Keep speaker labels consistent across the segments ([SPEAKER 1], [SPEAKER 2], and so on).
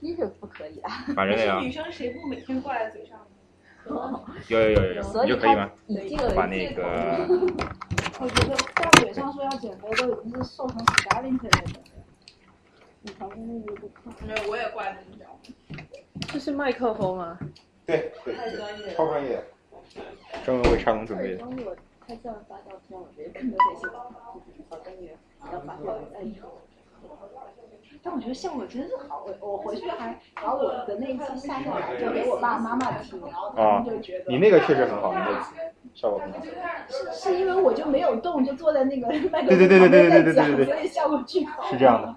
[SPEAKER 1] 逼是不可以的，啊
[SPEAKER 2] 反正那
[SPEAKER 3] 但 是
[SPEAKER 2] 样
[SPEAKER 3] 女生谁不每天挂在嘴上？
[SPEAKER 2] 有有有有有，
[SPEAKER 1] 所
[SPEAKER 2] 你
[SPEAKER 1] 以
[SPEAKER 2] 就可以
[SPEAKER 1] 他
[SPEAKER 2] 吗？
[SPEAKER 1] 以这个
[SPEAKER 2] 把
[SPEAKER 1] 为
[SPEAKER 2] 那
[SPEAKER 1] 借 口，
[SPEAKER 2] 个
[SPEAKER 4] 我觉得在嘴上说要减肥都已经是瘦成 Stalin 之类的了。你旁边那个不
[SPEAKER 3] 没有，我也挂在嘴上。
[SPEAKER 5] 这是麦克风啊，
[SPEAKER 6] 对对
[SPEAKER 3] 太
[SPEAKER 6] 对，
[SPEAKER 3] 专业
[SPEAKER 6] 超
[SPEAKER 3] 了。
[SPEAKER 6] 专业。
[SPEAKER 2] 专门为沙龙准备
[SPEAKER 1] 而
[SPEAKER 2] 的，
[SPEAKER 1] 当我他这样发照片，我觉得更多这些就是好跟女要把话在一起。
[SPEAKER 4] 但我觉得效果真是好，我我回去还把我的那一期下下来就给我爸妈妈听，然后他们就觉得
[SPEAKER 2] 你那个确实很好，你那个效果很好。
[SPEAKER 4] 是是因为 我就没有动，就坐在那个麦克
[SPEAKER 2] 对对
[SPEAKER 4] 风
[SPEAKER 2] 对对
[SPEAKER 4] 旁边
[SPEAKER 2] 对
[SPEAKER 4] 在
[SPEAKER 2] 对对对对对
[SPEAKER 4] 讲，所以效果巨好。
[SPEAKER 2] 是这样的。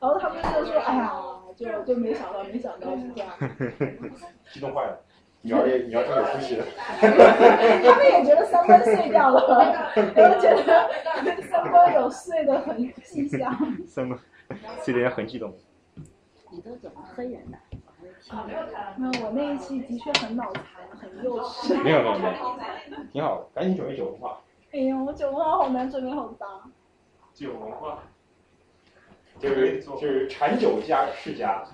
[SPEAKER 4] 然后他们就说：“哎呀，就就没想到，没想到是这样。
[SPEAKER 6] 激动坏了。女儿也女儿挺有出息的，”
[SPEAKER 4] 他们也觉得三观碎掉了，然后觉得 三观有碎的很迹象。
[SPEAKER 2] 三个，这点很激动。
[SPEAKER 1] 你都怎么黑人的？我还是听
[SPEAKER 3] 啊，没有谈。
[SPEAKER 4] 那我那一期的确很脑残，很幼稚。
[SPEAKER 2] 没有没有没有，挺好的，赶紧准备酒文化。
[SPEAKER 4] 哎呀，我酒窝好难准备好搭。
[SPEAKER 7] 酒文化，
[SPEAKER 6] 就是就是产酒家世家，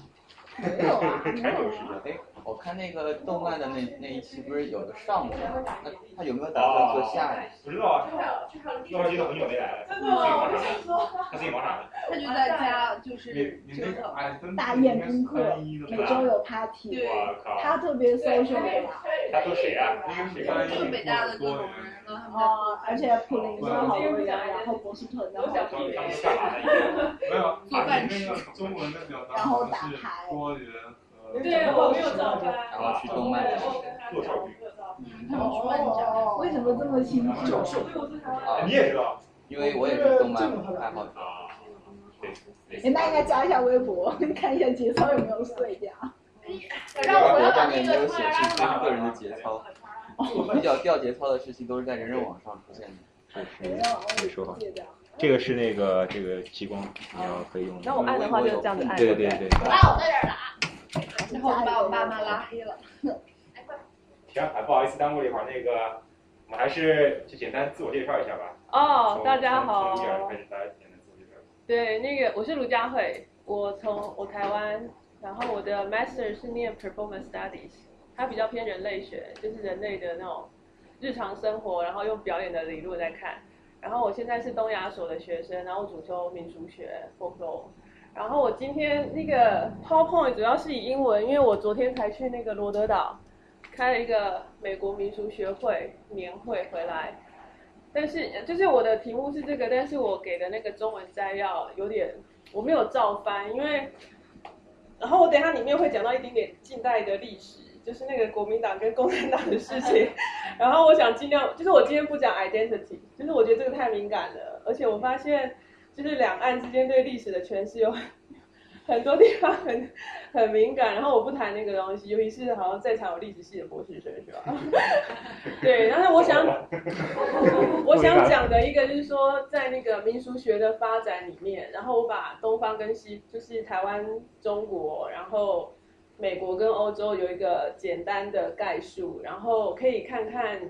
[SPEAKER 4] 没有啊，没
[SPEAKER 6] 产
[SPEAKER 4] 有
[SPEAKER 6] 酒世
[SPEAKER 4] 啊。
[SPEAKER 6] 家。
[SPEAKER 8] 我看那个动漫的那那一期不是有个上部吗？那他有没有打算做
[SPEAKER 5] 哦
[SPEAKER 8] 下一期？
[SPEAKER 6] 不知道啊，诺基的很久没来了，
[SPEAKER 3] 真的吗？我想说，
[SPEAKER 6] 他自己忙啥呢？
[SPEAKER 3] 他就在家就是
[SPEAKER 7] 你那
[SPEAKER 3] 折
[SPEAKER 7] 个
[SPEAKER 3] 腾。
[SPEAKER 7] 哎，真的
[SPEAKER 4] 大宴宾客
[SPEAKER 7] 三一的
[SPEAKER 4] 每周有 party，
[SPEAKER 3] 对，
[SPEAKER 6] 我靠，
[SPEAKER 4] 他特别 social 的啦。
[SPEAKER 6] 他都谁啊？
[SPEAKER 7] 那
[SPEAKER 3] 就
[SPEAKER 7] 个
[SPEAKER 3] 是北大的各种人都他们在做
[SPEAKER 4] 哦，而且普林斯好多人，然后波士顿的好
[SPEAKER 6] 他
[SPEAKER 4] 多
[SPEAKER 6] 们
[SPEAKER 4] 人，
[SPEAKER 6] 干嘛的？
[SPEAKER 7] 没有，啊你那个
[SPEAKER 9] 嗯
[SPEAKER 7] 中文的表达
[SPEAKER 4] 然后打
[SPEAKER 7] 是
[SPEAKER 4] 牌
[SPEAKER 7] 多元和
[SPEAKER 3] 对，我没有照搬。
[SPEAKER 8] 然后去
[SPEAKER 6] 啊
[SPEAKER 8] 动漫的时候，
[SPEAKER 3] 我没有照搬。他们说你知道，
[SPEAKER 4] 哦，为什么这么清楚？
[SPEAKER 8] 哦啊
[SPEAKER 6] 你，也知道
[SPEAKER 8] 因为我也是动漫爱好者。
[SPEAKER 6] 啊？
[SPEAKER 4] 哎，那应该加一下微博，看一下节操有没有碎掉。
[SPEAKER 3] 让我要把
[SPEAKER 8] 上
[SPEAKER 3] 那
[SPEAKER 8] 面没
[SPEAKER 3] 个
[SPEAKER 8] 有
[SPEAKER 3] 突
[SPEAKER 8] 显
[SPEAKER 3] 然拉
[SPEAKER 8] 示自己
[SPEAKER 3] 到
[SPEAKER 8] 个人的节操，比较掉节操的事情都是在人人网上出现的。
[SPEAKER 2] 这
[SPEAKER 4] 没
[SPEAKER 2] 是
[SPEAKER 4] 有，我也不记得。
[SPEAKER 2] 这个是那个这个激光，你要可以用。
[SPEAKER 5] 那我按的话就是这样子
[SPEAKER 8] 嗯
[SPEAKER 5] 按。
[SPEAKER 2] 对对对对，
[SPEAKER 3] 啊，我在这儿了啊。然后我把我爸妈拉黑了。
[SPEAKER 6] 行，啊，不好意思耽误了一会儿，那个我们还是就简单自我介绍一下吧。
[SPEAKER 5] 哦，
[SPEAKER 6] 从
[SPEAKER 5] 大家
[SPEAKER 6] 从从女儿
[SPEAKER 5] 好
[SPEAKER 6] 开。始，大家简单自我介绍。
[SPEAKER 5] 对，那个我是卢佳慧，我从我台湾，然后我的 master 是念 performance studies，它比较偏人类学，就是人类的那种日常生活，然后用表演的理论来看。然后我现在是东亚所的学生，然后我主修民俗学 folklore。然后我今天那个 PowerPoint 主要是以英文，因为我昨天才去那个罗德岛开了一个美国民俗学会年会回来，但是呃就是我的题目是这个，但是我给的那个中文摘要有点我没有照翻，因为，然后我等一下里面会讲到一点点近代的历史，就是那个国民党跟共产党的事情，然后我想尽量，就是我今天不讲 identity，就是我觉得这个太敏感了，而且我发现就是两岸之间对历史的诠释有 很多地方很很敏感，然后我不谈那个东西，尤其是好像在场有历史系的博士生是吧？ 对，但是我想 我想讲的一个就是说，在那个民俗学的发展里面，然后我把东方跟西，就是台湾、中国，然后美国跟欧洲有一个简单的概述，然后可以看看，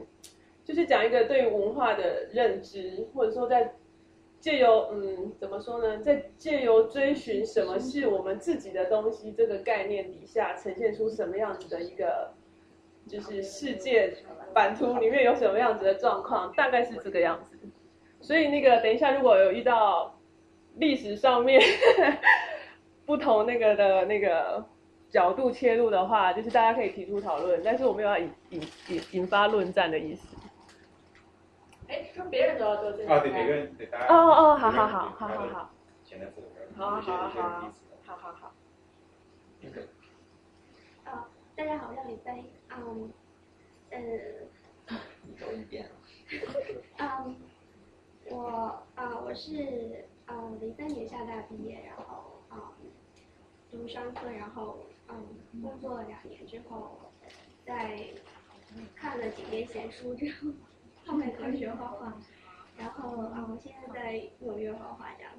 [SPEAKER 5] 就是讲一个对于文化的认知，或者说在借由嗯怎么说呢，在借由追寻什么是我们自己的东西这个概念底下，呈现出什么样子的一个就是世界版图里面有什么样子的状况，大概是这个样子。所以那个等一下如果有遇到历史上面 不同那个的那个角度切入的话，就是大家可以提出讨论，但是我没有要引引引引发论战的意思。
[SPEAKER 3] 哎，是不是别人都要做这个？
[SPEAKER 6] 啊，对，每个人对大
[SPEAKER 5] 哦
[SPEAKER 6] 家
[SPEAKER 5] 哦，好好好好好好
[SPEAKER 6] 简单自我介绍。
[SPEAKER 5] 好啊好啊好
[SPEAKER 6] 有些有
[SPEAKER 5] 啊
[SPEAKER 6] 些意思
[SPEAKER 5] 好好好，
[SPEAKER 9] 大家好，我叫李飞，嗯，呃，
[SPEAKER 8] 有一点，
[SPEAKER 9] 嗯，我啊、我是呃零三年厦大毕业，然后嗯读商科，然后嗯工作两年之后，在看了几年闲书之后，后面开始学画画，然后啊、我现在在纽约画画这样。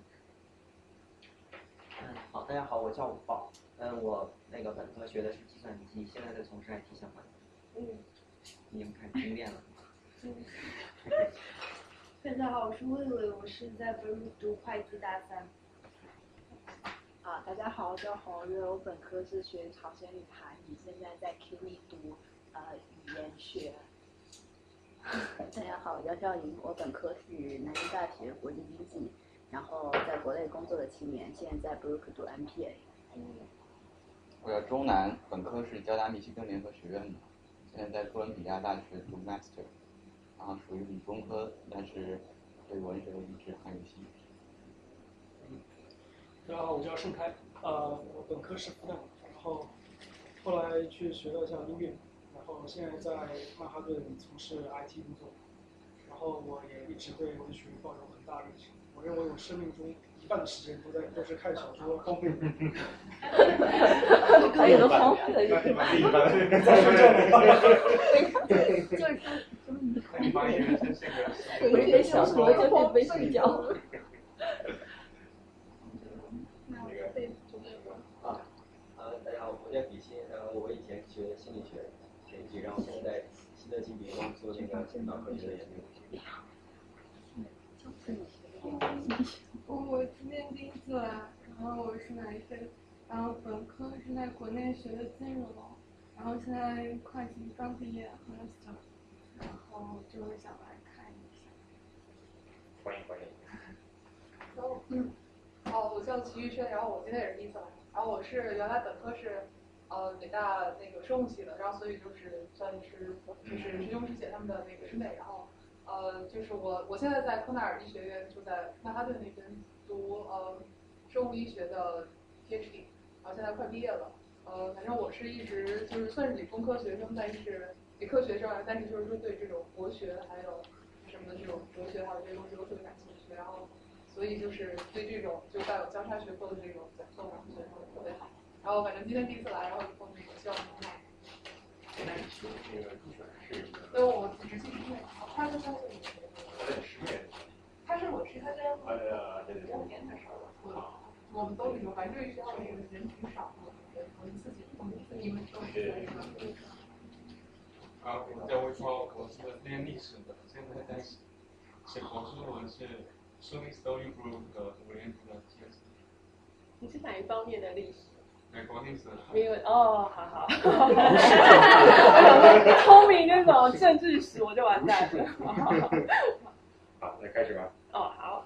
[SPEAKER 8] 嗯好，大家好，我叫吴宝，嗯，我那个本科学的是计算机，现在在从事 IT 相关的。
[SPEAKER 9] 嗯，
[SPEAKER 8] 你们看经典了，
[SPEAKER 3] 大家好，我是魏魏，我是在北鲁读会计大三。
[SPEAKER 5] 哦
[SPEAKER 4] 啊，大家好，我叫黄月，我本科是学朝鲜语韩语，现在在 QME 读呃语言学。
[SPEAKER 1] 大家好，我叫赵莹，我本科是南京大学国际经济，然后在国内工作了七年，现在在 Brook 读 MPA。
[SPEAKER 8] 我叫钟南，本科是交大密西根联合学院的，现在在哥伦比亚大学读 master，然后属于理工科，但是对文学一直很有兴趣。
[SPEAKER 10] 大家好，我叫盛开，呃，我本科是复旦，然后后来去学了一下音乐，然后现在在曼哈顿从事 IT 工作，然后我也一直对文学抱有很大热情，我认为我生命中一半的时间都在都是看小说、荒废文学，
[SPEAKER 1] 可以都荒废了，
[SPEAKER 6] 那你把另一半，
[SPEAKER 10] 在睡觉的话
[SPEAKER 4] 就是他
[SPEAKER 6] 那你把你人生献给了谁
[SPEAKER 1] 文学小说就可以被睡觉。
[SPEAKER 11] 那我
[SPEAKER 12] 个
[SPEAKER 11] 对主任说，
[SPEAKER 13] 啊，大家好，我叫比心。呃，我以前学心理学学习，然后现在在新的进别宫做那个脑科学的研究。
[SPEAKER 14] 我我今天第一次来，然后我是男生，然后本科是在国内学的金融，然后现在会计刚毕业，master，然后就想来看一下。
[SPEAKER 12] 欢迎欢迎。
[SPEAKER 15] 然后，哦，我叫齐玉轩，然后我今天也是第一次来，然后我是原来本科是，呃，北大那个生物系的，然后所以就是算是就是师兄师姐他们的那个师妹，然后，呃，就是我我现在在康奈尔医学院，就在曼哈顿那边读呃生物医学的 PhD，然后现在快毕业了，呃，反正我是一直就是算是理工科学生，但是理科学生，啊但是就是说对这种国学还有什么这种哲学还有这些东西都特别感兴趣，然后。所以就是对这种就带有交叉学科的这种讲座，然后觉得特别好。然后反正今天第一次来，然后以后那个希望能来。
[SPEAKER 6] 那你学那个助选是一个
[SPEAKER 15] 所以我只是师妹，他是他是你
[SPEAKER 6] 我的师妹，
[SPEAKER 15] 他是我师，他虽然
[SPEAKER 6] 呃，对对对
[SPEAKER 15] 两。年的事儿了，我我们都是有，反正这个学校里人挺少的，我们自己我们自己们都是学生。
[SPEAKER 6] 啊，我在微创，我是练历史的，现在在写国际论文是 Swimming Story Group 的五年级的 PhD，
[SPEAKER 5] 你是哪一方面的历史？
[SPEAKER 6] 美国历史的。
[SPEAKER 5] 没有哦，好好。我想说聪明那种政治史我就完蛋了。好好好
[SPEAKER 12] 好，那开始 吧。
[SPEAKER 5] 哦，好。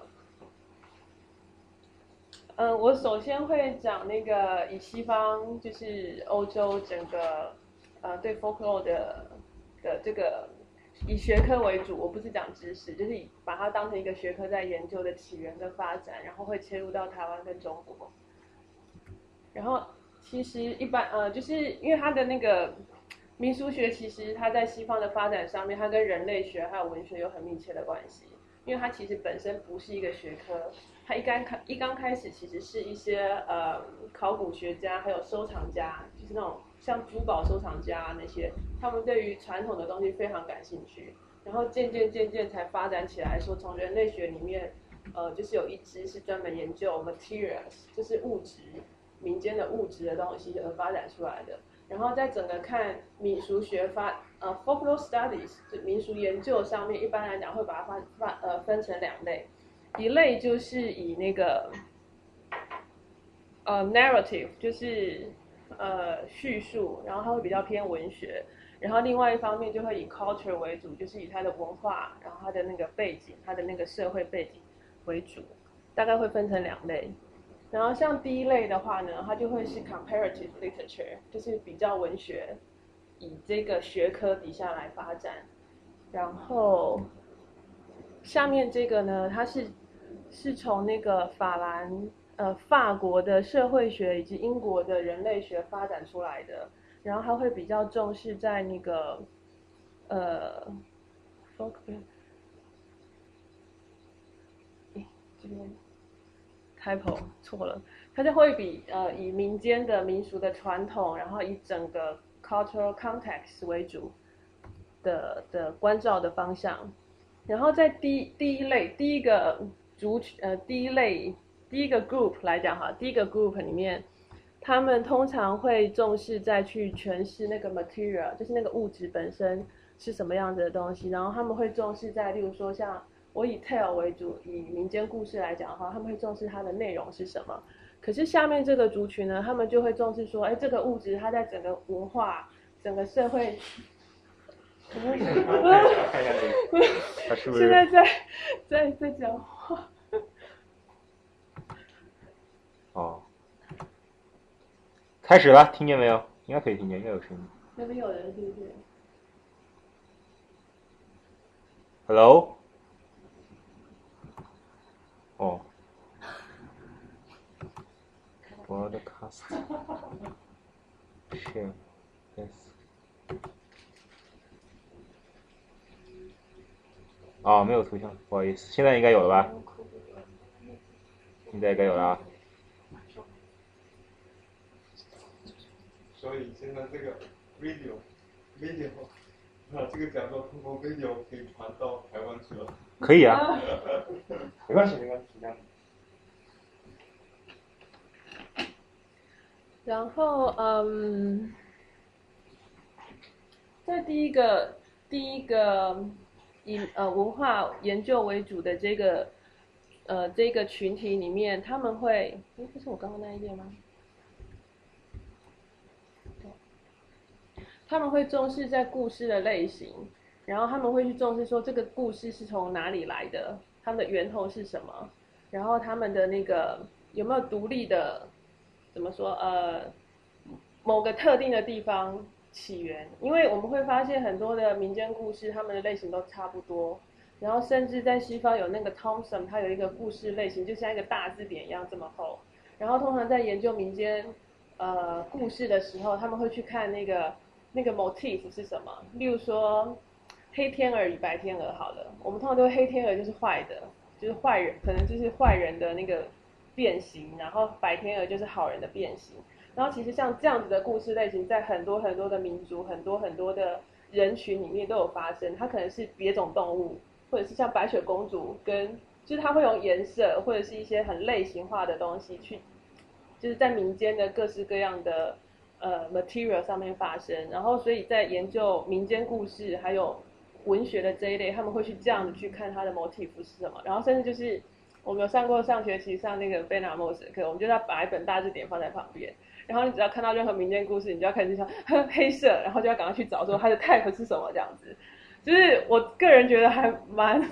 [SPEAKER 5] 嗯，我首先会讲那个以西方就是欧洲整个呃对 folklore 的的这个以学科为主，我不是讲知识，就是以把它当成一个学科在研究的起源跟发展，然后会切入到台湾跟中国。然后其实一般呃，就是因为它的那个民俗学，其实它在西方的发展上面，它跟人类学还有文学有很密切的关系。因为它其实本身不是一个学科，它一刚开一刚开始其实是一些呃考古学家还有收藏家，就是那种像珠宝收藏家啊那些，他们对于传统的东西非常感兴趣，然后渐渐渐渐才发展起来说，从人类学里面，呃，就是有一支是专门研究 materials，就是物质，民间的物质的东西而发展出来的。然后在整个看民俗学发呃 folklore studies 就民俗研究上面，一般来讲会把它发发呃分成两类，一类就是以那个呃 narrative 就是呃叙述，然后它会比较偏文学，然后另外一方面就会以 culture 为主，就是以它的文化，然后它的那个背景，它的那个社会背景为主，大概会分成两类。然后像第一类的话呢，它就会是 comparative literature，就是比较文学，以这个学科底下来发展。然后下面这个呢，它是是从那个法兰呃法国的社会学以及英国的人类学发展出来的，然后它会比较重视在那个呃 folk，诶这边。typo 错了，它就会比呃以民间的民俗的传统，然后以整个 cultural context 为主的的关照的方向。然后在第第一类第一个族群呃第一类第一个 group 来讲哈，第一个 group 里面，他们通常会重视在去诠释那个 material，就是那个物质本身是什么样子的东西，然后他们会重视在例如说像。我以 tale 为主，以民间故事来讲的话，他们会重视它的内容是什么，可是下面这个族群呢，他们就会重视说，哎，这个物质它在整个文化、整个社会
[SPEAKER 6] 他是不
[SPEAKER 5] 现在
[SPEAKER 6] 是？
[SPEAKER 5] 在在在讲话，
[SPEAKER 6] 哦，开始了，听见没有？应该可以听见，应该有声音。
[SPEAKER 5] 那边有人是不是？
[SPEAKER 4] 啊
[SPEAKER 6] Hello。哦。Broadcast share yes。哦，没有图像，不好意思，现在应该有了吧？现在应该有了啊。
[SPEAKER 15] 所以现在这个 video video，那这个讲座通过 video 可以传到台湾去了。
[SPEAKER 6] 可以啊
[SPEAKER 10] 没关系，没关系，这样
[SPEAKER 5] 然后嗯，在第一个第一个以呃文化研究为主的这个呃这个群体里面，他们会，诶，这是我刚刚那一页吗？他们会重视在故事的类型，然后他们会去重视说这个故事是从哪里来的，它们的源头是什么，然后他们的那个有没有独立的，怎么说呃，某个特定的地方起源，因为我们会发现很多的民间故事，他们的类型都差不多。然后甚至在西方有那个 Thompson，它有一个故事类型，就像一个大字典一样这么厚。然后通常在研究民间呃故事的时候，他们会去看那个那个 motif 是什么，例如说黑天鹅与白天鹅好了，我们通常都会黑天鹅就是坏的，就是坏人，可能就是坏人的那个变形，然后白天鹅就是好人的变形。然后其实像这样子的故事类型，在很多很多的民族、很多很多的人群里面都有发生。它可能是别种动物，或者是像白雪公主跟，就是它会用颜色或者是一些很类型化的东西去，就是在民间的各式各样的呃 material 上面发生。然后所以在研究民间故事还有文学的这一类，他们会去这样子去看它的 motif 是什么，然后甚至就是。我们有上过上学期上那个贝纳莫斯的课，我们就要把一本大字典放在旁边，然后你只要看到任何民间故事，你就要开始想呵黑色，然后就要赶快去找说它的 type 是什么这样子。就是我个人觉得还蛮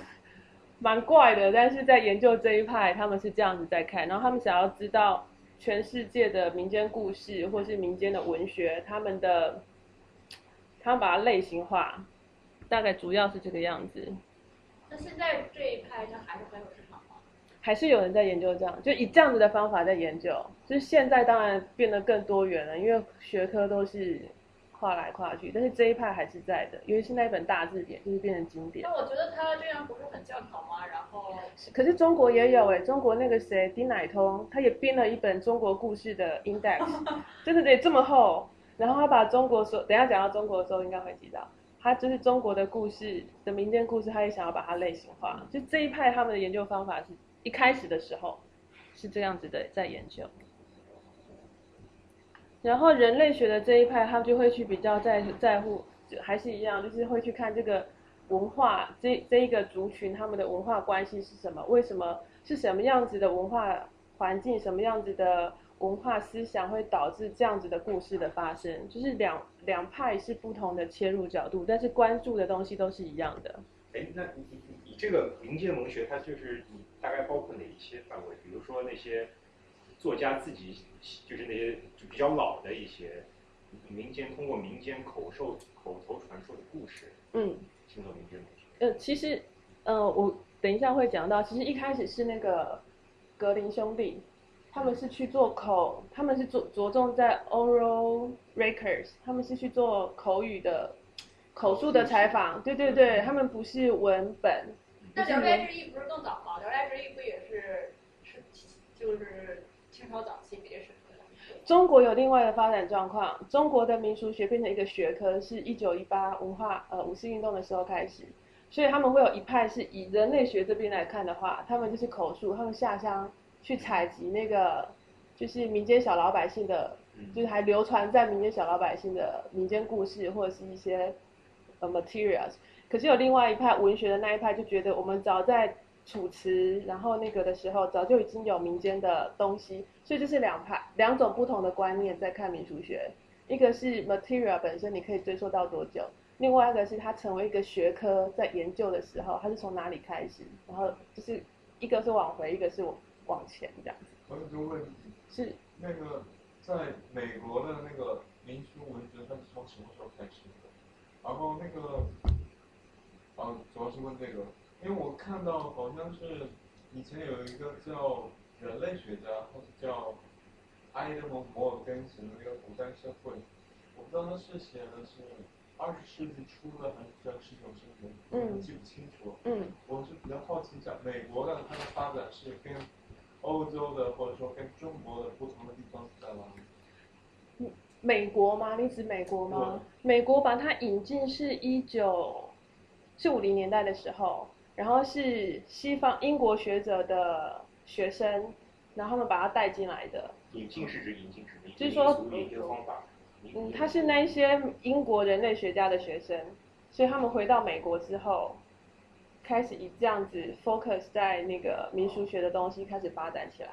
[SPEAKER 5] 蛮怪的，但是在研究这一派，他们是这样子在看，然后他们想要知道全世界的民间故事或是民间的文学，他们的他们把它类型化，大概主要是这个样子。
[SPEAKER 16] 那现在这一派它还是很有市场吗？
[SPEAKER 5] 还是有人在研究这样，就以这样子的方法在研究。就是现在当然变得更多元了，因为学科都是跨来跨去，但是这一派还是在的，因为现在一本大字典就是变成经典
[SPEAKER 16] 那。我觉得它这样不是很教条吗？然后
[SPEAKER 5] 可是中国也有哎、中国那个谁丁乃通，他也编了一本中国故事的 index，真的得这么厚。然后他把中国所，等一下讲到中国的时候应该会提到，他就是中国的故事的民间故事，他也想要把它类型化。就这一派他们的研究方法是一开始的时候是这样子的在研究。然后人类学的这一派，他们就会去比较在在乎，就还是一样，就是会去看这个文化这这一个族群他们的文化关系是什么，为什么是什么样子的文化环境，什么样子的文化思想会导致这样子的故事的发生，就是两两派是不同的切入角度，但是关注的东西都是一样的。
[SPEAKER 10] 哎，那你你你你这个民间文学，它就是你大概包括哪一些范围？比如说那些作家自己，就是那些就比较老的一些民间通过民间口授口头传说的故事，
[SPEAKER 5] 嗯，
[SPEAKER 10] 形成民间文学。
[SPEAKER 5] 呃，其实，呃，我等一下会讲到，其实一开始是那个格林兄弟，他们是去做口，他们是着着重在 oral records，他们是去做口语的口述嗯的采访，对对对，他们不是文本。
[SPEAKER 16] 那《
[SPEAKER 5] 不是
[SPEAKER 16] 聊斋
[SPEAKER 5] 文
[SPEAKER 16] 志异》不是更早吗？《聊斋志异》不也是是就是清朝早期比利时出来的？
[SPEAKER 5] 中国有另外的发展状况，中国的民俗学变成一个学科，是一九一八文化呃五四运动的时候开始，所以他们会有一派是以人类学这边来看的话，他们就是口述，他们下乡去采集那个就是民间小老百姓的，就是还流传在民间小老百姓的民间故事或者是一些呃 materials。可是有另外一派文学的那一派就觉得，我们只要在楚辞，然后那个的时候，早就已经有民间的东西，所以这是两派两种不同的观念在看民俗学。一个是 material 本身，你可以追溯到多久；另外一个是它成为一个学科在研究的时候，它是从哪里开始。然后就是一个是往回，一个是往前这样子。
[SPEAKER 15] 我有个问题，
[SPEAKER 5] 是
[SPEAKER 15] 那个在美国的那个民俗文学，它是从什么时候开始的？然后那个，啊，主要是问这个，因为我看到好像是以前有一个叫人类学家，或者叫埃德蒙·摩尔根写的那个《古代社会》，我不知道他是写的是二十世纪初的还是叫十九世纪，
[SPEAKER 5] 嗯
[SPEAKER 15] 记不清楚。
[SPEAKER 5] 嗯，
[SPEAKER 15] 我是比较好奇一下，美国的它的发展是跟欧洲的，或者说跟中国的不同的地方是在哪里？
[SPEAKER 5] 美国吗？你指美国吗？美国把它引进是一九四五零年代的时候，然后是西方英国学者的学生，然后他们把它带进来的。
[SPEAKER 10] 引进是指引进什么？
[SPEAKER 5] 就是说
[SPEAKER 10] 民俗研究方法。民
[SPEAKER 5] 嗯，他是那一些英国人类学家的学生，所以他们回到美国之后，开始以这样子 focus 在那个民俗学的东西开始发展起来。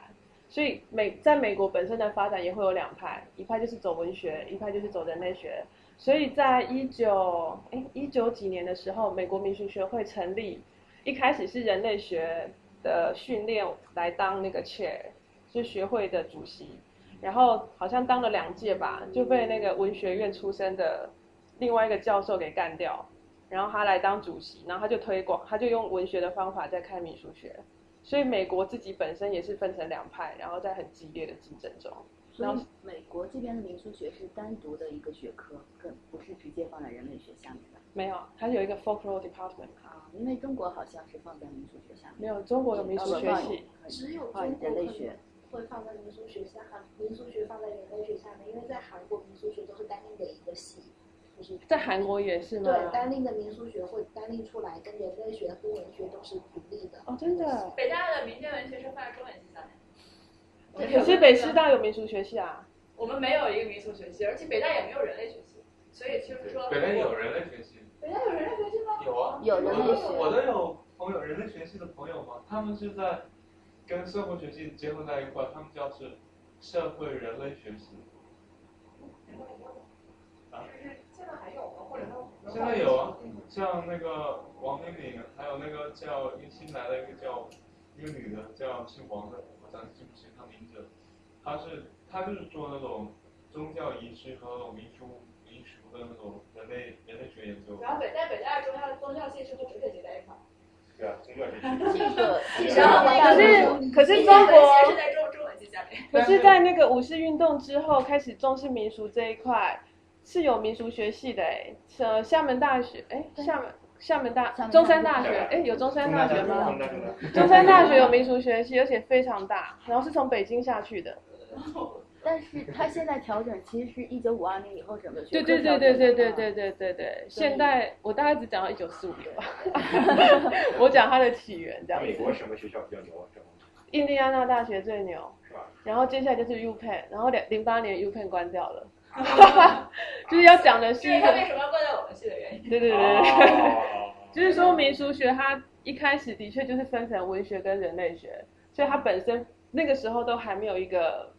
[SPEAKER 5] 所以美在美国本身的发展也会有两派，一派就是走文学，一派就是走人类学。所以在一九哎一九几年的时候，美国民俗学会成立，一开始是人类学的训练来当那个 chair，就是学会的主席。然后好像当了两届吧，就被那个文学院出身的另外一个教授给干掉，然后他来当主席，然后他就推广，他就用文学的方法在开民俗学，所以美国自己本身也是分成两派，然后在很激烈的竞争中，然
[SPEAKER 1] 所
[SPEAKER 5] 后
[SPEAKER 1] 以美国这边的民俗学是单独的一个学科，更不是直接放在人类学下面的。
[SPEAKER 5] 没有，它有一个 folklore department，
[SPEAKER 1] 啊，因为中国好像是放在民俗学下面。
[SPEAKER 5] 没有中国有民
[SPEAKER 17] 呃
[SPEAKER 5] 俗学系
[SPEAKER 18] 只有中
[SPEAKER 1] 啊
[SPEAKER 18] 国
[SPEAKER 1] 人类学。
[SPEAKER 18] 会放在民俗学下，韩民俗学放在人类学下面，因为在韩国民俗学都是单立的一个系，就是
[SPEAKER 5] 在韩国也是吗？
[SPEAKER 18] 对单立的民俗学会单立出来，跟人类学跟文学都是独立的。
[SPEAKER 5] 哦，真的。
[SPEAKER 16] 北大的民间文学是放在中文系上面。
[SPEAKER 5] 可是北师大有民俗学系啊，
[SPEAKER 16] 我们没有一个民俗学系，而且北大也没有人类学系，所以就是说，
[SPEAKER 15] 本来有人类学系。
[SPEAKER 16] 北大有人类学系吗？
[SPEAKER 15] 有啊，
[SPEAKER 1] 有人类学
[SPEAKER 15] 我都有朋友，人类学系的朋友嘛，他们是在跟社会学系结合在一块，他们叫是社会人类学系。啊，
[SPEAKER 19] 现在还有吗？或者他们
[SPEAKER 15] 现在有啊，像那个王敏敏，还有那个叫新来的一个叫一个女的，叫姓王的，我暂时记不清她名字。她是她就是做那种宗教仪式和那种民俗民俗的那种人类人类学研究。
[SPEAKER 16] 然后北在北大中它的宗教系是和哲学系在一块儿。
[SPEAKER 10] 对啊，宗教学
[SPEAKER 16] 技
[SPEAKER 10] 系。
[SPEAKER 16] 术
[SPEAKER 5] 可是可是中
[SPEAKER 16] 是在
[SPEAKER 5] 国，
[SPEAKER 16] 中中文系下面。
[SPEAKER 5] 可是，在那个五四运动之后开始重视民俗这一块，是有民俗学系的哎，呃，厦门大学哎，厦门厦门大中山大学哎，有中山大学吗？中山大学有民俗学系，而且非常大，然后是从北京下去的。
[SPEAKER 1] 但是它现在调整其实是一九五二年以后整个学
[SPEAKER 5] 对
[SPEAKER 1] 科调
[SPEAKER 5] 对对
[SPEAKER 1] 整
[SPEAKER 5] 对
[SPEAKER 1] 的
[SPEAKER 5] 对
[SPEAKER 1] 啊
[SPEAKER 5] 对对对对对，现代我大概只讲到一九四五年 吧，我讲它的起源这样
[SPEAKER 10] 美
[SPEAKER 5] 子。
[SPEAKER 10] 国什么学校比较牛啊？这种
[SPEAKER 5] 印第安纳大学最牛
[SPEAKER 10] 是吧，
[SPEAKER 5] 然后接下来就是 U Penn，然后两零八年 U Penn 关掉了，啊 就是要讲的是
[SPEAKER 16] 这
[SPEAKER 5] 一
[SPEAKER 16] 是他为什
[SPEAKER 5] 个，
[SPEAKER 16] 么要挂在我们系的原因。
[SPEAKER 5] 对对对
[SPEAKER 6] 哦
[SPEAKER 5] 对，哦就是说民俗学它一开始的确就是分成文学跟人类学，所以它本身那个时候都还没有一个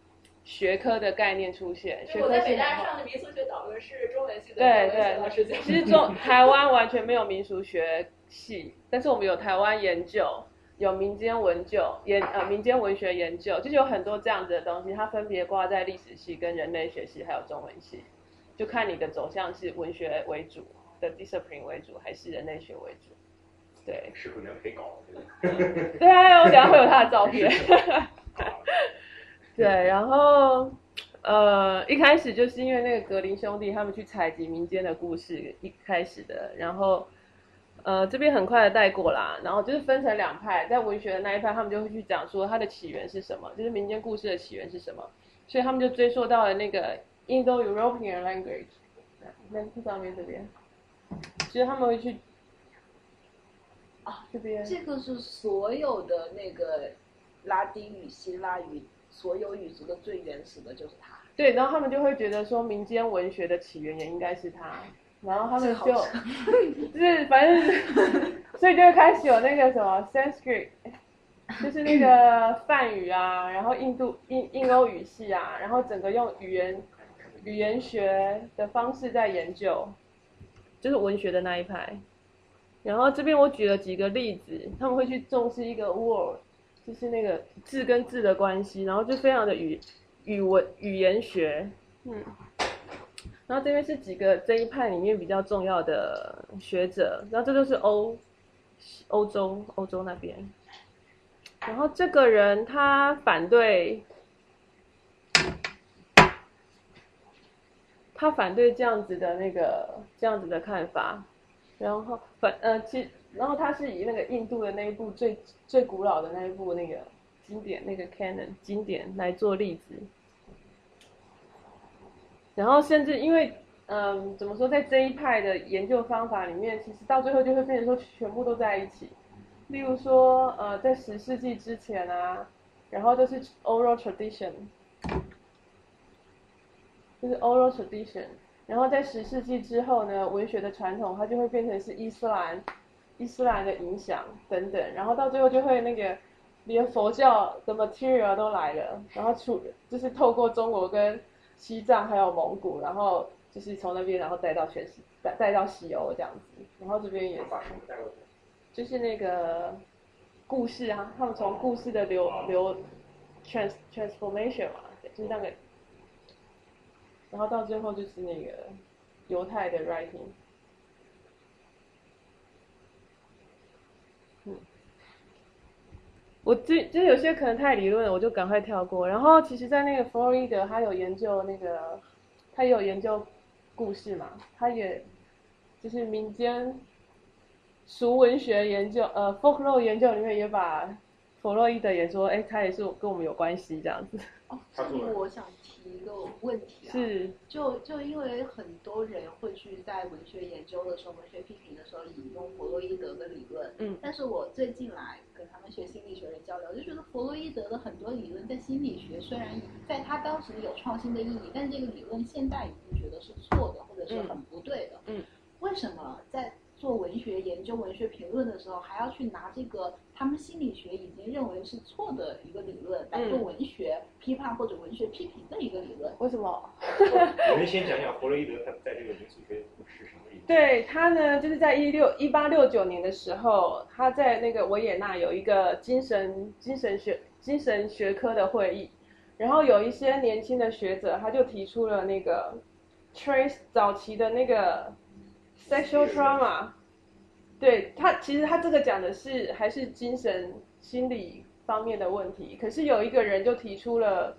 [SPEAKER 5] 学科的概念出现，学
[SPEAKER 16] 我
[SPEAKER 5] 科
[SPEAKER 16] 在
[SPEAKER 5] 性
[SPEAKER 16] 北
[SPEAKER 5] 的
[SPEAKER 16] 大
[SPEAKER 5] 话。
[SPEAKER 16] 上的民俗学导论是中文系的
[SPEAKER 5] 对
[SPEAKER 16] 中文系
[SPEAKER 5] 对
[SPEAKER 16] 老师
[SPEAKER 5] 对
[SPEAKER 16] 讲，的。
[SPEAKER 5] 其实中台湾完全没有民俗学系，但是我们有台湾研究，有民间文究研呃民间文学研究，就是有很多这样子的东西，它分别挂在历史系、跟人类学系还有中文系，就看你的走向是文学为主的 discipline 为主，还是人类学为主。对，
[SPEAKER 10] 是可能可以搞，我觉得。
[SPEAKER 5] 对，啊我等一下会有他的照片。 对，然后呃，一开始就是因为那个格林兄弟他们去采集民间的故事，一开始的，然后呃这边很快的带过啦，然后就是分成两派，在文学的那一派，他们就会去讲说它的起源是什么，就是民间故事的起源是什么，所以他们就追溯到了那个 Indo-European language，那这上面这边，其实他们会去啊这边
[SPEAKER 4] 这个是所有的那个拉丁语、希腊语所有语族的最原始的就是它。
[SPEAKER 5] 对，然后他们就会觉得说，民间文 学的起源也应该是他，然后他们就就是反正所以就会开始有那个什么 Sanskrit，就是那个 梵语啊，然后印度印印欧语系啊，然后整个用语言语言学的方式在研究，就是文学的那一派。然后这边我举了几个例子，他们会去重视一个 word，就是那个字跟字的关系，然后就非常的语语文语言学，嗯。然后这边是几个这一派里面比较重要的学者，然后这就是欧欧洲欧洲那边。然后这个人他反对，他反对这样子的那个这样子的看法，然后反呃其然后他是以那个印度的那一部最最古老的那一部那个经典那个 canon 经典来做例子。然后甚至因为，嗯，怎么说，在这一派的研究方法里面，其实到最后就会变成说全部都在一起。例如说，呃，在十世纪之前啊，然后就是 oral tradition，就是 oral tradition。然后在十世纪之后呢，文学的传统它就会变成是伊斯兰，伊斯兰的影响等等。然后到最后就会那个，连佛教的 material 都来了，然后出就是透过中国跟西藏还有蒙古，然后就是从那边，然后带到全西，带带到西欧这样子，然后这边也是，就是那个故事啊，他们从故事的流流 trans transformation 嘛，就是那个，然后到最后就是那个犹太的 writing，嗯，我这就是有些可能太理论了，我就赶快跳过。然后其实，在那个弗洛伊德，他有研究那个，他也有研究故事嘛，他也就是民间俗文学研究，呃，folklore 研究里面也把弗洛伊德也说，哎，他也是跟我们有关系这样子。
[SPEAKER 4] 哦，这里我想提一个问题啊，
[SPEAKER 5] 是
[SPEAKER 4] 就就因为很多人会去在文学研究的时候、文学批评的时候引用弗洛伊德的理论，
[SPEAKER 5] 嗯
[SPEAKER 4] 但是我最近来跟他们学心理学的交流，就觉得弗洛伊德的很多理论在心理学虽然在他当时有创新的意义，但这个理论现在已经觉得是错的，或者是很不对的，
[SPEAKER 5] 嗯，
[SPEAKER 4] 为什么在做文学研究、文学评论的时候，还要去拿这个他们心理学已经认为是错的一个理论来做
[SPEAKER 5] 嗯
[SPEAKER 4] 文学批判或者文学批评的一个理论？
[SPEAKER 5] 为什么？
[SPEAKER 20] 我哦们先讲 讲弗洛伊德他在这个民俗学是什么意思。
[SPEAKER 5] 对他呢，就是在一六一八六九年的时候，他在那个维也纳有一个精神精神学精神学科的会议，然后有一些年轻的学者，他就提出了那个 trace 早期的那个 sexual trauma，对他其实他这个讲的是还是精神心理方面的问题，可是有一个人就提出了。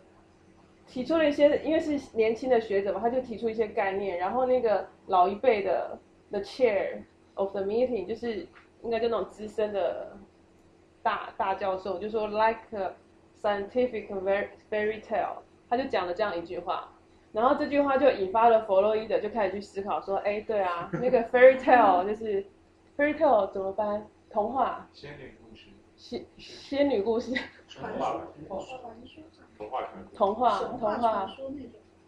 [SPEAKER 5] 提出了一些，因为是年轻的学者嘛，他就提出一些概念，然后那个老一辈的 the chair of the meeting 就是应该就那种资深的大大教授，就说 like a scientific ver- fairy tale，他就讲了这样一句话，然后这句话就引发了弗洛伊德就开始去思考说，哎，对啊，那个 fairy tale 就是 fairy tale 怎么办？童话、
[SPEAKER 10] 仙女故事，
[SPEAKER 5] 仙仙女故事、
[SPEAKER 10] 童话，
[SPEAKER 20] 童话传说，
[SPEAKER 5] 童话、童话、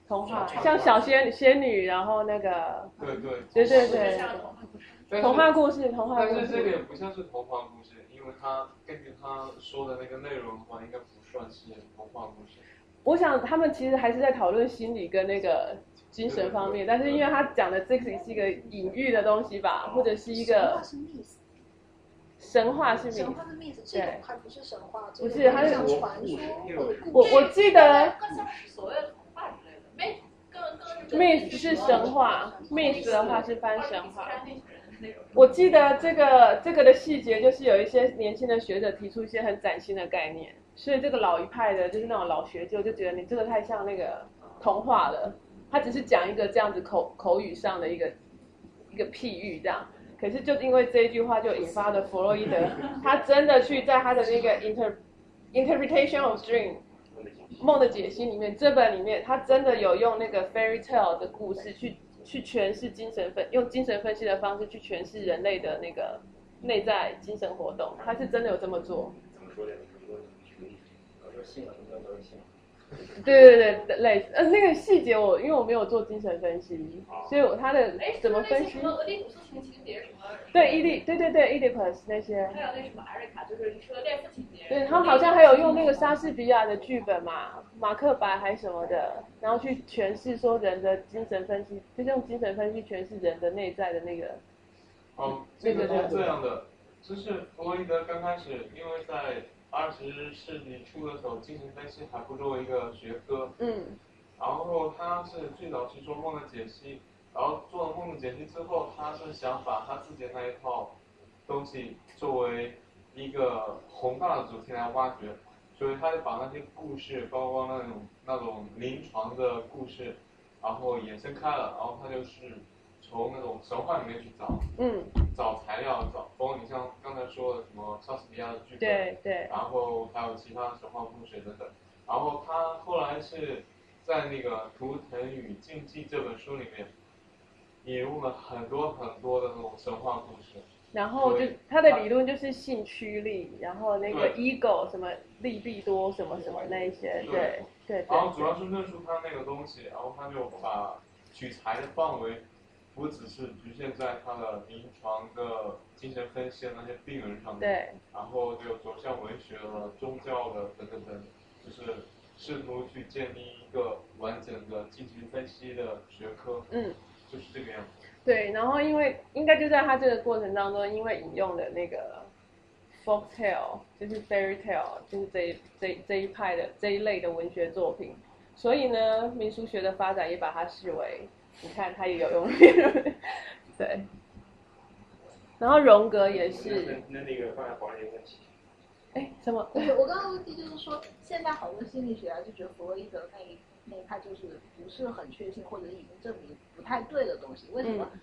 [SPEAKER 5] 童话，像小仙仙女，然后那个，
[SPEAKER 10] 对对
[SPEAKER 5] 对对对，
[SPEAKER 10] 但是
[SPEAKER 5] 童话故事，童话故
[SPEAKER 10] 但是这个也
[SPEAKER 5] 事，
[SPEAKER 10] 不像是童话故事，因为他根据他说的那个内容的话，应该不算是童话故事。
[SPEAKER 5] 我想他们其实还是在讨论心理跟那个精神方面，但是因为他讲的这个是一个隐喻的东西吧，或者是一个
[SPEAKER 21] 神话是 myth，
[SPEAKER 5] 神话是
[SPEAKER 21] 神
[SPEAKER 5] 名，
[SPEAKER 21] 话的 myth，这
[SPEAKER 5] 对
[SPEAKER 21] 种还不是神话，
[SPEAKER 5] 不是
[SPEAKER 21] 这种
[SPEAKER 5] 它是
[SPEAKER 21] 像
[SPEAKER 5] 我
[SPEAKER 21] 传说或者故
[SPEAKER 5] 我
[SPEAKER 21] 事。
[SPEAKER 5] 我记得
[SPEAKER 15] 更像是所谓的童话之类的，myth 更更是
[SPEAKER 5] myth 是神话，myth 的话是翻神话。
[SPEAKER 15] 那种。
[SPEAKER 5] 我记得这个这个的细节，就是有一些年轻的学者提出一些很崭新的概念，所以这个老一派的，就是那种老学究，就觉得你这个太像那个童话了。他只是讲一个这样子口口语上的一个一个譬喻这样，可是就因为这一句话，就引发了弗洛伊德，他真的去在他的那个 inter interpretation of dream 梦的解析里面，这本里面他真的有用那个 fairy tale 的故事去去诠释精神分，用精神分析的方式去诠释人类的那个内在精神活动，他是真的有这么做。
[SPEAKER 20] 怎么说的？怎么说的？
[SPEAKER 13] 啊
[SPEAKER 8] 我说信了，应该都是信了。
[SPEAKER 5] 对对对，类似呃那个细节我因为我没有做精神分析，所以我它的
[SPEAKER 15] 哎
[SPEAKER 5] 怎么分析
[SPEAKER 16] 哎什？么俄狄浦斯情情节什么？
[SPEAKER 5] 对伊利，对对对伊利 p 斯那些，
[SPEAKER 16] 还有那什么艾瑞卡，就是说类似情节。
[SPEAKER 5] 对他们好像还有用那个莎士比亚的剧本嘛，马克白还什么的，然后去诠释说人的精神分析，就是用精神分析诠释人的内在的那个。
[SPEAKER 15] 哦，这个是这样的，就是弗洛伊德刚开始，因为在二十世纪初的时候，精神分析还不作为一个学科，
[SPEAKER 5] 嗯，
[SPEAKER 15] 然后他是最早是做梦的解析，然后做了梦的解析之后，他是想把他自己的那一套东西作为一个宏大的主题来挖掘，所以他就把那些故事，包括那种那种临床的故事，然后衍生开了，然后他就是从那种神话里面去找，
[SPEAKER 5] 嗯，
[SPEAKER 15] 找材料，找包括你像刚才说的什么莎士比亚的剧本，
[SPEAKER 5] 对对
[SPEAKER 15] 然后还有其他神话故事等等，然后他后来是在那个《图腾与禁忌》这本书里面引入了很多很多的那种神话故事，
[SPEAKER 5] 然后就
[SPEAKER 15] 对
[SPEAKER 5] 他的理论就是性驱力，然后那个
[SPEAKER 15] 对
[SPEAKER 5] ego 什么利弊多什么什么那一些，对对对
[SPEAKER 15] 然后主
[SPEAKER 5] 对
[SPEAKER 15] 要是论述他那个东西，然后他就把取材的范围不只是局限在他的临床的精神分析的啊那些病人上面，
[SPEAKER 5] 对，
[SPEAKER 15] 然后就走向文学了、宗教的等等等，就是试图去建立一个完整的精神分析的学科，
[SPEAKER 5] 嗯，
[SPEAKER 15] 就是这个样子。
[SPEAKER 5] 对，然后因为应该就在他这个过程当中，因为引用的那个 folk tale 就是 fairy tale 就是这一这一这一派的这一类的文学作品，所以呢，民俗学的发展也把它视为，你看它也有用，对。然后荣格也是，
[SPEAKER 10] 那那那个刚才黄人有问题，
[SPEAKER 5] 哎，什么？
[SPEAKER 17] 对，我刚刚的问题就是说，现在好多心理学家就觉得弗洛伊德那一那一派就是不是很确信，或者已经证明不太对的东西，为什么
[SPEAKER 1] 嗯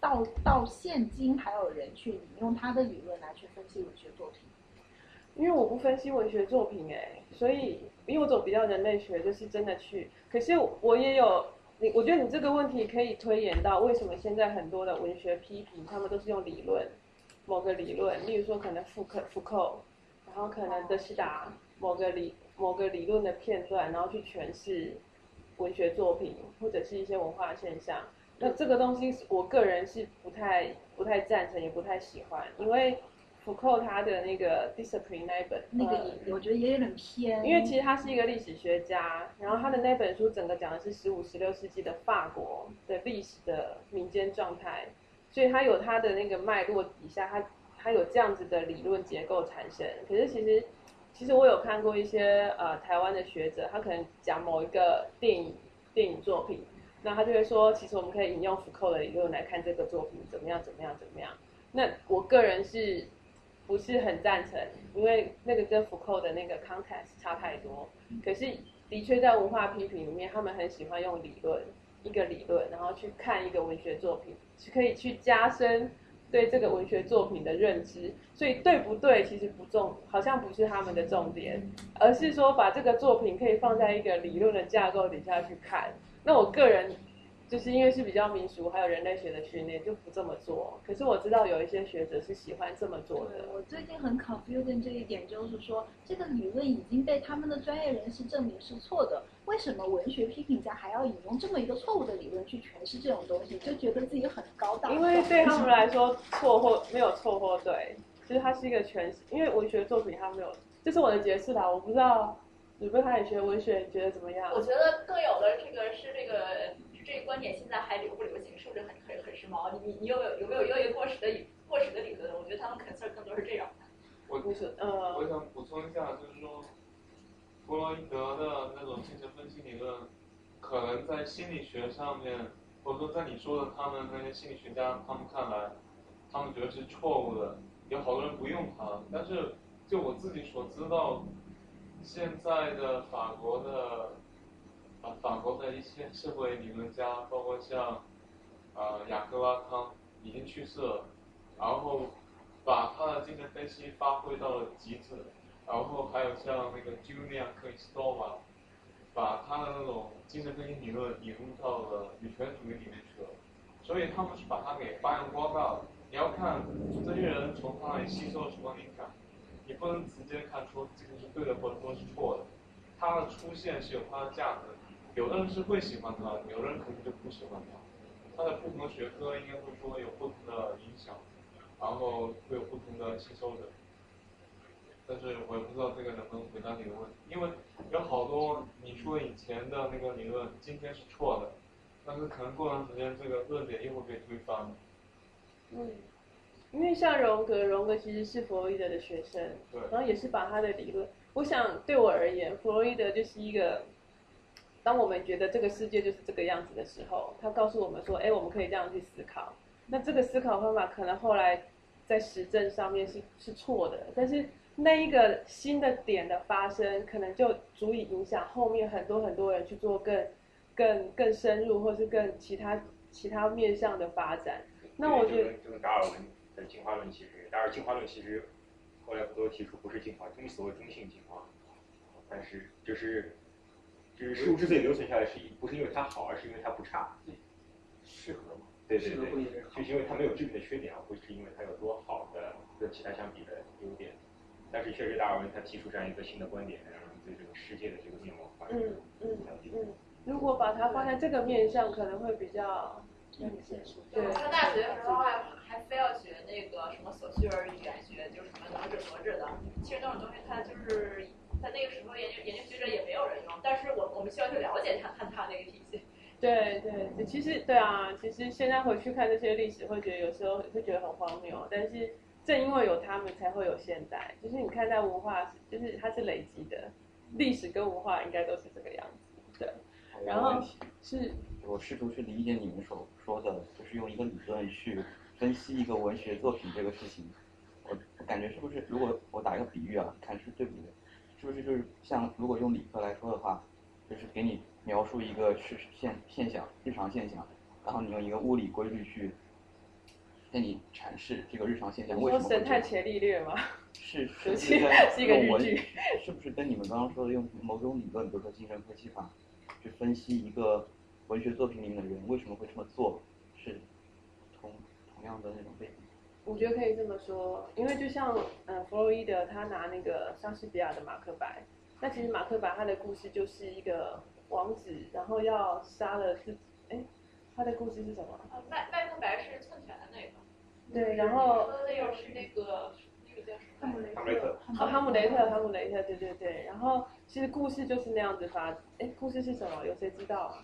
[SPEAKER 17] 到、到现今还有人去引用他的理论来去分析文学作品？
[SPEAKER 5] 因为我不分析文学作品哎、所以因为我走比较人类学，就是真的去。可是我也有你，我觉得你这个问题可以推演到为什么现在很多的文学批评，他们都是用理论，某个理论，例如说可能福克福寇，然后可能德西达某个理某个理论的片段，然后去诠释文学作品或者是一些文化现象。那这个东西是我个人是不太不太赞成，也不太喜欢，因为福寇他的那个 discipline 那一本，
[SPEAKER 17] 那个
[SPEAKER 5] 呃
[SPEAKER 17] 也我觉得也有点偏，
[SPEAKER 5] 因为其实他是一个历史学家，然后他的那本书整个讲的是十五、十六世纪的法国的历史的民间状态，所以他有他的那个脉络底下，他他有这样子的理论结构产生。可是其实，其实我有看过一些呃台湾的学者，他可能讲某一个电影电影作品，那他就会说，其实我们可以引用福寇的理论来看这个作品怎么样怎么样怎么样。那我个人是不是很赞成，因为那个跟福寇的那个 context 差太多。可是的确在文化批评里面，他们很喜欢用理论，一个理论，然后去看一个文学作品，是可以去加深对这个文学作品的认知。所以对不对，其实不重，好像不是他们的重点，而是说把这个作品可以放在一个理论的架构底下去看。那我个人就是因为是比较民俗还有人类学的训练，就不这么做。可是我知道有一些学者是喜欢这么做的。
[SPEAKER 17] 我最近很 confusing 这一点，就是说这个理论已经被他们的专业人士证明是错的，为什么文学批评家还要引用这么一个错误的理论去诠释这种东西，就觉得自己很高大上？
[SPEAKER 5] 因为对他 们来说，错或没有错或对，就是它是一个全，因为文学作品它没有，这是我的解释啦，我不知道你不开始学文学，你觉得怎么样？
[SPEAKER 16] 我觉得更有的这个是这个这个观点现在还流不流行，是不是很很很时髦？你你你有没有有没有有一个过时的理过时的理论？我觉得他们 concern 更多是这种。
[SPEAKER 15] 我
[SPEAKER 5] 呃，
[SPEAKER 15] 我想补充一下，就是说，弗洛伊德的那种精神分析理论，可能在心理学上面，或者说在你说的他们那些心理学家他们看来，他们觉得是错误的，有好多人不用它。但是就我自己所知道，现在的法国的啊，法国的一些社会理论家，包括像呃雅各拉康已经去世了，然后把他的精神分析发挥到了极致，然后还有像那个 Julia k r i s t o v a 把他的那种精神分析理论引入到了女权主义里面去了，所以他们是把它给发扬光大了。你要看这些人从他那里吸收了什么灵感，你不能直接看出这个是对的或者说是错的。它的出现是有它的价值，有的人是会喜欢它，有的人可能就不喜欢它。它在不同的学科应该会说有不同的影响，然后会有不同的吸收者。但是我也不知道这个能不能回答你的问题，因为有好多你说以前的那个理论今天是错的，但是可能过段时间这个论点又会被推翻。
[SPEAKER 5] 嗯，因为像荣格，荣格其实是弗洛伊德的学生
[SPEAKER 15] 对，
[SPEAKER 5] 然后也是把他的理论，我想对我而言，弗洛伊德就是一个，当我们觉得这个世界就是这个样子的时候，他告诉我们说，哎，我们可以这样去思考，那这个思考方法可能后来在实证上面是是错的，但是那一个新的点的发生，可能就足以影响后面很多很多人去做更更更深入，或是更其他其他面向的发展。那我觉
[SPEAKER 10] 就
[SPEAKER 5] 得
[SPEAKER 10] 跟。就跟达尔文的进化论其实，达尔进化论其实后来不都提出不是进化，中所谓中性进化，但是就是就是事物之所以留存下来，是不是因为它好，而是因为它不差。
[SPEAKER 22] 适合吗？
[SPEAKER 10] 对对
[SPEAKER 22] 适合
[SPEAKER 10] 对
[SPEAKER 22] 不一定是，好
[SPEAKER 10] 就是因为它没有致命的缺
[SPEAKER 15] 啊
[SPEAKER 10] 点，而不是因为它有多好的跟其他相比的优点。但是确实，达尔文他提出这样一个新的观点，然后对这个世界的这个面貌发生
[SPEAKER 5] 嗯嗯嗯，如果把它放在这个面上，可能会比较现实。对
[SPEAKER 16] 我，上大学的时候还还非要学那个什么所需而语言学，就是什么挪者挪者的。其实那种东西它就是在那个时候研究研究学者也没有人用，但是我我们需要去了解它，看它那个体系。
[SPEAKER 5] 对对，其实对啊，其实现在回去看这些历史，会觉得有时候会觉得很荒谬，但是正因为有他们，才会有现代。就是你看待文化，就是它是累积的，历史跟文化应该都是这个样子。对，然后是
[SPEAKER 8] 我试图去理解你们所说的，就是用一个理论去分析一个文学作品这个事情。我我感觉是不是，如果我打一个比喻啊，看是对不对？是不是就是像如果用理科来说的话，就是给你描述一个事现现象、日常现象，然后你用一个物理规律去给你阐释这个日常现象
[SPEAKER 5] 你
[SPEAKER 8] 为什
[SPEAKER 5] 说
[SPEAKER 8] 么会这
[SPEAKER 5] 神
[SPEAKER 8] 样
[SPEAKER 5] 态伽利略吗？
[SPEAKER 8] 是
[SPEAKER 5] 对不
[SPEAKER 8] 是不
[SPEAKER 5] 起
[SPEAKER 8] 是在，
[SPEAKER 5] 是一个
[SPEAKER 8] 用
[SPEAKER 5] 日
[SPEAKER 8] 文
[SPEAKER 5] 剧。
[SPEAKER 8] 是不是跟你们刚刚说的用某种理论，比如说精神分析法，去分析一个文学作品里面的人为什么会这么做，是同同样的那种背景？
[SPEAKER 5] 我觉得可以这么说，因为就像呃弗洛伊德他拿那个莎士比亚的《马克白》，那其实马克白他的故事就是一个王子，然后要杀了自己，哎，他的故事是什么？
[SPEAKER 16] 啊麦麦克白是篡权的那个。
[SPEAKER 5] 对然后
[SPEAKER 16] 说的那个是那个那个叫什么？
[SPEAKER 10] 哈姆雷特
[SPEAKER 5] 哦，哈姆雷特，哈姆雷特，对对对。然后其实故事就是那样子发，哎，故事是什么？有谁知道啊？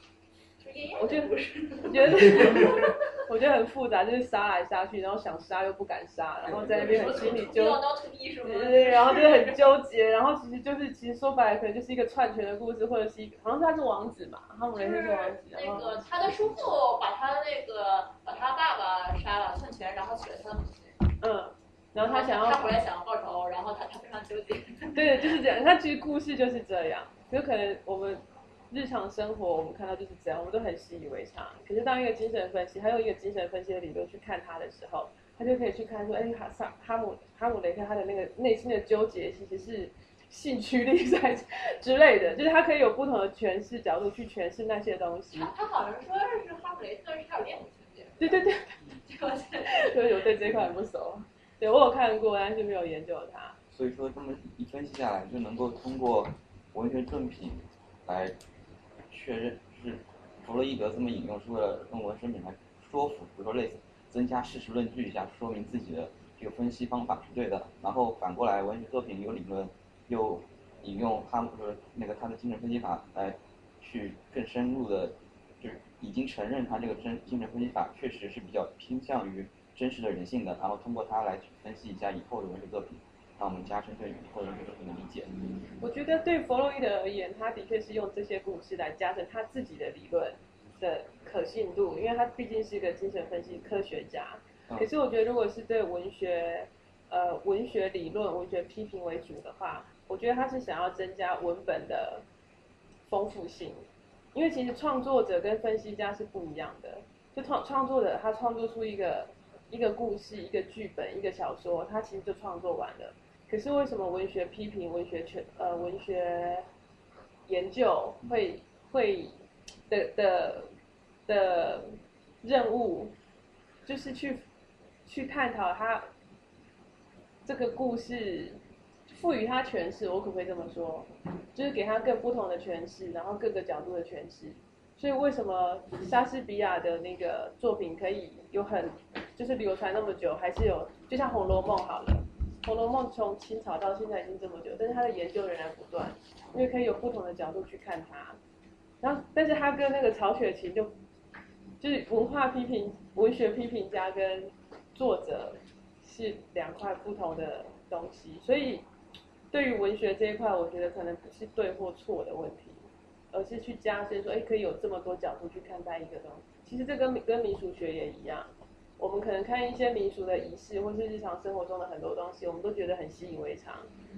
[SPEAKER 16] 是夜夜
[SPEAKER 5] 我觉得，我觉得， 我觉得很复杂，就是杀来杀去，然后想杀又不敢杀，然后在那边很心里
[SPEAKER 16] 什
[SPEAKER 5] 纠
[SPEAKER 16] 么 to be or not to be 什么
[SPEAKER 5] 对对对，然后就是很纠结，然后其实就是其实说白了，可能就是一个篡权的故事，或者是一个好像是他是王子嘛，哈姆雷特是王子，然
[SPEAKER 16] 那
[SPEAKER 5] 后
[SPEAKER 16] 个他的叔父把他那个把他爸爸杀了，篡权，然后娶了他的母亲。
[SPEAKER 5] 嗯，然后他想要
[SPEAKER 16] 他回来想要报仇，然后他他非常纠结。
[SPEAKER 5] 对，就是这样。它其实故事就是这样，有可能我们日常生活我们看到就是这样，我们都很习以为常。可是当一个精神分析，还有一个精神分析的理论去看它的时候，他就可以去看说，哎，哈萨哈姆哈姆雷特他的那个内心的纠结其实是兴趣力 在之类的，就是他可以有不同的诠释角度去诠释那些东西。
[SPEAKER 16] 他好像说是哈姆雷特是他有恋母情节。
[SPEAKER 5] 对对对，
[SPEAKER 16] 结 果是
[SPEAKER 5] 对，我对这一块很不熟。对我有看过，但是没有研究它。
[SPEAKER 8] 所以说这么一分析下来，就能够通过文学正品来确认，就是弗洛伊德这么引用是为了用文学品来说服，比如说类似增加事实论据一下，说明自己的这个分析方法是对的。然后反过来，文学作品有理论，又引用他们就是那个他的精神分析法来去更深入的，就是已经承认他这个真精神分析法确实是比较偏向于真实的人性的，然后通过它来去分析一下以后的文学作品。让我们加深对以后的这个理解。
[SPEAKER 5] 我觉得对弗洛伊德而言，他的确是用这些故事来加深他自己的理论的可信度，因为他毕竟是一个精神分析科学家。
[SPEAKER 8] 嗯
[SPEAKER 5] 可是我觉得，如果是对文学、呃文学理论、文学批评为主的话，我觉得他是想要增加文本的丰富性，因为其实创作者跟分析家是不一样的。就创创作者他创作出一个一个故事、一个剧本、一个小说，他其实就创作完了。可是为什么文学批评、文学全呃文学研究会会的的的任务，就是去去探讨他这个故事赋予它诠释，我可不可以这么说？就是给它更不同的诠释，然后各个角度的诠释。所以为什么莎士比亚的那个作品可以有很，就是流传那么久，还是有，就像《红楼梦》好了，《红楼梦》从清朝到现在已经这么久，但是它的研究仍然不断，因为可以有不同的角度去看它。然后，但是他跟那个曹雪芹就，就是文化批评、文学批评家跟作者是两块不同的东西，所以对于文学这一块，我觉得可能不是对或错的问题，而是去加深说，哎，可以有这么多角度去看待一个东西。其实这跟跟民俗学也一样，我们可能看一些民俗的仪式或是日常生活中的很多东西，我们都觉得很习以为常，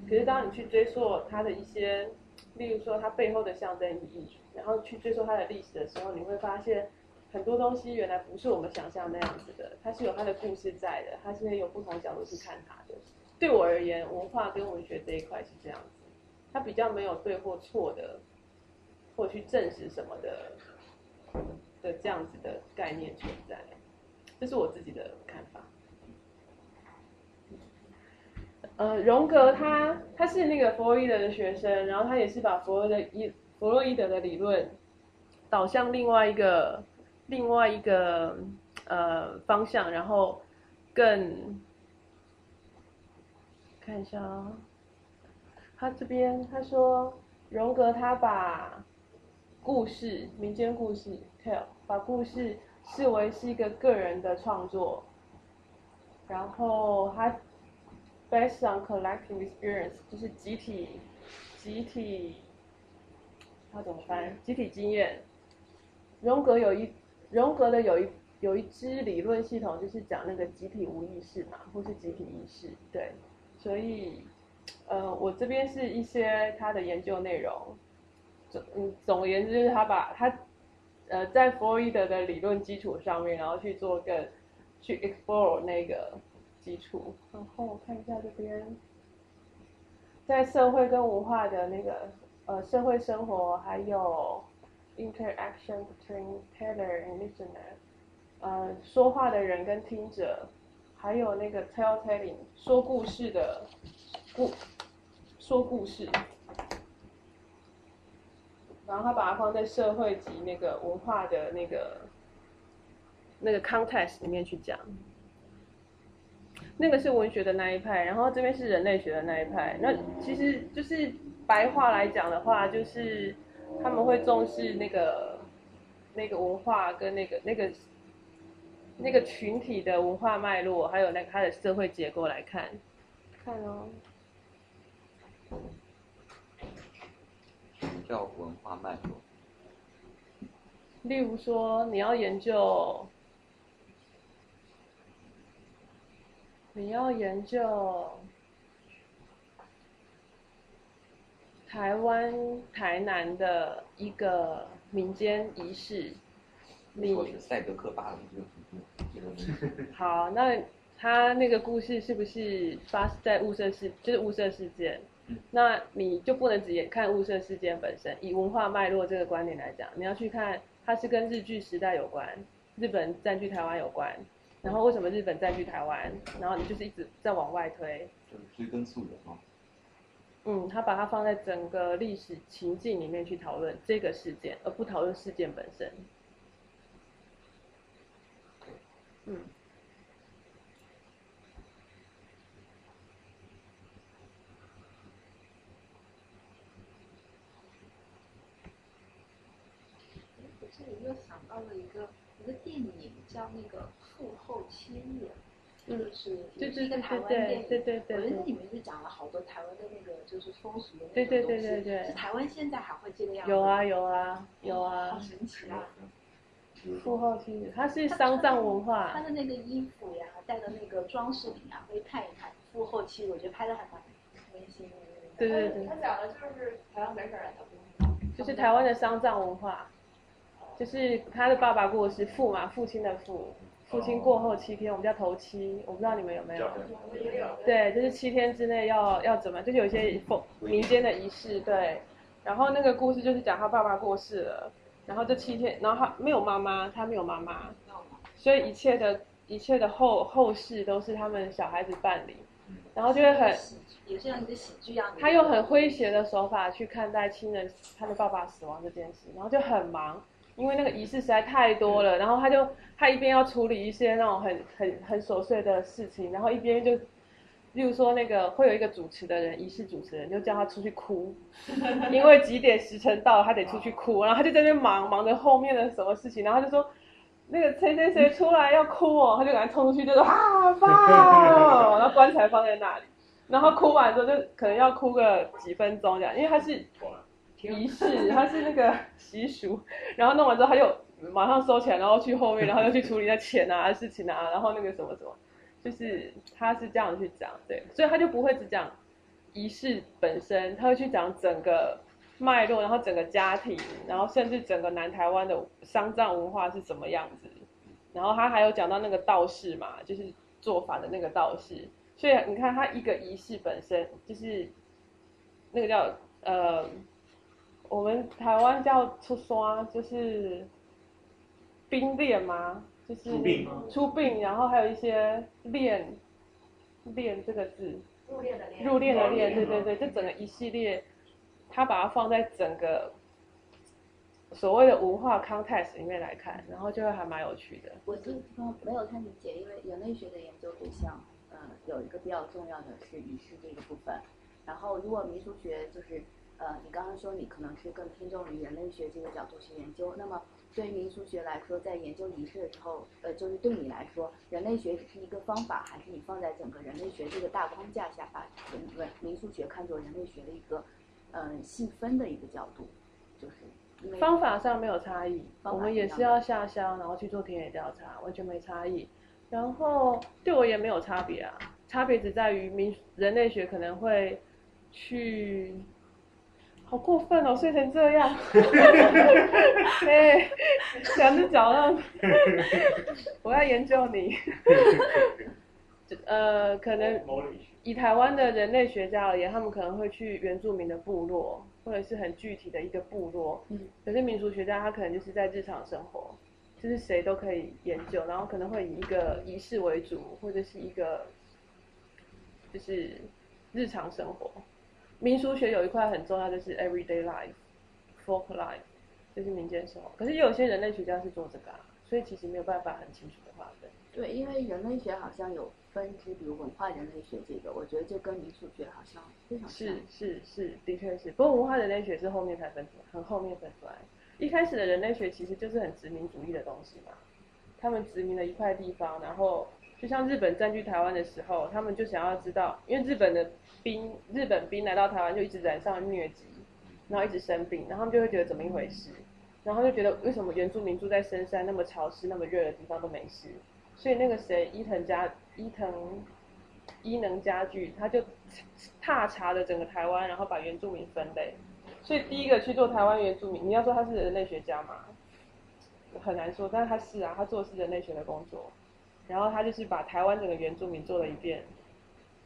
[SPEAKER 5] 可是当你去追溯它的一些。例如说它背后的象征意义，然后去追溯它的历史的时候，你会发现很多东西原来不是我们想象那样子的，它是有它的故事在的，它是有不同角度去看它的。对我而言，文化跟文学这一块是这样子，它比较没有对或错的，或去证实什么的的这样子的概念存在，这是我自己的看法。呃，荣格他他是那个弗洛伊德的学生，然后他也是把弗洛的伊弗洛伊德的理论导向另外一个另外一个呃方向，然后更看一下啊、哦，他这边他说荣格他把故事民间故事 tell 把故事视为是一个个人的创作，然后他。based on collective experience，就是集体、集体，他怎么翻？集体经验。荣格有一，荣格的有一有一支理论系统，就是讲那个集体无意识嘛，或是集体意识。对，所以，呃，我这边是一些他的研究内容。总嗯，总而言之，就是他把他，呃，在弗洛伊德的理论基础上面，然后去做更，去 explore 那个。基础，然后我看一下这边，在社会跟文化的那个呃社会生活，还有 interaction between teller and listener，呃说话的人跟听者，还有那个 telltelling 说故事的故说故事，然后他把它放在社会及那个文化的那个那个 context 里面去讲。那个是文学的那一派，然后这边是人类学的那一派。那其实就是白话来讲的话，就是他们会重视那个那个文化跟那个那个那个群体的文化脉络，还有那个它的社会结构来看。看哦，
[SPEAKER 8] 什么叫文化脉络？
[SPEAKER 5] 例如说，你要研究。你要研究台湾台南的一个民间仪式，
[SPEAKER 8] 你说是赛德克巴伦
[SPEAKER 5] 好，那他那个故事是不是发在雾社事，就是雾社事件？嗯、那你就不能只看雾社事件本身，以文化脉络这个观点来讲，你要去看它是跟日据时代有关，日本占据台湾有关。然后为什么日本占据台湾？然后你就是一直在往外推，
[SPEAKER 8] 就是追根溯源嘛。
[SPEAKER 5] 嗯，他把它放在整个历史情境里面去讨论这个事件，而不讨论事件本身。嗯。
[SPEAKER 17] 我这里又想到了一个一个电影叫那个。父后千日，就是
[SPEAKER 5] 嗯对
[SPEAKER 17] 是一个台湾电影，对对对我觉得那里面就讲了好多台湾的那个就是风俗的
[SPEAKER 5] 那种东西，
[SPEAKER 17] 是台湾现在还会这个样
[SPEAKER 5] 子。有啊有啊有啊，
[SPEAKER 17] 好神奇啊！
[SPEAKER 5] 父后千日，它是丧葬文化。
[SPEAKER 17] 他的那个衣服呀，带的那个装饰品啊，可以看一看。父后期我觉得拍的还蛮温馨的。
[SPEAKER 5] 对对对。
[SPEAKER 19] 他讲的就是台湾本省人的
[SPEAKER 5] 就是台湾的丧葬文化，就是他的爸爸过世，父嘛，父亲的父。父亲过后七天，我们叫头七，我不知道你们有没
[SPEAKER 6] 哦
[SPEAKER 5] 有？对，就是七天之内要要怎么，就是有一些风民间的仪式，对。然后那个故事就是讲他爸爸过世了，然后这七天，然后他没有妈妈，他没有妈妈，所以一切的一切的后后事都是他们小孩子办理。然后就会很，
[SPEAKER 17] 也是像一个喜剧一样的。
[SPEAKER 5] 他用很诙谐的手法去看待亲人他的爸爸死亡这件事，然后就很忙，因为那个仪式实在太多
[SPEAKER 17] 嗯
[SPEAKER 5] 了，然后他就他一边要处理一些那种很很很琐碎的事情，然后一边就，例如说那个会有一个主持的人，仪式主持人就叫他出去 哭，因为几点时辰到了，他得出去哭，然后他就在那边忙忙着后面的什么事情，然后他就说。那个谁谁谁出来要哭哦，他就赶快冲出去，就说啊爸，哦然后棺材放在那里，然后哭完之后就可能要哭个几分钟这样，因为他是仪式，他是那个习俗，然后弄完之后他就马上收起来，然后去后面，然后又去处理那钱啊事情啊，然后那个什么什么，就是他是这样去讲，对，所以他就不会只讲仪式本身，他会去讲整个脉络，然后整个家庭，然后甚至整个南台湾的丧葬文化是什么样子。然后他还有讲到那个道士嘛，就是做法的那个道士。所以你看，他一个仪式本身就是那个叫呃，我们台湾叫出刷，就是冰恋吗？就是
[SPEAKER 10] 出殡吗
[SPEAKER 5] 出殡，然后还有一些恋恋这个字，
[SPEAKER 16] 入殓的嗯殓
[SPEAKER 5] 入殓的殓，对对
[SPEAKER 16] 对。
[SPEAKER 5] 对，这整个一系列，他把它放在整个所谓的文化 context 里面来看，然后就会还蛮有趣的。
[SPEAKER 1] 我这个地方没有太理解，因为人类学的研究对象，呃，有一个比较重要的是仪式这个部分。然后，如果民俗学就是，呃，你刚刚说你可能是更偏重于人类学这个角度去研究，那么对于民俗学来说，在研究仪式的时候，呃，就是对你来说，人类学只是一个方法，还是你放在整个人类学这个大框架下，把人文民俗学看作人类学的一个，呃，细分的一个角度，就是因为
[SPEAKER 5] 方法上没有差异，
[SPEAKER 1] 方法
[SPEAKER 5] 我们也是要下乡，然后去做田野调查，完全没差异。然后对我也没有差别啊，差别只在于民人类学可能会去，好过分哦，睡成这样，哎，两只脚让，我要研究你， 呃，可能以台湾的人类学家而言，他们可能会去原住民的部落，或者是很具体的一个部落。
[SPEAKER 1] 嗯，
[SPEAKER 5] 可是民俗学家他可能就是在日常生活，就是谁都可以研究，然后可能会以一个仪式为主，或者是一个就是日常生活。民俗学有一块很重要，就是 everyday life、folk life，就是民间生活。可是也有些人类学家是做这个、啊，所以其实没有办法很清楚的划分。
[SPEAKER 1] 对，因为人类学好像有分支，比如文化人类学这个，我觉得就跟民俗学好像非常像
[SPEAKER 5] 是。是是，的确是。不过文化人类学是后面才分出来，很后面分出来。一开始的人类学其实就是很殖民主义的东西嘛，他们殖民了一块地方，然后就像日本占据台湾的时候，他们就想要知道，因为日本的兵，日本兵来到台湾就一直染上疟疾，然后一直生病，然后他们就会觉得怎么一回事，然后就觉得为什么原住民住在深山那么潮湿、那么热的地方都没事，所以那个谁伊藤家伊藤伊能家具，他就踏查了整个台湾，然后把原住民分类。所以第一个去做台湾原住民，你要说他是人类学家嘛，很难说，但是他是啊，他做的是人类学的工作，然后他就是把台湾整个原住民做了一遍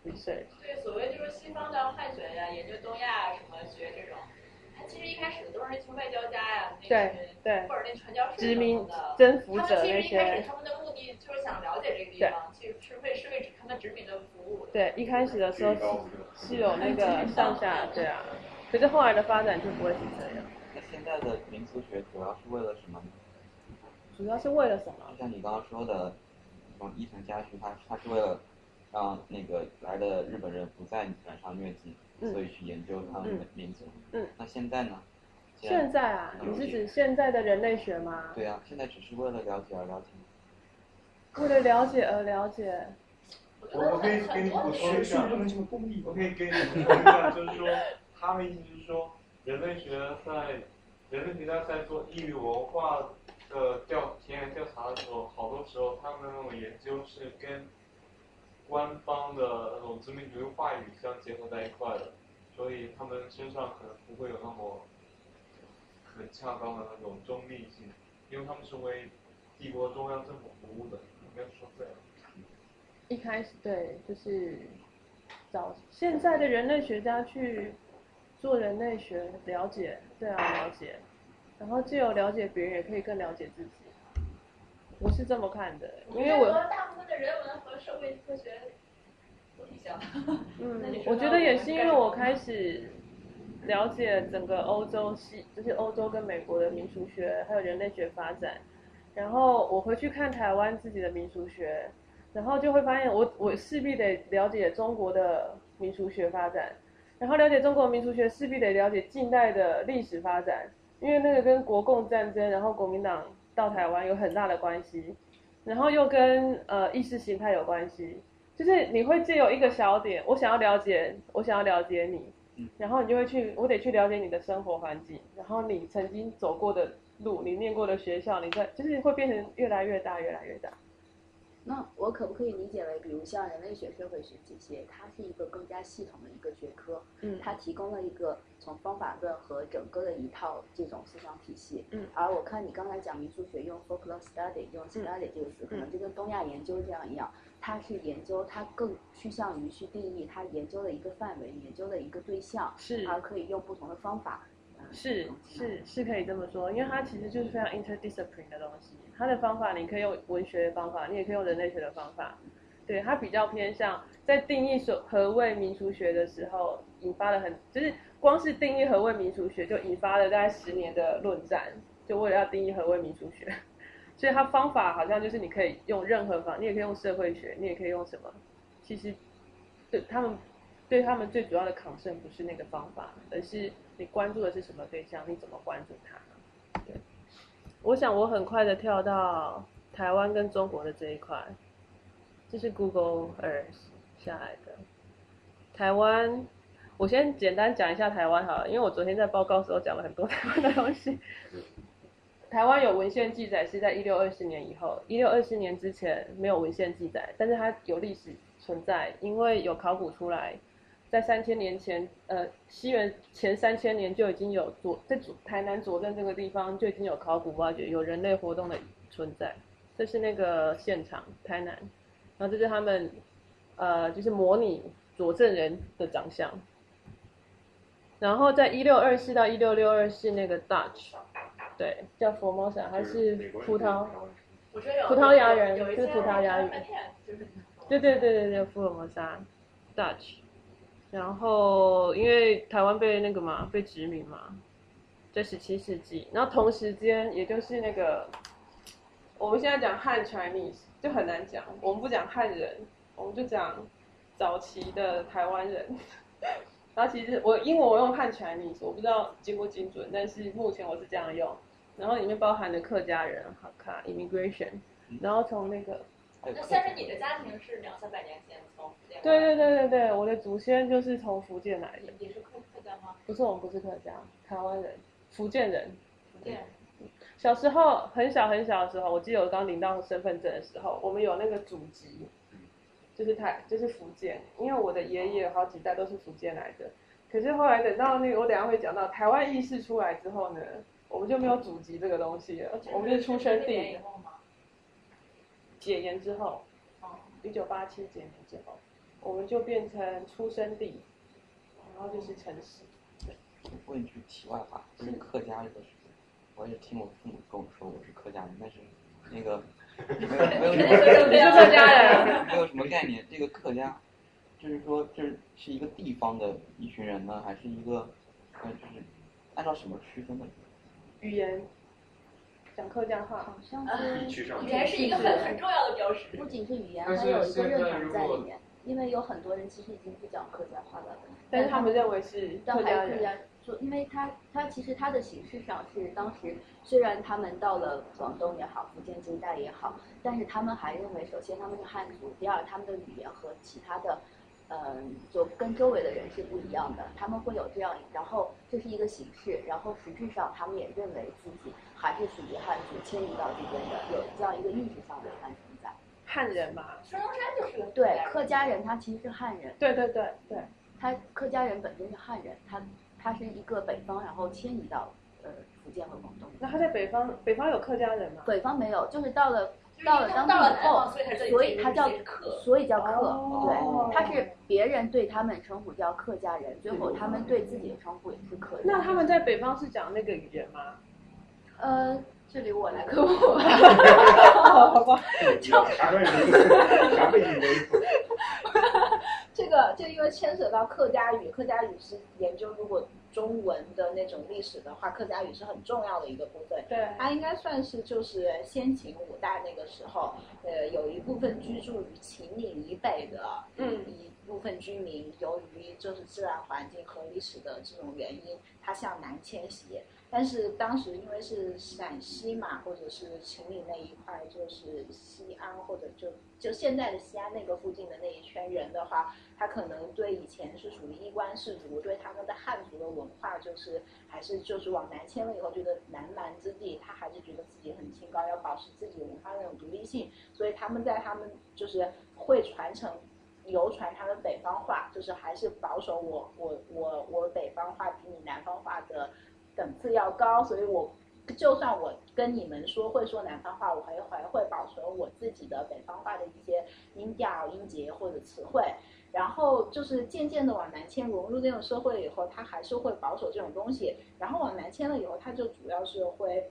[SPEAKER 5] research。
[SPEAKER 16] 对，所谓就是西方的汉学呀，研究东亚什么学这种，它其实一开始都是那群外交家呀，那
[SPEAKER 5] 对
[SPEAKER 16] 群
[SPEAKER 5] 对
[SPEAKER 16] 或者那传教士
[SPEAKER 5] 殖民
[SPEAKER 16] 什么的
[SPEAKER 5] 征服者
[SPEAKER 16] 他们其实
[SPEAKER 5] 那
[SPEAKER 16] 一开
[SPEAKER 5] 些
[SPEAKER 16] 始他们的目的就是想了解这个地方，其实是为是为他们殖民的服务的。
[SPEAKER 5] 对，一开始的时候是是有那个上下，对啊，可是后来的发展就不会是这样，
[SPEAKER 8] 那现在的民俗学主要是为了什么呢？
[SPEAKER 5] 主要是为了什么？
[SPEAKER 8] 就像你刚刚说的，那种伊藤家具，它它是为了让那个来的日本人不再染上疟疾，
[SPEAKER 5] 嗯
[SPEAKER 8] 所以去研究他们的民族。
[SPEAKER 5] 嗯嗯
[SPEAKER 8] 那现在呢？
[SPEAKER 5] 现在啊，你是指现在的人类学吗？
[SPEAKER 8] 对啊，现在只是为了了解而了解。
[SPEAKER 5] 为了了解而了解。
[SPEAKER 15] 我我可以给你补充一下，我可以给你补充一下，就是说，他们意思就是说，人类学在人类学家在做异域文化的调田野调查的时候，好多时候他们那种研究是跟官方的那种殖民主义话语相结合在一块的，所以他们身上可能不会有那么很恰当的那种中立性，因为他们是为帝国中央政府服务的，应该说这样。
[SPEAKER 5] 一开始对，就是找现在的人类学家去做人类学了解，对啊，了解，然后借由了解别人，也可以更了解自己。我是这么看的，因为
[SPEAKER 16] 我觉
[SPEAKER 5] 我
[SPEAKER 16] 得大部分的人文和社会科学体现
[SPEAKER 15] 象。
[SPEAKER 5] 嗯
[SPEAKER 15] 那你说
[SPEAKER 5] 我
[SPEAKER 15] 到
[SPEAKER 5] 觉得也
[SPEAKER 15] 们
[SPEAKER 5] 是因
[SPEAKER 15] 该
[SPEAKER 5] 为
[SPEAKER 15] 怎么
[SPEAKER 5] 我开始了解整个欧洲西，就是欧洲跟美国的民俗学还有人类学发展，然后我回去看台湾自己的民俗学，然后就会发现我我势必得了解中国的民俗学发展，然后了解中国民俗学势必得了解近代的历史发展，因为那个跟国共战争，然后国民党到台湾有很大的关系，然后又跟呃意识形态有关系。就是你会借由一个小点，我想要了解，我想要了解你，然后你就会去，我得去了解你的生活环境，然后你曾经走过的路，你念过的学校，你在就是会变成越来越大，越来越大。
[SPEAKER 4] 那我可不可以理解为，比如像人类学、社会学这些，它是一个更加系统的一个学科，
[SPEAKER 5] 嗯
[SPEAKER 4] 它提供了一个从方法论和整个的一套这种思想体系，
[SPEAKER 5] 嗯
[SPEAKER 4] 而我看你刚才讲民俗学用 folklore study 用 study 这个词，可能就跟东亚研究这样一样，它是研究，它更趋向于去定义它研究的一个范围、研究的一个对象，
[SPEAKER 5] 是
[SPEAKER 4] 而可以用不同的方法，嗯
[SPEAKER 5] 是是是可以这么说，因为它其实就是非常 interdiscipline 的东西。它的方法你可以用文学的方法，你也可以用人类学的方法。对，它比较偏向在定义所何谓民俗学的时候，引发了很就是光是定义何谓民俗学就引发了大概十年的论战，就为了要定义何谓民俗学。 所以它方法好像就是你可以用任何方，你也可以用社会学，你也可以用什么。其实对他们对他们最主要的 concern 不是那个方法，而是你关注的是什么对象，你怎么关注它。对，我想我很快的跳到台湾跟中国的这一块，这是 Google Earth 下来的。台湾，我先简单讲一下台湾好了，因为我昨天在报告的时候讲了很多台湾的东西。 台湾有文献记载是在一六二四年以后，一六二四年之前没有文献记载，但是它有历史存在，因为有考古出来，在三千年前，呃，西元前三千年就已经有左在左台南左镇这个地方就已经有考古挖掘有人类活动的存在，这是那个现场台南，然后这是他们呃就是模拟左镇人的长相，然后在一六二四到一六六二是那个 Dutch，对，叫 Formosa，它是葡萄，
[SPEAKER 15] 我觉得有
[SPEAKER 5] 葡萄牙
[SPEAKER 15] 有
[SPEAKER 5] 人
[SPEAKER 15] 有一
[SPEAKER 5] 是
[SPEAKER 15] 些
[SPEAKER 5] 葡萄牙语
[SPEAKER 15] 专门店就是
[SPEAKER 5] 对对对对对，福尔摩沙，Dutch。然后因为台湾被那个嘛，被殖民嘛，在十七世纪，然后同时间也就是那个，我们现在讲汉 Chinese 就很难讲，我们不讲汉人，我们就讲早期的台湾人。然后其实我英文我用汉 Chinese，我不知道精不精准，但是目前我是这样用。然后里面包含了客家人、哈卡、immigration，然后从那个
[SPEAKER 15] 那像是你的家庭是两三百年前从福建过
[SPEAKER 5] 对对
[SPEAKER 15] 来
[SPEAKER 5] 对
[SPEAKER 15] 的，
[SPEAKER 5] 对对，我的祖先就是从福建来的，
[SPEAKER 15] 也是客客家吗？
[SPEAKER 5] 不是我们不是客家，台湾人，福建人。
[SPEAKER 15] 福建人。
[SPEAKER 5] 小时候很小很小的时候，我记得我刚领到身份证的时候，我们有那个祖籍，就是台就是福建，因为我的爷爷有好几代都是福建来的。可是后来等到那个我等一下会讲到台湾意识出来之后呢，我们就没有祖籍这个东西了，我们是出生
[SPEAKER 15] 这是一
[SPEAKER 5] 地
[SPEAKER 15] 年以。后吗？哦
[SPEAKER 5] 解严之后，一九八七解严之后，我们就变成出生地，然后就是城市。
[SPEAKER 8] 问一句题外话，就是客家这个事情，我也听我父母跟我说我是客家人，但是那个没有没有什么，
[SPEAKER 5] 你是客家人
[SPEAKER 8] 没有什么概念。这个客家，就是说这是一个地方的一群人呢，还是一个呃，就是按照什么区分的？
[SPEAKER 5] 语言，讲客家话，好
[SPEAKER 4] 像
[SPEAKER 15] 语言是一个很很重要的标识。
[SPEAKER 4] 不仅是语言，
[SPEAKER 5] 但是
[SPEAKER 4] 还有一个
[SPEAKER 5] 现在
[SPEAKER 4] 认同
[SPEAKER 5] 如
[SPEAKER 4] 在
[SPEAKER 5] 果
[SPEAKER 4] 里面，因为有很多人其实已经不讲客家话了，
[SPEAKER 5] 但是他们认
[SPEAKER 4] 为
[SPEAKER 5] 为是
[SPEAKER 4] 让
[SPEAKER 5] 客
[SPEAKER 4] 还
[SPEAKER 5] 家
[SPEAKER 4] 是
[SPEAKER 5] 人。
[SPEAKER 4] 说，因为他他其实他的形式上是当时虽然他们到了广东也好，福建近代也好，但是他们还认为，首先他们是汉族，第二他们的语言和其他的。嗯，就跟周围的人是不一样的，他们会有这样，然后这是一个形式，然后实质上他们也认为自己还是属于汉族迁移到这边的，有这样一个意识上的传承在。
[SPEAKER 5] 汉人吧，
[SPEAKER 15] 孙中山就是个
[SPEAKER 4] 对，客家人他其实是汉人。
[SPEAKER 5] 对对对对。
[SPEAKER 4] 他客家人本身是汉人，他他是一个北方，然后迁移到呃福建和广东。
[SPEAKER 5] 那他在北方，北方有客家人吗？
[SPEAKER 4] 北方没有，就是到了
[SPEAKER 5] 就是
[SPEAKER 4] 到了
[SPEAKER 5] 因为他
[SPEAKER 4] 当
[SPEAKER 5] 们到
[SPEAKER 4] 地
[SPEAKER 5] 了
[SPEAKER 4] 以
[SPEAKER 16] 哦
[SPEAKER 5] 南
[SPEAKER 4] 后
[SPEAKER 5] 方所以才，
[SPEAKER 4] 所
[SPEAKER 5] 这
[SPEAKER 4] 以
[SPEAKER 5] 里
[SPEAKER 4] 他
[SPEAKER 5] 这
[SPEAKER 4] 叫
[SPEAKER 5] 里是客
[SPEAKER 4] 所以叫客，
[SPEAKER 5] 哦
[SPEAKER 4] 对，他是别人对他们称呼叫客家人，最后他们对自己的称呼也是客家人。
[SPEAKER 5] 那他们在北方是讲那个语言吗？
[SPEAKER 4] 呃，这里我来科普吧。
[SPEAKER 5] 好吧，
[SPEAKER 10] 啥背景？啥背景？
[SPEAKER 23] 这个
[SPEAKER 4] 是因为牵扯到客家语，客家语是研究如果中文的那种历史的话，客家语是很重要的一个部分。
[SPEAKER 5] 对
[SPEAKER 4] 它应该算是就是先秦五代那个时候，呃，有一部分居住于秦岭以北的，
[SPEAKER 5] 嗯，
[SPEAKER 4] 一部分居民由于就是自然环境和历史的这种原因，它向南迁徙。但是当时因为是陕西嘛，或者是秦岭那一块，就是西安或者就就现在的西安那个附近的那一圈人的话，他可能对以前是属于衣冠士族，对他们的汉族的文化就是还是就是往南迁了以后，觉得南蛮之地，他还是觉得自己很清高，要保持自己文化那种独立性，所以他们在他们就是会传承流传他们北方话，就是还是保守我我我我北方话比你南方话的等次要高，所以我就算我跟你们说会说南方话，我还还会保存我自己的北方话的一些音调、音节或者词汇。然后就是渐渐的往南迁，融入这种社会以后，他还是会保守这种东西。然后往南迁了以后，他就主要是会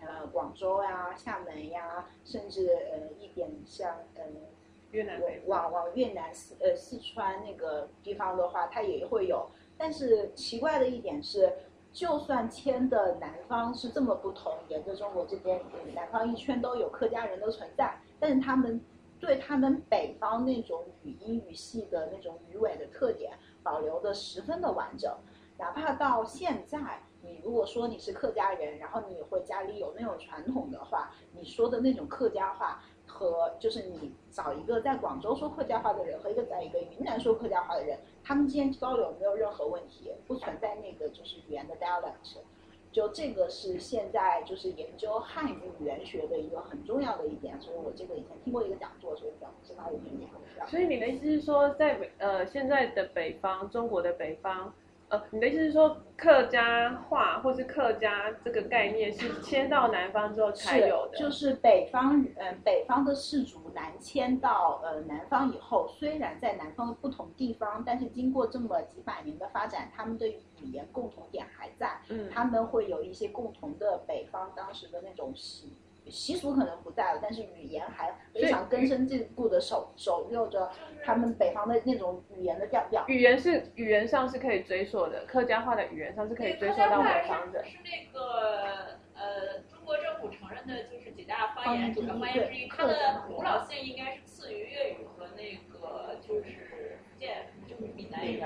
[SPEAKER 4] 呃广州呀、厦门呀，甚至呃一点像 呃
[SPEAKER 5] 越南北部
[SPEAKER 4] 往往越南四呃四川那个地方的话，它也会有。但是奇怪的一点是，就算迁的南方是这么不同，沿着中国这边呃南方一圈都有客家人的存在，但是他们对他们北方那种语音语系的那种语尾的特点保留的十分的完整，哪怕到现在，你如果说你是客家人，然后你会家里有那种传统的话，你说的那种客家话和就是你找一个在广州说客家话的人和一个在一个云南说客家话的人，他们之间交流没有任何问题，不存在那个就是语言的 dialect。就这个是现在就是研究汉语语言学的一个很重要的一点，所以我这个以前听过一个讲座，所以比较知道一点点。
[SPEAKER 5] 所以你的意思是说，在北呃现在的北方，中国的北方，呃，你的意思是说客家话或是客家这个概念是迁到南方之后才
[SPEAKER 4] 是
[SPEAKER 5] 有的，
[SPEAKER 4] 就是北方人，呃，北方的氏族南迁到呃南方以后，虽然在南方的不同地方，但是经过这么几百年的发展，他们对语言共同点还在，
[SPEAKER 5] 嗯
[SPEAKER 4] 他们会有一些共同的北方当时的那种习习俗可能不在了，但是语言还非常根深蒂固的守守留着他们北方的那种语言的调调。
[SPEAKER 5] 语言是语言上是可以追溯的，客家话的语言上是可以追溯到北方的。
[SPEAKER 16] 是那个呃，中国政府承认的就是几大方
[SPEAKER 5] 嗯
[SPEAKER 16] 言主要方言之一，
[SPEAKER 5] 对
[SPEAKER 16] 它的古老性应该是次于粤语和那个就是福建就是闽南语，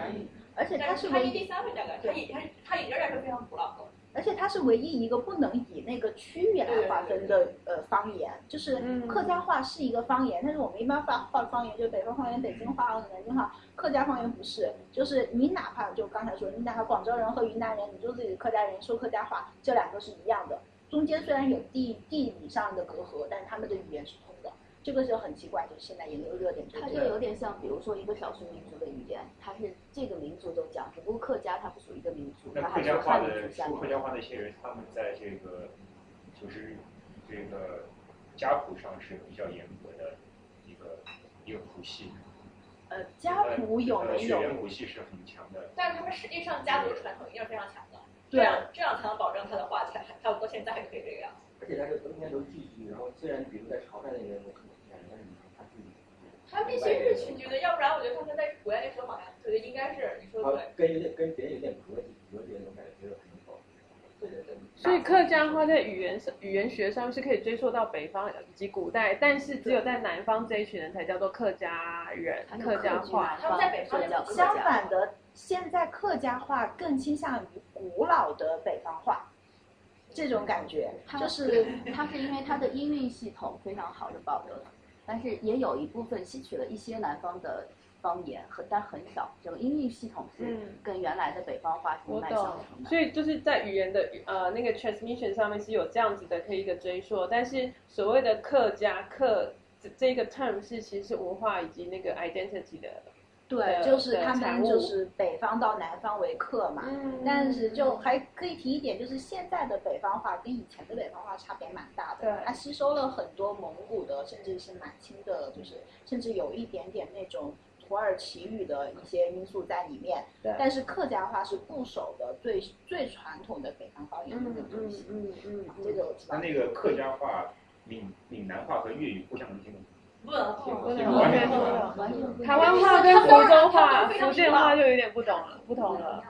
[SPEAKER 4] 而且它
[SPEAKER 16] 但
[SPEAKER 4] 是
[SPEAKER 16] 它
[SPEAKER 4] 唯
[SPEAKER 16] 是
[SPEAKER 4] 一
[SPEAKER 16] 第三位大概，它已它它已仍然是非常古老的。
[SPEAKER 4] 而且它是唯一一个不能以那个区域来划分的呃方言，就是客家话是一个方言，但是我们一般划划方言，就北方方言、北京话、南京话，客家方言不是，就是你哪怕就刚才说，你哪怕广州人和云南人，你就自己客家人说客家话，这两个是一样的，中间虽然有地地理上的隔阂，但是他们的语言是通的，这个就很奇怪，就是现在研究热点就
[SPEAKER 1] 它
[SPEAKER 4] 这
[SPEAKER 1] 就
[SPEAKER 4] 个
[SPEAKER 1] 有点像，比如说一个少数民族的语言，它是这个民族都讲，只不过客家它不属于一个民族，
[SPEAKER 10] 那
[SPEAKER 1] 它还
[SPEAKER 10] 客
[SPEAKER 1] 是
[SPEAKER 10] 家话
[SPEAKER 1] 汉民
[SPEAKER 10] 的
[SPEAKER 1] 族下
[SPEAKER 10] 说
[SPEAKER 1] 面
[SPEAKER 10] 客。家话那些人，他们在这个就是这个家谱上是比较严格的一个一个谱系。
[SPEAKER 4] 呃，家谱有
[SPEAKER 10] 呃
[SPEAKER 4] 没
[SPEAKER 10] 血
[SPEAKER 4] 有？
[SPEAKER 10] 缘谱系是很强的。
[SPEAKER 16] 但是他们实际上家族的传统一定是非常强的，
[SPEAKER 4] 对
[SPEAKER 16] 这样这样才能保证他的话才还还有到现在还可以这个样子。
[SPEAKER 22] 而且它是冬天都聚居，然后虽然比如在潮汕那边我可能这样，但是你看它自己，
[SPEAKER 16] 他们必须是群居的，要不然我觉得他们在古代历史好像对应该是你说
[SPEAKER 22] 它
[SPEAKER 16] 的
[SPEAKER 22] 跟有点跟别人有点隔绝隔绝那种感觉，觉得很好。
[SPEAKER 16] 对对对。
[SPEAKER 5] 所以客家话在语言上、语言学上是可以追溯到北方以及古代，但是只有在南方这一群人才叫做客家人、客
[SPEAKER 4] 啊
[SPEAKER 5] 家话。
[SPEAKER 1] 他们在北方就叫客家
[SPEAKER 4] 相反的，现在客家话更倾向于古老的北方话，这种感觉
[SPEAKER 1] 它
[SPEAKER 4] 就是
[SPEAKER 1] 它是因为它的音韵系统非常好的保留了，但是也有一部分吸取了一些南方的方言，很但很少，整个音韵系统是
[SPEAKER 5] 嗯
[SPEAKER 1] 跟原来的北方话是
[SPEAKER 5] 我
[SPEAKER 1] 脉
[SPEAKER 5] 懂
[SPEAKER 1] 相承，的。
[SPEAKER 5] 所以就是在语言的呃那个 transmission 上面是有这样子的可以一个追溯，但是所谓的客家客这这个 term 是其实是文化以及那个 identity 的，
[SPEAKER 4] 对，
[SPEAKER 5] 的
[SPEAKER 4] 就是他
[SPEAKER 5] 的产
[SPEAKER 4] 们
[SPEAKER 5] 物
[SPEAKER 4] 就是北方到南方为客嘛。
[SPEAKER 5] 嗯
[SPEAKER 4] 但是就还可以提一点，就是现在的北方话跟以前的北方话差别蛮大的。
[SPEAKER 5] 对
[SPEAKER 4] 它吸收了很多蒙古的，甚至是满清的，就是甚至有一点点那种土耳其语的一些因素在里面。
[SPEAKER 5] 对
[SPEAKER 4] 但是客家话是固守的最最传统的北方方言的那种东西。
[SPEAKER 5] 嗯嗯嗯
[SPEAKER 4] 这个我知道
[SPEAKER 10] 那。那个客家话、闽闽南话和粤语互相影响
[SPEAKER 16] 问啊
[SPEAKER 5] 听
[SPEAKER 16] 过
[SPEAKER 5] 不
[SPEAKER 16] 听
[SPEAKER 5] 懂
[SPEAKER 16] 过
[SPEAKER 5] 对
[SPEAKER 16] 听过
[SPEAKER 5] 不
[SPEAKER 16] 完全不
[SPEAKER 5] 懂
[SPEAKER 16] 懂
[SPEAKER 5] 台湾话跟福州话、
[SPEAKER 16] 他们非常
[SPEAKER 5] 福建话就有点不懂了，不同了。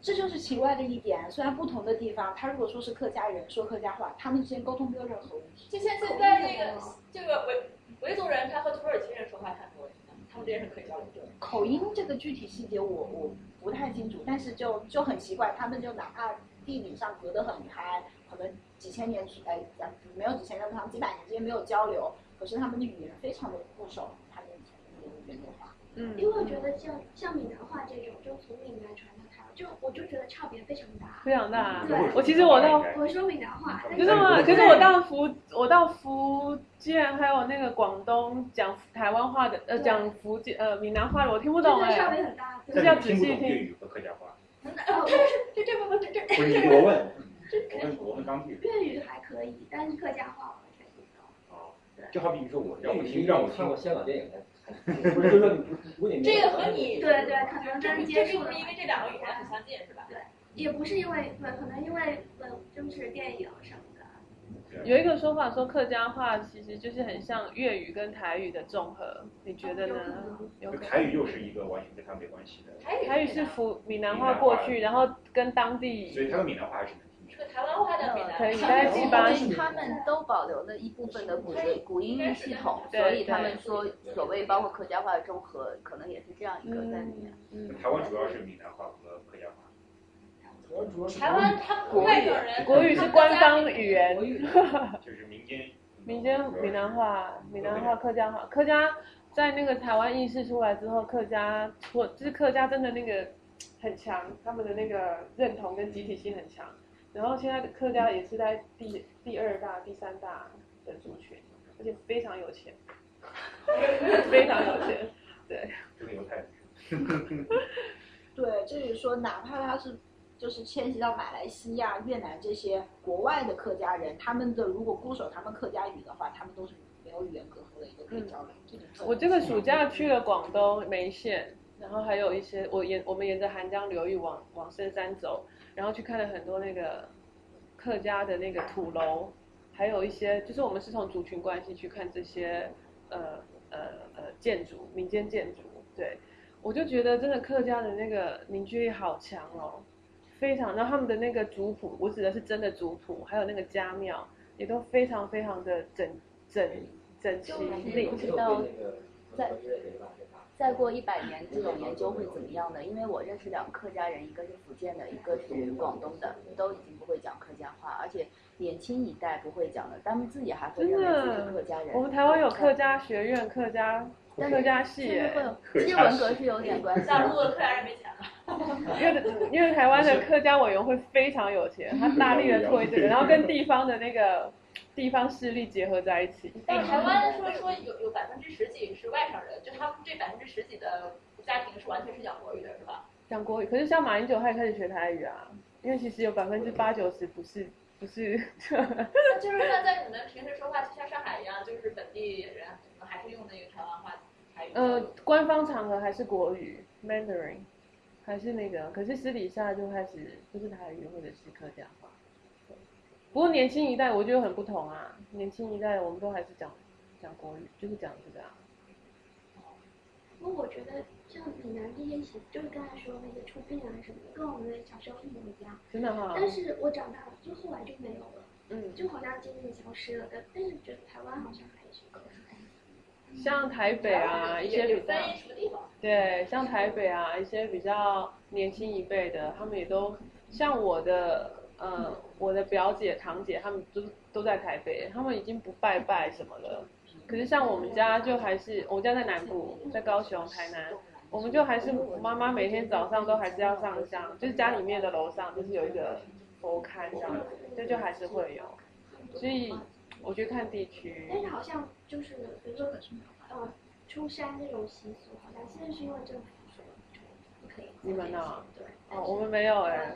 [SPEAKER 4] 这就是奇怪的一点。虽然不同的地方，他如果说是客家人说客家话，他们之间沟通没有任何问题。
[SPEAKER 16] 就像现在那个这个维维族人，他和土耳其人说话他没有问题的，他们之间是可以交流的。
[SPEAKER 4] 口音这个具体细节我我不太清楚，但是就就很奇怪，他们就哪怕地理上隔得很开，可能几千年之哎呃没有几千年，他们几百年之间没有交流，可是他们的语言非常的固守，他们的语言的话，
[SPEAKER 5] 嗯
[SPEAKER 9] 因为我觉得像像闽南话这种，就从闽南传到台湾，就我就觉得差别非常大。
[SPEAKER 5] 非常大
[SPEAKER 9] 对，
[SPEAKER 5] 我其实我到
[SPEAKER 9] 我说闽南话，但
[SPEAKER 5] 真的吗？可是我到福，我到福建还有那个广东讲台湾话的，呃，讲福建呃闽南话的，我听不懂哎、
[SPEAKER 9] 这个差别很大
[SPEAKER 5] 就是要仔细听。
[SPEAKER 10] 和客家话，
[SPEAKER 4] 哦
[SPEAKER 9] 呃，这这这不不这这
[SPEAKER 10] 不是你我问，我问我问当 地人，
[SPEAKER 9] 粤语还可以，但是客家话我听不懂。
[SPEAKER 10] 就好比你说我让我
[SPEAKER 22] 你
[SPEAKER 10] 听让我听
[SPEAKER 22] 看过香港电影的，不是就说你不如果你没有
[SPEAKER 16] 这个和你
[SPEAKER 9] 对对，可能
[SPEAKER 16] 这
[SPEAKER 9] 跟
[SPEAKER 16] 这
[SPEAKER 9] 接
[SPEAKER 16] 是
[SPEAKER 9] 触
[SPEAKER 16] 不
[SPEAKER 9] 的
[SPEAKER 16] 是因为这两个语言很相近是吧？
[SPEAKER 9] 对，也不是因为对，可能因为呃就是电影什么的，
[SPEAKER 5] 有一个说法说客家话其实就是很像粤语跟台语的综合，你觉得呢？哦有可能
[SPEAKER 10] 台语又是一个完全跟他没关系的，
[SPEAKER 5] 台语是福闽南话过去，然后跟当地
[SPEAKER 10] 所以他的闽南话还是能听。
[SPEAKER 16] 这个台湾话的闽
[SPEAKER 5] 可以
[SPEAKER 16] 南，
[SPEAKER 5] 大概七八十。
[SPEAKER 1] 他们都保留了一部分的古音古音律系统，所以他们说所谓包括客家话的中和，可能也是这样一个在里面。
[SPEAKER 4] 嗯
[SPEAKER 10] 台湾主要是闽南话和客家话。
[SPEAKER 24] 主要主要是
[SPEAKER 16] 台湾他们
[SPEAKER 5] 国
[SPEAKER 16] 外
[SPEAKER 5] 语
[SPEAKER 16] 省人，
[SPEAKER 5] 国语是官方语言，
[SPEAKER 10] 就是民间嗯
[SPEAKER 5] 民间闽南话、闽南话、客家话，客家在那个台湾意识出来之后，客家我就是客家真的那个很强，他们的那个认同跟集体性很强。然后现在的客家也是在第第二大、第三大的族群，而且非常有钱， 非常有钱，对。
[SPEAKER 10] 跟犹太人。
[SPEAKER 4] 对，至于说哪怕他是就是迁徙到马来西亚、越南这些国外的客家人，他们的如果固守他们客家语的话，他们都是没有语言隔阂的一个可
[SPEAKER 16] 嗯
[SPEAKER 4] 以交流。
[SPEAKER 5] 我这个暑假去了广东梅县，然后还有一些我沿我们沿着韩江流域往往深山走，然后去看了很多那个客家的那个土楼，还有一些就是我们是从族群关系去看这些呃呃呃建筑民间建筑，对我就觉得真的客家的那个凝聚力好强哦，非常，然后他们的那个族谱，我指的是真的族谱，还有那个家庙也都非常非常的整整整齐
[SPEAKER 1] 不知道在
[SPEAKER 22] 在
[SPEAKER 1] 再过一百年，这种研究会怎么样呢？因为我认识两个客家人，一个是福建的，一个是广东的，都已经不会讲客家话，而且年轻一代不会讲了，他们自己还会认
[SPEAKER 5] 真
[SPEAKER 1] 为自己
[SPEAKER 5] 的
[SPEAKER 1] 是客家，人。
[SPEAKER 5] 我哦们台湾有客家学院、客家
[SPEAKER 1] 但
[SPEAKER 5] 客家系
[SPEAKER 1] 是
[SPEAKER 5] 耶，
[SPEAKER 1] 会有，其实文革是有点关系的。
[SPEAKER 16] 大陆的客家人没钱
[SPEAKER 5] 因为因为台湾的客家委员会非常有钱，他大力的推这个，然后跟地方的那个地方势力结合在一起。
[SPEAKER 16] 但是台湾
[SPEAKER 4] 嗯
[SPEAKER 16] 说说有有百分之十几是外省人，就他们这百分之十几的家庭是完全是讲国语的，是吧？
[SPEAKER 5] 讲国语，可是像马英九他也开始学台语啊，因为其实有百分之八九十不是不是，
[SPEAKER 16] 那就是那在你们平时说话，就像上海一样，就是本地人可能还是用那个台湾话台语。
[SPEAKER 5] 呃，官方场合还是国语 Mandarin，还是那个，可是私底下就开始就是台语或者是客家话。不过年轻一代我觉得很不同啊，年轻一代我们都还是讲讲国语，就是讲这个、啊。
[SPEAKER 9] 不过我觉得像闽南这些习，就是刚才说那些出殡啊什么的，跟我们的小时候一模一样。
[SPEAKER 5] 真的哈
[SPEAKER 9] 但是我长大了，就后来就没有了。
[SPEAKER 5] 嗯。
[SPEAKER 9] 就好像渐渐消失了，但但是觉得台湾好像还是可以。
[SPEAKER 5] 像台北啊，一些比较
[SPEAKER 4] 嗯
[SPEAKER 16] 分什么地方？
[SPEAKER 5] 对，像台北啊，一些比较年轻一辈的，他们也都像我的呃我的表姐堂姐，他们都都在台北，他们已经不拜拜什么了。可是像我们家就还是，我家在南部，在高雄、台南，我们就还是妈妈每天早上都还是要上香，就是家里面的楼上就是有一个佛龛这样，这就还是会有。所以我觉得看地区。
[SPEAKER 9] 但是好像就是比如说呃出山这种习俗，好像现在是因为政府说不可以。
[SPEAKER 5] 你们呢？
[SPEAKER 9] 对。
[SPEAKER 5] 哦，我们没有哎、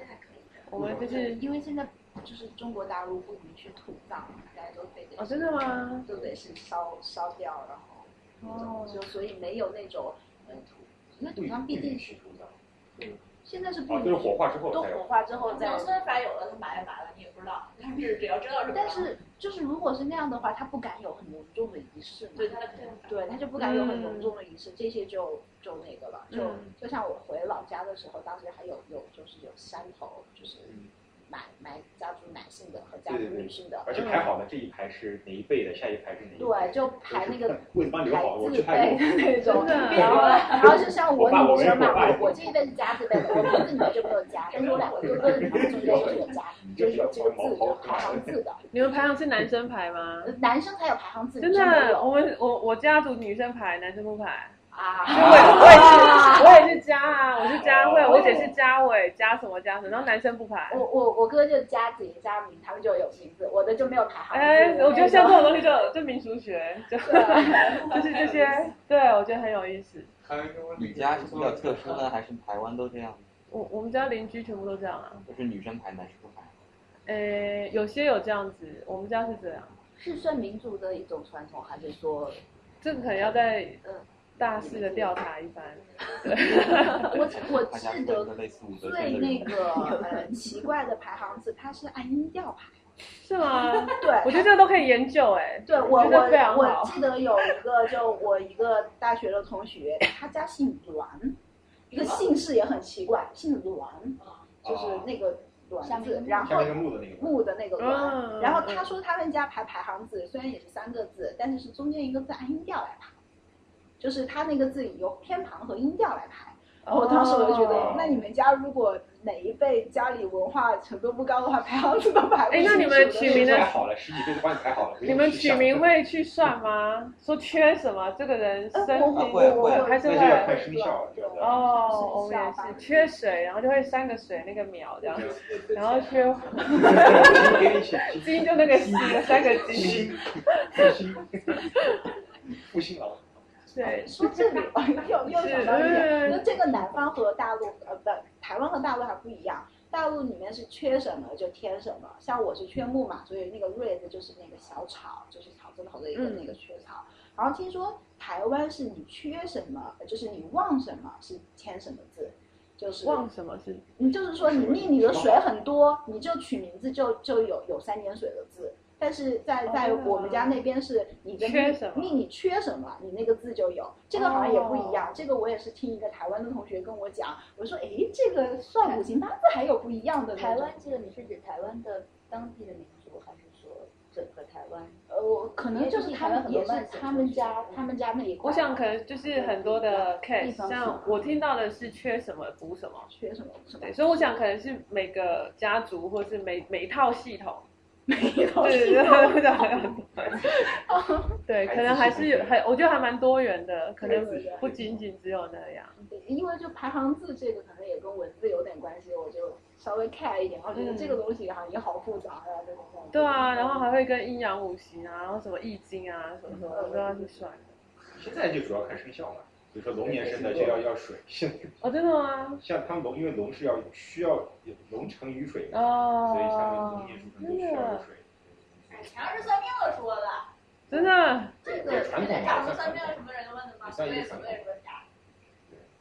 [SPEAKER 5] 我们就是
[SPEAKER 4] 因为现在就是中国大陆不允许土葬，大家都非得
[SPEAKER 5] 哦真的吗
[SPEAKER 4] 都得是烧烧掉，然后
[SPEAKER 5] 哦
[SPEAKER 4] 就所以没有那种呃土，因为土葬毕竟是土葬，
[SPEAKER 16] 现在是
[SPEAKER 10] 哦，就是火化之后
[SPEAKER 16] 都
[SPEAKER 10] 才有
[SPEAKER 16] 火。化之后再
[SPEAKER 4] 有
[SPEAKER 16] 有。虽然法有了，他埋没埋了你也不知道，但是只要知道是。
[SPEAKER 4] 但是就是如果是那样的话，他不敢有很隆重的仪式嘛。
[SPEAKER 16] 对他肯定不敢
[SPEAKER 4] 对他就不敢有很隆
[SPEAKER 16] 嗯
[SPEAKER 4] 重的仪式，这些就就那个了。就、
[SPEAKER 16] 嗯
[SPEAKER 4] 就像我回老家的时候，当时还有有就是有山头，就是
[SPEAKER 10] 嗯
[SPEAKER 4] 埋埋家族男性的和家族
[SPEAKER 10] 对对
[SPEAKER 4] 女
[SPEAKER 10] 对
[SPEAKER 4] 性的，，
[SPEAKER 10] 而且排好了这一排是哪一辈的，下一排是哪一辈的。
[SPEAKER 4] 对，就排那个
[SPEAKER 10] 为什么留好？我
[SPEAKER 4] 自
[SPEAKER 10] 去看
[SPEAKER 4] 备
[SPEAKER 10] 过。
[SPEAKER 4] 的那种，
[SPEAKER 10] 真的
[SPEAKER 4] 然后然后就像我
[SPEAKER 10] 我爸我
[SPEAKER 4] 女
[SPEAKER 10] 没
[SPEAKER 4] 生嘛
[SPEAKER 10] 我爸，
[SPEAKER 4] 我我这一辈是夹子辈的，我名字你们就没有夹，但是我两个哥 哥的名字中间有这个夹，就是有这个字，有排行字的。
[SPEAKER 5] 你们排行是男生排吗？
[SPEAKER 4] 男生才有排行字，
[SPEAKER 5] 真
[SPEAKER 4] 女生没
[SPEAKER 5] 的，
[SPEAKER 4] 有
[SPEAKER 5] 我们我我家族女生排，男生不排。
[SPEAKER 4] 啊
[SPEAKER 5] 就我也是我也是我也是家啊，我是家慧，我姐是家伟，家什么家什么，然后男生不排。
[SPEAKER 4] 我我我哥就加自己加名，他们就有名字，我的就没有排行字。
[SPEAKER 5] 哎，我觉得像这种东西
[SPEAKER 4] 就
[SPEAKER 5] 就就民俗学，就
[SPEAKER 4] 啊
[SPEAKER 5] 就是这些，对我觉得很有意思。
[SPEAKER 15] 还有一个问
[SPEAKER 8] 你
[SPEAKER 15] 题，
[SPEAKER 8] 家是比较特 殊呢，还是台湾都这样？
[SPEAKER 5] 我我们家邻居全部都这样啊，
[SPEAKER 8] 就是女生排，男生不排。
[SPEAKER 5] 诶，有些有这样子，我们家是这样，
[SPEAKER 1] 是算民族的一种传统，还是说
[SPEAKER 5] 这个可能要在
[SPEAKER 1] 嗯
[SPEAKER 5] 大肆的调查一
[SPEAKER 4] 嗯
[SPEAKER 5] 番。
[SPEAKER 4] 我我
[SPEAKER 8] 大家
[SPEAKER 4] 记
[SPEAKER 8] 都
[SPEAKER 4] 得
[SPEAKER 8] 类似五德
[SPEAKER 4] 最
[SPEAKER 8] 镇的
[SPEAKER 4] 那
[SPEAKER 8] 人。
[SPEAKER 4] 个呃奇怪的排行字，它是按音调排。
[SPEAKER 5] 是吗？
[SPEAKER 4] 对，
[SPEAKER 5] 我觉得这都可以研究哎、
[SPEAKER 4] 对我
[SPEAKER 5] 觉得非常
[SPEAKER 4] 我
[SPEAKER 5] 好
[SPEAKER 4] 我。记得有一个，就我一个大学的同学，他家姓栾，一个姓氏也很奇怪，姓栾，
[SPEAKER 5] 啊
[SPEAKER 4] 就是那个栾字，然后
[SPEAKER 10] 啊下面是木的那个
[SPEAKER 4] 木的那个
[SPEAKER 10] 嗯
[SPEAKER 4] 栾。
[SPEAKER 10] 嗯
[SPEAKER 4] 然后他说他们家排排行字，虽然也是三个字，但是是中间一个字按音调来排，就是他那个字由偏旁和音调来排。
[SPEAKER 5] 哦
[SPEAKER 4] 我当时我就觉得，那你们家如果哪一辈家里文化程度不高的话，排行字都排不
[SPEAKER 5] 哎
[SPEAKER 4] 清楚
[SPEAKER 5] 那你们
[SPEAKER 4] 的
[SPEAKER 5] 取名的
[SPEAKER 10] 排好了，十几辈子帮你排好了。
[SPEAKER 5] 你们取名会去算吗？说缺什么？这个人身
[SPEAKER 10] 呃我
[SPEAKER 5] 体
[SPEAKER 10] 会我会
[SPEAKER 5] 还是
[SPEAKER 10] 我觉得会生效我觉得
[SPEAKER 5] 哦，我们也是缺水，然后就会三个水那个秒这样，然后缺
[SPEAKER 10] 给你取
[SPEAKER 5] 金就那个金三个金，
[SPEAKER 10] 金，复兴，复兴老。
[SPEAKER 5] 对，
[SPEAKER 4] 说 这里哎又又想到一
[SPEAKER 5] 嗯
[SPEAKER 4] 点，因为这个南方和大陆呃不，台湾和大陆还不一样。大陆里面是缺什么就添什么，像我是缺木嘛，所以那个瑞字就是那个小草，就是草字头的一个
[SPEAKER 5] 嗯
[SPEAKER 4] 那个缺草。然后听说台湾是你缺什么，呃就是你忘什么是添什么字，就是
[SPEAKER 5] 忘什么是？
[SPEAKER 4] 你就是说你命里的水很多，你就取名字就就有有三点水的字。但是在在我们家那边是你的
[SPEAKER 5] 哦缺
[SPEAKER 4] 命
[SPEAKER 5] 什么
[SPEAKER 4] 命里缺什么，你那个字就有。这个好像也不一
[SPEAKER 5] 哦
[SPEAKER 4] 样。这个我也是听一个台湾的同学跟我讲，我说诶，这个算五行八字还有不一样的那种。
[SPEAKER 18] 台湾这个你是指台湾的当地的民族，还是说整个台湾？
[SPEAKER 4] 呃，可能就是他们也是他们家他们家那一块。
[SPEAKER 5] 我想可能就是很多的
[SPEAKER 4] 地
[SPEAKER 5] case，
[SPEAKER 4] 方
[SPEAKER 5] 像我听到的是缺什么补什么，
[SPEAKER 4] 缺什么补什么
[SPEAKER 5] 对，所以我想可能是每个家族或是每每一套系统，
[SPEAKER 4] 每一
[SPEAKER 5] 套
[SPEAKER 4] 系统哦
[SPEAKER 5] 对对，可能还是有，还我觉得还蛮多元的，可能不仅仅只有那样。
[SPEAKER 4] 因为就排行字这个可能也跟文字有点关系，我就稍微 care 一点，我觉得这个东西好像也好复杂呀、这种东西。
[SPEAKER 5] 嗯对啊，然后还会跟阴阳五行啊，然后什么易经啊，什么什么，我都要去算。
[SPEAKER 10] 现在就主要看生肖嘛，比如说龙年生的就要要 水，现在
[SPEAKER 5] 哦，真的吗？
[SPEAKER 10] 像他们龙，因为龙是要需要有龙成于水嘛，
[SPEAKER 5] 哦
[SPEAKER 10] 所以他们龙年出生就需要有水。
[SPEAKER 16] 全是算命的说的，
[SPEAKER 5] 真的。
[SPEAKER 16] 这
[SPEAKER 10] 对
[SPEAKER 16] 个
[SPEAKER 10] 传统嘛
[SPEAKER 16] 长得算命什么人都问的吗？
[SPEAKER 10] 也算一
[SPEAKER 16] 对
[SPEAKER 10] 个
[SPEAKER 16] 什
[SPEAKER 10] 传
[SPEAKER 16] 么
[SPEAKER 10] 统
[SPEAKER 16] 人说啥？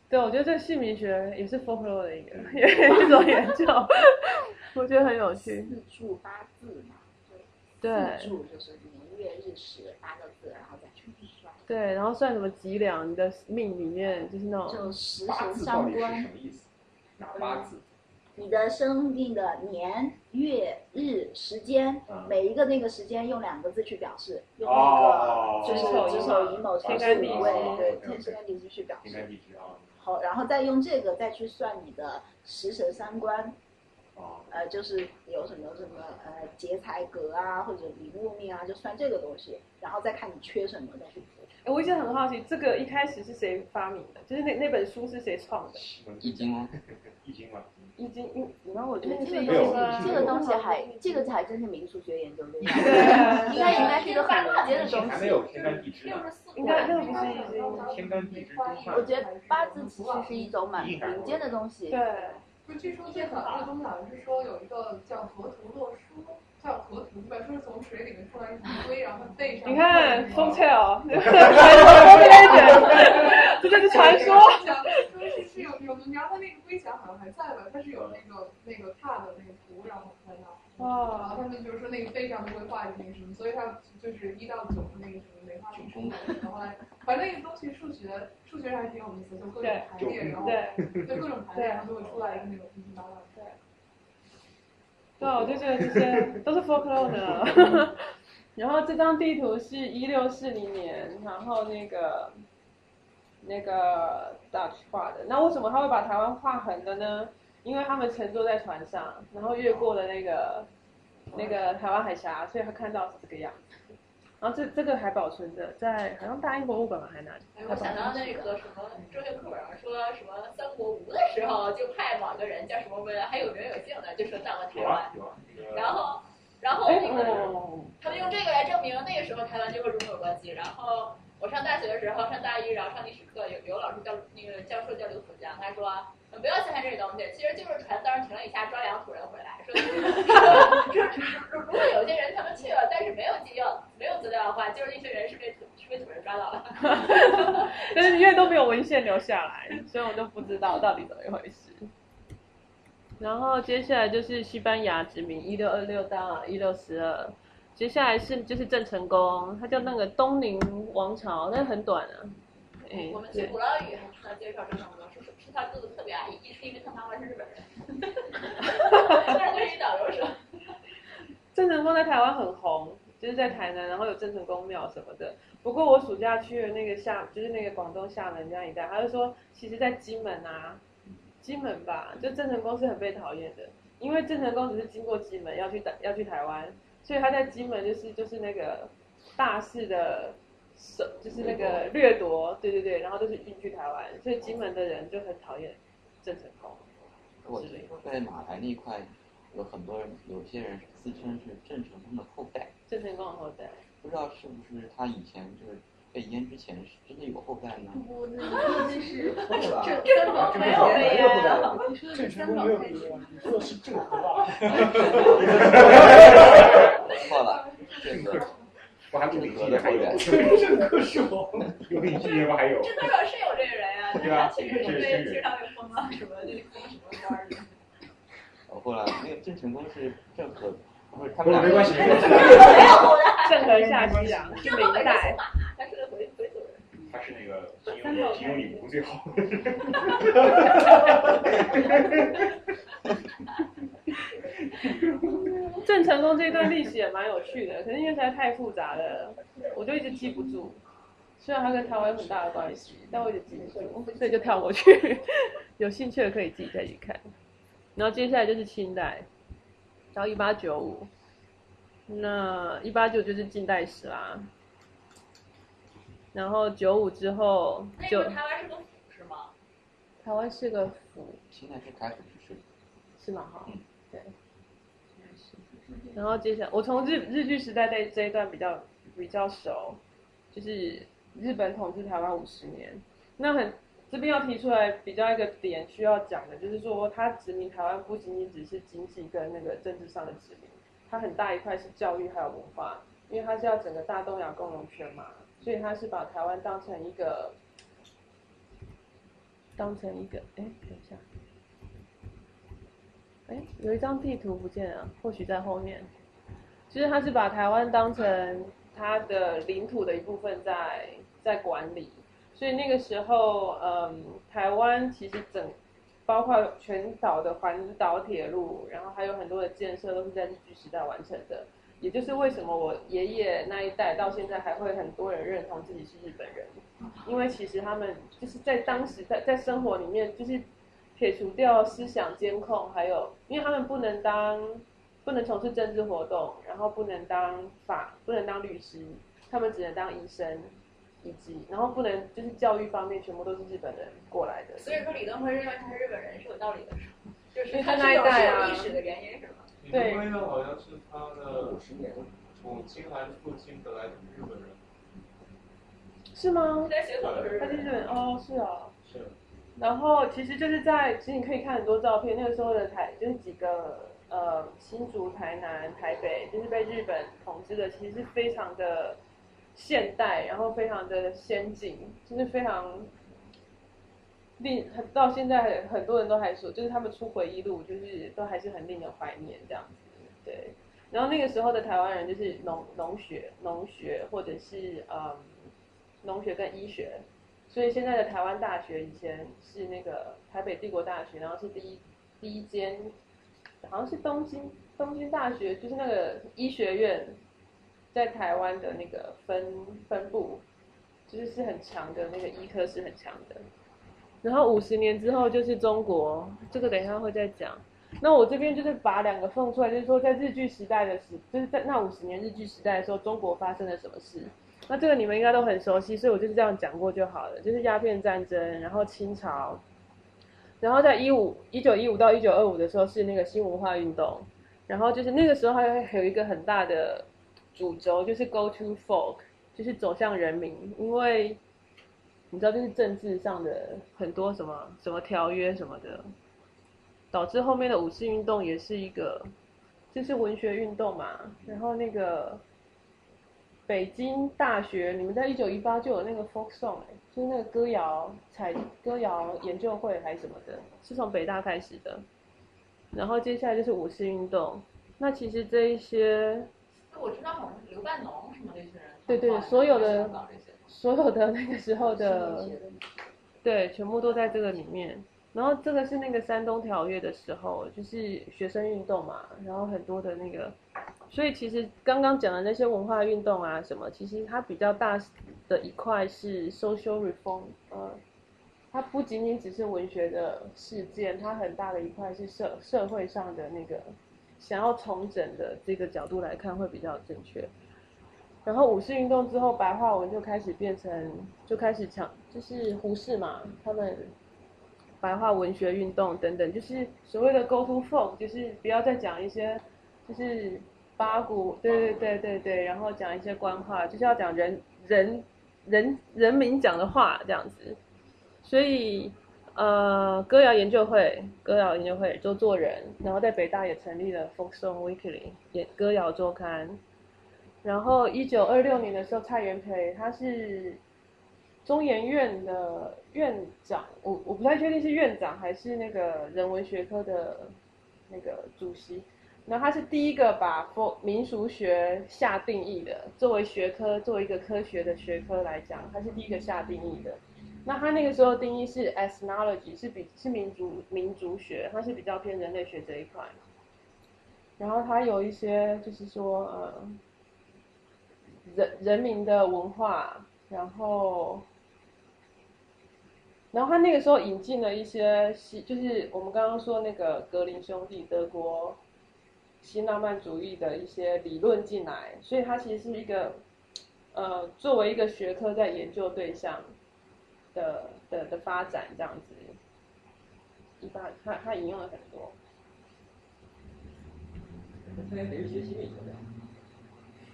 [SPEAKER 5] 对，我觉得这姓名学也是 folklore 的一个一种研究，我觉得很有趣。
[SPEAKER 4] 四柱八字嘛，
[SPEAKER 5] 对
[SPEAKER 4] 四柱就是年月日时八个字，然后再去算，
[SPEAKER 5] 对，然后算什么脊梁，你的命里面就是那种
[SPEAKER 4] 就十
[SPEAKER 10] 八
[SPEAKER 4] 行
[SPEAKER 10] 字到
[SPEAKER 4] 相
[SPEAKER 10] 底是
[SPEAKER 4] 关
[SPEAKER 10] 什。么意思？哪八字？
[SPEAKER 4] 你的生命的年、月、日、时间，每一个那个时间用两个字去表示，用那
[SPEAKER 10] 哦
[SPEAKER 4] 个就是
[SPEAKER 10] 哦
[SPEAKER 4] 子丑寅卯辰
[SPEAKER 10] 天
[SPEAKER 4] 巳
[SPEAKER 10] 干地
[SPEAKER 4] 午未
[SPEAKER 10] 支，
[SPEAKER 4] 对，
[SPEAKER 10] OK，OK
[SPEAKER 4] 天时干地支去表
[SPEAKER 10] 天干
[SPEAKER 4] 示。
[SPEAKER 10] 地支啊，
[SPEAKER 4] 好，然后再用这个再去算你的食神三官，
[SPEAKER 10] 哦，
[SPEAKER 4] 呃，就是有什么什么呃劫财格啊，或者离木命啊，就算这个东西，然后再看你缺什么再去补。
[SPEAKER 5] 哎，我一直很好奇，这个一开始是谁发明的？就是那那本书是谁创的？
[SPEAKER 8] 易经吗？
[SPEAKER 10] 易经嘛，
[SPEAKER 5] 易经，嗯，
[SPEAKER 1] 你们我觉得这
[SPEAKER 5] 那
[SPEAKER 1] 个东
[SPEAKER 5] 个是没
[SPEAKER 1] 西，
[SPEAKER 5] 有
[SPEAKER 1] 这个东西还这个才真是民俗学研究对 象，
[SPEAKER 5] 对啊
[SPEAKER 1] 应该应该是一个很民间的东
[SPEAKER 10] 还没有
[SPEAKER 1] 西。
[SPEAKER 10] 天干地支呢。
[SPEAKER 5] 应该那个不是易经。
[SPEAKER 10] 天干地支
[SPEAKER 1] 我觉得八字其实是一种蛮民间的东西。
[SPEAKER 5] 对。
[SPEAKER 19] 不是，据说最早这个东西好像是说有一个叫河图洛书，叫河图吧，说是从水里面出来一堆，然后背上。
[SPEAKER 5] 你看， 风吹 哦，传说这边一点，这就是传说。
[SPEAKER 19] 传说是是有有
[SPEAKER 15] 个你知道它那个龟甲好像还在吧？它是有那个那个拓的那个图，然后看到。
[SPEAKER 5] 哦
[SPEAKER 15] 然后他们就是说那个背上就会画一那个什么，所以它就是一到九是那个什么梅花什么，然后来，反正那个东西数学数学还挺有意思，就各种排列，然后
[SPEAKER 5] 对
[SPEAKER 15] 就各种排列，然后就会出来一个那种平平八万。 对。
[SPEAKER 5] 对啊，我就觉得这些都是 folklore。然 后这张地图是一六四零年，然后那个那个 Dutch 画的。那为什么他会把台湾画横的呢？因为他们乘坐在船上，然后越过了那个那个台湾海峡，所以他看到是这个样子。然后这这个还保存着，在好像大英博物馆吧，还哪里？
[SPEAKER 1] 哎，我想到那个什么中学课本上说什么三国无的时候，就派某个人叫什么文，还有名有姓的，就说到过台
[SPEAKER 10] 有啊
[SPEAKER 1] 湾。
[SPEAKER 10] 有啊，那个
[SPEAKER 1] 然后，然后
[SPEAKER 5] 哎
[SPEAKER 1] 那个
[SPEAKER 5] 哦
[SPEAKER 1] 他们用这个来证明那个时候台湾就和中国有关系。然后我上大学的时候，上大一，然后上历史课，有有个老师叫那个教授叫刘楚江，他说。你们不要相信这东西，其实就是船当时停了一下，抓两个土人回来，说 说如如果有些人他们去了，但是没有记录、没有资料的话，就是一群人是被土是被土人抓到了。
[SPEAKER 5] 但是因为都没有文献留下来，所以我就不知道到底怎么一回事。然后接下来就是西班牙殖民，一六二六到一六四二。接下来是就是郑成功，他叫那个东宁王朝，但是很短啊。哎，
[SPEAKER 1] 我们去
[SPEAKER 5] 对
[SPEAKER 1] 鼓浪屿还看到介绍郑成功，说是是他肚子特别矮，一是因为他妈妈是日本人， 但是对于导游说，
[SPEAKER 5] 郑成功在台湾很红，就是在台南，然后有郑成功庙什么的。不过我暑假去了那个厦，就是那个广东厦门那一带，他就说，其实，在金门啊，金门吧，就郑成功是很被讨厌的，因为郑成功只是经过金门要去台要去台湾，所以他在金门就是就是那个大肆的手，就是那个掠夺，对对对，然后就是运去台湾，所以金门的人就很讨厌郑成功。
[SPEAKER 8] 我听说在马来那块有很多人，有些人自称是郑成功的后代，
[SPEAKER 5] 郑成功的后代，
[SPEAKER 25] 啊
[SPEAKER 8] 不知道是不是他以前就是被阉之前是真的有后代 呢？
[SPEAKER 25] 我那个意思是，郑
[SPEAKER 8] 会吧
[SPEAKER 25] 郑哎宝没有
[SPEAKER 8] 没有没
[SPEAKER 25] 呀
[SPEAKER 8] 有，
[SPEAKER 25] 你说的
[SPEAKER 26] 郑
[SPEAKER 25] 是
[SPEAKER 26] 成
[SPEAKER 25] 三宝
[SPEAKER 26] 功没有
[SPEAKER 25] 太子
[SPEAKER 26] 鼻子，你说的是郑和吧？
[SPEAKER 8] 我错了，郑和，
[SPEAKER 10] 我还不理
[SPEAKER 8] 郑和
[SPEAKER 10] 解
[SPEAKER 8] 的
[SPEAKER 10] 还
[SPEAKER 8] 后
[SPEAKER 10] 有
[SPEAKER 8] 代，
[SPEAKER 10] 郑科是王，有理解吗？还有
[SPEAKER 1] 这多少是有这个人呀、啊，
[SPEAKER 8] 对啊
[SPEAKER 1] 他其实
[SPEAKER 8] 这
[SPEAKER 1] 是
[SPEAKER 8] 是
[SPEAKER 1] 被
[SPEAKER 8] 真人
[SPEAKER 1] 经常被封了什么，就是封什么官儿的。
[SPEAKER 8] 我后来那个郑成功是郑和，不是他
[SPEAKER 10] 不
[SPEAKER 8] 们
[SPEAKER 10] 是
[SPEAKER 8] 俩
[SPEAKER 10] 没关系没关系
[SPEAKER 5] 郑和下啊西洋是明代。
[SPEAKER 1] 他是回回族人。
[SPEAKER 10] 他是那个金庸金庸里吴最好。
[SPEAKER 5] 郑成功这一段历史也蛮有趣的，可是因为实在太复杂了，我就一直记不住。虽然它跟台湾有很大的关系，但我一直记不住，所以就跳过去。 有兴趣的可以自己再去看。然后接下来就是清代，到一八九五，那一八九就是近代史啦。然后九五之后
[SPEAKER 1] 那
[SPEAKER 5] 就
[SPEAKER 1] 个台湾是个府是吗？
[SPEAKER 5] 台湾是个府，
[SPEAKER 8] 现在是开府是
[SPEAKER 5] 是吗？哈，对。然后接下来，我从日日剧时代这这一段比较比较熟，就是日本统治台湾五十年。那很这边要提出来比较一个点需要讲的，就是说他殖民台湾不仅仅只是经济跟那个政治上的殖民，它很大一块是教育还有文化，因为它是要整个大东亚共荣圈嘛，所以它是把台湾当成一个当成一个，哎，等一下。哎，有一张地图不见了，或许在后面。其实他是把台湾当成他的领土的一部分在在管理，所以那个时候，嗯，台湾其实整包括全岛的环岛铁路，然后还有很多的建设都是在日据时代完成的。也就是为什么我爷爷那一代到现在还会很多人认同自己是日本人，因为其实他们就是在当时在在生活里面就是撇除掉思想监控，还有因为他们不能当不能从事政治活动，然后不能当法不能当律师，他们只能当医生，以及然后不能就是教育方面全部都是日本人过来的，
[SPEAKER 1] 所以说李登辉认为他是日本人是有道理的，是吗就是
[SPEAKER 5] 因为
[SPEAKER 1] 他
[SPEAKER 5] 他
[SPEAKER 1] 是
[SPEAKER 5] 那一
[SPEAKER 1] 有
[SPEAKER 5] 代
[SPEAKER 1] 是有
[SPEAKER 5] 啊
[SPEAKER 1] 历史的原因是吗？
[SPEAKER 27] 李登辉呢，好像是他的五十年母亲还是父亲本来就是日本人，
[SPEAKER 5] 是吗？
[SPEAKER 1] 在学
[SPEAKER 27] 统是
[SPEAKER 5] 他是日本哦，是啊。
[SPEAKER 27] 是
[SPEAKER 5] 然后其实就是在，其实你可以看很多照片，那个时候的台就是几个呃新竹、台南、台北，就是被日本统治的，其实是非常的现代，然后非常的先进，就是非常令很到现在很多人都还说，就是他们出回忆录，就是都还是很令人怀念这样子。对，然后那个时候的台湾人就是农农学、农学或者是嗯农学跟医学，所以现在的台湾大学以前是那个台北帝国大学，然后是第一第一间，好像是东京东京大学，就是那个医学院在台湾的那个分分部，就是是很强的那个医科是很强的。然后五十年之后就是中国，这个等一下会再讲。那我这边就是把两个放出来，就是说在日据时代的时，就是在那五十年日据时代的时候，中国发生了什么事？那这个你们应该都很熟悉，所以我就是这样讲过就好了。就是鸦片战争，然后清朝，然后在一五一九一五到一九二五的时候是那个新文化运动，然后就是那个时候还有还有一个很大的主轴就是 Go to Folk，就是走向人民，因为你知道就是政治上的很多什么什么条约什么的，导致后面的五四运动也是一个，就是文学运动嘛，然后那个。北京大学，你们在一九一八就有那个 folk song，、欸、就是那个歌谣采歌谣研究会还是什么的，是从北大开始的。然后接下来就是五四运动，那其实这一些，
[SPEAKER 16] 我知道好像是刘半农什么那些人，
[SPEAKER 5] 对对，所有的
[SPEAKER 16] 这些
[SPEAKER 5] 所有的那个时候的
[SPEAKER 16] 是你写的吗，
[SPEAKER 5] 对，全部都在这个里面。然后这个是那个山东条约的时候，就是学生运动嘛，然后很多的那个，所以其实刚刚讲的那些文化运动啊什么，其实它比较大的一块是 social reform，呃，它不仅仅只是文学的事件，它很大的一块是社社会上的那个想要重整的这个角度来看会比较正确。然后五四运动之后，白话文就开始变成就开始抢，就是胡适嘛，他们白话文学运动等等，就是所谓的 go to folk，就是不要再讲一些就是八股，对对对对对，然后讲一些官话，就是要讲人人人人民讲的话这样子。所以呃，歌谣研究会，歌谣研究会就做人，然后在北大也成立了 Folk Song Weekly，也歌谣周刊。然后一九二六年的时候，蔡元培他是中研院的院长，我我不太确定是院长还是那个人文学科的那个主席。然后他是第一个把风民俗学下定义的，作为学科，作为一个科学的学科来讲，他是第一个下定义的。那他那个时候定义是 ethnology，是比是民族民族学，它是比较偏人类学这一块。然后他有一些就是说呃人人民的文化，然后，然后他那个时候引进了一些西，就是我们刚刚说那个格林兄弟德国新浪漫主义的一些理论进来，所以它其实是一个呃作为一个学科在研究对象的的的发展这样子。一般他他引用了很多，
[SPEAKER 22] 蔡元培是学心理学的，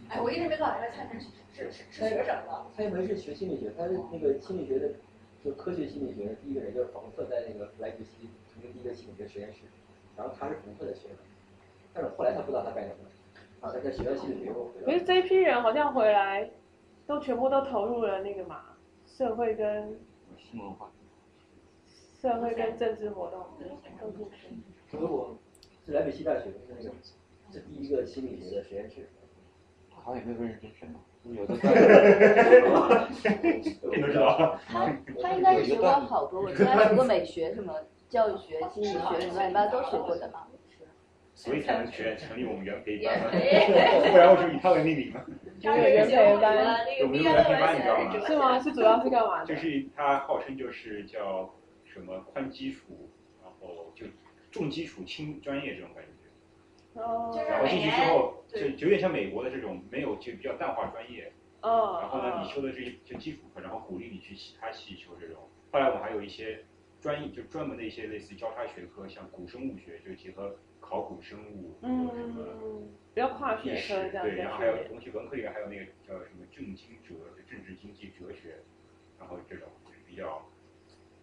[SPEAKER 16] 哎，我一直没搞明白蔡明是是是是学什么的。
[SPEAKER 22] 蔡元培是学心理学，他是那个心理学的，就科学心理学的第一个人，就是冯特在那个莱比锡成立第一个心理学实验室，然后他是冯特的学生，但是后来他不知道他干什么，然后他在学了心理学以后回
[SPEAKER 5] 可
[SPEAKER 22] 来
[SPEAKER 5] 是
[SPEAKER 22] 了，
[SPEAKER 5] 这一批人好像回来都全部都投入了那个嘛社会跟
[SPEAKER 8] 新文化，
[SPEAKER 5] 社会跟政治活动都是
[SPEAKER 22] 德国是莱比锡大学是那个是第一个心理学的实验室。
[SPEAKER 8] 好像也没有认真什么，有的
[SPEAKER 10] 你们知道？
[SPEAKER 1] 他他应该是学过好多，我觉得他学过美学、什么教育学、心理学什么乱七八糟都学过的吧。
[SPEAKER 10] 所以才能全成立我们元培班嘛，
[SPEAKER 1] 元培
[SPEAKER 10] 不然我就以他为命名了。
[SPEAKER 5] 这个元培班
[SPEAKER 10] 有没有元培班你知道吗？
[SPEAKER 5] 是吗？是主要是干嘛
[SPEAKER 10] 就
[SPEAKER 5] 的？
[SPEAKER 10] 是它号称就是叫什么宽基础，然后就重基础轻专业这种感觉。
[SPEAKER 5] 哦
[SPEAKER 10] 然后进去之后，就就有点像美国的这种没有就比较淡化专业。
[SPEAKER 5] 哦
[SPEAKER 10] 然后呢，你修的是就基础课，然后鼓励你去其他系修这种。后来我们还有一些专业，就专门的一些类似于交叉学科，像古生物学，就结合考古生物、
[SPEAKER 5] 嗯，不要跨学
[SPEAKER 10] 历史
[SPEAKER 5] 科这样子
[SPEAKER 10] 对，然后还有东西文科里面还有那个叫什么政经哲，就政治经济哲学，然后这种就是比较，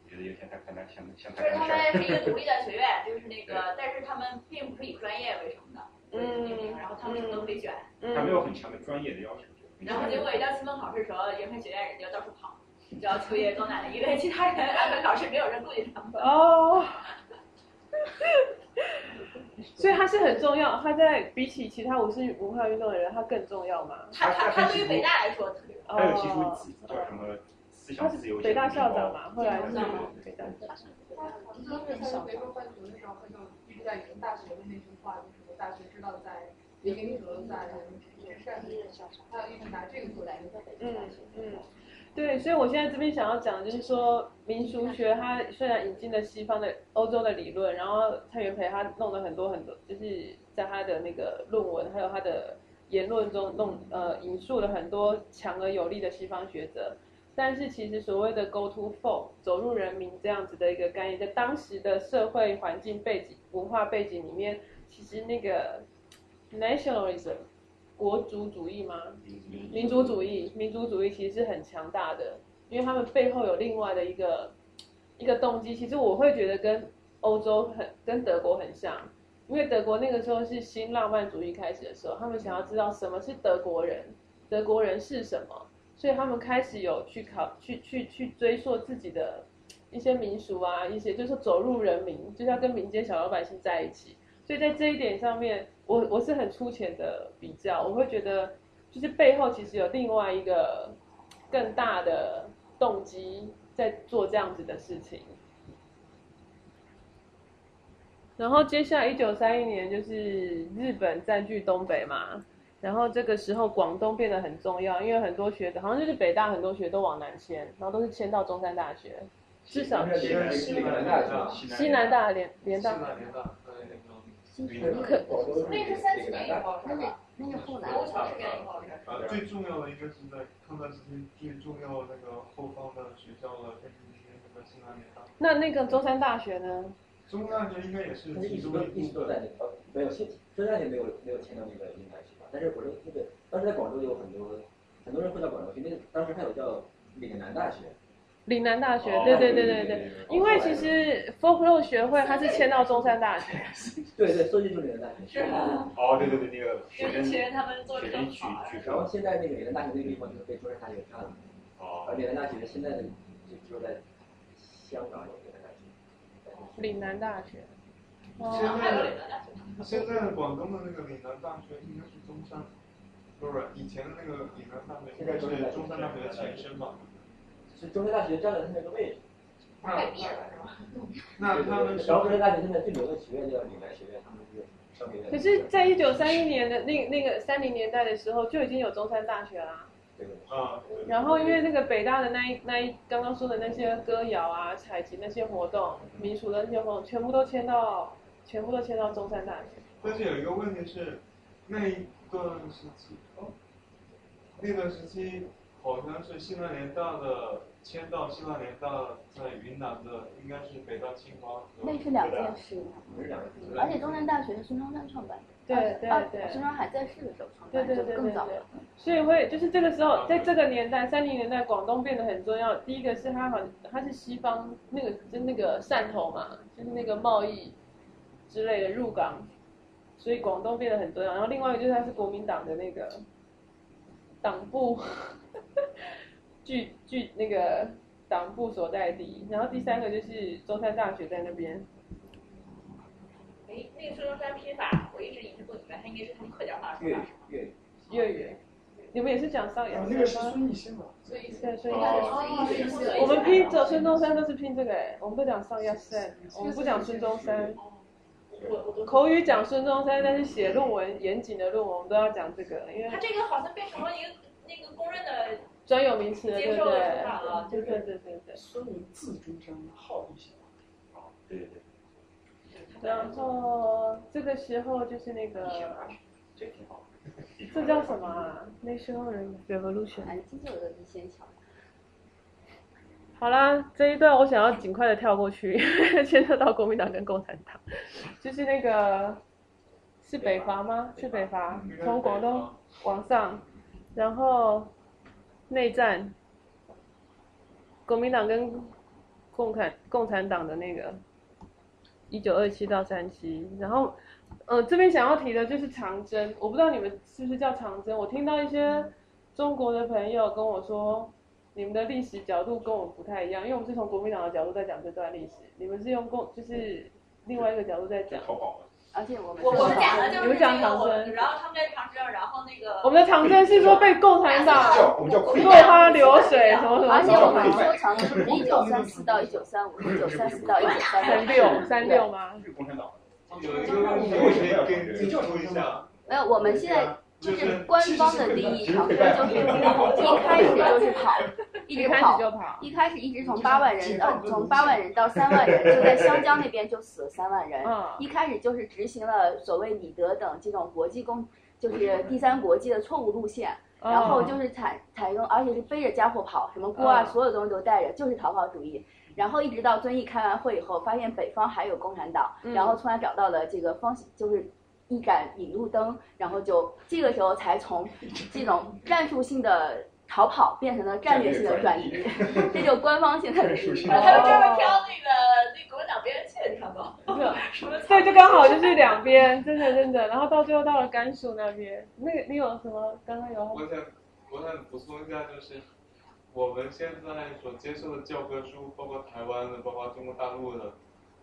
[SPEAKER 10] 我觉得有点太看他像像
[SPEAKER 16] 就
[SPEAKER 10] 他
[SPEAKER 16] 是他们
[SPEAKER 10] 干
[SPEAKER 16] 是一个
[SPEAKER 10] 事
[SPEAKER 16] 独
[SPEAKER 10] 儿。
[SPEAKER 16] 立的学院，就是那个，但是他们并不是以专业为什么的命
[SPEAKER 5] 嗯
[SPEAKER 16] 名，然后他们什么都可以选，
[SPEAKER 10] 他没有很强的专业的要求，
[SPEAKER 16] 然后结果一到期末考试的时候，延培学院人就到处跑，就知道秋叶更难，因为其他人 安排考试没有人顾及他们。
[SPEAKER 5] 哦， 所以他是很重要，他在比起其他武士文化运动的人，他更重要嘛？
[SPEAKER 16] 他他他对于北大来说特别
[SPEAKER 10] 他有提出自叫什么思想自由
[SPEAKER 5] 哦北大校长嘛，后来
[SPEAKER 10] 对
[SPEAKER 5] 是
[SPEAKER 10] 对
[SPEAKER 5] 北大校长。
[SPEAKER 28] 就是哦他在北上换学的时候，他就一直在引用大学的那句话，就是我大学知道在民主在至善，他一直拿这个做来
[SPEAKER 5] 嗯嗯，对，所以我现在这边想要讲的就是说，民俗学它虽然引进了西方的欧洲的理论，然后蔡元培他弄了很多很多，就是在他的那个论文还有他的言论中弄呃引述了很多强而有力的西方学者，但是其实所谓的 “go to folk” 走入人民这样子的一个概念，在当时的社会环境背景、文化背景里面，其实那个 nationalism 国族主义吗？民族主义，民族主义其实是很强大的，因为他们背后有另外的一个一个动机。其实我会觉得跟欧洲很跟德国很像，因为德国那个时候是新浪漫主义开始的时候，他们想要知道什么是德国人，德国人是什么，所以他们开始有去考去去去追溯自己的一些民俗啊，一些就是走入人民，就是要跟民间小老百姓在一起。所以在这一点上面，我我是很粗浅的比较，我会觉得。就是背后其实有另外一个更大的动机在做这样子的事情。然后接下来一九三一年就是日本占据东北嘛，然后这个时候广东变得很重要，因为很多学者好像就是北大很多学都往南迁，然后都是迁到中山大学，至少
[SPEAKER 15] 西南西南大学
[SPEAKER 5] 西南大联联大
[SPEAKER 15] 西南联大，呃
[SPEAKER 5] 可
[SPEAKER 15] 那是
[SPEAKER 16] 三十年以后
[SPEAKER 15] 那个
[SPEAKER 1] 那个后
[SPEAKER 16] 来我想是这样以后是
[SPEAKER 15] 啊，最重要的一个是在抗战之前最重要的那个后方的学校了，但是那些那个西南联大，
[SPEAKER 5] 那那个中山大学呢？
[SPEAKER 15] 中山大学应该也是
[SPEAKER 22] 但是一
[SPEAKER 15] 其
[SPEAKER 22] 直
[SPEAKER 15] 中
[SPEAKER 22] 都
[SPEAKER 15] 的
[SPEAKER 22] 一
[SPEAKER 15] 一
[SPEAKER 22] 直都
[SPEAKER 15] 部
[SPEAKER 22] 在
[SPEAKER 15] 分
[SPEAKER 22] 那。个，哦没有现中山大学没有没有迁到那个云南去吧？但是我说那个当时在广州有很多很多人会到广州去，那个当时还有叫岭南大学，
[SPEAKER 5] 岭南大学
[SPEAKER 22] 哦，
[SPEAKER 5] 对对
[SPEAKER 22] 对
[SPEAKER 5] 对对
[SPEAKER 22] 对
[SPEAKER 5] 对
[SPEAKER 22] 对，
[SPEAKER 5] 因为其实 folklore 学会它是迁到中山大学，
[SPEAKER 22] 对对，说就是岭南大学。
[SPEAKER 16] 是吗
[SPEAKER 10] 哦，对对对，那个学
[SPEAKER 16] 有
[SPEAKER 10] 生
[SPEAKER 16] 一群人他们做这种
[SPEAKER 10] 举举
[SPEAKER 22] 然后现在那个岭南大学那个地方就是被中山大学占了，
[SPEAKER 10] 哦，
[SPEAKER 22] 而岭南大学现在的就就在香港有岭南大学。
[SPEAKER 5] 岭南大学。哦
[SPEAKER 15] 现在现在的广东的那个岭南大学应该是中山，不是以前的那个岭南大学应该是中山大学的前身吧？
[SPEAKER 22] 是中山大学占了它那个位置。
[SPEAKER 15] 改
[SPEAKER 16] 变了是吗？
[SPEAKER 15] 那他们
[SPEAKER 22] 然后中山大学现在最牛的学院叫岭南学院，他们是上面的。
[SPEAKER 5] 可是，在一九三一年的那那个三零年代的时候，就已经有中山大学啦。
[SPEAKER 22] 对对
[SPEAKER 15] 啊，
[SPEAKER 5] 然后因为那个北大的那一那一刚刚说的那些歌谣啊、采集那些活动、民俗的那些活动，全部都迁到全部都迁到中山大学。
[SPEAKER 15] 但是有一个问题是，那一段时期，哦，那段时期好像是西南联大的迁到西南联大在云南的，应该是北大清华和
[SPEAKER 1] 那是两件事
[SPEAKER 15] 不是两个字
[SPEAKER 1] 而且中山大学是孙中山创办的，
[SPEAKER 5] 对对
[SPEAKER 1] 啊
[SPEAKER 5] 对
[SPEAKER 1] 孙中山还在世的时候创
[SPEAKER 5] 对
[SPEAKER 1] 办
[SPEAKER 5] 对
[SPEAKER 1] 的，
[SPEAKER 5] 对
[SPEAKER 1] 就
[SPEAKER 5] 对
[SPEAKER 1] 更
[SPEAKER 5] 对
[SPEAKER 1] 早了。
[SPEAKER 5] 所以会就是这个时候，在这个年代，三零年代，广东变得很重要。第一个是它好，它是西方那个就那个汕头嘛，就是那个贸易之类的入港，所以广东变得很重要。然后另外一个就是它是国民党的那个党部 据据那个党部所在地。然后第三个就是中山大学在那边。
[SPEAKER 16] 哎，那个孙中山拼法，我一直一直不明白，他应该是从客家话说
[SPEAKER 22] 粤
[SPEAKER 16] 吧
[SPEAKER 22] 语？粤语。
[SPEAKER 5] 粤语，你们也是讲上扬
[SPEAKER 24] 哦那个是孙逸仙吧？
[SPEAKER 16] 所以
[SPEAKER 5] 对，所以
[SPEAKER 24] 哦
[SPEAKER 5] 应该是我们拼走孙中山都是拼这个哎，我们不讲上亚山，我们不讲孙中山。口语讲孙中山，但是写论文严谨的论文，我们都要讲这个，因为
[SPEAKER 16] 他这个好像变成了一个那个公认的
[SPEAKER 5] 专有名词了，对
[SPEAKER 16] 接
[SPEAKER 5] 不
[SPEAKER 16] 受
[SPEAKER 5] 对
[SPEAKER 16] 的说法了，？啊
[SPEAKER 5] 对对对对对。
[SPEAKER 24] 孙文字中山，号一仙。
[SPEAKER 10] 对对对。
[SPEAKER 5] 然后这个时候就是那个，
[SPEAKER 10] 这挺好。
[SPEAKER 5] 这叫什么啊？National Revolution。
[SPEAKER 1] 反正这就有一线桥。
[SPEAKER 5] 好啦，这一段我想要尽快的跳过去， 因为牵涉到国民党跟共产党，就是那个是北伐吗？是北伐，从广东往上，然后内战，国民党跟共产共产党的那个一九二七到三七，然后呃这边想要提的就是长征，我不知道你们是不是叫长征，我听到一些中国的朋友跟我说。你们的历史角度跟我们不太一样，因为我们是从国民党的角度在讲这段历史，你们是用共就是另外一个角度在讲。
[SPEAKER 1] 而且我们
[SPEAKER 16] 我我们讲的就
[SPEAKER 5] 你
[SPEAKER 16] 是
[SPEAKER 5] 们讲
[SPEAKER 16] 那
[SPEAKER 5] 长
[SPEAKER 16] 个我
[SPEAKER 5] 征，
[SPEAKER 16] 然后他们在长征，然后那个
[SPEAKER 5] 我们的长征是说被共产党落花流水什么什么，
[SPEAKER 1] 而且我们说长征是一九三四到一九三五，一九三四到一九
[SPEAKER 5] 三六三六吗？
[SPEAKER 10] 共产党。
[SPEAKER 29] 给教授一下，
[SPEAKER 1] 没有，我们现在就是官方的定义，长征就是 一开始就是跑，一直跑，一开始一直从八万人呃从八万人到三万人，就 在湘江那边就死了三万人
[SPEAKER 5] 嗯，
[SPEAKER 1] 一开始就是执行了所谓米德等这种国际公就是第三国际的错误路线。
[SPEAKER 5] 哦
[SPEAKER 1] 然后就是采采用，而且是背着家伙跑，什么锅啊，
[SPEAKER 5] 嗯
[SPEAKER 1] 所有东西都带着，就是逃跑主义。然后一直到遵义开完会以后，发现北方还有共产党，
[SPEAKER 5] 嗯
[SPEAKER 1] 然后突然找到了这个方，就是一盏引路灯，然后就这个时候才从这种战术性的逃跑变成了战略性的转移， 这就官方性的定义。
[SPEAKER 16] 然后他们专门挑那个那国民党边缘器，你看到
[SPEAKER 5] 没有
[SPEAKER 16] 什么
[SPEAKER 5] 嗯对，就刚好就是两边，真的真的，然后到最后到了甘肃那边，那个你有什么刚刚有？
[SPEAKER 15] 我想，我想补充一下，就是我们现在所接受的教科书，包括台湾的，包括中国大陆的，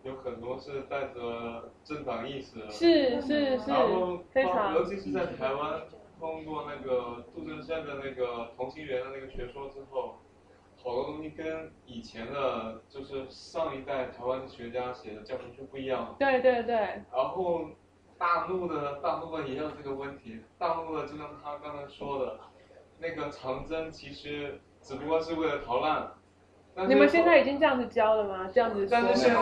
[SPEAKER 15] 有很多是带着政党意识的。
[SPEAKER 5] 是是是
[SPEAKER 15] 然后
[SPEAKER 5] 非常
[SPEAKER 15] 尤其是在台湾，通过那个杜正宪的那个同心圆的那个学说之后，好多东西跟以前的，就是上一代台湾学家写的教科书不一样了。
[SPEAKER 5] 对对对，
[SPEAKER 15] 然后大陆的大陆的也有这个问题，大陆的就像他刚才说的，那个长征其实只不过是为了逃难。但是
[SPEAKER 5] 你们现在已经这样子教了吗？这样子说
[SPEAKER 15] 啊但
[SPEAKER 5] 吗？
[SPEAKER 15] 是现在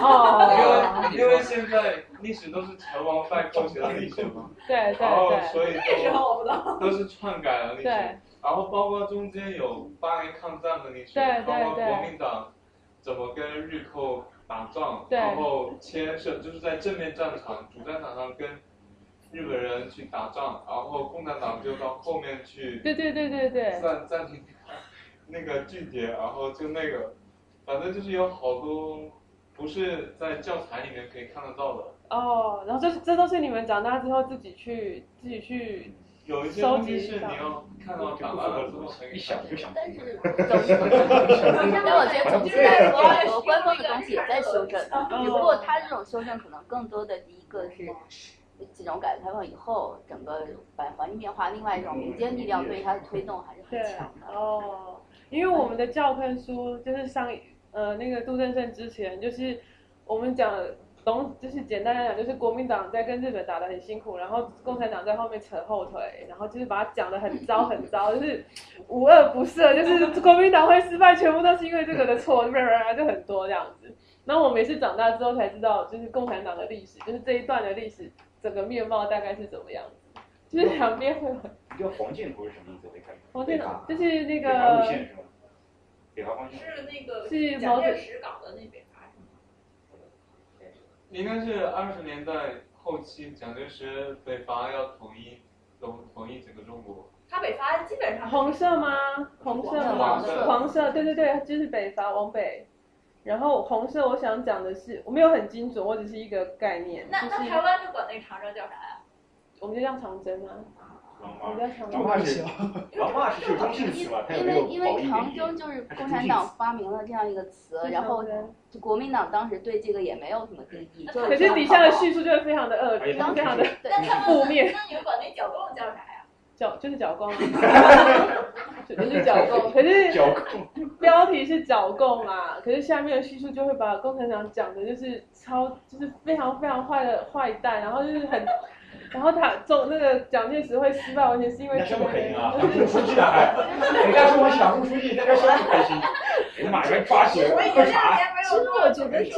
[SPEAKER 5] 哦，
[SPEAKER 15] 因为因为现在历史都是成王败寇写的历史嘛，
[SPEAKER 5] 对对
[SPEAKER 15] 然后
[SPEAKER 5] 对
[SPEAKER 15] 所以
[SPEAKER 5] 那时候我不知道
[SPEAKER 15] 都都是篡改的历史，
[SPEAKER 5] 对
[SPEAKER 15] 然后包括中间有八年抗战的历史，
[SPEAKER 5] 对对
[SPEAKER 15] 包括
[SPEAKER 5] 对
[SPEAKER 15] 国民党怎么跟日寇打仗，
[SPEAKER 5] 对
[SPEAKER 15] 然后牵涉就是在正面战场、主战场上跟日本人去打仗，然后共产党就到后面去
[SPEAKER 5] 对对对对对
[SPEAKER 15] 暂暂停那个据点，然后就那个，反正就是有好多不是在教材里面可以看得到的，
[SPEAKER 5] 哦，然后这是这都是你们长大之后自己去自己去
[SPEAKER 15] 有一些
[SPEAKER 5] 收
[SPEAKER 15] 东西
[SPEAKER 5] 集
[SPEAKER 15] 是
[SPEAKER 5] 到
[SPEAKER 15] 你要看到长大了之后才一想就想。
[SPEAKER 16] 但 是
[SPEAKER 1] 但我觉得总之来说，很多官方的东西也在修正，只不过它这种修正可能更多的第一个是这种改革开放以后整个把环境变化，另外一种民间力量对它的推动还是
[SPEAKER 5] 对
[SPEAKER 1] 很强的。
[SPEAKER 5] 哦，因为我们的教科书就是上一呃那个杜正胜之前，就是我们讲笼，就是简单来讲，就是国民党在跟日本打得很辛苦，然后共产党在后面扯后腿，然后就是把它讲得很糟很糟，就是无恶不赦，就是国民党会失败，全部都是因为这个的错，就很多这样子。然后我们也是长大之后才知道，就是共产党的历史，就是这一段的历史整个面貌大概是怎么样子，就是两边会有很
[SPEAKER 10] 你知道黄建国是什么走的开始？
[SPEAKER 5] 黄建国就是那个
[SPEAKER 10] 北伐路线是吗？北伐方向。
[SPEAKER 16] 是那个
[SPEAKER 5] 是
[SPEAKER 16] 蒋
[SPEAKER 5] 毛
[SPEAKER 16] 介
[SPEAKER 5] 主
[SPEAKER 16] 石搞的那边啊，
[SPEAKER 15] 应该是二十年代后期，蒋介石北伐要统一，统统一整个中国。
[SPEAKER 16] 他北伐基本上
[SPEAKER 5] 红色吗？红色吗
[SPEAKER 15] 黄色？
[SPEAKER 5] 黄色，对对对，就是北伐往北。然后红色，我想讲的是，我没有很精准，我只是一个概念。
[SPEAKER 16] 那
[SPEAKER 5] 就是
[SPEAKER 16] 那台湾就管那个长征叫啥呀？
[SPEAKER 5] 我们就叫长征啊，我们叫长
[SPEAKER 10] 狼爸是
[SPEAKER 5] 征。
[SPEAKER 10] 狼爸是就是中性词嘛，他有
[SPEAKER 1] 因
[SPEAKER 10] 没
[SPEAKER 1] 为
[SPEAKER 10] 有
[SPEAKER 1] 因
[SPEAKER 10] 褒
[SPEAKER 1] 为
[SPEAKER 10] 义
[SPEAKER 1] 长
[SPEAKER 10] 贬义？
[SPEAKER 1] 征就是共产党发明了这样一个词，然后国民党当时对这个也没有什么定义，就
[SPEAKER 5] 可是底下的叙述就会非常的
[SPEAKER 15] 哎
[SPEAKER 5] 恶劣，非常的负面。
[SPEAKER 16] 那你们管那剿共叫啥呀？
[SPEAKER 5] 角就是角 共， 就是角共。可是标题是剿共啊，可是下面的叙述就会把共产党讲的就是超，就是非常非常坏的坏蛋，然后就是很， 然后他中那个蒋介石会失败，完全是因为
[SPEAKER 10] 那
[SPEAKER 5] 这
[SPEAKER 10] 是
[SPEAKER 5] 个
[SPEAKER 10] 不肯定啊，
[SPEAKER 5] 就
[SPEAKER 10] 他
[SPEAKER 5] 是
[SPEAKER 10] 不是书记的还，人家说我想不出去，大家说不开心，哎呀妈呀，抓起来喝茶。
[SPEAKER 4] 其实我觉得这个历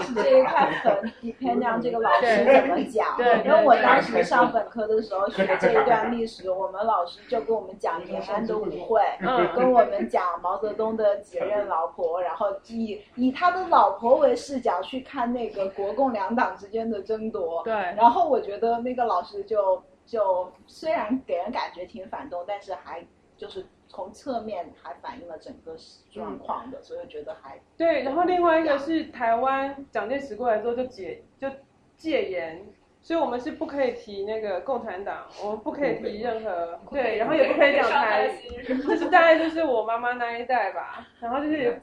[SPEAKER 4] 史这一块 很 depend on 这个老师怎么讲。
[SPEAKER 16] 对对
[SPEAKER 4] 因为我当时上本科的时候学这一段历史，我们老师就跟我们 讲延安的舞会，
[SPEAKER 16] 嗯
[SPEAKER 4] 跟我们讲毛泽东的几任老婆， 然后以以他的老婆为视角去看那个国共两党之间的争夺。
[SPEAKER 5] 对。
[SPEAKER 4] 然后我觉得那个老师就就虽然给人感觉挺反动，但是还就是从侧面还反映了整个状况的，所以我觉得还
[SPEAKER 5] 对，然后另外一个是台湾蒋介石过来之后就解就戒严，所以我们是不可以提那个共产党，我们不可以提任何对，然后也不可以讲台， 就是大概就是我妈妈那一代吧，然后就是，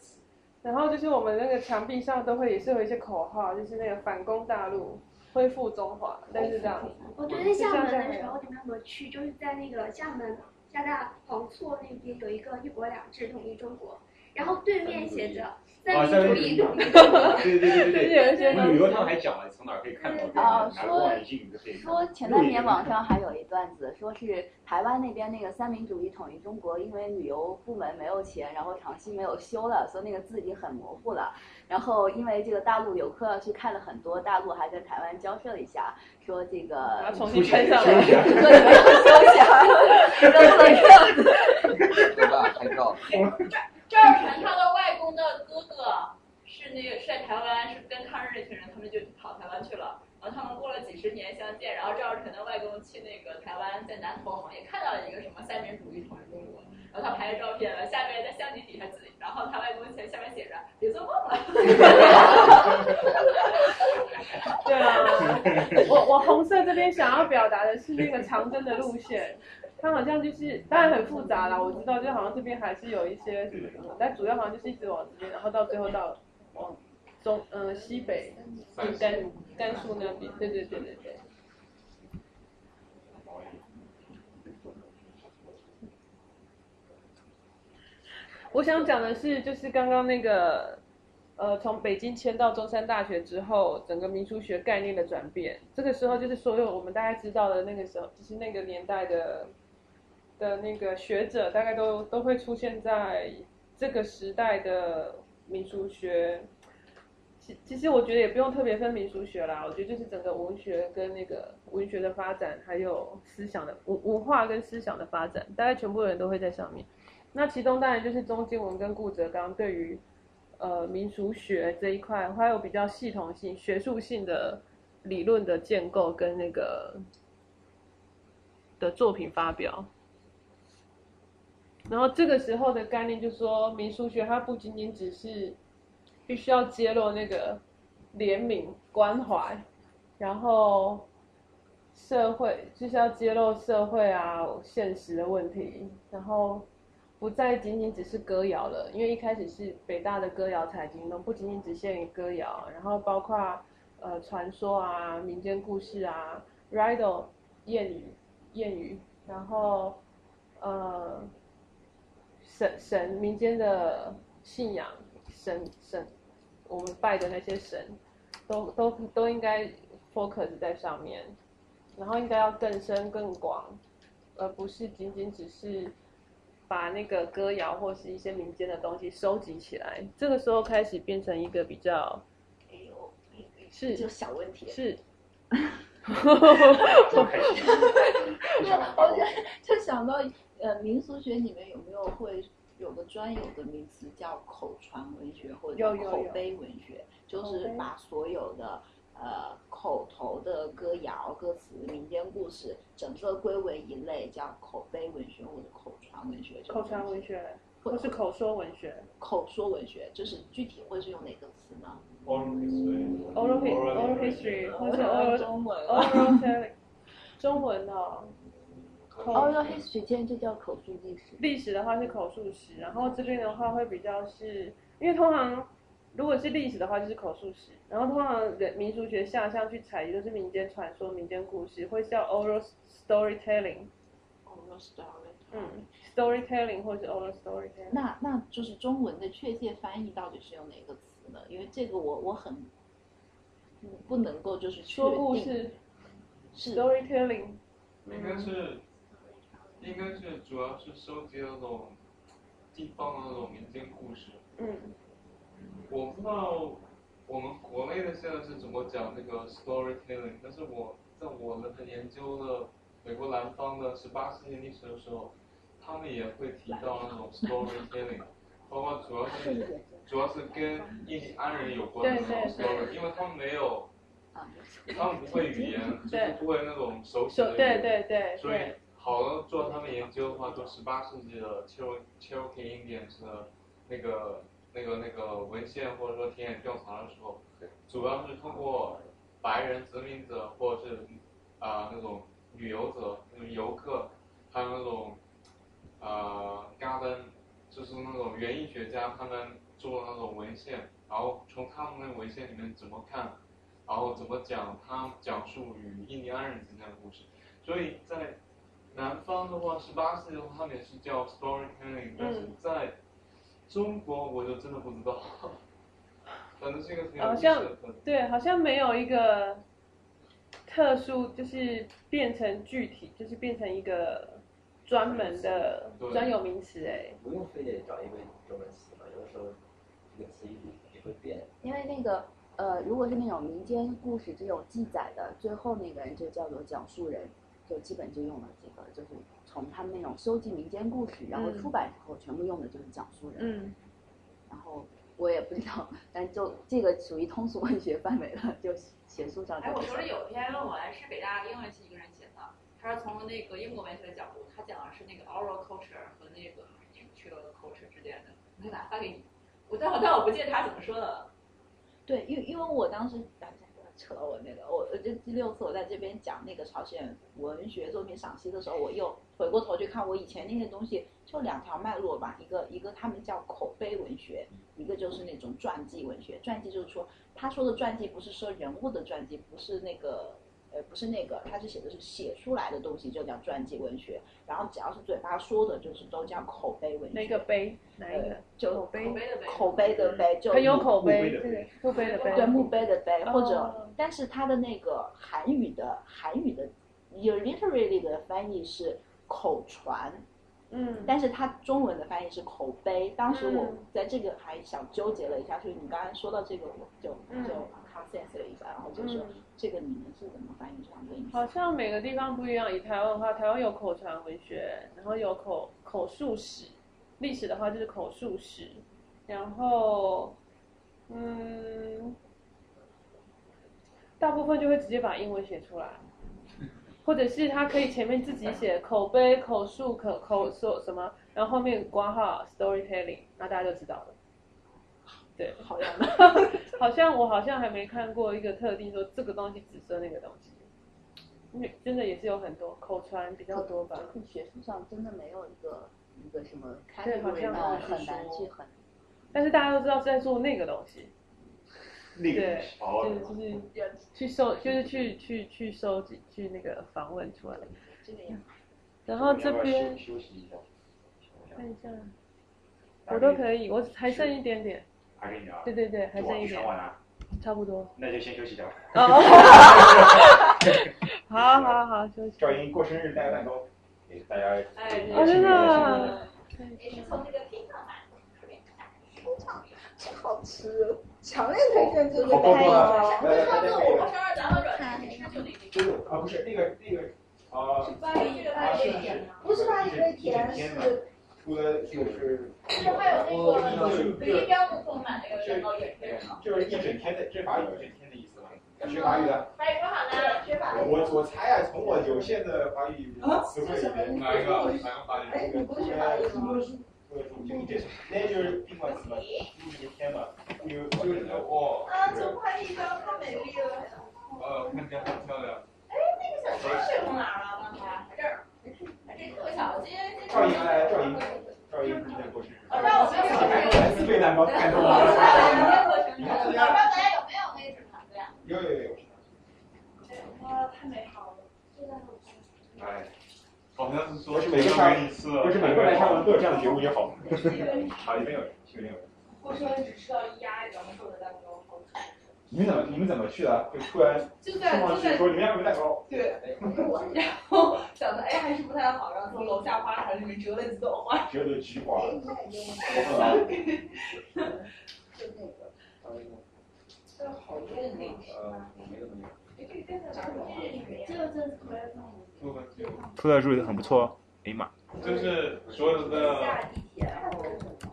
[SPEAKER 5] 然后就是我们那个墙壁上都会也是有一些口号，就是那个反攻大陆，恢复中华，但是这样，
[SPEAKER 9] 我觉得厦门的时候，你们有没有去？就是在那个厦门厦大黄厝那边有一个“一国两制”统一中国，然后对面写着“
[SPEAKER 10] 啊，
[SPEAKER 9] 三
[SPEAKER 10] 在
[SPEAKER 9] 民
[SPEAKER 10] 那
[SPEAKER 9] 主义
[SPEAKER 10] 里
[SPEAKER 9] 统一中国
[SPEAKER 10] 对对对对
[SPEAKER 5] 有一
[SPEAKER 10] 对，
[SPEAKER 5] 些
[SPEAKER 10] 我旅游上还讲了从哪儿可以看到这个，
[SPEAKER 1] 啊，
[SPEAKER 10] 拿望
[SPEAKER 1] 说
[SPEAKER 10] 远镜就可以看
[SPEAKER 1] 说前段时间网上还有一段子，说是台湾那边那个三民主义统一中国，因为旅游部门没有钱，然后长期没有修了，所以那个字已经很模糊了。然后因为这个大陆游客去看了很多，大陆还跟台湾交涉了一下，说这个
[SPEAKER 5] 要重新喷上来
[SPEAKER 1] 说你们要 休想，说不能这样子。
[SPEAKER 8] 对吧？拍照。
[SPEAKER 16] 赵尔淳他的外公的哥哥是那个是在台湾，是跟抗日那群人，他们就跑台湾去了。然后他们过了几十年相见，然后赵尔淳的外公去那个台湾，在南投好像也看到了一个什么三民主义统一中国，然后他拍了照片，下面在相机底下自己，然后他外公前下面写着别做梦了。
[SPEAKER 5] 对啊，我我红色这边想要表达的是那个长征的路线，它好像就是当然很复杂啦，我知道，就好像这边还是有一些什么什么，但主要好像就是一直往这边，然后到最后到往中嗯、呃、西北就是甘甘肃那边，对对对对对。我想讲的是，就是刚刚那个，呃，从北京迁到中山大学之后，整个民俗学概念的转变。这个时候就是所有我们大概知道的那个时候，就是那个年代的的那个学者，大概都都会出现在这个时代的民俗学。其其实我觉得也不用特别分民俗学啦，我觉得就是整个文学跟那个文学的发展，还有思想的文文化跟思想的发展，大概全部人都会在上面。那其中当然就是钟金文跟顾哲刚对于呃民俗学这一块，还有比较系统性、学术性的理论的建构跟那个的作品发表。然后这个时候的概念就是说，民俗学它不仅仅只是必须要揭露那个怜悯、关怀，然后社会就是要揭露社会啊现实的问题，然后不再仅仅只是歌谣了，因为一开始是北大的歌谣采集中，不仅仅只限于歌谣，然后包括呃传说啊、民间故事啊、riddle 谚语、谚语，然后呃神神民间的信仰神神，我们拜的那些神，都都都应该 focus 在上面，然后应该要更深更广，而不是仅仅只是把那个歌谣或是一些民间的东西收集起来。这个时候开始变成一个比较
[SPEAKER 4] 哎呦，
[SPEAKER 5] 是
[SPEAKER 4] 就小问题了。
[SPEAKER 5] 是。
[SPEAKER 4] 对，我就就想到，呃，民俗学里面有没有会有个专有的名词叫口传文学或
[SPEAKER 17] 有
[SPEAKER 4] 者
[SPEAKER 17] 有有
[SPEAKER 4] 口碑文学，就是把所有的呃口头的歌谣、歌词、民间故事，整个归为一类叫口碑文学或者口传文学。就是
[SPEAKER 5] 口传文学，或是口说文学
[SPEAKER 4] 口说文学，就是具体会是用哪个词呢？
[SPEAKER 10] Oral history
[SPEAKER 5] ，oral his- oral history，或是
[SPEAKER 4] 我
[SPEAKER 5] oral
[SPEAKER 4] 想中文
[SPEAKER 5] oral tele，中文哦。口
[SPEAKER 1] Oral history 现在就叫口述历史。
[SPEAKER 5] 历史的话是口述史，然后这边的话会比较是，因为通常如果是历史的话就是口述史，然后通常人民俗学下向去采集都是民间传说、民间故事，会叫 oral storytelling，
[SPEAKER 4] oral story。
[SPEAKER 5] 嗯，storytelling 或是 oral storytelling。
[SPEAKER 4] 那那就是中文的确切翻译到底是用哪个词呢？因为这个我我很嗯不能够就是确
[SPEAKER 5] 说故
[SPEAKER 4] 定嗯
[SPEAKER 5] 事
[SPEAKER 4] 是
[SPEAKER 5] storytelling，嗯
[SPEAKER 15] 应该是，应该是主要是收集那种地方的那种民间故事。
[SPEAKER 5] 嗯，
[SPEAKER 15] 我不知道我们国内的现在是怎么讲这个 storytelling，但是我在我们的研究的美国南方的十八世纪历史的时候，他们也会提到那种 storytelling，包括主要是主要是跟印第安人有关的那种
[SPEAKER 5] 对对
[SPEAKER 15] story，因为他们没有。
[SPEAKER 4] 啊
[SPEAKER 15] 他们不会语言，就
[SPEAKER 5] 对
[SPEAKER 15] 是不会那种手写的
[SPEAKER 5] 手
[SPEAKER 15] 语
[SPEAKER 5] 对
[SPEAKER 15] 言，
[SPEAKER 5] 对对
[SPEAKER 15] 所以
[SPEAKER 5] 对
[SPEAKER 15] 好多做他们研究的话，都十八世纪的 Chero- Cherokee Indians 的那个那个那个文献或者说田野调查的时候，主要是通过白人殖民者或者是啊、那种旅游者、那种游客，还有那种呃 garden，就是那种园艺学家他们做的那种文献，然后从他们的文献里面怎么看，然后怎么讲他讲述与印第安人之间的故事，所以在南方的话，十八世纪的话，他们也是叫 storytelling，但是在中国我就真的不知道， 反正是一个挺有
[SPEAKER 5] 好
[SPEAKER 15] 意思的
[SPEAKER 5] 像
[SPEAKER 15] 分
[SPEAKER 5] 对，好像没有一个特殊，就是变成具体，就是变成一个专门的
[SPEAKER 8] 对
[SPEAKER 5] 专有名词哎。
[SPEAKER 8] 不用非得找一个专门词嘛，有的时候这个词语也会变。
[SPEAKER 1] 因为那个呃，如果是那种民间故事这种记载的，最后那个人就叫做讲述人，就基本就用了这个，就是从他们那种收集民间故事，然后
[SPEAKER 30] 嗯
[SPEAKER 1] 出版之后全部用的就是讲述人。
[SPEAKER 30] 嗯，
[SPEAKER 1] 然后我也不知道，但就这个属于通俗文学范围了，就学术上就
[SPEAKER 31] 哎，
[SPEAKER 1] 不
[SPEAKER 31] 我
[SPEAKER 1] 算。
[SPEAKER 31] 手里有一篇论文是北大英文系一个人写的，他是从那个英国文学的角度，他讲的是那个 oral culture 和那个 textual culture 之间的。我可以把它发给你，我但我但我不记得他怎么说的了。
[SPEAKER 4] 对，因为因为我当时打架扯了我那个，我我就第六次我在这边讲那个朝鲜文学作品赏析的时候，我又回过头去看我以前那些东西，就两条脉络吧，一个一个他们叫口碑文学，一个就是那种传记文学。传记就是说，他说的传记不是说人物的传记，不是那个呃，不是那个，他是写的是写出来的东西，就叫传记文学。然后只要是嘴巴说的，就是都叫口碑文学。
[SPEAKER 5] 哪个碑？哪一
[SPEAKER 4] 呃
[SPEAKER 5] 个？
[SPEAKER 4] 就
[SPEAKER 5] 口碑
[SPEAKER 4] 的碑，口碑的碑，就
[SPEAKER 5] 很有口碑，
[SPEAKER 4] 对
[SPEAKER 5] 墓碑的碑，
[SPEAKER 4] 对墓碑的碑，或者
[SPEAKER 5] 哦
[SPEAKER 4] 但是它的那个韩语的韩语的 your literally 的翻译是口传，
[SPEAKER 5] 嗯
[SPEAKER 4] 但是它中文的翻译是口碑。当时我
[SPEAKER 5] 嗯
[SPEAKER 4] 在这个还小纠结了一下，所以你刚刚说到这个，我就
[SPEAKER 5] 嗯
[SPEAKER 4] 就 consensus 了一下，然后就说
[SPEAKER 5] 嗯
[SPEAKER 4] 这个你们是怎么翻译这样 的意思？
[SPEAKER 5] 好像每个地方不一样。以台湾的话，台湾有口传文学，然后有口口述史，历史的话就是口述史，然后嗯，大部分就会直接把英文写出来，或者是他可以前面自己写口碑、口述、口口说什么，然后后面挂号 storytelling，那大家就知道了。对，
[SPEAKER 4] 好样的。
[SPEAKER 5] 好像我好像还没看过一个特定说这个东西指涉那个东西，因为真的也是有很多口传比较多吧。
[SPEAKER 1] 就是学术上真的没有一个一个什么
[SPEAKER 5] 对好
[SPEAKER 1] category，
[SPEAKER 5] 像
[SPEAKER 1] 呃
[SPEAKER 5] 没有
[SPEAKER 1] 很难
[SPEAKER 5] 说
[SPEAKER 1] 去很。
[SPEAKER 5] 但是大家都知道在做那个东西，
[SPEAKER 10] 那个
[SPEAKER 5] 对，
[SPEAKER 10] 哦
[SPEAKER 5] 就是就是去收，就是去去去收集去那个访问出来的。
[SPEAKER 4] 这个样子。
[SPEAKER 5] 然后这
[SPEAKER 10] 要不要
[SPEAKER 5] 边
[SPEAKER 10] 休休息一下，
[SPEAKER 5] 看一下，我都可以，我还剩一点点，
[SPEAKER 10] 还给你啊。
[SPEAKER 5] 对对对，还剩一
[SPEAKER 10] 就
[SPEAKER 5] 点
[SPEAKER 10] 往完了，
[SPEAKER 5] 差不多。
[SPEAKER 10] 啊那就先休息一下吧。
[SPEAKER 5] 哦， 好好好，休息。
[SPEAKER 10] 赵英过生日带个蛋糕给大家。
[SPEAKER 31] 哎
[SPEAKER 5] 哦，真的。
[SPEAKER 9] 也是从那个平常买的，顺便看非常真好吃，强烈推荐这个
[SPEAKER 10] 好好
[SPEAKER 9] 蛋
[SPEAKER 10] 好
[SPEAKER 9] 糕。
[SPEAKER 10] 来来来来
[SPEAKER 9] 生
[SPEAKER 10] 来
[SPEAKER 9] 日咱们软吃就那
[SPEAKER 10] 这个啊，不是那个那个啊，是
[SPEAKER 9] 巴黎瑞
[SPEAKER 10] 啊，是
[SPEAKER 9] 贝甜吗不是巴黎瑞
[SPEAKER 10] 一整
[SPEAKER 9] 甜
[SPEAKER 10] 天嘛
[SPEAKER 9] 是
[SPEAKER 10] 除了就是
[SPEAKER 9] 就是还有那个
[SPEAKER 10] 就是
[SPEAKER 9] 梨标不丰满那个蛋糕也非常好。
[SPEAKER 10] 就是一整天的，这法语一整天的意思嘛，学法语的。
[SPEAKER 9] 法语说好呢，学法语。
[SPEAKER 10] 我我猜啊，从我有限的法语词汇里面，
[SPEAKER 15] 哪一个哪个法语？
[SPEAKER 10] 哎，你不是法语吗？就一整，那就是宾馆词嘛，一整天嘛，有就是
[SPEAKER 15] 哦，
[SPEAKER 9] 啊，中华一张太美丽了。
[SPEAKER 15] 呃，看起来很漂亮。
[SPEAKER 9] 哎，那个小车睡从哪儿了？刚才这儿，这特巧，今天今
[SPEAKER 10] 赵英
[SPEAKER 9] 天。
[SPEAKER 10] 来，赵英，赵英今天过生日，
[SPEAKER 9] 我让我们有没有？
[SPEAKER 10] 自备蛋糕太多
[SPEAKER 9] 我
[SPEAKER 10] 了。
[SPEAKER 9] 让大家有没有那个纸团子呀？
[SPEAKER 10] 有有有，
[SPEAKER 9] 哇，太美好了，真的。
[SPEAKER 10] 哎，
[SPEAKER 15] 好像是说
[SPEAKER 10] 是每个
[SPEAKER 15] 上
[SPEAKER 10] 上
[SPEAKER 15] 一次，
[SPEAKER 10] 不是每个来上完都有这样的觉悟也好。好，你们有，你们有。
[SPEAKER 32] 我说只吃到一鸭，然后说我的蛋糕好吃。
[SPEAKER 10] 你们怎么你们怎么去的？就突然
[SPEAKER 32] 就在
[SPEAKER 10] 冲上
[SPEAKER 32] 就在
[SPEAKER 10] 去说你们要不要蛋糕？
[SPEAKER 32] 对，然后想着哎还是不太好，然后从楼下花坛里面折了几朵花。
[SPEAKER 10] 觉得菊花。
[SPEAKER 32] 就那个，就好多的那个。哎，这个真的哪儿有啊？
[SPEAKER 9] 只有这次回来看我。
[SPEAKER 6] 葡萄树很不错哦，哎呀妈，
[SPEAKER 15] 就是所有的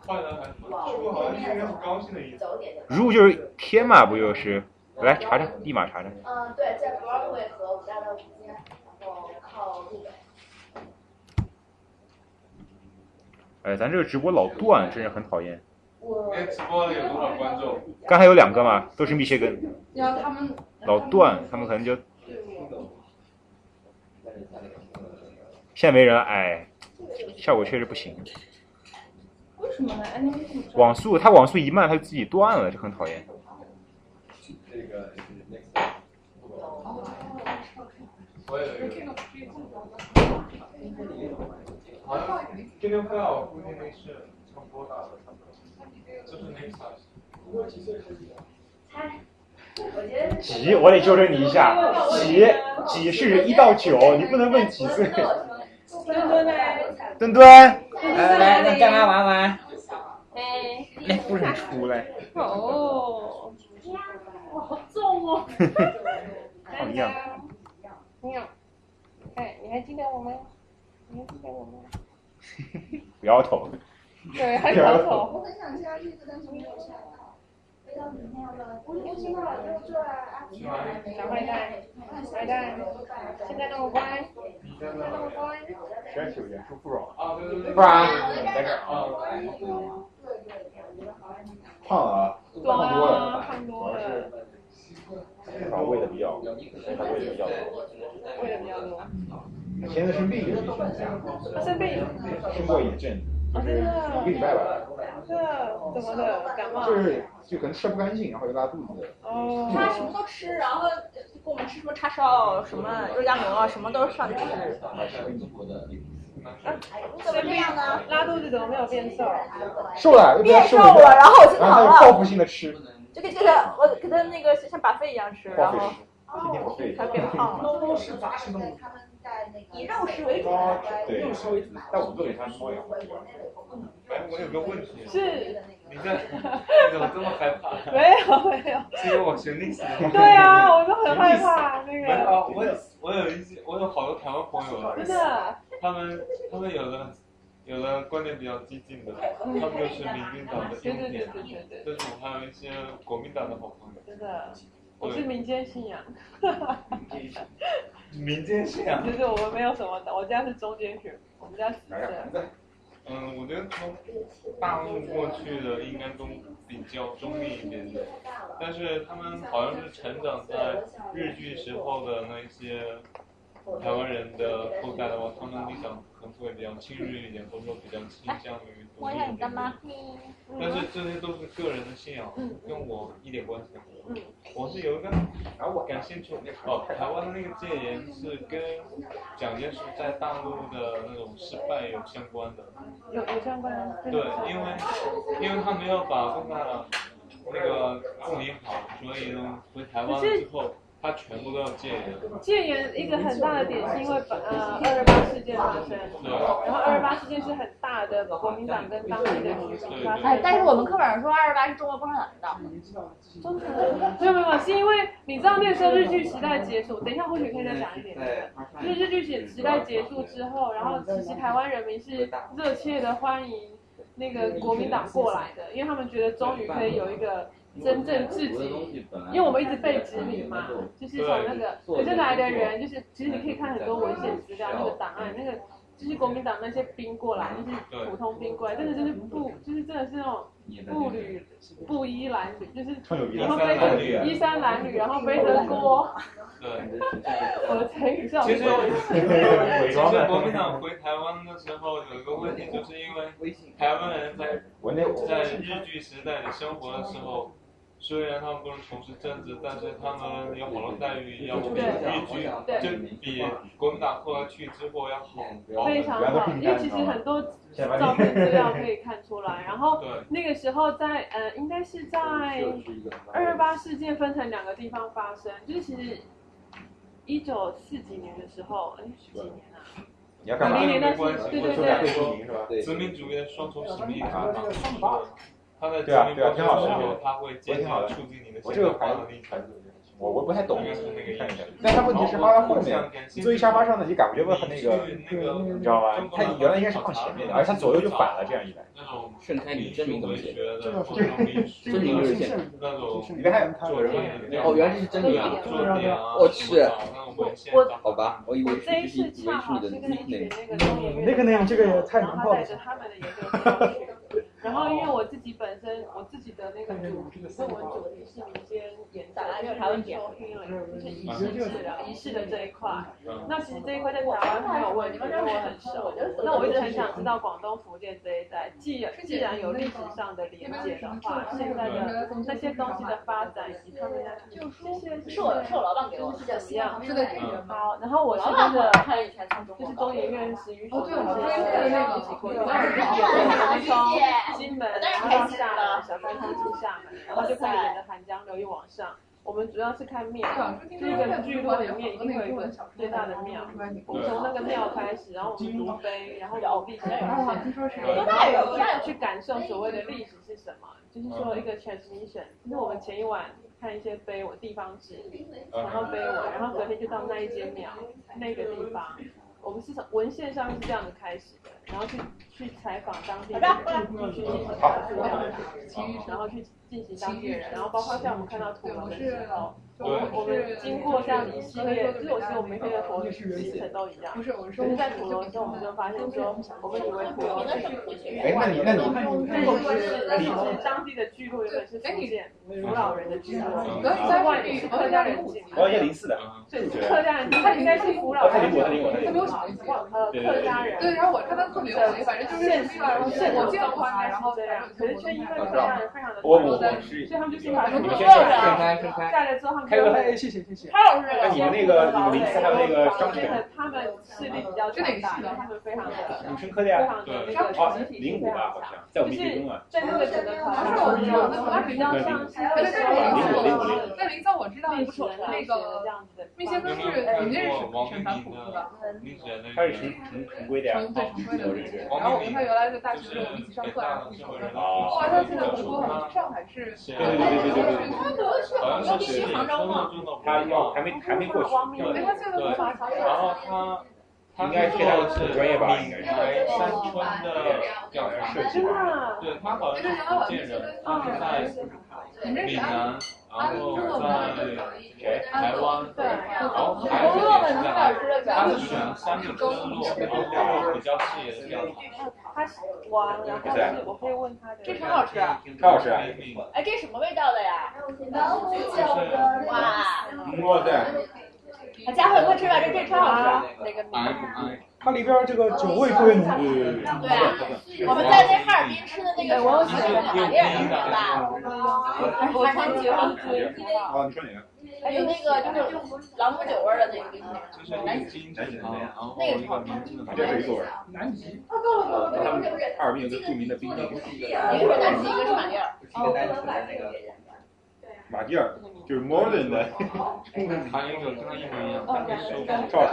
[SPEAKER 15] 快乐还是什么？这个好像是一个很高兴的意思。
[SPEAKER 6] 如就是天嘛，不就是？来查查，立马查查。
[SPEAKER 9] 嗯，对，在 Broadway 和五大道之间，然后靠路北。
[SPEAKER 6] 哎，咱这个直播老断，真是很讨厌。
[SPEAKER 9] 我
[SPEAKER 15] 哎，直播有多少观众？
[SPEAKER 6] 刚才有两个嘛，都是密歇根，
[SPEAKER 9] 然后他们
[SPEAKER 6] 老段他们可能就
[SPEAKER 9] 对我
[SPEAKER 6] 现在没人了，哎，效果确实不行，
[SPEAKER 33] 为什么呢？哎，你为什么
[SPEAKER 6] 网速它网速一慢，它就自己断了，这很讨厌。
[SPEAKER 10] 这个就是 next。
[SPEAKER 15] 我也有一个。好像今天快到，估计那是差不多大了，差不多。就是那啥，不过几岁开始的？
[SPEAKER 6] 几，我得纠正你一下，几几是一到九，你不能问几岁。
[SPEAKER 33] 墩墩呢？
[SPEAKER 6] 墩墩，
[SPEAKER 8] 来哎来来，干嘛玩玩？
[SPEAKER 33] 哎，
[SPEAKER 8] 来，不准出来。
[SPEAKER 6] 哎
[SPEAKER 33] 哦，哇，好重哦！
[SPEAKER 6] 好样，
[SPEAKER 5] 你好，哎，你还记得 我吗？你还记得我吗？
[SPEAKER 6] 不摇头。
[SPEAKER 5] 对，还有口
[SPEAKER 9] 我很想知道日子跟什么有啥好。回到明天了，我已经知道了，就这啊，
[SPEAKER 5] 小坏蛋，小坏蛋，现在那么乖，现在那么乖。
[SPEAKER 34] 实在是有点受不扰
[SPEAKER 15] 啊，对对对，
[SPEAKER 6] 不然
[SPEAKER 15] 在这儿啊，
[SPEAKER 6] 胖了啊，
[SPEAKER 5] 对
[SPEAKER 6] 胖多
[SPEAKER 5] 啊，
[SPEAKER 6] 了，
[SPEAKER 5] 看
[SPEAKER 6] 主
[SPEAKER 5] 多
[SPEAKER 6] 要
[SPEAKER 5] 了
[SPEAKER 6] 是，脂肪喂的比较，脂肪喂的比较多。
[SPEAKER 5] 为了比较多。
[SPEAKER 6] 前段生病，
[SPEAKER 5] 生病？
[SPEAKER 6] 生过一阵，就是一个礼拜吧，
[SPEAKER 5] 这怎么的？感冒？
[SPEAKER 6] 就是就可能吃得不干净，然后就拉肚子。
[SPEAKER 5] 哦
[SPEAKER 4] 他什么都吃，然后给我们吃什么叉烧、什么肉夹馍，啊什么都是上吃。
[SPEAKER 5] 你怎么这样呢？拉肚子怎么没有变瘦？
[SPEAKER 6] 瘦了，又被他
[SPEAKER 4] 变瘦
[SPEAKER 6] 了一
[SPEAKER 4] 了
[SPEAKER 6] 下，
[SPEAKER 4] 然后我心
[SPEAKER 6] 然后
[SPEAKER 4] 疼
[SPEAKER 6] 他
[SPEAKER 4] 了
[SPEAKER 6] 就报复性的吃，
[SPEAKER 4] 就给这个我给他那个像把费一样吃，然
[SPEAKER 6] 报复
[SPEAKER 4] 后
[SPEAKER 6] 吃，天天报废。
[SPEAKER 4] 他变胖了。
[SPEAKER 1] 都是杂食动物。
[SPEAKER 4] 以肉食为主，
[SPEAKER 6] 对，
[SPEAKER 15] 但我不给他摸呀。哎，我有个问题，
[SPEAKER 5] 是，
[SPEAKER 15] 你在你怎么这么害怕？
[SPEAKER 5] 没有没有。
[SPEAKER 15] 是因为我学历史吗？
[SPEAKER 5] 对啊，我都很害怕那
[SPEAKER 15] 没有啊，
[SPEAKER 5] 个。
[SPEAKER 15] 我有我有一些，我有好多台湾朋友啊，
[SPEAKER 5] 真的，
[SPEAKER 15] 他们他们有的有的观点比较激进的，
[SPEAKER 31] 哎
[SPEAKER 15] 他们就是民进党的
[SPEAKER 5] 对对
[SPEAKER 15] 重
[SPEAKER 5] 对
[SPEAKER 15] 点，
[SPEAKER 5] 对对对，
[SPEAKER 15] 但是我还有一些国民党的好朋友，
[SPEAKER 5] 真的，我是民间信仰。
[SPEAKER 15] 民间信仰
[SPEAKER 5] 就。是我们没有什么，我家是中间选，我们家是
[SPEAKER 15] 哎呀反
[SPEAKER 5] 这
[SPEAKER 15] 正嗯，我觉得从大陆过去的应该都比较中立一点点，但是他们好像是成长在日剧时候的那些台湾人的后代的话，他们立场可能会比较亲日一点，或者说比较倾向于独
[SPEAKER 4] 摸
[SPEAKER 15] 立
[SPEAKER 4] 一
[SPEAKER 15] 一
[SPEAKER 4] 下你的
[SPEAKER 15] 点点。
[SPEAKER 4] 猫咪。
[SPEAKER 15] 但是这些都是个人的信仰，跟我一点关系没有。
[SPEAKER 5] 嗯，
[SPEAKER 15] 我是有一个感兴趣，哦，台湾的那个戒严是跟蒋介石在大陆的那种失败有相关的。
[SPEAKER 5] 有有相关的
[SPEAKER 15] 对，因为因为他没有把共产党那个弄理好，所以呢回台湾之后，他全部都要戒严。
[SPEAKER 5] 戒严一个很大的点是因为本呃二二八事件发生，然后二二八事件是很大的国民党跟当地的民主发生。
[SPEAKER 4] 哎，但是我们课本上说二十八是中国共产党领导。
[SPEAKER 5] 真的没有没有，是因为你知道那个时候日剧时代结束，等一下或许可以再讲一点。就是日剧时时代结束之后，然后其实台湾人民是热切的欢迎那个国民党过来的，因为他们觉得终于可以有一个真正自己，因为我们一直被殖民嘛，就是从那个可是来的人，就是其实你可以看很多文献资料，那个档案那个。就是国民党那些兵过来，就是普通兵过来，真的就是不，就是真的是那种步履布衣褴褛，就是然后背着衣衫啊褴褛，然后背着锅，我的成语是好
[SPEAKER 15] 其实，
[SPEAKER 5] 多。
[SPEAKER 15] 其实国民党回台湾的时候有一个问题，就是因为台湾人在在日据时代的生活的时候，虽然他们不是从事政治，但是他们有好多待遇要比日据就比国民党后来去之后要好，
[SPEAKER 5] 非常好，因为其实很多照片资料可以看出来。然后那个时候在呃，应该是在二二八事件分成两个地方发生，就是其实一九四几年的时候，哎，几年啊？
[SPEAKER 6] 你要干嘛？
[SPEAKER 5] 零零
[SPEAKER 15] 没
[SPEAKER 5] 年
[SPEAKER 15] 关
[SPEAKER 5] 代
[SPEAKER 15] 系
[SPEAKER 5] 是，对
[SPEAKER 15] 我
[SPEAKER 5] 对
[SPEAKER 15] 就
[SPEAKER 5] 对
[SPEAKER 15] 是
[SPEAKER 6] 对
[SPEAKER 15] 说殖民主义的双重使命法嘛，他在殖
[SPEAKER 6] 对啊
[SPEAKER 15] 民
[SPEAKER 6] 对啊
[SPEAKER 15] 过
[SPEAKER 6] 挺
[SPEAKER 15] 程
[SPEAKER 6] 好的
[SPEAKER 15] 中他会
[SPEAKER 6] 我
[SPEAKER 15] 间
[SPEAKER 6] 挺好的
[SPEAKER 15] 接促进你的
[SPEAKER 6] 我这个
[SPEAKER 15] 宪法
[SPEAKER 6] 还
[SPEAKER 15] 的立场。
[SPEAKER 6] 我我不太懂
[SPEAKER 15] 应该是那个意思。
[SPEAKER 6] 但他问题是发到后面，你坐一沙发上呢，你感觉不到他那个，你知道吧？他原来应该是放前面的，而他左右就反了，这样一来。
[SPEAKER 8] 顺开你真名怎么写？
[SPEAKER 6] 真
[SPEAKER 8] 真名就是写。
[SPEAKER 15] 那种
[SPEAKER 6] 里面还有
[SPEAKER 15] 坐人
[SPEAKER 8] 哦，原来这是真名啊！我去，
[SPEAKER 15] 嗯
[SPEAKER 8] 好吧，我以为
[SPEAKER 5] 这一
[SPEAKER 8] 是
[SPEAKER 5] 次
[SPEAKER 8] 以为
[SPEAKER 5] 恰
[SPEAKER 8] 是你
[SPEAKER 5] 好
[SPEAKER 8] 的
[SPEAKER 5] 是跟你
[SPEAKER 8] nickname。
[SPEAKER 5] 那个中研院
[SPEAKER 6] 那个那样，这个也太
[SPEAKER 5] 然
[SPEAKER 6] 难
[SPEAKER 5] 后
[SPEAKER 6] 报
[SPEAKER 5] 他
[SPEAKER 6] 了。
[SPEAKER 5] 带着他们的研究生去，然后因为我自己本身我自己的那 个主题，是我主题是民间演讲，就是说 healing，就是仪式治疗、仪式的这一块。那其实这一块在台湾没有问题，因为我很熟。那我一直很想知道广东、福建这一带，既既然有历史上的连接的话，现在的那些东西的发展以及他们的，
[SPEAKER 4] 是我是我老板给我的，
[SPEAKER 5] 怎么样？
[SPEAKER 4] 是的，
[SPEAKER 5] 好。然后我是真的
[SPEAKER 4] 看以前从中
[SPEAKER 5] 就是中研院史语所
[SPEAKER 4] 对，我中研院的那个
[SPEAKER 5] 过。我当时
[SPEAKER 4] 哦
[SPEAKER 5] 从金门，然后到厦门，小三通出厦门，然后就开始沿着韩江流域往上。我们主要是看庙，这个聚落里面一定会有一个最大的庙。我们从那个庙开始，然后我们读碑，然后有历史线，去感受所谓的历史是什么。就是说一个 transmission，就是我们前一晚看一些碑文、地方志，然后碑文，然后隔天就到那一间庙，那个地方。我们是从文献上是这样子开始的，然后去去采访当地人，去进行访谈，然后去进行当地人，然后包括像我们看到土楼的时候，我们我们经过这样一系列，就是我觉得我们现在活的行程都一样，就是在土楼的时候，我们就发现说，我们以为土楼是福建，
[SPEAKER 6] 哎，那你那你
[SPEAKER 5] 那不是，那其实当地的聚落原本是福建福老人的聚落，在外面是客家人进，
[SPEAKER 6] 我也零四的，
[SPEAKER 5] 对，客家人，他应该是福老人，
[SPEAKER 6] 我我我。
[SPEAKER 5] 呃，客家人
[SPEAKER 1] 对，然后我看他特别美，反正就是然后我见过他，然后
[SPEAKER 5] 这样，可是却因为客家人非常的
[SPEAKER 6] 我我
[SPEAKER 5] 所以他们就是把
[SPEAKER 6] 你们
[SPEAKER 5] 所
[SPEAKER 6] 先
[SPEAKER 5] 有
[SPEAKER 6] 开开
[SPEAKER 5] 人
[SPEAKER 6] 开开，
[SPEAKER 5] 带了之后，他们
[SPEAKER 6] 开个
[SPEAKER 5] 会
[SPEAKER 6] 哎，谢谢谢谢。
[SPEAKER 5] 他老师
[SPEAKER 6] 哎，你们那个你们林思还有那个张晨，
[SPEAKER 5] 他们势力比较强大，他们非常的
[SPEAKER 6] 女生科的呀，
[SPEAKER 5] 非
[SPEAKER 6] 对，
[SPEAKER 5] 常的
[SPEAKER 6] 哦
[SPEAKER 5] 那个集，体
[SPEAKER 6] 零
[SPEAKER 5] 性
[SPEAKER 6] 五
[SPEAKER 5] 非
[SPEAKER 6] 吧
[SPEAKER 5] 常
[SPEAKER 6] 好
[SPEAKER 5] 强，
[SPEAKER 6] 像，在我们
[SPEAKER 5] 就是
[SPEAKER 6] 一中啊，
[SPEAKER 5] 在那个整个团
[SPEAKER 1] 但是我
[SPEAKER 5] 队
[SPEAKER 1] 知
[SPEAKER 5] 中，
[SPEAKER 1] 道，那他
[SPEAKER 5] 比
[SPEAKER 1] 比
[SPEAKER 5] 较
[SPEAKER 1] 较
[SPEAKER 5] 像
[SPEAKER 1] 像是，
[SPEAKER 5] 是
[SPEAKER 1] 但是
[SPEAKER 5] 我
[SPEAKER 1] 零
[SPEAKER 5] 知道
[SPEAKER 1] 那零三我知道，不是那个密歇根是哎你们认识沈凡普是吧？
[SPEAKER 6] 他是成成成规的呀，
[SPEAKER 1] 成对成规的
[SPEAKER 6] 我认识。
[SPEAKER 1] 然后我跟他原来在大学我们一起上课，然后一起讨论。哇，他现在啊我说好像上海市，
[SPEAKER 6] 对对对对对对。
[SPEAKER 1] 他得是好像是杭州吗？
[SPEAKER 6] 他要还没还没过去，
[SPEAKER 1] 哎，他现在在法国。
[SPEAKER 15] 然后他他
[SPEAKER 6] 应该是他
[SPEAKER 15] 做
[SPEAKER 6] 的专业吧，应该
[SPEAKER 15] 是
[SPEAKER 6] 是。
[SPEAKER 15] 山川的调查设计，对他好像是福建人，他是在闽南，然后在台湾，然后还有在他是选三个支路，然后比较视野的调查。
[SPEAKER 5] 他喜欢，然后就是我可以问他的，
[SPEAKER 1] 这很好吃，
[SPEAKER 6] 高老师，
[SPEAKER 4] 哎，这什么味道的呀？哇！
[SPEAKER 6] 哇塞，
[SPEAKER 4] 啊佳慧，快吃吧，这这超好吃。那个
[SPEAKER 6] 它里边这个酒味特别浓。对
[SPEAKER 4] 对啊，我们在那哈尔滨吃的那个，我喜欢哪点儿吧？
[SPEAKER 5] 我超喜欢
[SPEAKER 4] 因为
[SPEAKER 6] 哦，你说哪个？
[SPEAKER 4] 还有那个就是朗姆酒味儿的那个，
[SPEAKER 15] 南京，南京，然后一个南京的，
[SPEAKER 6] 这是一座儿。
[SPEAKER 15] 南极，
[SPEAKER 6] 他们哈尔滨有个著名的冰店，
[SPEAKER 4] 一个是南极，一个是马迭尔。
[SPEAKER 6] 马蒂尔就是 modern 的，
[SPEAKER 15] 韩英九跟他一模一样，
[SPEAKER 6] 赵老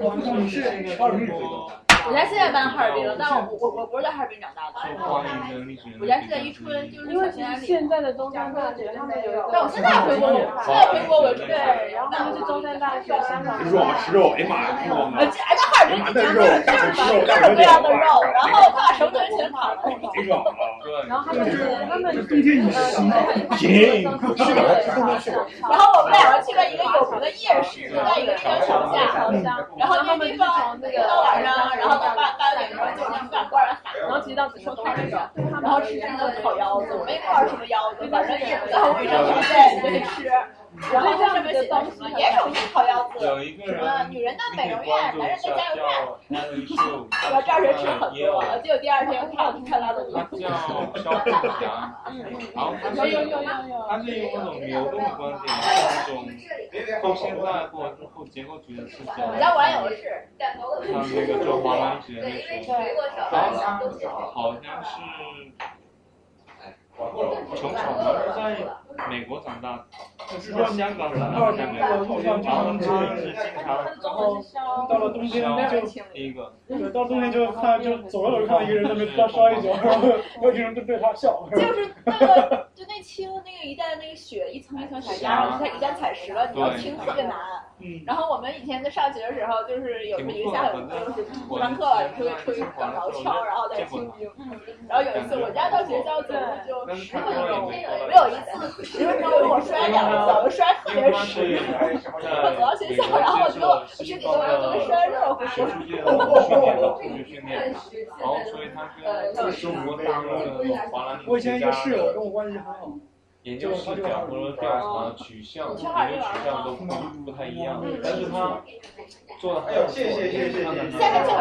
[SPEAKER 15] 我你是哈尔滨人，
[SPEAKER 4] 我家现在搬哈尔滨了，但我我我不是在哈尔滨长大的。我家现在一出就是
[SPEAKER 5] 因为其
[SPEAKER 4] 小
[SPEAKER 5] 实
[SPEAKER 4] 里。
[SPEAKER 5] 现在的中山大学他们有一个，
[SPEAKER 4] 但我现在回国，我现在回国我
[SPEAKER 5] 对，然后他们是中山大学香港
[SPEAKER 6] 肉啊吃肉，哎妈呀，肉啊！
[SPEAKER 4] 呃，这哎，在哈尔滨
[SPEAKER 6] 那肉，那肉，
[SPEAKER 4] 各种各样的肉，然后他把什么东西全烤了。
[SPEAKER 6] 贼爽啊！
[SPEAKER 5] 然后他们是他们是
[SPEAKER 6] 行，去哪儿？
[SPEAKER 4] 然后我们两人去了一个有名的夜市，在一个地方桥下，然后那个地方到晚上，然后到八八点钟就能把官人喊，
[SPEAKER 5] 然后直到只剩开始，
[SPEAKER 4] 然后吃那个烤腰子，我们也不知道什么腰子，反正也不在卫生间，对，就去吃。然后上面写的什么野手艺烤腰子，
[SPEAKER 15] 有一个
[SPEAKER 4] 什么
[SPEAKER 15] 人，
[SPEAKER 4] 女人的美容院，男人的加油站，
[SPEAKER 15] 他的秀，
[SPEAKER 4] 我这儿人吃很多，结果第二天看看拉肚子
[SPEAKER 15] 他。叫肖志强，然后他
[SPEAKER 6] 哎
[SPEAKER 15] 是他是用那种流动观点，那种后现代或者是后结构主义的视角，
[SPEAKER 4] 我家果然有的是，
[SPEAKER 15] 像那个中华文学那时候，然后他好像是从小是在美国长大，就是说香港人，然后他是经常
[SPEAKER 6] 然后到了
[SPEAKER 10] 嗯
[SPEAKER 6] 冬天就
[SPEAKER 15] 那个，
[SPEAKER 10] 对，到冬天就看，就走着走着看到一个人在那边摔一跤，然后有群人就对他笑。
[SPEAKER 4] 就是那个，就那清那个一代那个雪一层一层雪压上去，它一旦踩实了，啊你要清特别难。
[SPEAKER 5] 嗯
[SPEAKER 4] 然后我们以前在上学的时候，就是有时候一个下午就是上课，你就会出去找着敲，然后再清冰。
[SPEAKER 5] 嗯
[SPEAKER 4] 然后有一次我家到学校走路就十分钟，我有一次十分钟给我摔两次，我摔特别实。我走到学校，然后我觉得我身体都要被摔热乎
[SPEAKER 15] 学术界的训练的，技术训练
[SPEAKER 9] 现在
[SPEAKER 15] 的，所以他
[SPEAKER 9] 呃
[SPEAKER 15] 跟这个中国大陆的华兰
[SPEAKER 10] 我以前一个室友跟我关系很好，
[SPEAKER 15] 研究视角或者调查取向，研究取向都不不太一样，但是他做的还有
[SPEAKER 35] 谢谢谢谢谢谢
[SPEAKER 5] 下面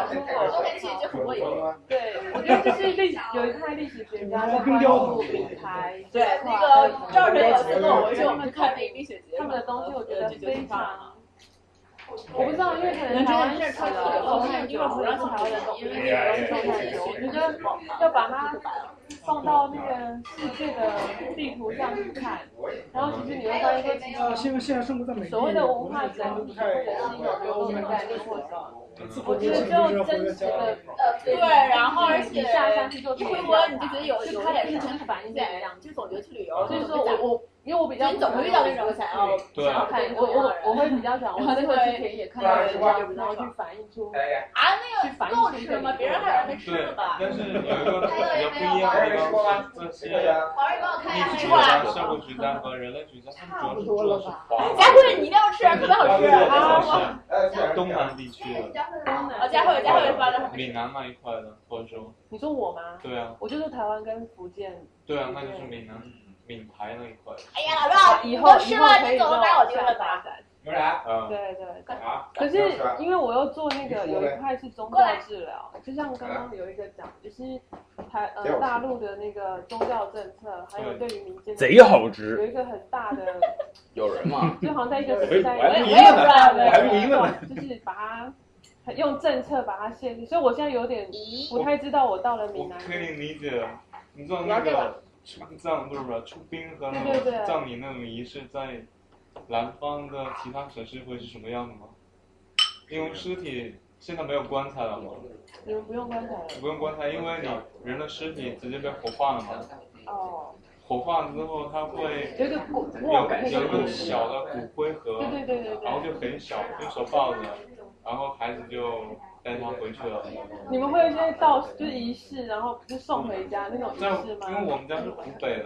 [SPEAKER 5] 这个我都没进去很过瘾。对，我觉得这是历有一派历史学家在关注舞台
[SPEAKER 4] 对那个赵哲有一次跟我说，我们看那个
[SPEAKER 5] 历史他们的东西，我觉得非常。
[SPEAKER 4] 我
[SPEAKER 5] 我不
[SPEAKER 4] 不知
[SPEAKER 5] 知
[SPEAKER 4] 道
[SPEAKER 5] 道，因
[SPEAKER 4] 因为
[SPEAKER 5] 为
[SPEAKER 4] 可
[SPEAKER 5] 可
[SPEAKER 4] 能
[SPEAKER 5] 能
[SPEAKER 4] 台
[SPEAKER 5] 台
[SPEAKER 4] 湾
[SPEAKER 5] 湾
[SPEAKER 4] 是
[SPEAKER 5] 是
[SPEAKER 4] 靠
[SPEAKER 5] 靠这
[SPEAKER 4] 这个
[SPEAKER 5] 个，
[SPEAKER 4] 后
[SPEAKER 5] 后
[SPEAKER 4] 面
[SPEAKER 5] 面
[SPEAKER 4] 因
[SPEAKER 5] 因为
[SPEAKER 4] 为回
[SPEAKER 5] 回
[SPEAKER 4] 到
[SPEAKER 5] 到台
[SPEAKER 4] 台湾
[SPEAKER 5] 湾
[SPEAKER 4] 的
[SPEAKER 5] 的东
[SPEAKER 4] 东西
[SPEAKER 5] 西
[SPEAKER 4] 太
[SPEAKER 5] 太久，
[SPEAKER 4] 久我
[SPEAKER 5] 我觉得
[SPEAKER 4] 觉得要
[SPEAKER 5] 要
[SPEAKER 4] 把
[SPEAKER 5] 把
[SPEAKER 4] 它
[SPEAKER 5] 它放到那个世界的地图上去看，然后其实你会发现，
[SPEAKER 10] 啊，现在现在生活在美国，
[SPEAKER 5] 所谓的文化展览
[SPEAKER 10] 我不
[SPEAKER 5] 或
[SPEAKER 10] 太
[SPEAKER 5] 者是一种流行概念或者
[SPEAKER 10] 自
[SPEAKER 5] 我
[SPEAKER 10] 不
[SPEAKER 5] 觉得只有真实的，
[SPEAKER 4] 对，然后而且
[SPEAKER 5] 你下山去做
[SPEAKER 4] 一回国你就觉得有
[SPEAKER 5] 就
[SPEAKER 4] 有
[SPEAKER 5] 它
[SPEAKER 4] 一
[SPEAKER 5] 也
[SPEAKER 4] 点
[SPEAKER 5] 是很
[SPEAKER 4] 烦
[SPEAKER 5] 烦
[SPEAKER 4] 厌
[SPEAKER 5] 厌
[SPEAKER 4] 一样，就总觉得去旅游，
[SPEAKER 5] 所以说我我因为我比较
[SPEAKER 4] 你总会遇到那种想要
[SPEAKER 5] 想要看我我我会比较想，我会去田野看到人家，然后去反映出
[SPEAKER 4] 啊那个够吃了吗？别人还有人没吃呢吧？
[SPEAKER 15] 但是有一个比较不一样的地方是，
[SPEAKER 4] 王瑞帮我看一下，
[SPEAKER 15] 历
[SPEAKER 4] 还
[SPEAKER 15] 史学
[SPEAKER 4] 过来
[SPEAKER 15] 家、。社会学家和人类学家，他们主要是做的是
[SPEAKER 4] 哎佳慧，你一定要吃，特别好吃。
[SPEAKER 15] 华人，东南地区的，
[SPEAKER 4] 啊，
[SPEAKER 15] 嗯
[SPEAKER 4] 佳慧，佳慧发的。
[SPEAKER 15] 闽南那一块的，或者说，
[SPEAKER 5] 你说我吗？
[SPEAKER 15] 对啊，
[SPEAKER 5] 我就是台湾跟福建。
[SPEAKER 15] 对啊，那就是闽南闽台那一块。
[SPEAKER 4] 哎呀，老
[SPEAKER 5] 以
[SPEAKER 4] 赵，
[SPEAKER 5] 后
[SPEAKER 4] 我吃了，你总能把我丢了吧？
[SPEAKER 15] 牛奶，嗯，
[SPEAKER 5] 对对。
[SPEAKER 15] 啊，
[SPEAKER 5] 可是因为我又做那个有一块是宗教治疗，就像刚刚有一个讲，就是台
[SPEAKER 35] 给我
[SPEAKER 5] 呃
[SPEAKER 35] 吃
[SPEAKER 5] 大陆的那个宗教政策，还有对于民间的
[SPEAKER 6] 贼好吃
[SPEAKER 5] 有一个很大的，
[SPEAKER 6] 有人嘛？
[SPEAKER 5] 就好像在一个
[SPEAKER 6] 哎
[SPEAKER 5] 时代，
[SPEAKER 6] 我还不赢了呢我还不赢了呢
[SPEAKER 5] 就是把它。用政策把它限制，所以我现在有点不太知道我到了闽南。
[SPEAKER 15] 可以理解。你知道那个出藏不是吧？出兵和那
[SPEAKER 5] 对对
[SPEAKER 15] 种
[SPEAKER 5] 对
[SPEAKER 15] 葬礼那种仪式，在南方的其他省市会是什么样的吗？因为尸体现在没有棺材了嘛，
[SPEAKER 5] 你们不用观察了。
[SPEAKER 15] 不用棺材，因为你人的尸体直接被火化了嘛。
[SPEAKER 5] 哦。
[SPEAKER 15] 火化之后，它会
[SPEAKER 5] 有一个骨
[SPEAKER 15] 有有一个小的骨灰盒，
[SPEAKER 5] 对对对对对
[SPEAKER 15] 然后就很小，用手抱着，然后孩子就带他回去了。
[SPEAKER 5] 你们会有一些道就是仪式，然后就送回家那种仪
[SPEAKER 15] 在
[SPEAKER 5] 式吗？
[SPEAKER 15] 因为我们家是湖北的，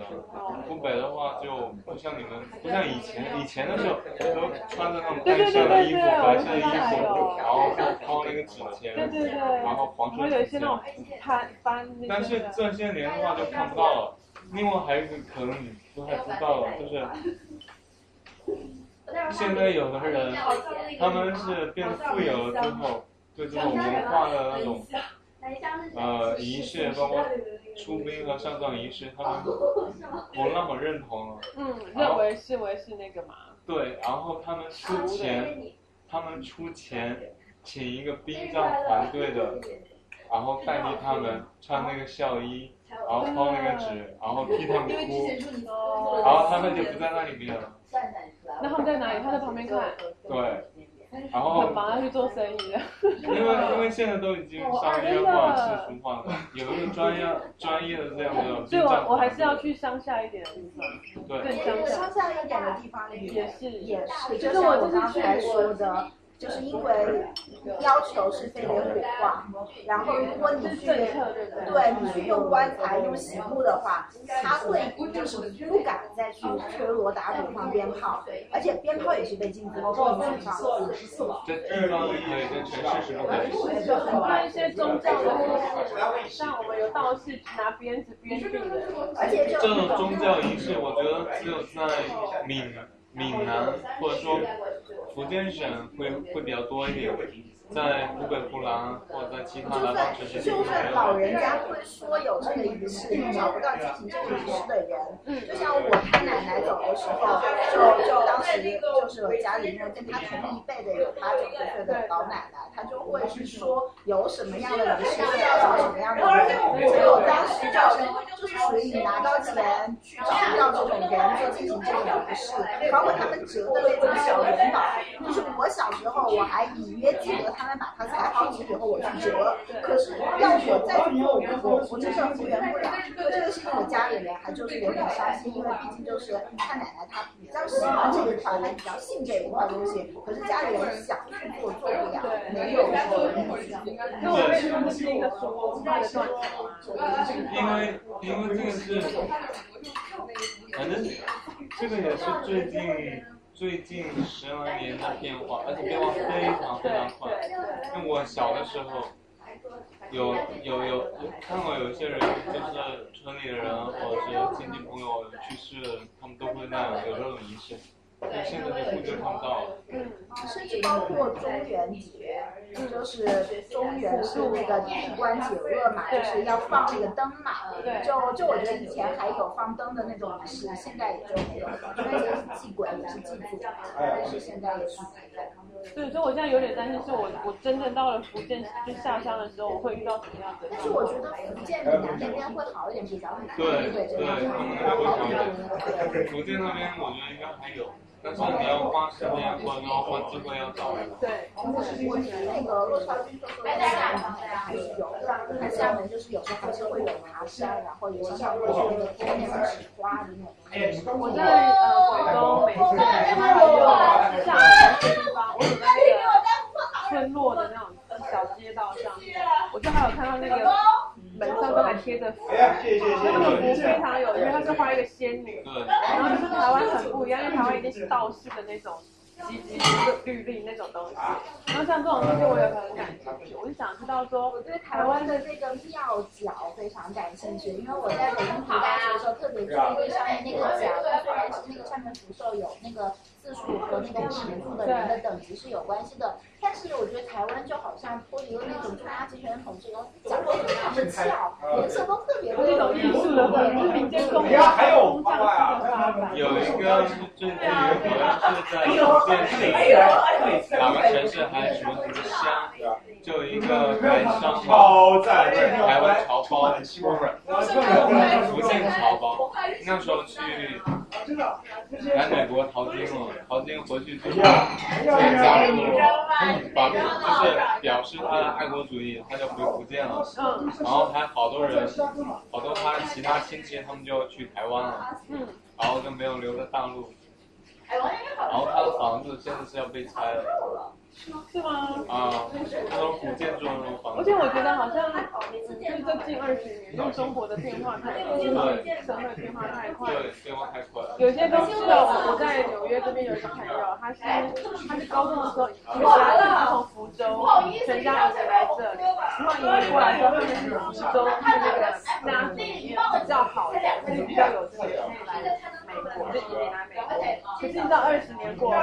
[SPEAKER 15] 湖北的话就不像你们，不像以前，以前的时候都穿着那种白色的衣服，白色的衣服，然后包那个纸钱，
[SPEAKER 5] 对对对，
[SPEAKER 15] 然后黄色
[SPEAKER 5] 会有一
[SPEAKER 15] 纸
[SPEAKER 5] 些
[SPEAKER 15] 钱
[SPEAKER 5] 那。种摊翻那些的。
[SPEAKER 15] 但是这些年的话就看不到了。另外还有一个可能你不太知道了，就是现在有的人他们是变得富有了之后，对这种文化的那种呃仪式，包括出兵和上葬仪式，他们我那么认同了。
[SPEAKER 5] 嗯，认为是为是那个嘛，
[SPEAKER 15] 对，然后他们出钱，他们出钱请一个殡葬团队的，然后代替他们穿那个孝衣，然后包那个纸，然后替他们哭，然
[SPEAKER 5] 哦
[SPEAKER 15] 后他们就不在那里面了。
[SPEAKER 5] 那他们在哪里？他在旁边看，
[SPEAKER 15] 对，然后
[SPEAKER 5] 很忙要去做生意的。
[SPEAKER 15] 因为因为现在都已经商业化、世俗化了，有一个专业专业的这样的
[SPEAKER 5] 所
[SPEAKER 15] 殡
[SPEAKER 5] 以我
[SPEAKER 15] 葬
[SPEAKER 5] 我还
[SPEAKER 15] 团
[SPEAKER 5] 是要去乡下一点的地方，更乡下。
[SPEAKER 1] 下一点的地方
[SPEAKER 5] 也是
[SPEAKER 1] 也是，就
[SPEAKER 5] 就
[SPEAKER 1] 是像
[SPEAKER 5] 我
[SPEAKER 1] 我
[SPEAKER 5] 就是
[SPEAKER 1] 刚
[SPEAKER 5] 去
[SPEAKER 1] 才说的，就是因为要求是非得火化，然后如果你去对你去用棺材用洗布的话，他会就是不敢再去吹锣打鼓放鞭炮，而且鞭炮也是被禁止的，不能放。
[SPEAKER 15] 在地方是可以，在城市是不可以。
[SPEAKER 5] 很多一些宗教的仪式，像我们有道士拿鞭子鞭子的，
[SPEAKER 1] 而且
[SPEAKER 15] 这种宗教仪式，我觉得只有在闽闽南或者说福建省会会比较多一点，在湖北、湖南或者在其他南方城市
[SPEAKER 1] 就算老人家会说有这个仪式，你找不到进行这个仪式的人。就像我他奶奶走的时候，就就当时就是有家里面跟他同一辈的有他九十岁的老奶奶，她就会是说有什么样的仪式就要找什么样的人。所以我当时就是就是属于你拿到钱去找不到这种人就进行这种仪式，包括他们折的那种小元宝，就是我小时候我还隐约记得他们把它裁好几以后我去折，可是要我再去做，我我这事儿复原不了。这个事情我家里人还就是有点伤心，因为毕竟就是他奶奶她比较喜欢这一块，她比较信这一块东西，可是家里人想去做做不了，没有说去做。
[SPEAKER 5] 那我为什么是一个说文化的断层吗？
[SPEAKER 15] 因为因为这个是，反正这个也是最近最近十来年的变化，而且变化非常非常快。那我小的时候，有有有，我看过有些人就是村里的人或者是亲戚朋友去世，他们都会那样有这种仪式，但现在在故居看不到。
[SPEAKER 1] 嗯，甚至包括中元节，就是中元是那个闭关解厄嘛，就是要放那个灯嘛。就就我觉得以前还有放灯的那种仪式，现在也就没有了。中元节是祭鬼，也是祭祖，但是现在也是没有。
[SPEAKER 5] 对，所以我现在有点担心，是我我真正到了福建就下乡的时候，我会遇到什么样的？
[SPEAKER 1] 但是我觉得福建、闽南那边会好一点，比较闽南
[SPEAKER 15] 对对，
[SPEAKER 1] 这
[SPEAKER 15] 他们那边会有。福建那边我觉得应该还有，但是你要花时间或者要花机会要找人。
[SPEAKER 1] 对，哦我听那个骆少军说说，厦门还是有，但厦门就是有时候还是会有爬山，然后有时候会有那个天那个纸花的那种。
[SPEAKER 5] 我在呃广东每次因为我有厦门的地方，我有在那个村落的那种小街道上面，我就还有看到那个门上都还贴着符，那个符非常有，因为它是画一个仙女，然后就是台湾很不一样，因为台湾一定是道士的那种。积极律律令那种东西，然后像这种东西我也很感兴趣，我就想知道说，
[SPEAKER 1] 我对台湾的这个庙角非常感兴趣，因为我在北京读大学的时候特别注意上面那个角，它本来是那个上面符咒有那个字数和那个年数的人的等级是有关系的，但是我觉得台湾就好像脱离了那种中央集权统治，讲的非常的俏，颜色都特别多，
[SPEAKER 5] 这种艺术的或者是民间工
[SPEAKER 15] 匠还有
[SPEAKER 5] 工匠式的发展，
[SPEAKER 15] 有一个是最近好
[SPEAKER 6] 哎
[SPEAKER 15] 像是在。电视里，哪个城市还有什么什么乡，就一个台商，台湾侨胞，福建侨胞，那时候去南美国淘金了，淘金回去之后，加入把就是表示他的爱国主义，他就回福建了，然后还好多人，好多他其他亲戚他们就去台湾了，然后就没有留在大陆。然后他的房子现在是要被拆了，
[SPEAKER 5] 是吗？
[SPEAKER 15] 啊，那种古建筑那种房子。
[SPEAKER 5] 而且我觉得好像就这近二十年，就中国的变化太快，社会变化太快，
[SPEAKER 15] 对，变化太快。
[SPEAKER 5] 有些东西我我在纽约这边有一个朋友，他是他是高中的时候，全家从福州，全家移民来这里，然后移民过来之后，他们是福州那个家族里面比较好的，就是比较有钱，美国就移民来美国。可是你知道二十年过后，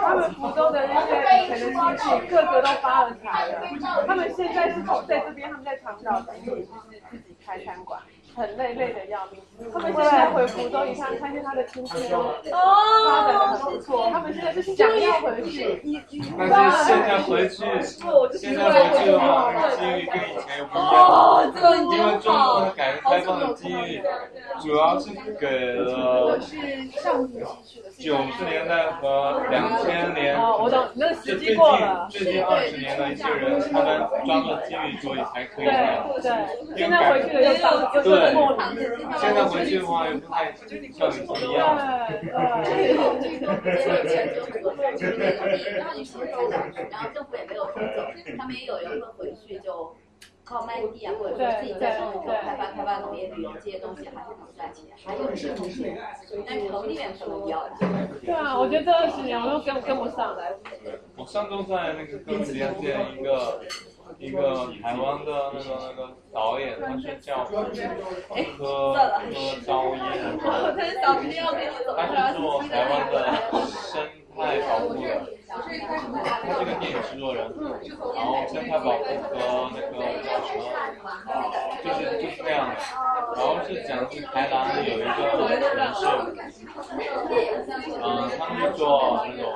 [SPEAKER 5] 他们福州的那些以前的亲戚个个都发了财了，他们现在是从在这边，他们在长岛经营就是自己开餐馆，很累累的要命。呃他们现在回福州一看，看见他的亲戚都发展的很不错，他们现在就是想要回去。
[SPEAKER 15] 但是现在回去，现在回去的话，机遇跟以前又不一样，因为中国改革开放的机遇，主要是给了。九十年代和两千年，
[SPEAKER 5] 这最近
[SPEAKER 15] 最近二十年的一些人，他们抓住机遇，所以才可以。
[SPEAKER 5] 对，现在回去又上，又
[SPEAKER 15] 对，
[SPEAKER 5] 现
[SPEAKER 15] 在回去的话又不太像以前一样。
[SPEAKER 9] 对，然后你说说，然后政府也没有收走，他们也有人会回去就。靠卖地啊，或者说自己再弄一种开发开发农业旅游这些东西，还是能赚钱，还有是能钱，但城里面可能比较
[SPEAKER 5] 对啊，我觉得这二十年我都跟跟不上来。
[SPEAKER 15] 我上周在那个哥伦比亚见一个一个台湾的那个那个导演，他是叫柯柯昭彦，他是做台湾的生态保护的。他是个电影制作人，然后生态保护和那个叫什么，就是就是那样的，然后是讲是台南有一个城市，嗯，他们做那种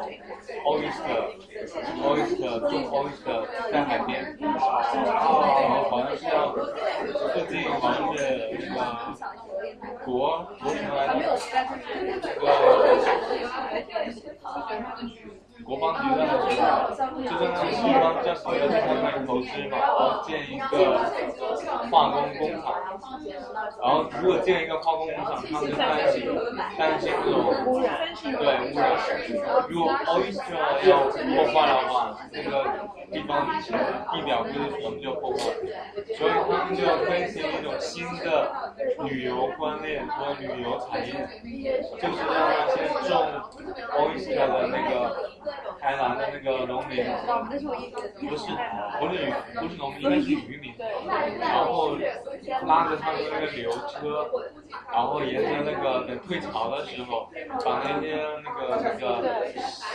[SPEAKER 15] oyster，oyster 做 oyster 在海边，然后好像是要附近好像是那个
[SPEAKER 1] 呃
[SPEAKER 15] 国国什么来着，这个。国防局的那个，就在那个地方，叫所有地方开始投资嘛，然后建一个
[SPEAKER 1] 化工工厂，然后如果建一个化工工厂，他们担心担心这种
[SPEAKER 36] 污染，
[SPEAKER 1] 对污染。如果 oyster 要破坏的话，那个地呃方地表就是全部就破坏，所以他们就推行一种新的旅游观念和旅游产业，就是让那些种 oyster 的那个台南的那个农民。不是不是渔不是农民，应该是渔民，然后拉着他们那个牛车，然后沿着那个等退潮的时候，把那些那个那个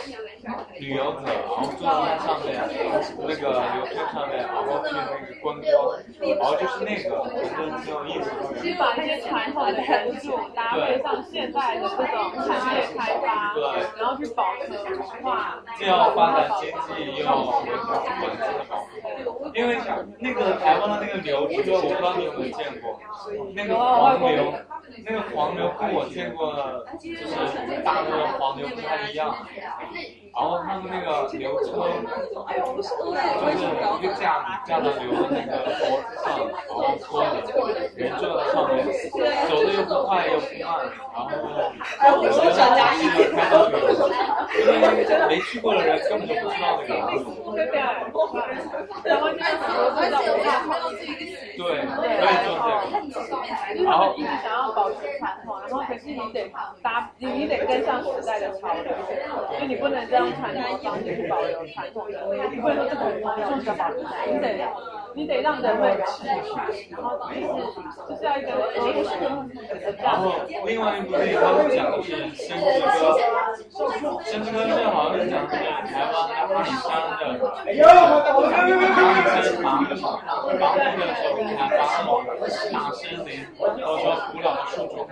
[SPEAKER 1] 旅游者，然后坐在上面那个牛车上面，然后去那个观光，然后就是那个，我觉得挺有意思的。
[SPEAKER 5] 其实把一些传统的元素搭配上现代的这种产业开发，然后去保存文化，
[SPEAKER 1] 这样发展经济又维护文字的保护。因为那个台湾的那个牛车，我不知道你有没有见过，那个黄牛，那个黄牛跟我见过的就是大陆的黄牛不太一样，然后他们那个牛车就是一个架子架到牛的那个脖子上，然后拖着人坐在上面，走的又不快又不慢，然后我们家一直开到牛，因为没去过的人根本就不知道那个。
[SPEAKER 5] 然后就很多这种文
[SPEAKER 1] 对，所以
[SPEAKER 5] 就是，然后一直想要保持传统，然后可是你得搭，你得跟上时代的潮流，就你不能这样传统方式去保留传统的，你不能说这种东西就是保留，你得你得让人们吃，然后就是就是呃要一个有一个
[SPEAKER 1] 然后另外一部电影他们讲的是生哥，生哥是好像是讲的是台湾阿里山的，哎呦，我看没阿里山盲盲那个。大森林，到时候古老的树种，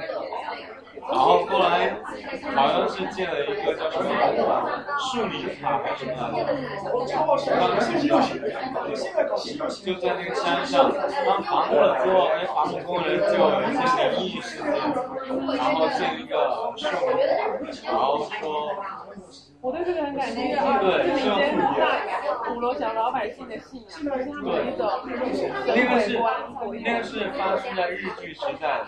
[SPEAKER 1] 然后后来好像是建了一个叫什么树林卡还是什么，就在那个山上，他们伐木了之后，哎，伐木工人就有一些灵异事件，然后建一个树林，然后说。
[SPEAKER 5] 我对这个很感兴趣，就是民间大鼓楼小老百姓的信仰，就是他们的一种
[SPEAKER 1] 那个是那个是发生在日据时代，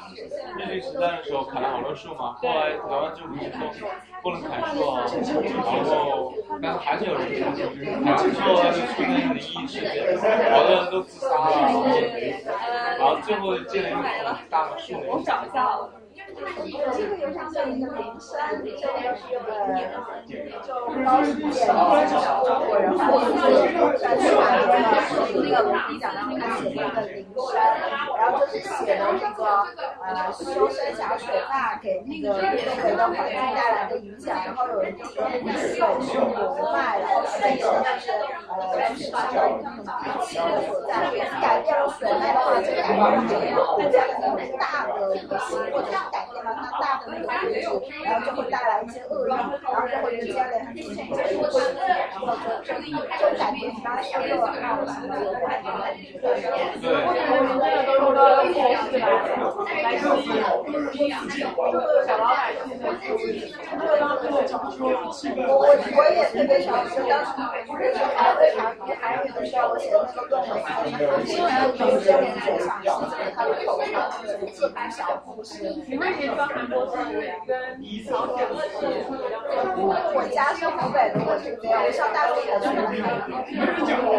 [SPEAKER 1] 日据时代的时候砍了好多树嘛，后来台湾政府说不能砍树啊，然后但是还是有人砍树，然后出现灵异事件，好多人都自杀了，然后最后建了一个很大的树林。
[SPEAKER 5] 我找一下。
[SPEAKER 4] 这个有点像一个灵山，这个是用的，就
[SPEAKER 5] 高
[SPEAKER 4] 师傅演的中国人画的，但是他那个那个文笔讲到他写那个灵山，然后就是写的那个呃修身小水坝给那个日本的环境带来的影响，然后有人就说日本是文脉，然后这个就是呃就是它的一个气的所在，改变了水脉的话，就改变了整个国家的很大的一个形或者是。改变了它大的那个位置，然后就会带来一些厄运，然后就会接连出现一些不幸，然后就就感觉你刚才说的啊，我们的观点来对，
[SPEAKER 5] 我们真的都用到了口语来来吸引小老百姓的注意。
[SPEAKER 4] 我我我也特别想说，当时我是还非常还有的时候，我写的那个论文，因为有些人在想写他的口语，这本小故事。
[SPEAKER 5] 你会研究韩国戏跟朝鲜戏？
[SPEAKER 4] 我家是湖北的，我是没有上大学的，然后也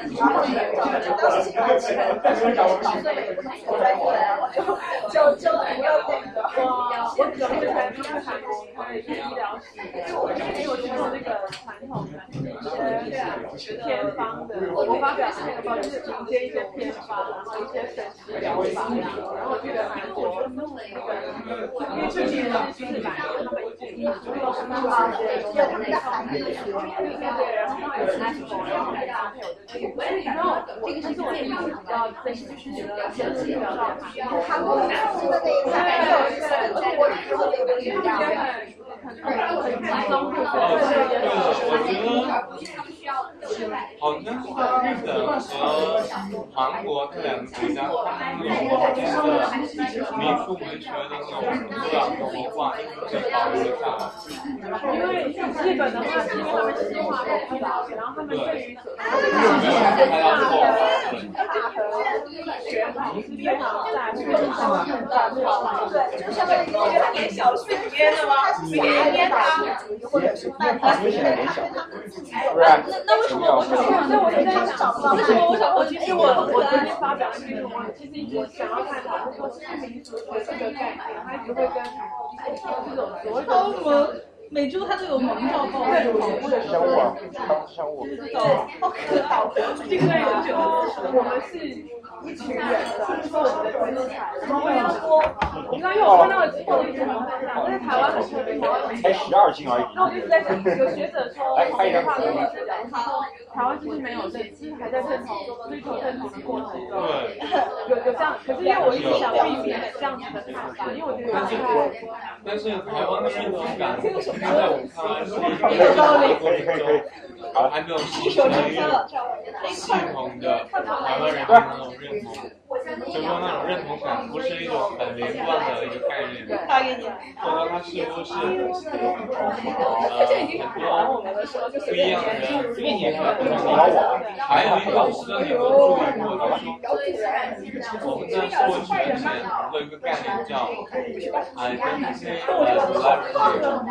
[SPEAKER 4] 当时新闻系的，但是我是学我专业的，我就就就读了那个。
[SPEAKER 5] 我只会在那个韩国看一些医疗史，因为我听过那个传统的一些偏方的，我发现是那个就是民间一些偏方，然后一些神奇疗法呀，然后这个韩国。因为这些就是把他们一一直都是慢慢的
[SPEAKER 4] 对他们的含义
[SPEAKER 5] 对对对，然后有那种然后搭配，我就觉得，然后这个是做比较真实的，神奇的，
[SPEAKER 4] 韩国吃的那一块，还有是中国吃的那个一样。
[SPEAKER 5] 很轻松，对对对，
[SPEAKER 1] 我觉得。
[SPEAKER 15] 好像是在日本和韩国这两个国家，他们有把这个民俗文学的那种土壤和文化给保留了下来。
[SPEAKER 5] 因为日本的话，其实他们西化很复杂，然后他们对于所谓的化和
[SPEAKER 15] 文
[SPEAKER 5] 学好在这个上面的这种，
[SPEAKER 1] 对，就相当于你觉得他连小说里面的吗？你还连他，或者是漫画，
[SPEAKER 6] 明显的联想，
[SPEAKER 1] 那那为什么我
[SPEAKER 5] 找不到？那我就在想，为什么我找我其实我我昨天发表的这个，我其实一直想要探讨，就是民族学这个概念，它只会跟这种所谓的。
[SPEAKER 4] 每周他都有萌照报，对，
[SPEAKER 6] 像我，像我，
[SPEAKER 5] 这个我们是一群人的，说我们的资产，然后为了说，你知道，因为我看到机构一直萌在但是台湾很特别，台湾
[SPEAKER 6] 才十二斤而已。
[SPEAKER 5] 那我就一直在想，有学者说，文化跟历史讲，台湾其实没有正，就是还在正统追求正统的过程中，有有这样，可是因为我一直想避免这样子的看法，因为我觉得
[SPEAKER 15] 但是台湾的认同感。
[SPEAKER 5] 这个什么？
[SPEAKER 15] 现在我们看完是一个美国一周，好还没有形成一个系统的台湾人的那种认同，就说那种认同感不是一种很连贯的一个概念，
[SPEAKER 4] 发给你，
[SPEAKER 15] 或者它似乎是
[SPEAKER 4] 呃
[SPEAKER 15] 很多不一样的人
[SPEAKER 4] 随便
[SPEAKER 15] 点
[SPEAKER 4] 点
[SPEAKER 15] 不同的，还有一个值得你们注意过的是，我们在做全学讨论一个概念叫 identity collaboration。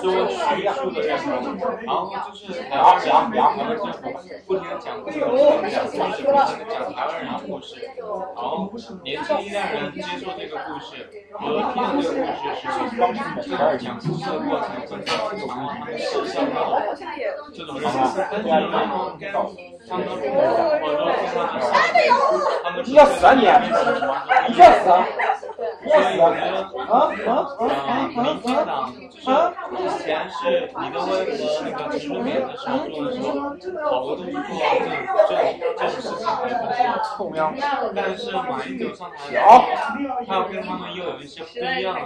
[SPEAKER 15] 就是说，多叙述的认同，然后就是台湾人、台湾政府不停的讲故事，不停的讲故事，不停的讲台湾人的故事，然后年轻一代人接受这个故事和听这个故事是去帮助这个讲故事的过程中，然后他们摄像到这种方式，跟他们跟他们或者说他们
[SPEAKER 6] 你要死啊你！你要死啊！你要死啊！啊啊
[SPEAKER 15] 啊啊啊！啊！之前是李登辉和那个石柱民的时候做的时候，好多都是做这这这种事情
[SPEAKER 6] 冲呀！
[SPEAKER 15] 但是马英九上台之后，他要跟他们又有一些不一样的。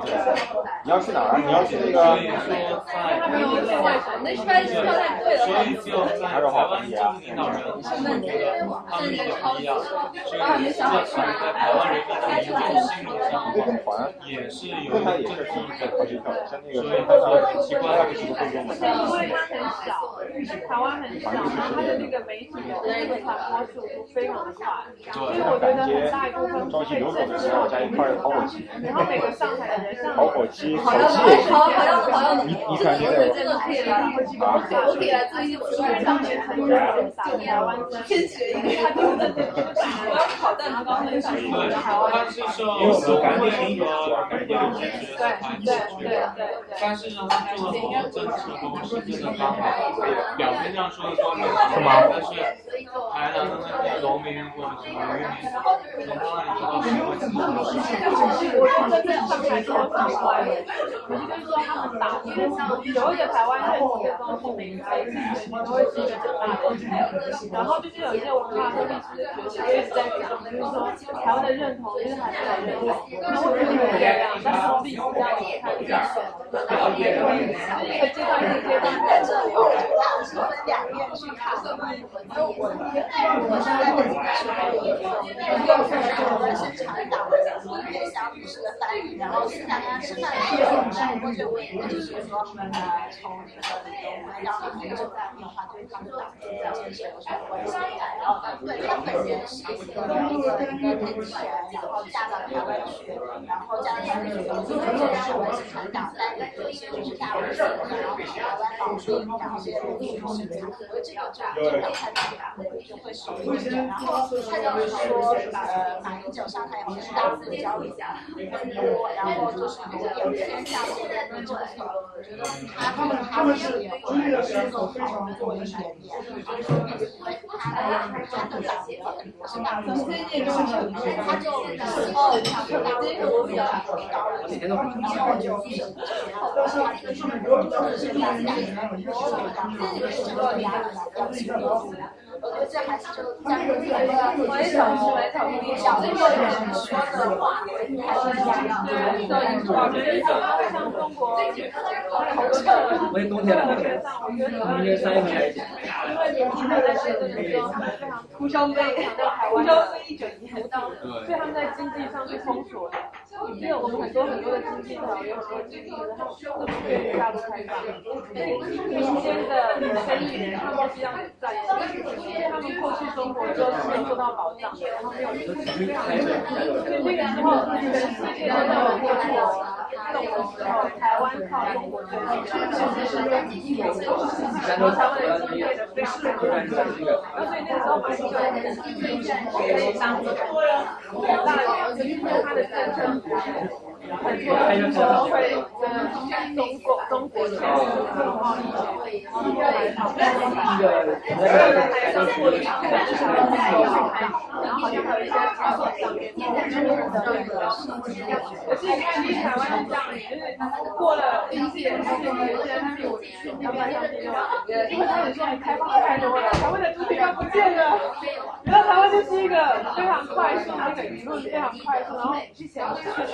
[SPEAKER 6] 你要去哪儿？你要去那个？
[SPEAKER 15] 所以说在
[SPEAKER 4] 他没有在外省，那是外省票太贵了。
[SPEAKER 15] 所以就在台湾政治领导人，他们觉得他们的不一样，所以这反映在台湾人的民众心理上，也是有政治的。
[SPEAKER 6] 像那
[SPEAKER 15] 所
[SPEAKER 6] 个
[SPEAKER 15] 以他觉得很奇怪，
[SPEAKER 6] 个是
[SPEAKER 5] 因为它很小，台湾很小，然后它的那个媒体的那个传播速度非常的快，所以我觉得很大一部分
[SPEAKER 6] 着急流走的时候，加一块烤火鸡，
[SPEAKER 5] 然后每个上海的人上
[SPEAKER 6] 烤火鸡，烤
[SPEAKER 4] 鸡，
[SPEAKER 6] 你你感觉那
[SPEAKER 4] 这个可以来，我可以来做一些我说的上面很多台湾先学一个，我要烤蛋糕那啥，台湾。
[SPEAKER 15] 但是说，因为我感念一个感念一个学生团体去的，但是呢，他做的好政策都是真的刚好，表面上说的都没什么，但是台南的那些农民或者什么渔民，从他那里得到什么资
[SPEAKER 5] 我觉得在上海多奇怪，就是说他们打，因为像所有的台湾认识的东西，每一代自己都会记得很大的。然后就是有一些文化和历史的学者一直在提倡，就是说台湾的认同就是海外认同，那我觉得不一样，但从历史上来看，就是那个阶段一个阶段在这里。
[SPEAKER 1] 是分两面去
[SPEAKER 5] 啊
[SPEAKER 1] 看的嘛。就我我是在北京的时候，也有我们是长岛的，我也想不是翻译，然后私下跟他吃饭的时候，或者我也就是说，呃，从那个我们当地就在文化对他们党这件事有什么关系，然后对他本人是一个一个一个人权，然后嫁到台湾去，然后嫁到台湾去，就是我们是传党，但是有一些就是大陆人，然后台湾保民，然后这些民。我们才和这个转，这个才能把我们就会熟一点。然后他就是说，呃，马英九上台以后是大四交一下，很多，然后就是有点偏向现在的政策。我觉得他们他们是也会更好做一点点，就是因为他他的党也很多是大陆人，他就哦，他是大陆比较高了，然后就是他这个是就是大家也。这是个两两情多苦，我觉得这还是就家庭的
[SPEAKER 4] 我也想去买巧克力，
[SPEAKER 1] 小时候人说的话还是一样的。
[SPEAKER 5] 像中国，我
[SPEAKER 4] 也冬天了，
[SPEAKER 5] 我觉得，因为
[SPEAKER 4] 二年级那个时候，
[SPEAKER 5] 哭伤悲，
[SPEAKER 4] 哭伤悲一整年，
[SPEAKER 5] 所以他们在经济上被封锁了。我记得我们很多很多的经济条约和经济的，他们都不对大陆开放，所以民间的生意他们非常在意，因为他们过去中国之后是没有受到保障的，然后没有非常所以那个时候全世界都在往过去动的时候，台湾靠中国最近，然后台湾的经济变得非常非常强，然后所以那个时候马英九可以当总统，那因为他的政策。很多人都会跟中国中国签署自由贸易协议，然后就来讨论中国的商品市场的然后好像还有一些合作上面，我自己看其实台湾是这样的，就是过了经济也是有些他们有他们相信就因为开始说你开放的太多了，台湾的主体快不见了，原来台湾就是一个非常快速那个舆论非常快速，然后之前。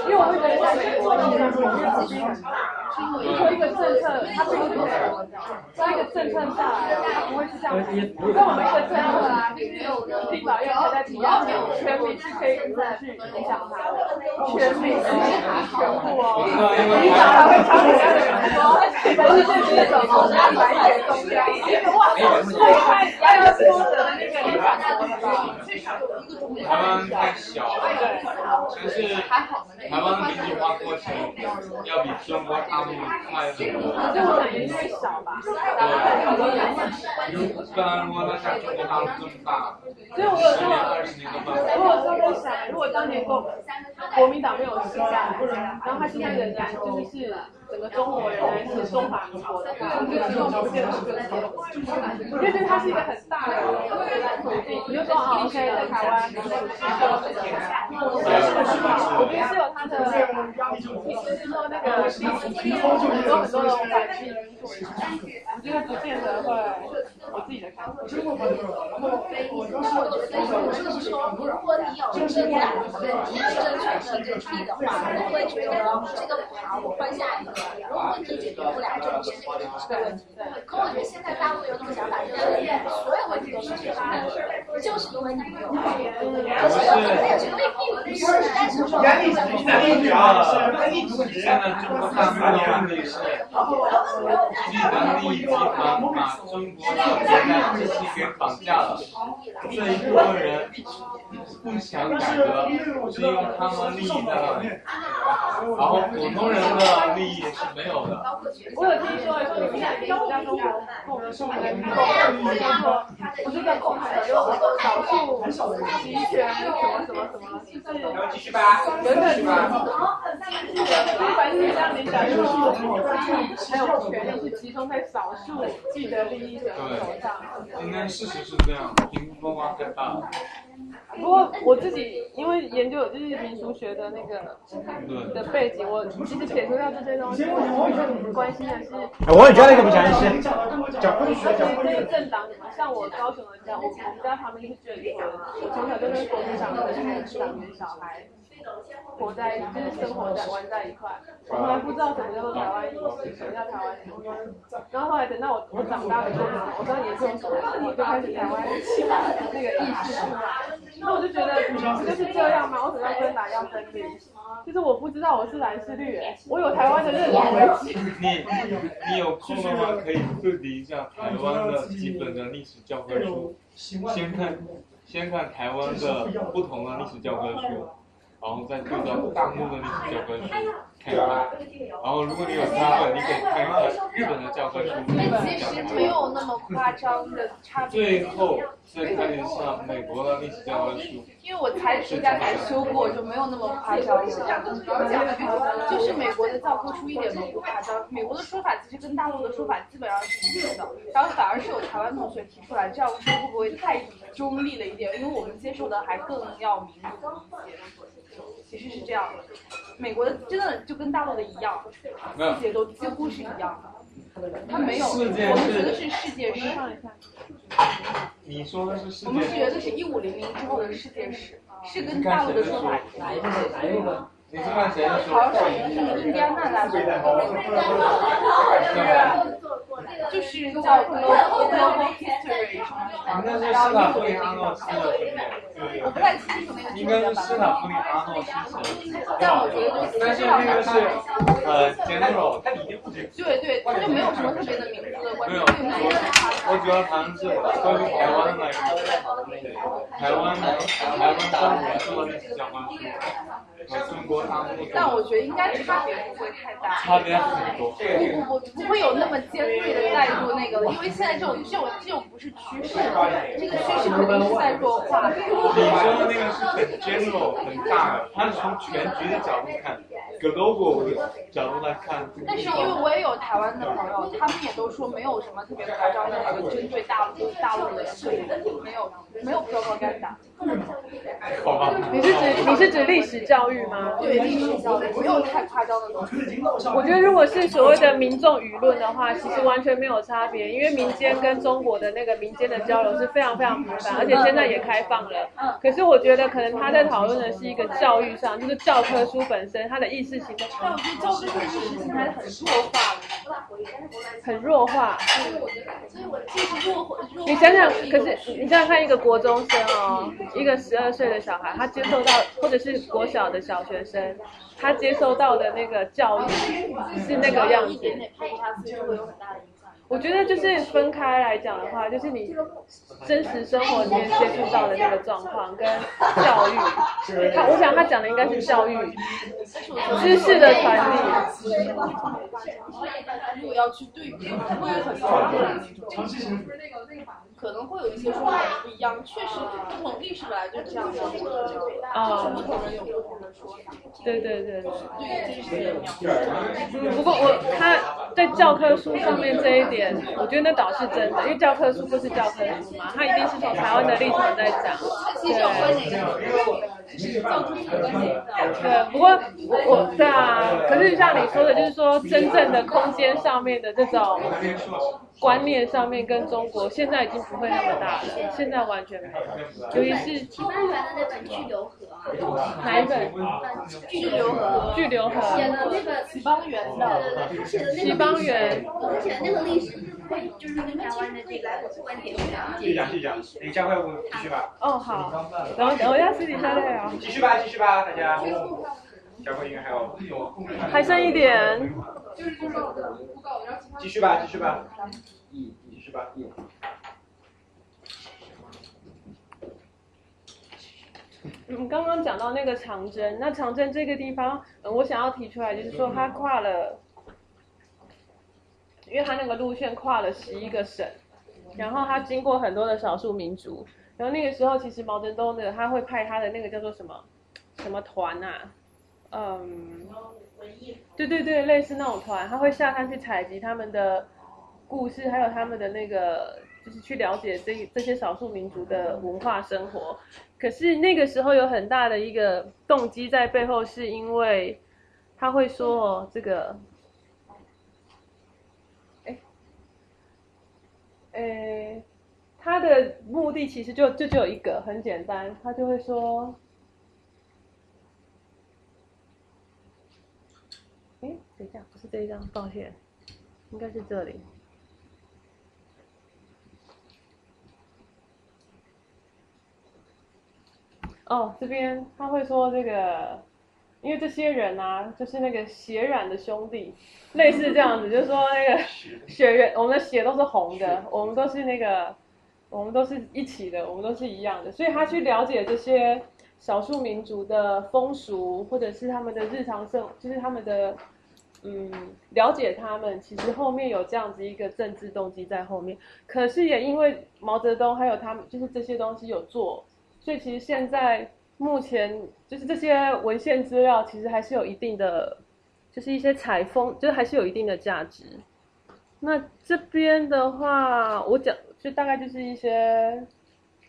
[SPEAKER 5] 因为我会觉得在中国的舆论空间其实很大，如果一个政策它并不能，它一个政策下来，它不会是这样。那我们一个政策啊，就是立法院开在提案，全民是可以舆论去影响它的，全民是全部哦，你讲还会吵起来的说，但是这是走从哪里来一点东西啊？哇，太快，还有说的那个影响多了吧？
[SPEAKER 15] 台湾太小了，但是台湾的民主化过程要比中国大陆快很多。
[SPEAKER 5] 就我感觉太小吧，
[SPEAKER 15] 对，虽然说它像中国大陆这么大，
[SPEAKER 5] 所以我有时候，
[SPEAKER 15] 二十年都办
[SPEAKER 5] 我有时候在想，如果当年国国民党没有失败，然后他现在仍然就是是整个中国仍然是中华民国的话，这个中不见得是个结果，因为这它是一个很大的土地，你就说啊，OK，在台湾。我觉得是有它的，我觉得是有它的一些之后那个历史经过很多很多的改变，我觉得不见得会，我自己的看法。
[SPEAKER 10] 我真的没有，然后我当时
[SPEAKER 1] 我觉得就是说，如果你有真感跟你真诚的跟地的话，我会觉得这个不好，我换下一个。如果问题解决不了，就直接这个就是问题。可我觉得现在大陆有种想法，就是所有问题都是解决不了，就是因为你没有。可是，可能也是因为并不是，但是我们
[SPEAKER 15] 不想改革，是因为他们利益在那里，然后普通人的利益是没有的。
[SPEAKER 5] 我有听说，说你们俩都在中国，我们生活在中国，就是说不是在共产党，就是少数。集权什么什么什么，就是
[SPEAKER 15] 继续吧，
[SPEAKER 5] 等等你们，所以反正是让你想说，还有权利是集中在少数既得利益者手上。
[SPEAKER 15] 应该事实是这样，贫富分化太大了。
[SPEAKER 5] 不过我自己因为研究就是民俗学的那个的背景，我其实撇除掉这些东西，我关心的是。
[SPEAKER 6] 我很专业的讲师，讲
[SPEAKER 5] 而且这些政党，像我高雄的家，我我们家旁边是眷村，我从小就跟国民党跟党员小孩。活在就是生活在玩在一块，我从来不知道什么叫做台湾饮食，什么叫台湾饮食。然后后来等到我我长大了之后，我当年做什么，我就开始台湾那个意识出来。那我就觉得不就是这样吗？我怎么要跟哪要分离？就是我不知道我是蓝是绿，我有台湾的认同危机。
[SPEAKER 15] 你你有空的话可以对比一下台湾的基本的历史教科书，先看先看台湾的不同的历史教科书。然后再对照大陆的历史教科书看一看，然后如果你有机会，你可以看一看日本的教科书。
[SPEAKER 4] 其实没有那么夸张的差
[SPEAKER 15] 别。最后再看一下美国的历史教科书。
[SPEAKER 4] 因为我才暑假才修过，就没有那么夸张了。就是美国的教科书一点都不夸张，美国的说法其实跟大陆的说法基本上是一致的，然后反而是有台湾同学提出来，这样说会不会太中立了一点？因为我们接受的还更要民主一些。其实是这样的，美国的真的就跟大陆的一样，节奏几乎是一样的。它没有，我们学的是世界史。
[SPEAKER 15] 你说的是世界史？
[SPEAKER 4] 我们学的是一五零零之后的世界史，是跟大陆的说法一样。
[SPEAKER 15] 你是看谁的书？
[SPEAKER 4] 好像是印印第安纳大学。
[SPEAKER 5] 就寻找很多 global history
[SPEAKER 15] 那是斯坦福林阿诺斯的训练，
[SPEAKER 1] 我不太清楚那个
[SPEAKER 15] 应该是斯坦福林阿诺斯的。
[SPEAKER 1] 但我觉得
[SPEAKER 15] 但是那个是呃 general，他已经不止。
[SPEAKER 1] 对对，他就没有什么特别的名字的关系
[SPEAKER 15] 没有，。我主要谈的是关于呃台湾的那个台湾的台湾当年做历史相关书，和中国他们那
[SPEAKER 1] 但
[SPEAKER 15] 个
[SPEAKER 1] 我觉得应该差别不会太大，
[SPEAKER 15] 差别很多。
[SPEAKER 1] 不不不会有那么尖锐的带入那个了，因为现在这种这种这种不是趋势，这个趋势肯定是在弱化的。
[SPEAKER 15] 你说的那个是很 general 很大的，他是从全局的角度看，global 的角度来看。
[SPEAKER 1] 但是因为我也有台湾的朋友，他们也都说没有什么特别夸张的那个针对大陆大陆的事情，没有没有 propaganda。
[SPEAKER 15] 好吧，
[SPEAKER 5] 你是指你是指历史教育吗？
[SPEAKER 1] 对历史教育没有太夸张的东西。
[SPEAKER 5] 我觉得如果是所谓的民众舆论的话，其实完全没有差别，因为民间跟中国的那个民间的交流是非常非常频繁，而且现在也开放了。可是我觉得可能他在讨论的是一个教育上，就是教科书本身它的意识形态。但我觉得教科书的意识形态很弱化，很弱化。
[SPEAKER 1] 所以我就是弱化弱化
[SPEAKER 5] 你想想，可是你想想看，一个国中生哦，一个十二岁的小孩，他接受到，或者是国小的小学生，他接受到的那个教育是那个样
[SPEAKER 1] 一
[SPEAKER 5] 子。
[SPEAKER 1] 点点偏差，其实会有很大的影响。
[SPEAKER 5] 我觉得就是分开来讲的话，就是你真实生活里面接触到的那个状况跟教育，他我想他讲的应该是教育知识的传递。
[SPEAKER 1] 如果要去对比，会有很多可能会有一些说法不一样，确实不同历史本来就是这样的，就是不同人有不同的说法。
[SPEAKER 5] 对对对对。
[SPEAKER 1] 对，就是
[SPEAKER 5] 不过我他在教科书上面这一点，我觉得那倒是真的，因为教科书就是教科书嘛，他一定是从台湾的立场在讲。对，对，不过我我对啊，可是像你说的，就是说真正的空间上面的这种观念上面跟中国现在已经不会那么大了，现在完全没有，尤其是
[SPEAKER 9] 齐班元的那本《巨流河》啊，
[SPEAKER 5] 哪一本？
[SPEAKER 9] 巨流河，
[SPEAKER 5] 巨流河
[SPEAKER 9] 写的那个齐
[SPEAKER 1] 邦媛
[SPEAKER 9] 的，对对对，他写的那
[SPEAKER 5] 齐邦媛
[SPEAKER 9] 个历史他写的那个历史就是会就是跟台湾的这个观点非常
[SPEAKER 10] 继续讲，继续讲，你加快步继续吧。
[SPEAKER 5] 哦好，等我等我一下私底下啊再聊，
[SPEAKER 10] 继续吧，继续吧，大家。加快应该还有，
[SPEAKER 5] 还剩一点。
[SPEAKER 4] 就是就是布告，然后其他
[SPEAKER 10] 继续吧，继续吧。
[SPEAKER 37] 继续吧，
[SPEAKER 5] 嗯，刚刚讲到那个长征，那长征这个地方，嗯，我想要提出来，就是说它跨了，因为它那个路线跨了十一个省，然后它经过很多的少数民族，然后那个时候其实毛泽东的他会派他的那个叫做什么什么团啊，嗯，对对对，类似那种团，他会下山去采集他们的故事，还有他们的那个，就是去了解这这些少数民族的文化生活。可是那个时候有很大的一个动机在背后，是因为他会说哦，这个，哎，呃，他的目的其实就就只有一个，很简单，他就会说。哎，等一下，不是这一张，抱歉，应该是这里。哦，这边他会说这个，因为这些人啊，就是那个血染的兄弟，类似这样子，就是说那个血缘，我们的血都是红的，我们都是那个，我们都是一起的，我们都是一样的，所以他去了解这些少数民族的风俗，或者是他们的日常生，就是他们的。嗯，了解他们，其实后面有这样子一个政治动机在后面。可是也因为毛泽东还有他们，就是这些东西有做，所以其实现在目前就是这些文献资料，其实还是有一定的，就是一些采风，就是还是有一定的价值。那这边的话，我讲就大概就是一些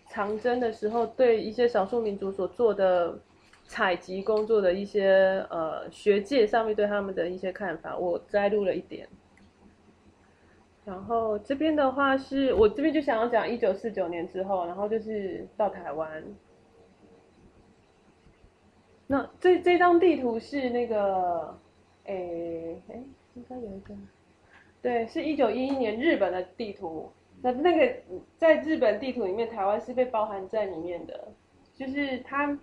[SPEAKER 5] 长征的时候对一些少数民族所做的采集工作的一些呃学界上面对他们的一些看法，我摘录了一点。然后这边的话是我这边就想要讲一九四九年之后，然后就是到台湾。那这这张地图是那个，诶诶，应该有一个，对，是一九一一年日本的地图。那那个在日本地图里面，台湾是被包含在里面的，就是它，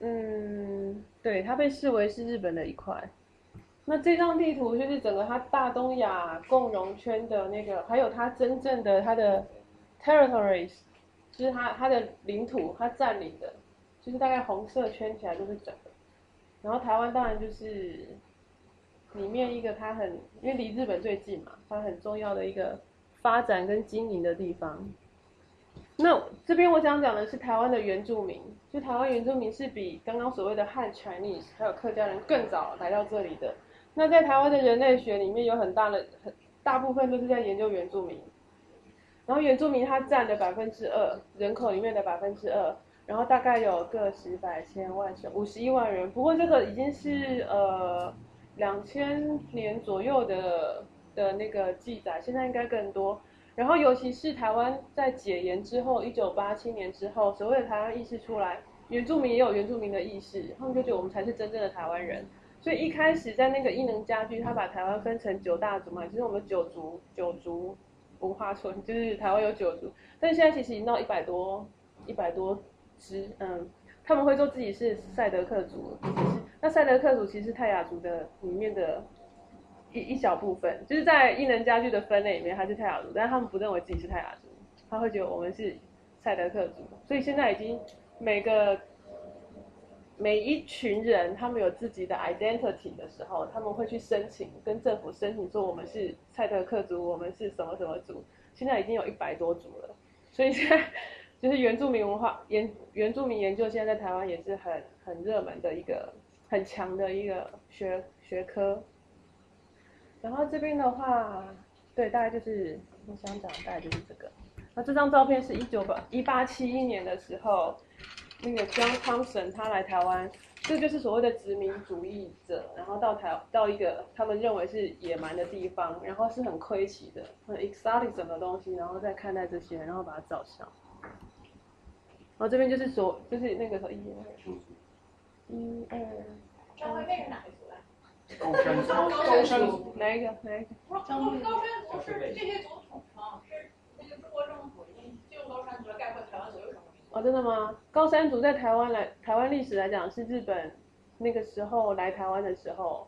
[SPEAKER 5] 嗯，对，它被视为是日本的一块。那这张地图就是整个它大东亚共荣圈的那个，还有它真正的它的 territories，就是它它的领土，它占领的，就是大概红色圈起来就是整个。然后台湾当然就是里面一个它很，因为离日本最近嘛，它很重要的一个发展跟经营的地方。那这边我想讲的是台湾的原住民，就台湾原住民是比刚刚所谓的汉 Chinese 还有客家人更早来到这里的。那在台湾的人类学里面有很大的很大部分都是在研究原住民，然后原住民他占了百分之二人口里面的百分之二，然后大概有个十百千万十五十一万人，不过这个已经是呃两千年左右的的那个记载，现在应该更多。然后，尤其是台湾在解严之后，一九八七年之后，所谓的台湾意识出来，原住民也有原住民的意识，他们就觉得我们才是真正的台湾人。所以一开始在那个伊能家居，他把台湾分成九大族嘛，其实我们九族九族文化村，就是台湾有九族，但现在其实已经到一百多一百多支，嗯，他们会说自己是赛德克族，那赛德克族其实泰雅族的里面的。一一小部分，就是在伊能家具的分类里面，他是泰雅族，但是他们不认为自己是泰雅族，他会觉得我们是赛德克族。所以现在已经每个每一群人，他们有自己的 identity 的时候，他们会去申请，跟政府申请说我们是赛德克族，我们是什么什么族。现在已经有一百多族了，所以现在就是原住民文化研原住民研究，现在在台湾也是很很热门的一个很强的一个学学科。然后这边的话，对，大概就是我想讲，大概就是这个。那这张照片是一九八一八七一年的时候，那个 John Thompson 他来台湾，这就是所谓的殖民主义者，然后到台到一个他们认为是野蛮的地方，然后是很窥奇的、很 exotic 的东西，然后再看待这些，然后把它照相。然后这边就是所就是那个时候一二一二，
[SPEAKER 28] 张惠妹是哪一组？
[SPEAKER 5] 高山族，高山族，哪一个？哪一个？
[SPEAKER 28] 高山族是这些族统称，是那个中国政府就高山族来概括台湾所有什么
[SPEAKER 5] 哦，真的吗？高山族在台湾来，台湾历史来讲是日本那个时候来台湾的时候，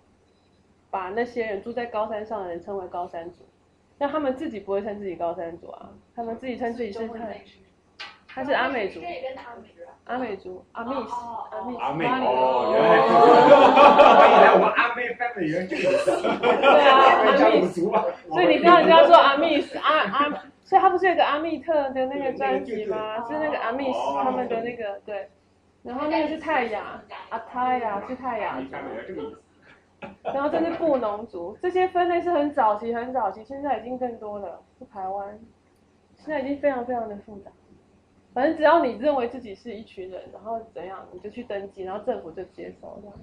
[SPEAKER 5] 把那些人住在高山上的人称为高山族，但他们自己不会称自己高山族啊，他们自己称自己是泰，他是阿美族。阿美族，阿密斯，阿密斯，
[SPEAKER 10] 阿妹哦，原来欢迎来我们阿妹 family，原来这个意思。对
[SPEAKER 5] 啊，阿
[SPEAKER 10] 家五族吧。
[SPEAKER 5] 所以你刚人家说阿密斯，阿阿，所以他不是有个阿密特的那个专辑吗？是那个阿密斯
[SPEAKER 10] 哦
[SPEAKER 5] 他们的那个对，然后那个是泰雅，阿泰雅是泰雅族，然后这是布农族，这些分类是很早期很早期，现在已经更多了，是台湾，现在已经非常非常的复杂。反正只要你认为自己是一群人，然后怎样你就去登记，然后政府就接收这样。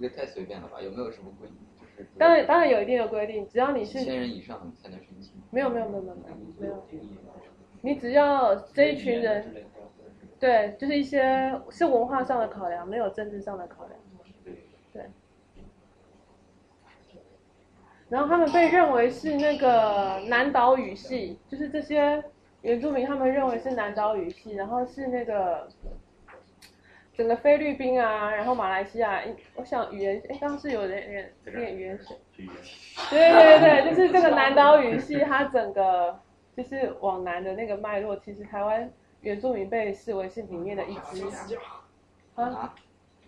[SPEAKER 8] 这个太随便了吧？有没有什么规定？就是
[SPEAKER 5] 当然当然有一定的规定，只要你是
[SPEAKER 8] 千人以上才能申请。
[SPEAKER 5] 没有没有没有没有没有，你只要这一群人，对，就是一些是文化上的考量，没有政治上的考量。对。然后他们被认为是那个南岛语系，就是这些。原住民他们认为是南岛语系，然后是那个整个菲律宾啊，然后马来西亚，我想语言，哎，刚刚是有人念语言学，对对对对，就是这个南岛语系，它整个就是往南的那个脉络，其实台湾原住民被视为是里面的一支啊，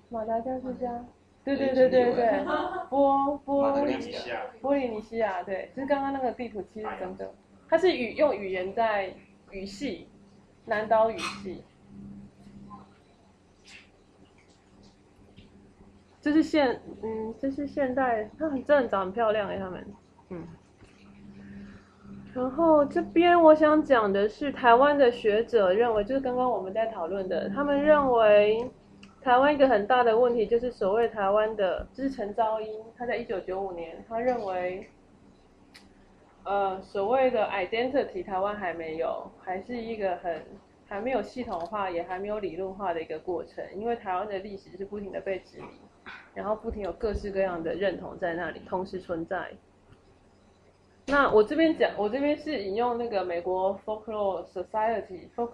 [SPEAKER 5] 马达加斯加，对对对对对，波波波利尼西亚，对，就是刚刚那个地图其实整个。它是语用语言在语系，南岛语系。这是现嗯，这是现代，它很真的长很漂亮哎，他们嗯。然后这边我想讲的是，台湾的学者认为，就是刚刚我们在讨论的，他们认为台湾一个很大的问题就是所谓台湾的，就是陈昭英，他在一九九五年，他认为。呃，所谓的 identity，台湾还没有，还是一个很还没有系统化，也还没有理论化的一个过程。因为台湾的历史是不停的被殖民，然后不停有各式各样的认同在那里同时存在。那我这边讲，我这边是引用那个美国 Folklore Society folk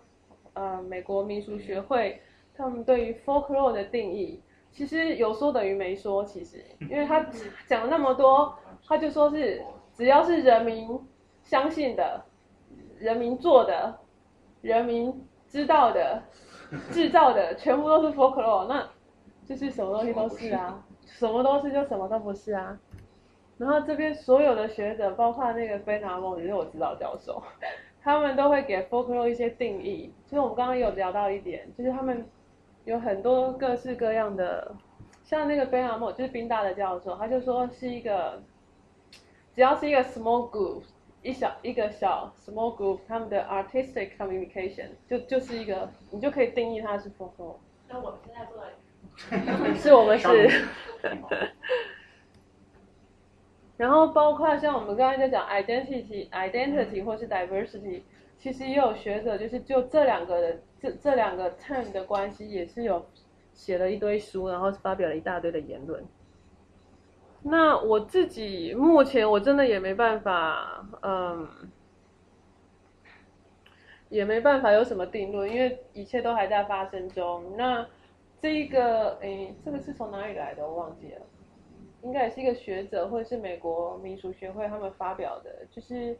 [SPEAKER 5] 呃美国民俗学会他们对于 folklore 的定义。其实有说等于没说，其实，因为他讲了那么多，他就说是只要是人民相信的、人民做的、人民知道的、制造的，全部都是 folklore，那就是什么东西都是啊，什么都是就什么都不是啊。然后这边所有的学者，包括那个贝塔蒙，也是我指导教授， 他们都会给 folklore 一些定义。其实我们刚刚有聊到一点，就是他们。有很多各式各样的，像那个贝纳莫，就是宾大的教授，他就说是一个，只要是一个 small group，一小一个小 small group，他们的 artistic communication 就就是一个，你就可以定义它是 folklore。
[SPEAKER 38] 那我们现在做到，
[SPEAKER 5] 是我们是。然后包括像我们刚才在讲 identity、identity 或是 diversity。其实也有学者，就是就这两个的这这两个 term 的关系，也是有写了一堆书，然后发表了一大堆的言论。那我自己目前我真的也没办法，嗯，也没办法有什么定论，因为一切都还在发生中。那这一个，诶，这个是从哪里来的？我忘记了，应该也是一个学者或者是美国民俗学会他们发表的，就是。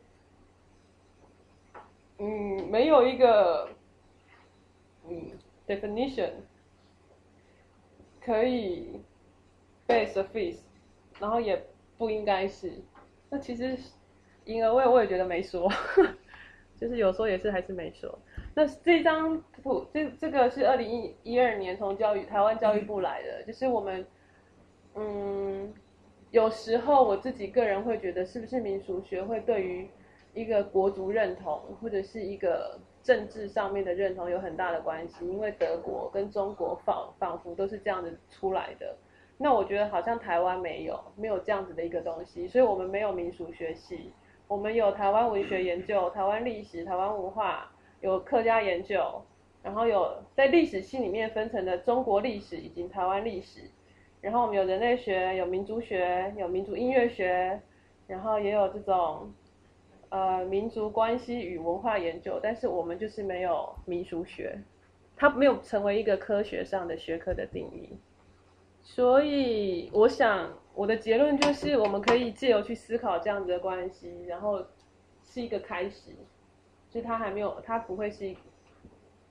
[SPEAKER 5] 嗯，没有一个嗯 definition 可以被 surface，然后也不应该是。那其实婴儿位我也觉得没说， 就是有时候也是还是没说。那这张图，这这个是二零一一二年从教育台湾教育部来的，就是我们嗯，有时候我自己个人会觉得，是不是民俗学会对于一个国族认同或者是一个政治上面的认同有很大的关系，因为德国跟中国仿仿佛都是这样子出来的。那我觉得好像台湾没有没有这样子的一个东西，所以我们没有民俗学系，我们有台湾文学研究、台湾历史、台湾文化，有客家研究，然后有在历史系里面分成的中国历史以及台湾历史，然后我们有人类学、有民族学、有民族音乐学，然后也有这种。呃，民族关系与文化研究，但是我们就是没有民俗学，它没有成为一个科学上的学科的定义。所以，我想我的结论就是，我们可以借由去思考这样子的关系，然后是一个开始，就它还没有，它不会是，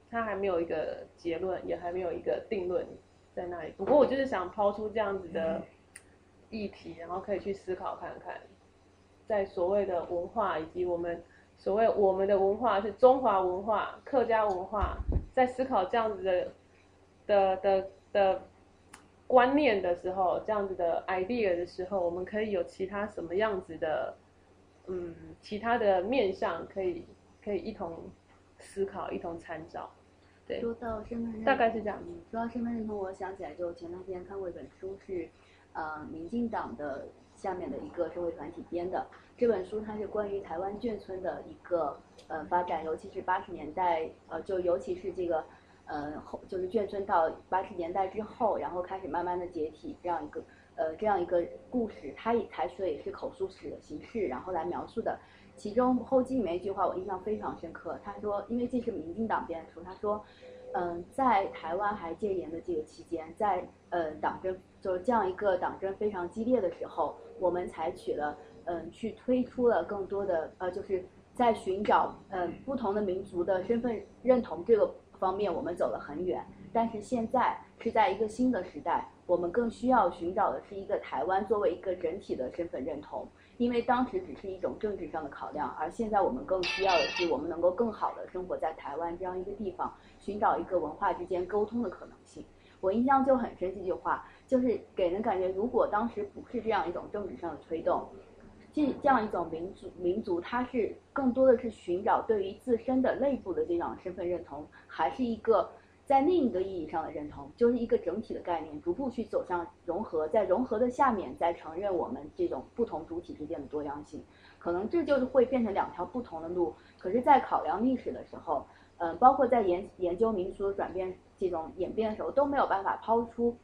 [SPEAKER 5] 它还没有一个结论，也还没有一个定论在那里。不过，我就是想抛出这样子的议题，然后可以去思考看看。在所谓的文化，以及我们所谓我们的文化是中华文化、客家文化，在思考这样子的的的的观念的时候，这样子的 idea 的时候，我们可以有其他什么样子的，嗯，其他的面向可以可以一同思考、一同参照。对，
[SPEAKER 15] 说到身份认同，
[SPEAKER 1] 呃
[SPEAKER 5] 大概是这样。
[SPEAKER 15] 说到身份认同，我想起来就前段时间看过一本书是，是呃，民进党的。下面的一个社会团体编的这本书，它是关于台湾眷村的一个呃发展，尤其是八十年代，呃，就尤其是这个，呃，后就是眷村到八十年代之后，然后开始慢慢的解体这样一个呃这样一个故事，它以采取的也是口述史的形式，然后来描述的。其中后记里面一句话我印象非常深刻，他说，因为这是民进党编的书，他说，嗯、呃，在台湾还戒严的这个期间，在呃党争就是这样一个党争非常激烈的时候，我们采取了嗯、呃、去推出了更多的呃就是在寻找嗯、呃、不同的民族的身份认同这个方面，我们走了很远，但是现在是在一个新的时代，我们更需要寻找的是一个台湾作为一个整体的身份认同。因为当时只是一种政治上的考量，而现在我们更需要的是，我们能够更好的生活在台湾这样一个地方，寻找一个文化之间沟通的可能性。我印象就很深这句话，就是给人感觉，如果当时不是这样一种政治上的推动，这这样一种民族民族，它是更多的是寻找对于自身的内部的这种身份认同，还是一个在另一个意义上的认同，就是一个整体的概念，逐步去走向融合，在融合的下面再承认我们这种不同主体之间的多样性，可能这就是会变成两条不同的路。可是，在考量历史的时候，嗯、呃，包括在研研究民族的转变。这种演变的时候都没有办法抛出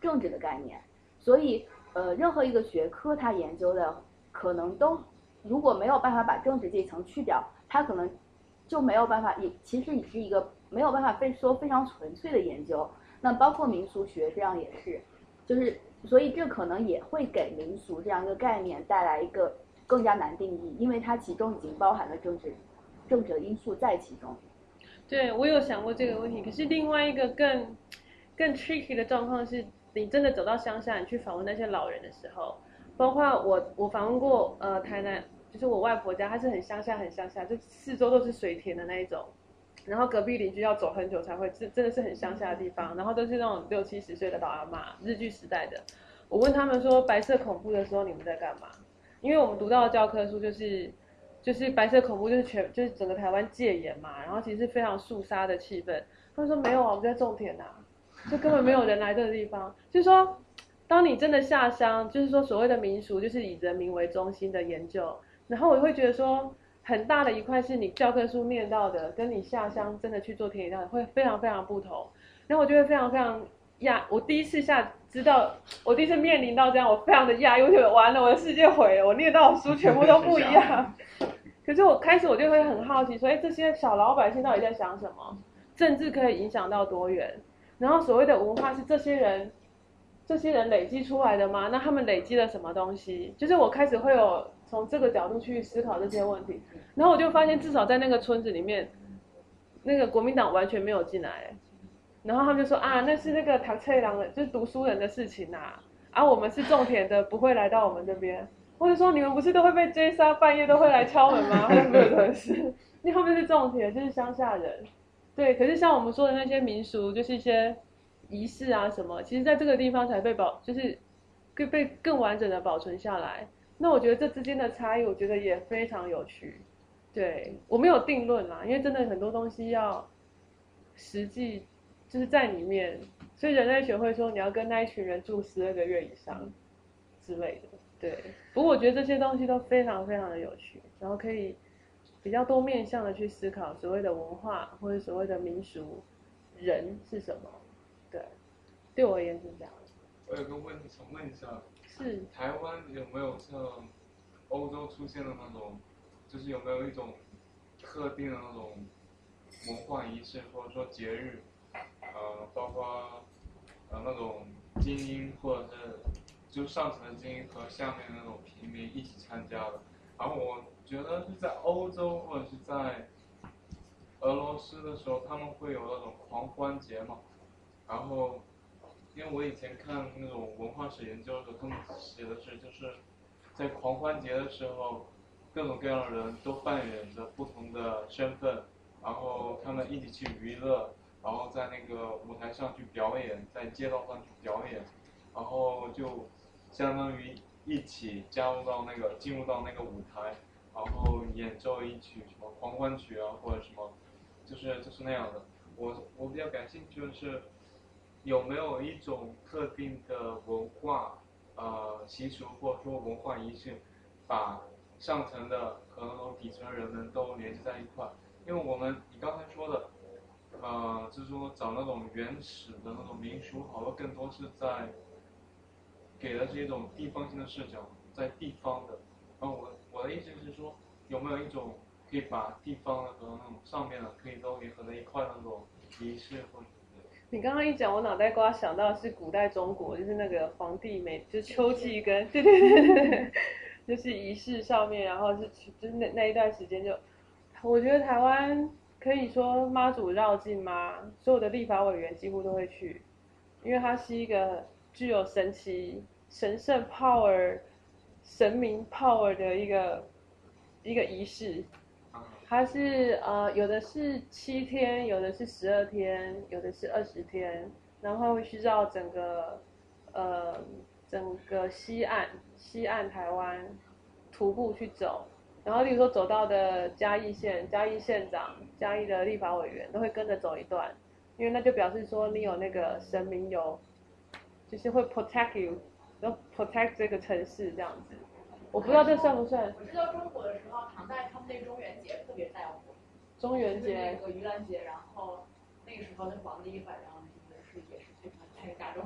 [SPEAKER 15] 政治的概念，所以呃，任何一个学科它研究的可能都
[SPEAKER 1] 如果没有办法把政治这一层去掉，它可能就没有办法，也其实也是一个没有办法非说非常纯粹的研究。那包括民俗学这样也是，就是所以这可能也会给民俗这样一个概念带来一个更加难定义，因为它其中已经包含了政治政治的因素在其中。
[SPEAKER 5] 对我有想过这个问题，可是另外一个更更 tricky 的状况是，你真的走到乡下，你去访问那些老人的时候，包括我我访问过呃台南，就是我外婆家，她是很乡下很乡下，就四周都是水田的那一种，然后隔壁邻居要走很久才会，真真的是很乡下的地方，然后都是那种六七十岁的老阿妈，日据时代的。我问他们说白色恐怖的时候你们在干嘛？因为我们读到的教科书就是。就是白色恐怖，就是全就是整个台湾戒严嘛，然后其实非常肃杀的气氛。他们说没有啊，我们在种田呐、啊，就根本没有人来这个地方。就是说，当你真的下乡，就是说所谓的民俗，就是以人民为中心的研究。然后我会觉得说，很大的一块是你教科书念到的，跟你下乡真的去做田野调查会非常非常不同。然后我就会非常非常讶，我第一次下知道，我第一次面临到这样，我非常的讶异，我觉得完了，我的世界毁了，我念到的书全部都不一样。可是我开始我就会很好奇，说，哎，这些小老百姓到底在想什么？政治可以影响到多远？然后所谓的文化是这些人，这些人累积出来的吗？那他们累积了什么东西？就是我开始会有从这个角度去思考这些问题。然后我就发现，至少在那个村子里面，那个国民党完全没有进来。然后他们就说啊，那是那个唐翠郎的，就是读书人的事情呐、啊。啊，我们是种田的，不会来到我们这边。或者说你们不是都会被追杀，半夜都会来敲门吗？或者没有的 事，那后面是种田，就是乡下人，对。可是像我们说的那些民俗，就是一些仪式啊什么，其实在这个地方才被保，就是被被更完整的保存下来。那我觉得这之间的差异，我觉得也非常有趣。对我没有定论啦，因为真的很多东西要实际就是在里面，所以人类学会说你要跟那一群人住十二个月以上之类的。对，不过我觉得这些东西都非常非常的有趣，然后可以比较多面向的去思考所谓的文化或者所谓的民俗，人是什么？对，对我而言是这样。
[SPEAKER 15] 我有个问题想问一下，
[SPEAKER 5] 是
[SPEAKER 15] 台湾有没有像欧洲出现的那种，就是有没有一种特定的那种文化仪式或者说节日，呃，包括呃那种精英或者是。就上层的精英和下面的那种平民一起参加的，然后我觉得是在欧洲或者是在俄罗斯的时候，他们会有那种狂欢节嘛。然后，因为我以前看那种文化史研究的，他们写的是就是在狂欢节的时候，各种各样的人都扮演着不同的身份，然后他们一起去娱乐，然后在那个舞台上去表演，在街道上去表演，然后就。相当于一起加入到那个进入到那个舞台，然后演奏一曲什么狂欢曲啊，或者什么，就是就是那样的。我我比较感兴趣的是，有没有一种特定的文化呃习俗或者说文化仪式，把上层的和底层人们都联系在一块？因为我们你刚才说的，呃，就是说找那种原始的那种民俗，好像更多是在。给的是一种地方性的视角，在地方的，然后我我的意思是说，有没有一种可以把地方的和那种上面的可以都联合在一块那种仪式或者？
[SPEAKER 5] 你刚刚一讲，我脑袋瓜想到是古代中国，就是那个皇帝每就是秋季跟对对对对，就是仪式上面，然后是就是那那一段时间就，我觉得台湾可以说妈祖绕境吗？所有的立法委员几乎都会去，因为它是一个。具有神奇、神圣 power、神明 power 的一个一个仪式，
[SPEAKER 15] 啊
[SPEAKER 5] 它是呃有的是七天，有的是十二天，有的是二十天，然后会去绕整个呃整个西岸西岸台湾徒步去走，然后例如说走到的嘉义县，嘉义县长、嘉义的立法委员都会跟着走一段，因为那就表示说你有那个神明有。就是会 protect you，然后 protect 这个城市这样子，我不知道这算不算。
[SPEAKER 16] 我知道中国的时候，唐代他们对中元节特别在乎。
[SPEAKER 5] 中元
[SPEAKER 16] 节。那个盂兰节，然后那个时候的皇帝反正就是也是非常在意大众。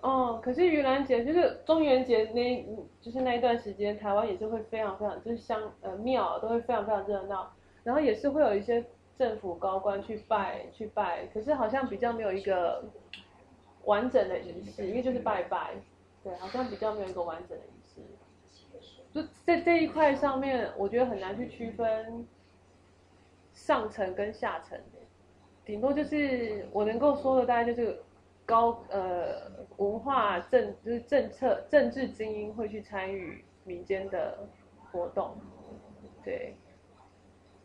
[SPEAKER 5] 哦，可是盂兰节就是中元节那，就是那一段时间，台湾也是会非常非常，就是香呃庙都会非常非常热闹，然后也是会有一些政府高官去拜去拜，可是好像比较没有一个完整的仪式，因为就是拜拜，对，好像比较没有一个完整的仪式，就在这一块上面，我觉得很难去区分上层跟下层，顶多就是我能够说的大概就是。高呃文化政就是政策政治精英会去参与民间的活动，对，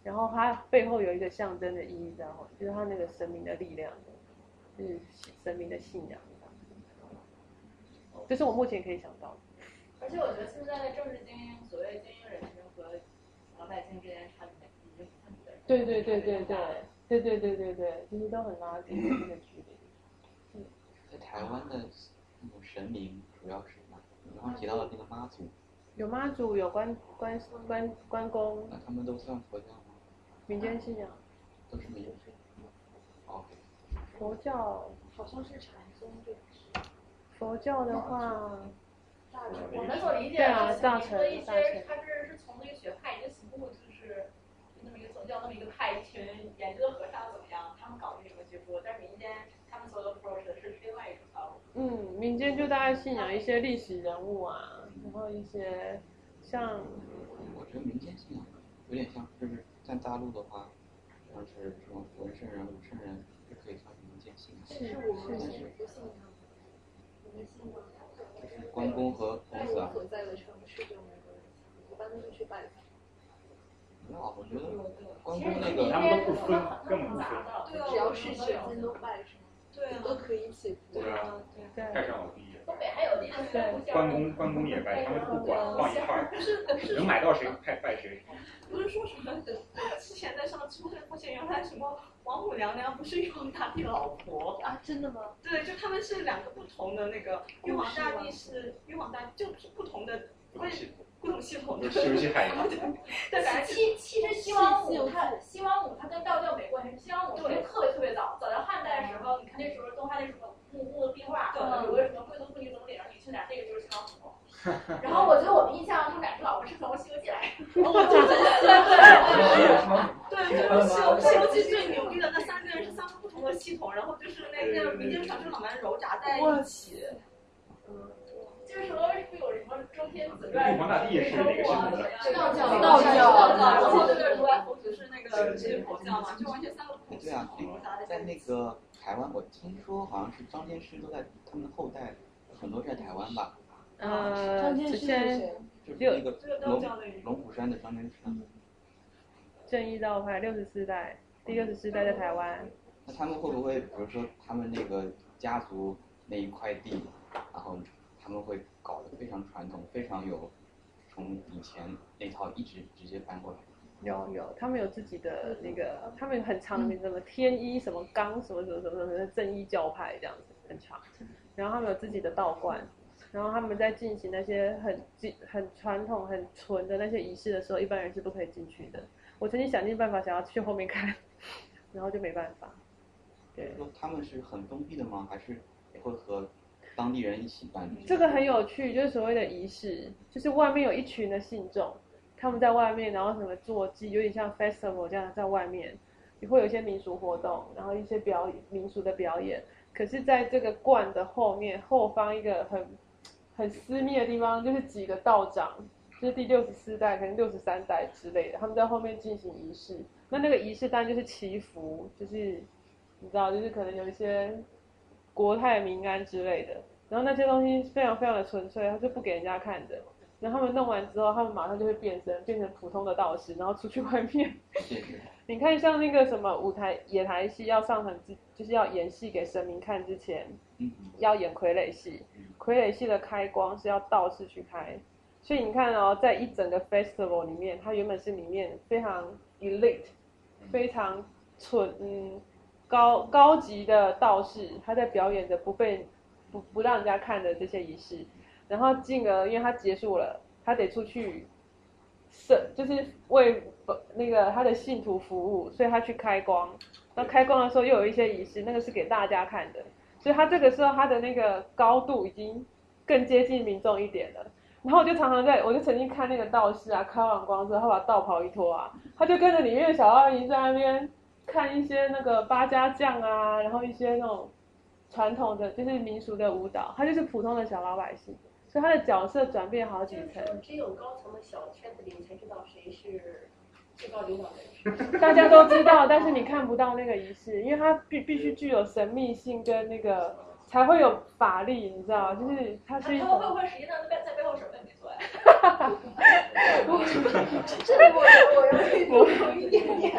[SPEAKER 5] 然后它背后有一个象征的意义，然后就是它那个神明的力量，就是神明的信仰，这是我目前可以想到的。
[SPEAKER 1] 而且我觉得现在的政治精英，所谓精英人群和老百姓之间差距已经很大了。
[SPEAKER 5] 对对对对对对对对对对，其实都很拉近这个距离。
[SPEAKER 8] 在台湾的那种神明主要是哪？你刚提到的那个妈祖，
[SPEAKER 5] 有妈祖，有关关关关公。
[SPEAKER 8] 那他们都算佛教吗？
[SPEAKER 5] 民间信仰。
[SPEAKER 8] 都是民间信仰。哦。
[SPEAKER 5] 佛教
[SPEAKER 9] 好像是禅宗对。
[SPEAKER 5] 佛教的话，
[SPEAKER 1] 我们所理解
[SPEAKER 5] 的大
[SPEAKER 1] 乘一些，它是是从那个学派一个起步，就是那么一个宗教，那么一个派，一群研究的和尚怎么样，他们搞这个学说，但是民间。他们所有 approach 是另外一种道路。嗯，
[SPEAKER 5] 民间就大概信仰一些历史人物啊，然后一些像。
[SPEAKER 8] 我觉得民间信仰有点像，就是像大陆的话，像是什么文圣人、武圣人，就可以算是民间信仰。
[SPEAKER 9] 但是我们是不信他们，
[SPEAKER 8] 我们信仰就是关公啊和
[SPEAKER 9] 孔子。我所在的城市就没有人，一般都是去拜访。
[SPEAKER 8] 那啊我觉得关公那
[SPEAKER 10] 个
[SPEAKER 8] 他
[SPEAKER 10] 们都不分，根本不分。
[SPEAKER 9] 只要是学经都拜什么。
[SPEAKER 1] 对啊，
[SPEAKER 9] 都可以起
[SPEAKER 10] 伏。对啊，
[SPEAKER 5] 对啊。
[SPEAKER 10] 太上老君也。
[SPEAKER 1] 东北还有那
[SPEAKER 5] 个
[SPEAKER 10] 关公，关公也拜，他们不管，放一块儿，能买到谁拜拜谁。
[SPEAKER 1] 不是说什么之前在上知乎上发现，原来什么王母娘娘不是玉皇大帝老婆
[SPEAKER 9] 啊？真的吗？
[SPEAKER 1] 对，就他们是两个不同的那个，玉皇大帝是玉皇大，就是不同的。不同系统的，
[SPEAKER 10] 西游记海。
[SPEAKER 1] 对，反正其其实西王母它西王母它跟道教没关系，西王母是特别特别早，早在汉代的时候，你看那时候东汉那时候木木壁画，嗯有个什么贵族妇女怎么领着女去哪，那个就是西王 母。然后我觉得我们印象中感受老婆是从西游记来的。
[SPEAKER 9] 我觉得
[SPEAKER 1] 哦对对对对，就是西游西游记最牛逼的那三个人是三个不同的系统，然后就是那那个民间传说里面揉杂在一起。嗯这时候是不是有什么周天子传？
[SPEAKER 10] 玉皇大帝也是哪个神的？
[SPEAKER 1] 道教，
[SPEAKER 9] 道教，
[SPEAKER 1] 道教，对对，如来佛祖是那个是佛教嘛，就完全三个不同
[SPEAKER 8] 对啊，在那个台湾，我听说好像是张天师都在，他们的后代很多在台湾吧？
[SPEAKER 5] 呃，
[SPEAKER 9] 张天师
[SPEAKER 8] 就是那个龙龙虎山的张天师，
[SPEAKER 5] 正义道派六十四代，第六十四代在台湾。
[SPEAKER 8] 那他们会不会，比如说他们那个家族那一块地，然后？他们会搞得非常传统，非常有从以前那套一直直接搬过来。
[SPEAKER 5] 有有，他们有自己的那个，他们有很长的什么天一什么纲什么什么什么什么正一教派这样子很长，然后他们有自己的道观，然后他们在进行那些很很传统很纯的那些仪式的时候，一般人是不可以进去的。我曾经想尽办法想要去后面看，然后就没办法。对，
[SPEAKER 8] 他们是很封闭的吗？还是也会和？当地人一起办，
[SPEAKER 5] 这个很有趣，就是所谓的仪式，就是外面有一群的信众，他们在外面，然后什么坐骑，有点像 festival 这样，在外面也会有一些民俗活动，然后一些表民俗的表演。可是，在这个观的后面后方一个很很私密的地方，就是几个道长，就是第六十四代，可能六十三代之类的，他们在后面进行仪式。那那个仪式当然就是祈福，就是你知道，就是可能有一些。国泰民安之类的，然后那些东西非常非常的纯粹，他是不给人家看的。然后他们弄完之后，他们马上就会变身，变成普通的道士，然后出去外面。 你看，像那个什么舞台演台戏，要上场之，就是要演戏给神明看之前，
[SPEAKER 8] 嗯
[SPEAKER 5] 要演傀儡戏。傀儡戏的开光是要道士去开，所以你看哦，在一整个 festival 里面，它原本是里面非常 elite，非常纯，嗯。高高级的道士，他在表演着不被不不让人家看的这些仪式，然后进而因为他结束了，他得出去，是就是为呃那个他的信徒服务，所以他去开光。那开光的时候又有一些仪式，那个是给大家看的，所以他这个时候他的那个高度已经更接近民众一点了。然后我就常常在，我就曾经看那个道士啊，开完光之后，他把道袍一脱啊，他就跟着里面的小阿姨在那边看一些那个八家将啊，然后一些那种传统的就是民俗的舞蹈，他就是普通的小老百姓，所以他的角色转变好几层。
[SPEAKER 1] 只有高层的小圈子里，你才知道谁是最高领导人。
[SPEAKER 5] 大家都知道，但是你看不到那个仪式，因为它必必须具有神秘性跟那个才会有法力，你知道吗？就是它是一
[SPEAKER 39] 种。他们会不会实际上在在背后审问你做呀？
[SPEAKER 1] 我 这我我容易多说一点点。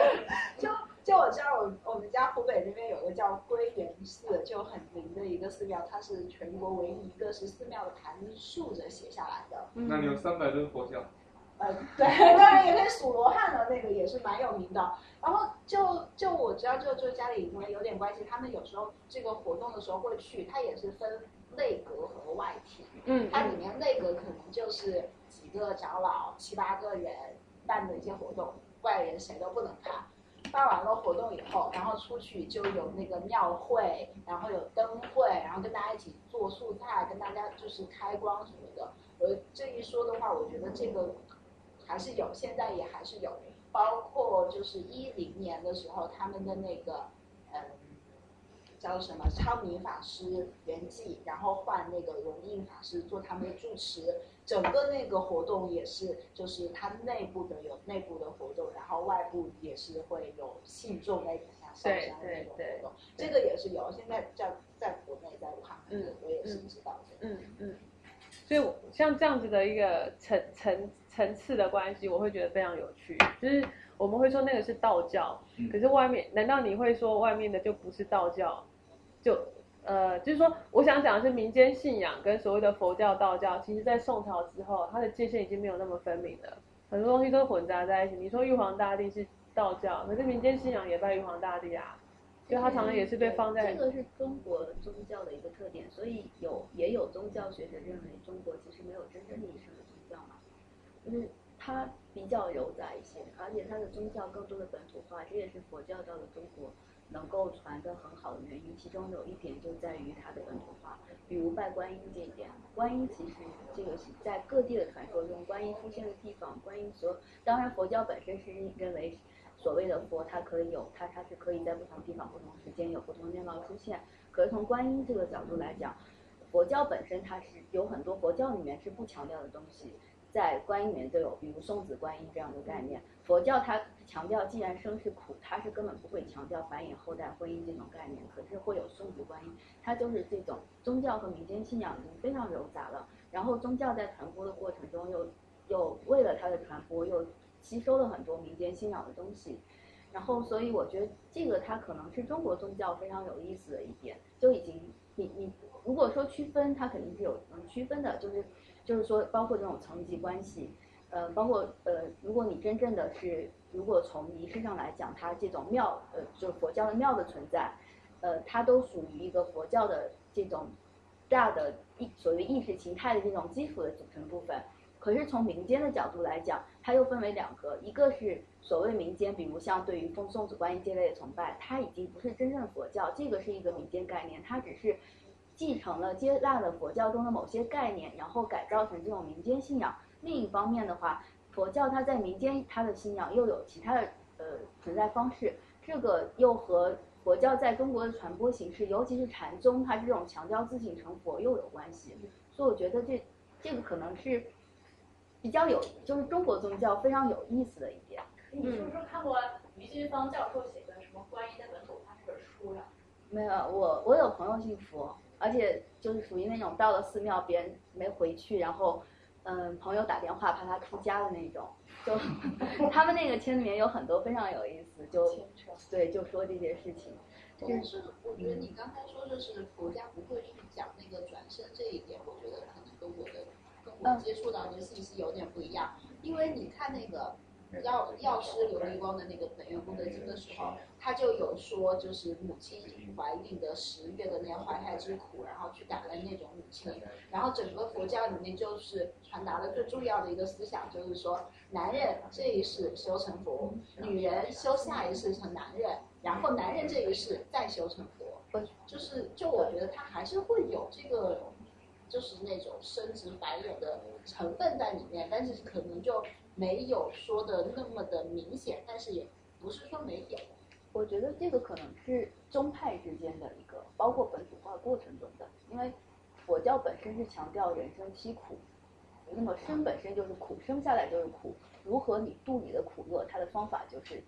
[SPEAKER 1] 就就我知道，我我们家湖北这边有个叫归元寺，就很灵的一个寺庙，它是全国唯一一个是寺庙的盘子竖着写下来的。
[SPEAKER 40] 那你有三百吨佛像。
[SPEAKER 1] 呃，对， 当然也可以数罗汉的那个也是蛮有名的。然后就就我知道，就就家里因为有点关系，他们有时候这个活动的时候会去，它也是分内阁和外体。
[SPEAKER 5] 嗯，
[SPEAKER 1] 它里面内阁可能就是几个长老、七八个人办的一些活动，外人谁都不能看。办完了活动以后，然后出去就有那个庙会，然后有灯会，然后跟大家一起做素菜，跟大家就是开光什么的。我这一说的话，我觉得这个。还是有，现在也还是有，包括就是一零年的时候，他们的那个，嗯，叫什么昌明法师圆寂，然后换那个文印法师做他们的住持，整个那个活动也是，就是它内部的有内部的活动，然后外部也是会有信众在底下上香的那种活动，这个也是有，现在在在国内在武汉，嗯，我也是知道的，
[SPEAKER 5] 嗯嗯。所以像这样子的一个层层层次的关系，我会觉得非常有趣。就是我们会说那个是道教，可是外面难道你会说外面的就不是道教？就呃，就是说我想讲的是民间信仰跟所谓的佛教、道教，其实在宋朝之后，它的界限已经没有那么分明了，很多东西都混杂在一起。你说玉皇大帝是道教，可是民间信仰也拜玉皇大帝啊。就它常常也是被放在、
[SPEAKER 15] 嗯、这个是中国宗教的一个特点，所以有也有宗教学者认为中国其实没有真正意义上的宗教嘛，就是它比较柔杂一些，而且它的宗教更多的本土化，这也是佛教到了中国能够传的很好的原因。其中有一点就在于它的本土化，比如拜观音这一点，观音其实这个是在各地的传说中，观音出现的地方，观音所当然佛教本身是认为。所谓的佛，它可以有，它它是可以在不同地方、不同时间有不同面貌出现。可是从观音这个角度来讲，佛教本身它是有很多佛教里面是不强调的东西，在观音里面都有，比如送子观音这样的概念。佛教它强调，既然生是苦，它是根本不会强调繁衍后代、婚姻这种概念。可是会有送子观音，它就是这种宗教和民间信仰已经非常糅杂了。然后宗教在传播的过程中又，又又为了它的传播又。吸收了很多民间信仰的东西，然后所以我觉得这个它可能是中国宗教非常有意思的一点，就已经你你如果说区分，它肯定是有能区分的，就是就是说包括这种层级关系，呃，包括呃，如果你真正的是如果从仪式上来讲，它这种庙呃就是佛教的庙的存在，呃，它都属于一个佛教的这种大的意所谓意识形态的这种基础的组成部分。可是从民间的角度来讲，它又分为两个，一个是所谓民间，比如像对于奉送子观音这类的崇拜，它已经不是真正的佛教，这个是一个民间概念，它只是继承了、接纳了佛教中的某些概念，然后改造成这种民间信仰。另一方面的话，佛教它在民间它的信仰又有其他的呃存在方式，这个 又和佛教在中国的传播形式，尤其是禅宗，它这种强调自性成佛又有关系。所以我觉得这这个可能是。比较有，就是中国宗教非常有意思的一点。
[SPEAKER 39] 你是不是看过于金芳教授写的什么《观音的本土化》这本书呀、啊？
[SPEAKER 15] 没有，我我有朋友信佛，而且就是属于那种到了寺庙别人没回去，然后嗯朋友打电话怕他出家的那种。就他们那个签里面有很多非常有意思，就对就说这些事情。嗯
[SPEAKER 39] 嗯
[SPEAKER 1] 但是我觉得你刚才说就是佛家不会去讲那个转身这一点，我觉得可能跟我的。我接触到的信息有点不一样，因为你看那个药药师琉璃光的那个《本愿功德经》的时候，他就有说，就是母亲怀孕的十月的那个怀胎之苦，然后去感恩那种母亲。然后整个佛教里面就是传达了最重要的一个思想，就是说，男人这一世修嗯成佛，女人修下一世成男人，然后男人这一世再修成佛。
[SPEAKER 41] 呃，就是就我觉得它还是会有这个，就是那种深植繁衍的成分在里面，但是可能就没有说的那么的明显，但是也不是说没有。
[SPEAKER 1] 我觉得这个可能是宗派之间的一个，包括本土化过程中的，因为佛教本身是强调人生七苦，那么生本身就是苦，生下来就是苦，如何你度你的苦乐，它的方法就是，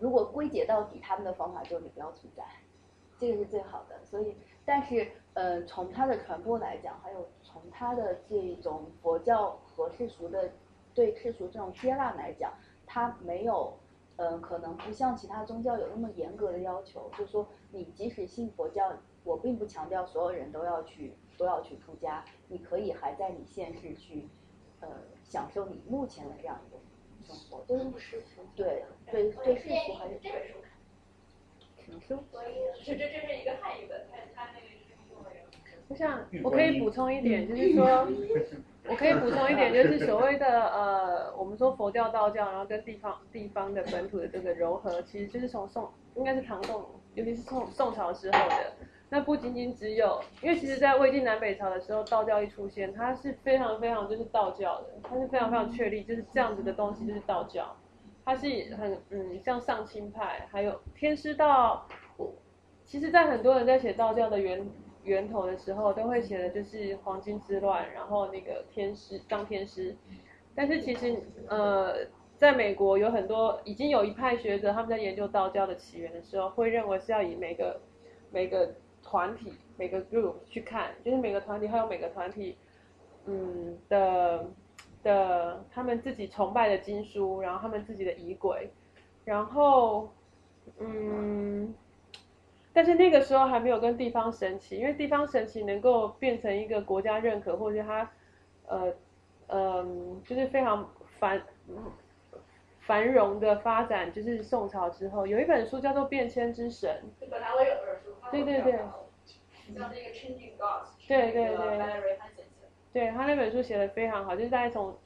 [SPEAKER 1] 如果归结到底，他们的方法就是你不要存在，这个是最好的。所以，但是呃，从它的传播来讲，还有从它的这种佛教和世俗的对世俗这种接纳来讲，它没有。嗯、呃，可能不像其他宗教有那么严格的要求，就说你即使信佛教，我并不强调所有人都要去都要去出家，你可以还在你现世去，呃，享受你目前的这样一种生活，就是对对对世俗还是
[SPEAKER 16] 这本书看，
[SPEAKER 1] 什么书？
[SPEAKER 16] 这这这是一个汉语文，他他那个是中
[SPEAKER 9] 啊
[SPEAKER 16] 文。
[SPEAKER 5] 就像我可以补充一点，就是说，我可以补充一点，就是所谓的呃，我们说佛教、道教，然后跟地方地方的本土的这个柔合，其实就是从宋，应该是唐宋，尤其是宋宋朝之后的。那不仅仅只有，因为其实，在魏晋南北朝的时候，道教一出现，它是非常非常就是道教的，它是非常非常确立，就是这样子的东西就是道教，它是很嗯，像上清派，还有天师道，其实，在很多人在写道教的原。源头的时候都会写的就是黄金之乱，然后那个天师张天师，但是其实呃，在美国有很多已经有一派学者他们在研究道教的起源的时候，会认为是要以每个每个团体每个 group 去看，就是每个团体还有每个团体嗯的的他们自己崇拜的经书，然后他们自己的仪轨，然后嗯。但是那个时候还没有跟地方神奇，因为地方神奇能够变成一个国家认可，或者它，呃，嗯、呃，就是非常繁繁荣的发展，就是宋朝之后有一本书叫做《变迁之神》。
[SPEAKER 16] 本来我有本书，
[SPEAKER 5] 对对对，
[SPEAKER 16] 叫那个 Changing Gods，
[SPEAKER 5] 对对对，对他那本书写的非常好，就是大概从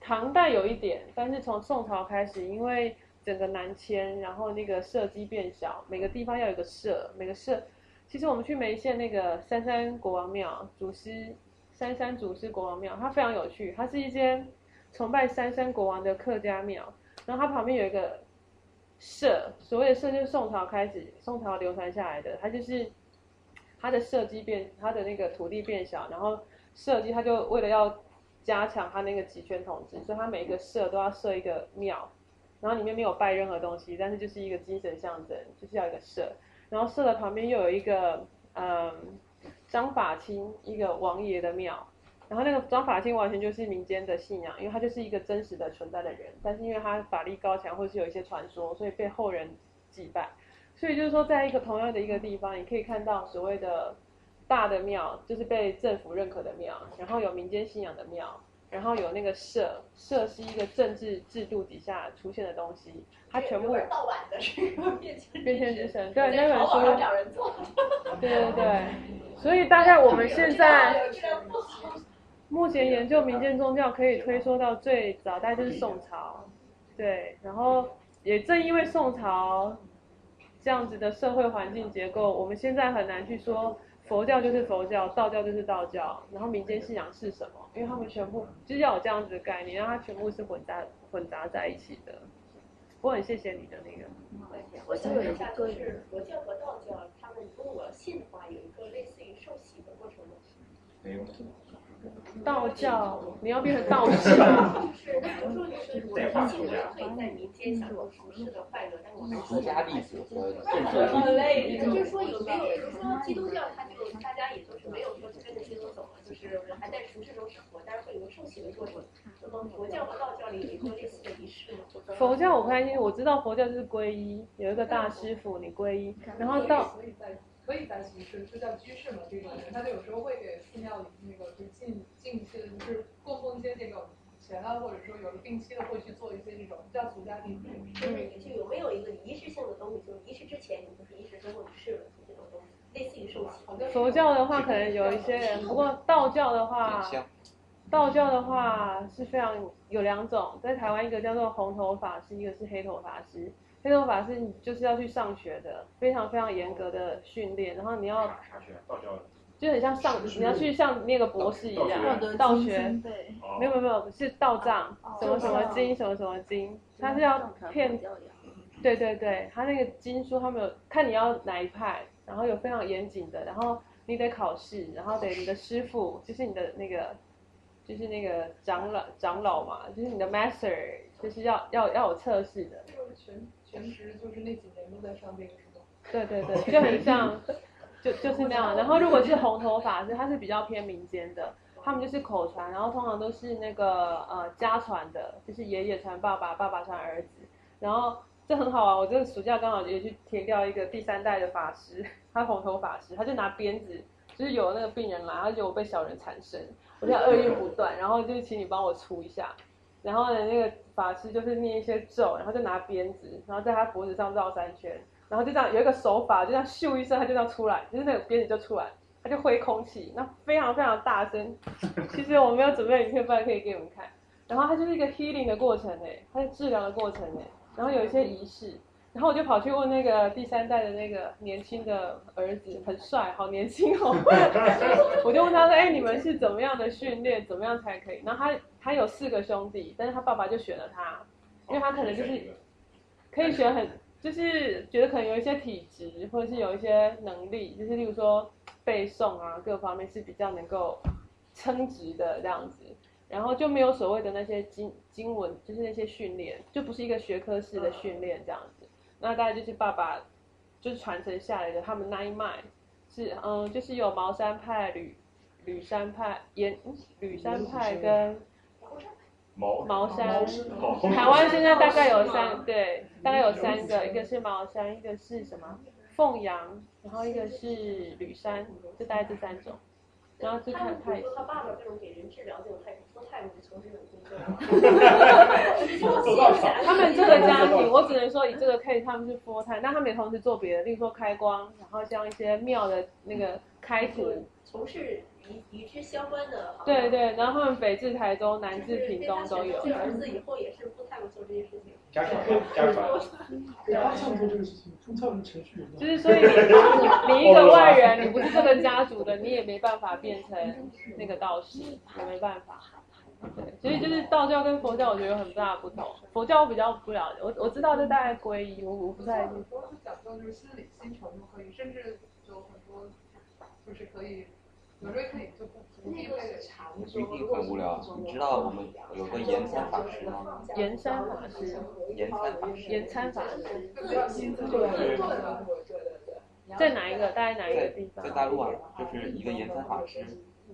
[SPEAKER 5] 唐代有一点，但是从宋朝开始，因为。整个南迁，然后那个社基变小，每个地方要有个社，每个社。其实我们去梅县那个三山国王庙，祖师三山祖师国王庙，它非常有趣，它是一间崇拜三山国王的客家庙，然后它旁边有一个社，所谓的社就是宋朝开始，宋朝流传下来的，它就是它的社基变，它的那个土地变小，然后社基它就为了要加强它那个集权统治，所以它每一个社都要设一个庙。然后里面没有拜任何东西，但是就是一个精神象征，就是要一个社，然后社的旁边又有一个嗯张法清一个王爷的庙，然后那个张法清完全就是民间的信仰，因为他就是一个真实的存在的人，但是因为他法力高强，或是有一些传说，所以被后人祭拜。所以就是说，在一个同样的一个地方，你可以看到所谓的大的庙，就是被政府认可的庙，然后有民间信仰的庙。然后有那个社，社是一个政治制度底下出现的东西，它全部
[SPEAKER 16] 到晚的是变
[SPEAKER 5] 迁之神，对那本书，
[SPEAKER 16] 人做
[SPEAKER 5] 对对对，所以大概我们现在目前研究民间宗教可以推说到最早，大概就是宋朝，对，然后也正因为宋朝这样子的社会环境结构，我们现在很难去说。佛教就是佛教，道教就是道教，然后民间信仰是什么？因为他们全部就是要有这样子的概念，让它全部是混杂混杂在一起的。我很谢谢你的那个。
[SPEAKER 16] 我想问一下，就是佛教和道教，他们如果我要信的话，有一个类似于受洗的过程吗？
[SPEAKER 10] 没有。
[SPEAKER 5] 道教，你要变成道士 吗？
[SPEAKER 16] 是，那比如说你说我信我就可以在民间享受俗世的快乐，但我
[SPEAKER 9] 嗯
[SPEAKER 16] 们
[SPEAKER 8] 国家历史和政治
[SPEAKER 16] 很累，就是说有没有，比如
[SPEAKER 19] 嗯
[SPEAKER 16] 说基督教，它就大家也都是没有说跟着基督走了，就是我还在俗世中生活，但是会有个受洗的过程。那么佛教和道教里有类似的仪式吗？
[SPEAKER 5] 佛教我不太清楚，我知道佛教就是皈依，有一个大师傅你皈依，然后到。
[SPEAKER 19] 可以在俗世，就叫居士嘛，这种人，他就有时候会给寺庙里那个就进进进，就是供奉一些那种钱啊，或者说有定期的会去做一些这种叫俗家弟子。
[SPEAKER 16] 就是就有没有一个仪式性的东西？就仪式之前你就是仪式之后你是这种东西，类似于受
[SPEAKER 9] 嗯
[SPEAKER 16] 洗。
[SPEAKER 5] 佛教的话可能有一些人，不过道教的话，道教的话是非常有两种，在台湾一个叫做红头法师，一个是黑头法师。黑头法是你就是要去上学的，非常非常严格的训练，然后你要
[SPEAKER 10] 啥学？道教。
[SPEAKER 5] 就很像上，你要去像那个博士一样，道学，没有没有没有，是哦道藏，什么什么经，什么什么经，他是要骗，对对对，他那个经书他们有看你要哪一派，然后有非常严谨的，然后你得考试，然后得你的师傅，就是你的那个，就是那个长老长老嘛，就是你的 master，就是要要要有测试的，
[SPEAKER 19] 就是全全职就是那几年都在上这个是吗？
[SPEAKER 5] 对对对，就很像。就就是那样，然后如果是红头发是，它是比较偏民间的，他们就是口传，然后通常都是那个呃家传的，就是爷爷传爸爸，爸爸传儿子，然后这很好玩。我这个暑假刚好也去填掉一个第三代的法师， 他红头法师，他就拿鞭子，就是有那个病人来，他就我被小人缠身，我现在厄运不断，然后就请你帮我除一下。然后呢，那个法师就是念一些咒，然后就拿鞭子，然后在他脖子上绕三圈。然后就这样有一个手法，就这样咻一声，它就这样出来，就是那个鞭子就出来，它就挥空气，那非常非常大声。其实我没有准备影片，不然可以给你们看。然后它就是一个 healing 的过程诶，它是治疗的过程诶，然后有一些仪式。然后我就跑去问那个第三代的那个年轻的儿子，很帅，好年轻哦。 我就问他说：“哎，你们是怎么样的训练？怎么样才可以？”然后他他有四个兄弟，但是他爸爸就选了他，因为他可能就是可以选很。就是觉得可能有一些体质，或者是有一些能力，就是例如说背诵啊，各方面是比较能够称职的这样子，然后就没有所谓的那些经经文，就是那些训练，就不是一个学科式的训练这样子。那大概就是爸爸就是传承下来的，他们那一脉是嗯，就是有茅山派、吕吕山派、岩吕山派跟。
[SPEAKER 10] 茅
[SPEAKER 5] 茅山，台湾现在大概有三对，大概有三个，一个是茅山，一个是什么凤阳，然后一个是吕山，就大概这三种。然后就看
[SPEAKER 3] 泰。他爸爸这种给人治疗这种态度，说泰国从事这种工作。
[SPEAKER 5] 他们这个家庭，我只能说以这个 case 他们是 full time，但他们也同时做别的，例如说开光，然后像一些庙的那个开图。
[SPEAKER 3] 从事。与与之相关的
[SPEAKER 5] 对对，然后他们北至台中、南至屏东都有。
[SPEAKER 3] 这儿子以后也是不太会做这些事情。
[SPEAKER 10] 家传，家传。
[SPEAKER 24] 家传做这个事情，宗教的程序。
[SPEAKER 5] 就是所以你你一个外人，你不是这个家族的，你也没办法变成那个道士，也没办法。对，所以就是道教跟佛教，我觉得有很大的不同。佛教我比较不了解，我我知道这大概皈依，我我不太。
[SPEAKER 19] 很多是讲究就是心理心诚就可以，甚至有很多就是可以。有时候看也就不不那个是常
[SPEAKER 8] 说，如果
[SPEAKER 19] 无
[SPEAKER 8] 聊，你知道我们有个延参法师吗？
[SPEAKER 5] 延参法师，
[SPEAKER 8] 延参法师，
[SPEAKER 5] 延参法师，
[SPEAKER 8] 对
[SPEAKER 5] 在哪一个？大概哪一个地方？
[SPEAKER 8] 在大陆啊，就是一个
[SPEAKER 1] 嗯
[SPEAKER 8] 延参法师，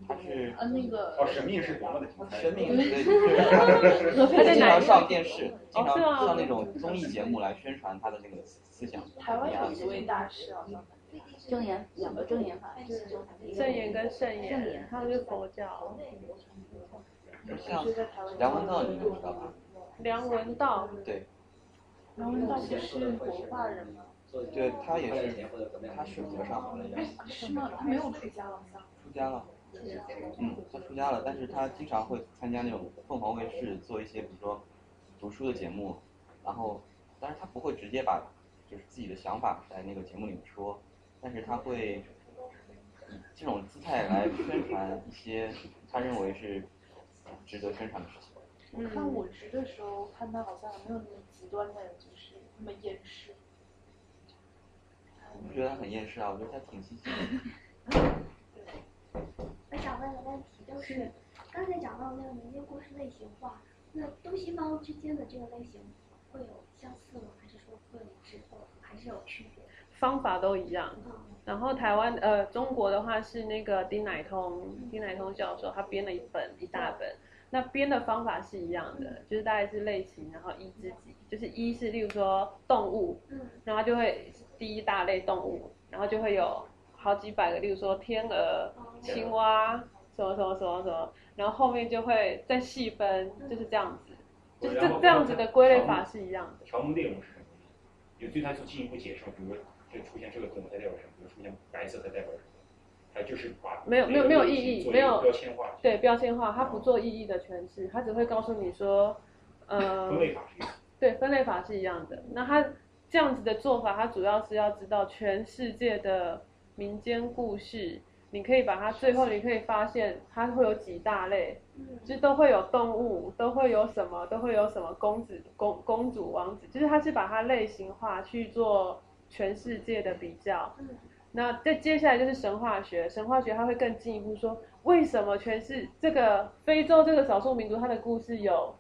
[SPEAKER 8] 他
[SPEAKER 4] 嗯
[SPEAKER 8] 是
[SPEAKER 17] 呃那个
[SPEAKER 10] 哦，神秘是多么的精彩，
[SPEAKER 8] 神秘对，他经常上电视，经常上那种综艺节目来宣传他的那个思想。
[SPEAKER 18] 台湾有一位大师啊。
[SPEAKER 1] 正言两个正言法，
[SPEAKER 5] 正言跟圣言，他们是佛教。
[SPEAKER 8] 像梁文道，你们知道吧？
[SPEAKER 5] 梁文道。
[SPEAKER 8] 对。
[SPEAKER 17] 梁文道不是国外人吗？
[SPEAKER 8] 对，他也是，他是和尚。
[SPEAKER 17] 是吗？他没有出家了吗？
[SPEAKER 8] 出家了。嗯，他出家了，但是他经常会参加那种凤凰卫视做一些，比如说读书的节目，然后，但是他不会直接把就是自己的想法在那个节目里面说。但是他会以这种姿态来宣传一些他认为是值得宣传的事情。
[SPEAKER 17] 我看我职的时候，看他好像没有那么极端的，就是那么厌世。
[SPEAKER 8] 我不觉得他很厌世啊，我觉得他挺积极
[SPEAKER 9] 的。我想问个问题，就是刚才讲到那个民间故事类型化，那东西方之间的这个类型会有相似吗？还是说会有之后还是有区别？
[SPEAKER 5] 方法都一样，然后台湾呃中国的话是那个丁乃通，丁乃通教授他编了一本一大本，那编的方法是一样的，就是大概是类型，然后一至几，就是一是例如说动物，然后就会第一大类动物，然后就会有好几百个，例如说天鹅、青蛙，什么什么什么什么，然后后面就会再细分，就是这样子，就是这这样子的归类法是一样的。
[SPEAKER 10] 条目内容是什么？有对它做进一步解释，比如。就出现这个动物，它代表什么？比如出现白色，它代表什么？它就是把
[SPEAKER 5] 没有没有没有意义，没有
[SPEAKER 10] 标签化。
[SPEAKER 5] 对标签化，它不做意义的诠释，它只会告诉你说，呃，
[SPEAKER 10] 分类法是
[SPEAKER 5] 对分类法是一样的。那它这样子的做法，它主要是要知道全世界的民间故事，你可以把它最后你可以发现它会有几大类，就都会有动物，都会有什么，都会有什么公子、公公主、王子，就是它是把它类型化去做全世界的比较。那再接下来就是神话学，神话学它会更进一步说，为什么全是这个非洲这个少数民族它的故事有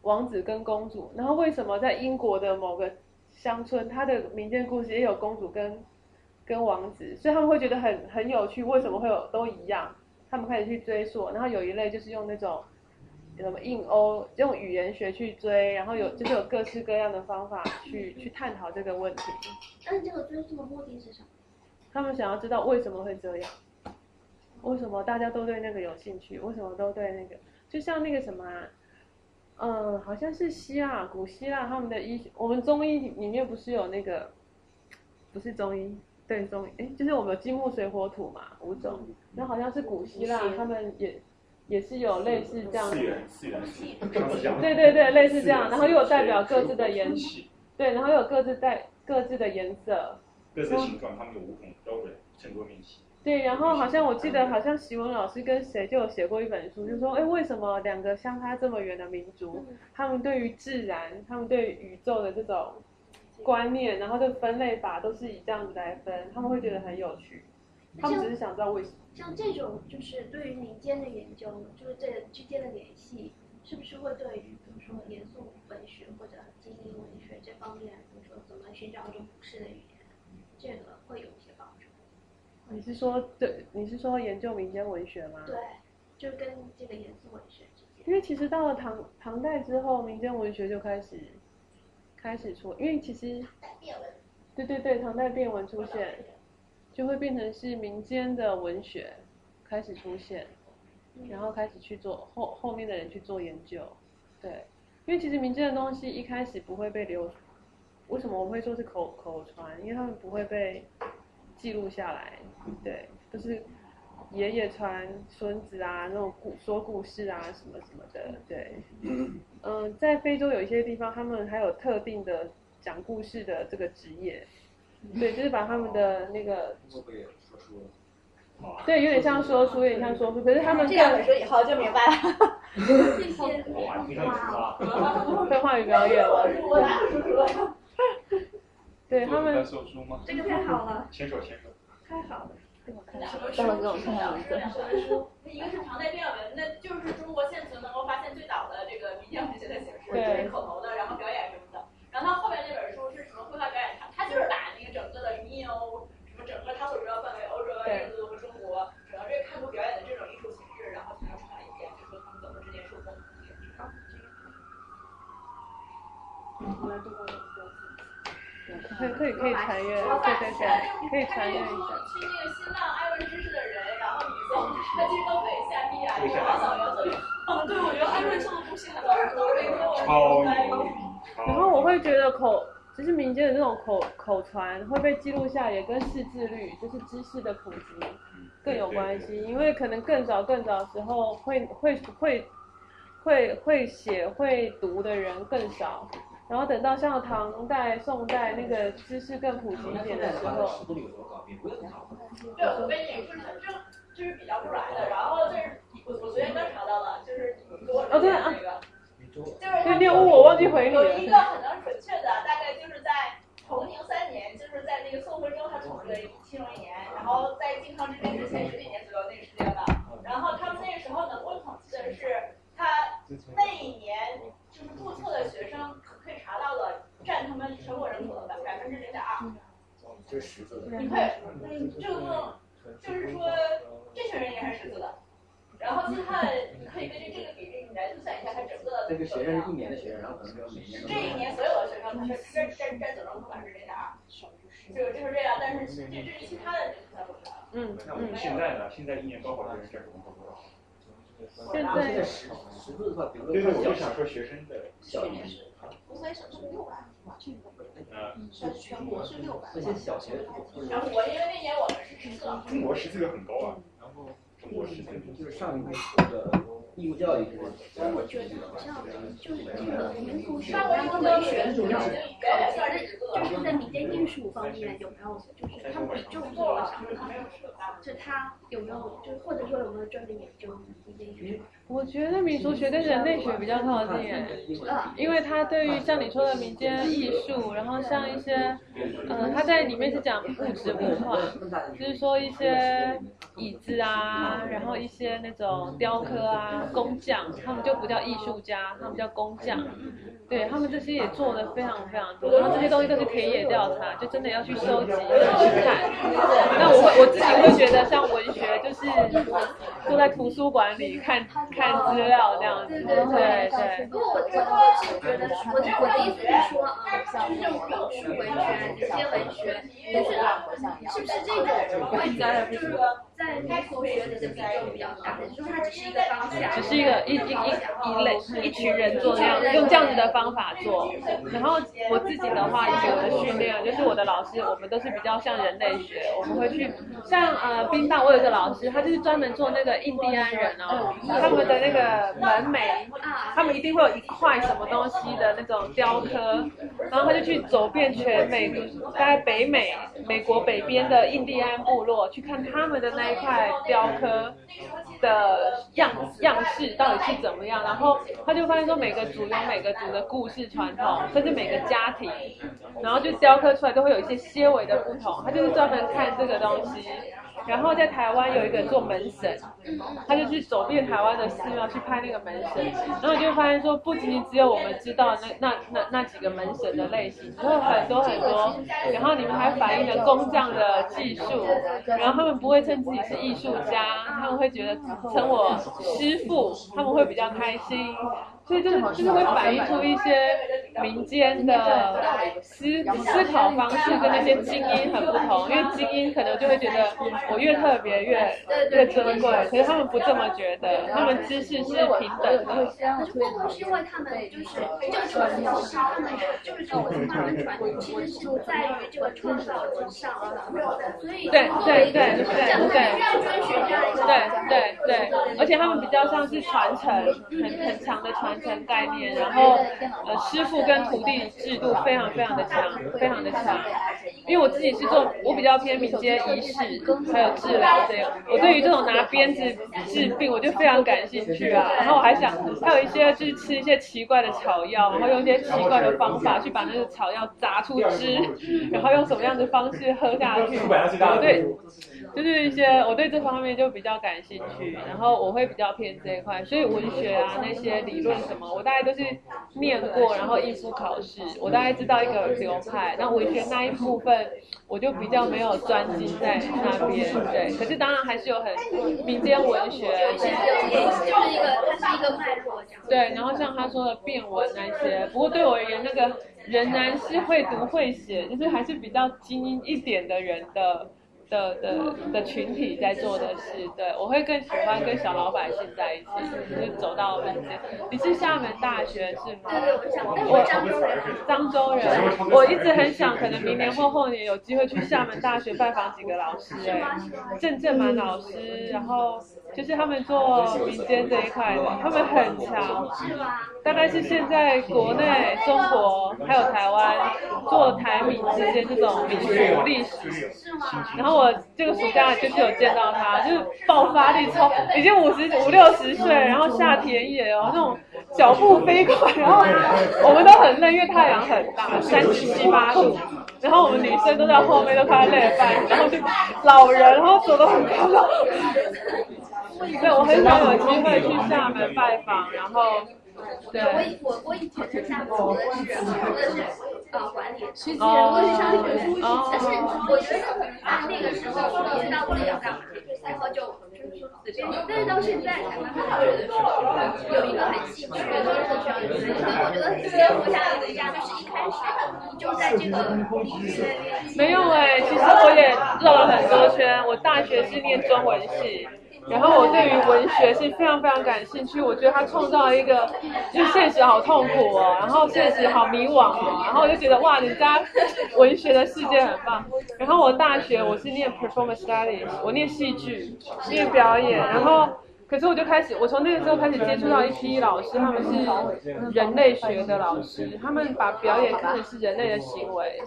[SPEAKER 5] 王子跟公主，然后为什么在英国的某个乡村，它的民间故事也有公主跟跟王子，所以他们会觉得很很有趣，为什么会有都一样？他们开始去追溯，然后有一类就是用那种什么印欧用语言学去追，然后有就是有各式各样的方法去去探讨这个问题。
[SPEAKER 9] 但是这个追溯的目的是什么？
[SPEAKER 5] 他们想要知道为什么会这样，为什么大家都对那个有兴趣，为什么都对那个，就像那个什么、啊，嗯，好像是希腊古希腊他们的医，我们中医里面不是有那个，不是中医，对中医，哎，就是我们有金木水火土嘛五种，
[SPEAKER 10] 嗯
[SPEAKER 5] 那好像是古希腊他们也也是有类似这样
[SPEAKER 10] 的，
[SPEAKER 5] 对对对，类似这
[SPEAKER 10] 啊
[SPEAKER 5] 样，然后又有代表各自的颜，对，然后有各自代各自的颜色。
[SPEAKER 10] 各自形状，他们有五种标准衬托命题。
[SPEAKER 5] 对，然后好像我记得，好像席文老师跟谁就有写过一本书，就说，哎，为什么两个相差这么远的民
[SPEAKER 9] 嗯
[SPEAKER 5] 族，他们对于自然，他们对宇宙的这种观念，然后这分类法都是以这样子来分，他们会觉得很有趣，他们只是想知道为什么。
[SPEAKER 9] 像这种就是对于民间的研究，就是这之间的联系，是不是会对于比如说严肃文学或者精英文学这方面，比如说怎么寻找一种普世的语言？这个会有一些帮助。
[SPEAKER 5] 哦你是说对？你是说研究民间文学吗？
[SPEAKER 9] 对，就跟这个严肃文学之间。
[SPEAKER 5] 因为其实到了唐唐代之后，民间文学就开始开始出，因为其实对对对，唐代变文出现，就会变成是民间的文学开始出现，
[SPEAKER 9] 嗯
[SPEAKER 5] 然后开始去做后后面的人去做研究，对，因为其实民间的东西一开始不会被流。为什么我会说是口口传？因为他们不会被记录下来，对，都、就是爷爷传孙子啊，那种故说故事啊，什么什么的，对。嗯、呃，在非洲有一些地方，他们还有特定的讲故事的这个职业，对，就是把他们的那个，对，有点像说书，有点像说书，可是他们
[SPEAKER 1] 这两本书以后就明白了。
[SPEAKER 9] 谢谢。
[SPEAKER 10] 啊
[SPEAKER 9] 嗯
[SPEAKER 5] 会话语 表演
[SPEAKER 1] 我我哪有说书？
[SPEAKER 5] 对他们
[SPEAKER 9] 这个太好了，
[SPEAKER 10] 牵手牵手，
[SPEAKER 9] 太好了，给我看
[SPEAKER 42] 两本书，给我看
[SPEAKER 4] 两本书，那一个是唐代变文，那就是中国现存能够发现最早的这个民间文学的形式，就是口头的，然后表演什么的。然后他后面那本书是什么绘画表演场，他就是把那个整个的印欧，什么整个他所主要范围，欧洲、印度和中国，主要这看出表演的这种艺术形式，然后才传一遍，就说他们怎么之间是共同的。
[SPEAKER 5] 我来做 可以可以可以传阅，对对对，可以传阅一下。
[SPEAKER 4] 去那个新浪爱问知识的人，然后你搜，他其实都可以下地啊，有好早有早有。哦，对，我觉得爱问送的东西很多人都可以
[SPEAKER 10] 超牛
[SPEAKER 5] 然后我会觉得口，就是民间的这种口口传会被记录下，也跟识字率，就是知识的普及更有关系。因为可能更早更早时候会会会会会写会读的人更少。然后等到像唐代、宋代那个知识更普及一点的时候，
[SPEAKER 9] 嗯
[SPEAKER 4] 对，我跟你就是他这就是比较不来的。然后就是我我昨天刚查到了，就是你给我
[SPEAKER 5] 哦对
[SPEAKER 4] 啊，就是
[SPEAKER 5] 对猎物我忘记回你
[SPEAKER 4] 有一个很能准确的，大概就是在崇宁三年，就是在那个宋徽宗他统治的其中一年，然后在靖康之变之前十几年左右那个时间吧。然后他们那个时候能够统计的是。他那一年就是注册的学生可以查到的，占他们全国人口的百百分之零点二。
[SPEAKER 15] 这识字
[SPEAKER 4] 的。你可以，嗯，这个就是说，这群人也是识字的。然后去看，你可以根据这个比例，你来推算一下他整个。
[SPEAKER 15] 这个学生是一年的学生，然后可能每年。
[SPEAKER 4] 这一年所有的学生，他是占占占总人口百分之零点二，就就是这样。但是这这是其他的，他不知道。
[SPEAKER 5] 嗯
[SPEAKER 10] 那我们现在呢？现在一年高考的人占人口多少？
[SPEAKER 5] 现在
[SPEAKER 15] 识识字的话，比如说，
[SPEAKER 10] 对对，我就想说学生的
[SPEAKER 15] 小学，
[SPEAKER 1] 湖北省是六万万，
[SPEAKER 10] 嗯，
[SPEAKER 1] 全全国是六百万。
[SPEAKER 15] 那些小学，
[SPEAKER 4] 然后我因为那年我们是十四
[SPEAKER 10] 中国识字率很高啊，
[SPEAKER 15] 然后
[SPEAKER 10] 中国识字
[SPEAKER 15] 就是上一那个义务教育是，
[SPEAKER 9] 但我觉得好像就是这个民族学
[SPEAKER 4] 上过一个文学，主要已经远远算是一个，
[SPEAKER 9] 说在民间艺术方面有没有，就是他比重做了，就他有没有，就或者说有没有专门研究民间艺术？
[SPEAKER 5] 我觉得民俗学跟人类学比较靠近哎，
[SPEAKER 9] 呃
[SPEAKER 5] 因为它对于像你说的民间艺术，然后像一些，嗯，它在里面是讲物质文化，就是说一些椅子啊，然后一些那种雕刻啊、工匠，他们就不叫艺术家，啊他们叫工匠，对他们这些也做的非常非常多，然后这些东西都是田野调查，就真的要去收集、要去看。那我会我自己会觉得像文学就是坐在图书馆里看看。看资料这样子，对对对。
[SPEAKER 9] 不过我我我是觉
[SPEAKER 1] 嗯
[SPEAKER 9] 得，我我的意思是说，啊，像这
[SPEAKER 4] 嗯
[SPEAKER 9] 种口述文学、这些文学，就是是不是这个会就是在民俗学里的比重比较大，就是它只是一个方向，
[SPEAKER 5] 只是一个一一一一类一群人做那样，用这样子的方法做。然后我自己的话，以前我的训练就是我的老师，我们都是比较像人类学，我们会去像呃冰棒，我有个老师，他就是专门做那个印第安人哦，他们。的那个门楣，他们一定会有一块什么东西的那种雕刻，然后他就去走遍全美，大概北美、美国北边的印第安部落，去看他们的那一块雕刻的样样式到底是怎么样，然后他就发现说每个族有每个族的故事传统，甚至每个家庭，然后就雕刻出来都会有一些些微的不同，他就是专门看这个东西。然后在台湾有一个做门神，
[SPEAKER 9] 嗯
[SPEAKER 5] 他就去走遍台湾的寺庙去拍那个门神，然后你就发现说，不仅仅只有我们知道那那那那几个门神的类型，还有很多很多，然后你们还反映了工匠的技术，然后他们不会称自己是艺术家，他们会觉得称我师傅，他们会比较开心。所以就是就是会反映出一些民间的思思考方式跟那些精英很不同，因为精英可能就会觉得我越特别越越珍贵，可是他们不这么觉得，他们知识是平等的。
[SPEAKER 9] 可是会不会是因为他们就是这个传统是他们就是这个文化跟传统其实不在于这个创造之上，所以
[SPEAKER 5] 对对对对
[SPEAKER 9] 对
[SPEAKER 5] 对对，而且他们比较像是传承，很很强的传。传承概念，然后呃，师傅跟徒弟制度非常非常的强，非常的强。因为我自己是做，我比较偏民间仪式，还有治疗这样。我对于这种拿鞭子治病，我就非常感兴趣啊。然后我还想，还有一些就是吃一些奇怪的草药，然后用一些奇怪的方法去把那个草药榨出汁， 然后用什么样的方式喝下去。对，就是一些我对这方面就比较感兴趣，然后我会比较偏这一块，所以文学啊那些理论。什么？我大概都是念过，然后艺术考试，我大概知道一个流派。那文学那一部分，我就比较没有专精在那边。对，可是当然还是有很民间文学，
[SPEAKER 9] 就是一个它是一个脉络这样。
[SPEAKER 5] 对，然后像他说的变文那些，不过对我而言，那个仍然是会读会写，就是还是比较精英一点的人的。的的的群体在做的事，对我会更喜欢跟小老百姓在一起，就是走到民间。你是厦门大学是吗？
[SPEAKER 9] 对对，我想我漳州人，啊
[SPEAKER 5] 漳州人，我一直很想，可能明年或后年有机会去厦门大学拜访几个老师，哎，郑正满老师，然后就是他们做民间这一块的，他们很强，
[SPEAKER 9] 是吗？
[SPEAKER 5] 大概是现在国内、中国还有台湾做台闽之间这种民俗历史，
[SPEAKER 9] 是吗？
[SPEAKER 5] 然后。我这个暑假就是有见到他，就是爆发力超，已经五十五六十岁，然后下田野哦，那种脚步飞快，然后我们都很累，因为太阳很大，三十七八度，然后我们女生都在后面都快累翻，然后就老人，然后走得很高。对，我很想有机会去厦门拜访，然后。对，
[SPEAKER 9] 我我我以前在厦门读的是读的是呃管理，
[SPEAKER 5] 实习
[SPEAKER 9] 我是商学院，
[SPEAKER 5] 哦
[SPEAKER 9] 但是我觉得啊那个时候不知道自己要干嘛，然后就随便，但是到现在才慢慢了解的时候，有一个很细致的东西需要理解，所以我觉得很羡慕像人家就是一开始就在这个领域内。
[SPEAKER 5] 没有哎，其实我也绕了很多圈，我大学是念中文系。然后我对于文学是非常非常感兴趣，我觉得它创造了一个，就现实好痛苦哦，然后现实好迷惘哦，然后我就觉得哇，人家文学的世界很棒。然后我大学我是念 performance studies，我念戏剧，念表演，然后。可是我就开始，我从那个时候开始接触到一批老师，他们是人类学的老师，他们把表演看成是人类的行为。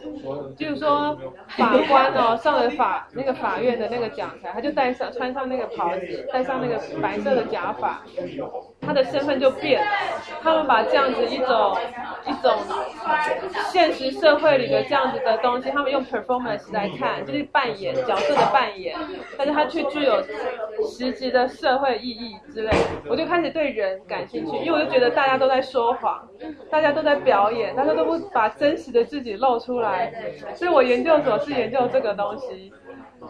[SPEAKER 5] 就是说，法官哦，上了法那个法院的那个讲台，他就戴上穿上那个袍子，戴上那个白色的假发，他的身份就变了。他们把这样子一种一种现实社会里的这样子的东西，他们用 performance 来看，就是扮演角色的扮演，但是它却具有实质的社会意义之类。我就开始对人感兴趣，因为我就觉得大家都在说谎，大家都在表演，大家都不把真实的自己露出来。所以我研究所是研究这个东西。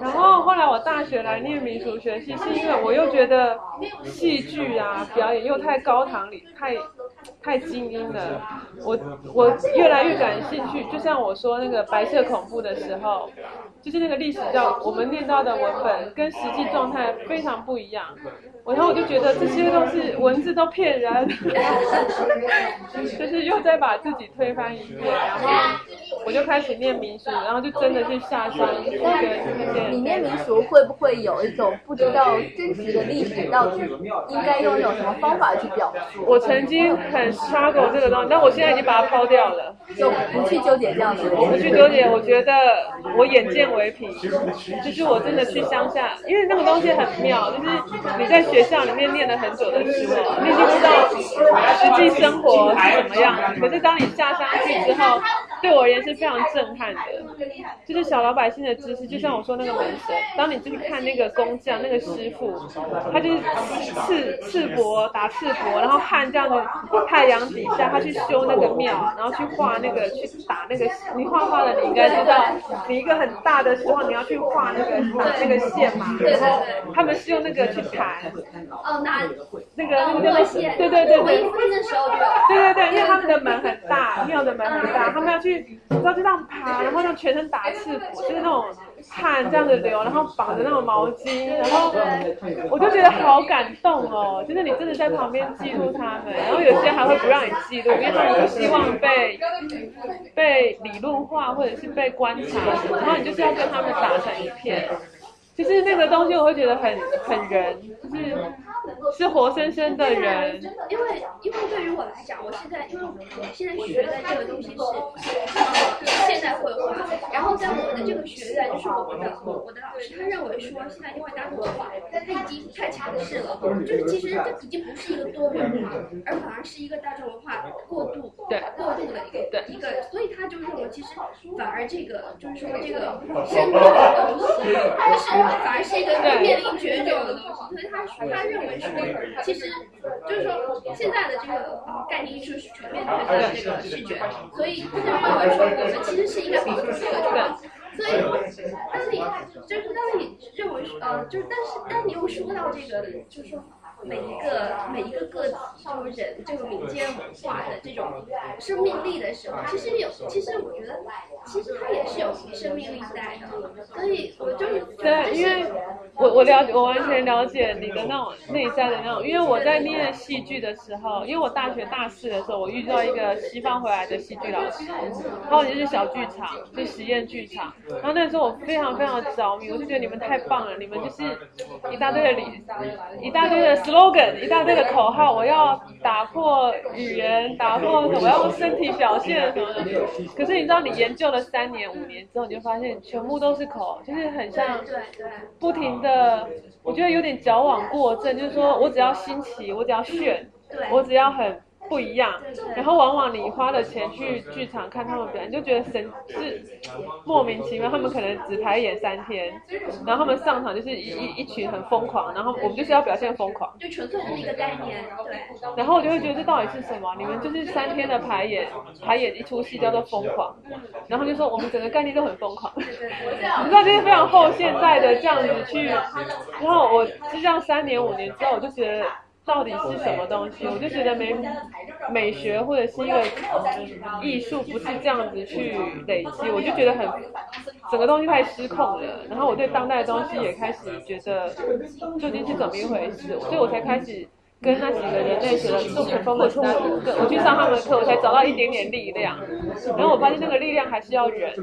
[SPEAKER 5] 然后后来我大学来念民俗学系，是因为我又觉得戏剧啊表演又太高堂里太太精英了，我我越来越感兴趣。就像我说那个白色恐怖的时候，就是那个历史教我们念到的文本跟实际状态非常不一样。然后我就觉得这些都是文字都骗人， 就是又在把自己推翻一遍。然后我就开始念民俗，然后就真的去下山跟。
[SPEAKER 1] 里面民俗会不会有一种不知道真实的历史到底应该拥有什么方法去表述？
[SPEAKER 5] 我曾经很 struggle 这个东西，但我现在已经把它抛掉了，
[SPEAKER 1] 就不去纠结这样的。
[SPEAKER 5] 我不去纠结，我觉得我眼见为凭，就是我真的去乡下，因为那个东西很妙，就是你在学校里面念了很久的书，你已经知道实际生活是什么样的，可是当你下乡去之后，对我而言是非常震撼的，就是小老百姓的知识，就像我说那个。那个门神，当你去看那个工匠、那个师傅，他就是赤赤膊打赤膊，然后汗这样子，太阳底下他去修那个庙，然后去画那个去打那个，你画画的你应该知道，你一个很大的时候你要去画那个打那个线嘛，然后他们是用那个去弹，
[SPEAKER 1] 哦拿
[SPEAKER 5] 那个那个
[SPEAKER 1] 线，
[SPEAKER 5] 对对对对，
[SPEAKER 1] 那时候
[SPEAKER 5] 对对对，因为他们的嗯门很大，庙的门很大，他们要去，你知道就这样爬，然后让全身打赤膊，就是那种。汗这样子流，然后绑着那种毛巾，然后我就觉得好感动哦，就是你真的在旁边记录他们，然后有些还会不让你记录，因为他们不希望被被理论化或者是被观察，然后你就是要跟他们打成一片。就是那个东西，我会觉得很很人，就是是活生生的人。
[SPEAKER 9] 因为因为对于我来讲，我现在因为我现在学的这个东西是现代绘画，然后在我的这个学院，就是我们的我的老师，他认为说现在因为大众化，它已经太强势了，就是其实这已经不是一个多元化，而反而是一个大众文化过度
[SPEAKER 5] 对
[SPEAKER 9] 过度的一个一个，所以他就认为其实反而这个就是说这个深度的东西，它是。反而是一个面临绝种的东西，所以他他认为说，其实就是说现在的这个概念艺术是全面推翻这个视觉，所以他就认为说我们其实是应该保持这个。所以，但是你就是当你认为呃，就是但是但你又说到这个，就是说。每一个每一个个体，就是人这个民间文化的这种生命力的时候，其实有，其实我觉得，其实它也是有生命力在的。所以我就
[SPEAKER 5] 对，因为我我了解，我完全了解你的那种内在的那种。因为我在念戏剧的时候，因为我大学大四的时候，我遇到一个西方回来的戏剧老师，然后也是小剧场，就实验剧场。然后啊那时候我非常非常着迷，我就觉得你们太棒了，你们就是一大堆的理，一大堆的。slogan 一大堆的口号，我要打破语言，打破什么，我要用身体表现什么的。可是你知道，你研究了三年、五年之后，你就发现全部都是口，就是很像不停的，我觉得有点矫枉过正，就是说我只要新奇，我只要炫，我只要很。不一样，然后往往你花了钱去剧场看他们表演，你就觉得神是莫名其妙。他们可能只排演三天，然后他们上场就是一一一群很疯狂，然后我们就是要表现疯狂，
[SPEAKER 9] 就纯粹是一个概念，对。
[SPEAKER 5] 然后我就会觉得这到底是什么？你们就是三天的排演，排演一出戏叫做疯狂，然后就说我们整个概念都很疯狂。你知道，就是非常后现代的这样子去。然后我就这样三年五年之后，我就觉得。到底是什么东西？我就觉得美美学或者是一个艺术，不是这样子去累积，我就觉得很整个东西太失控了。然后我对当代的东西也开始觉得究竟是怎么一回事，所以我才开始。跟那几个人类学的做 performance 那里对我去上他们的课，我才找到一点点力量。然后我发现那个力量还是要人，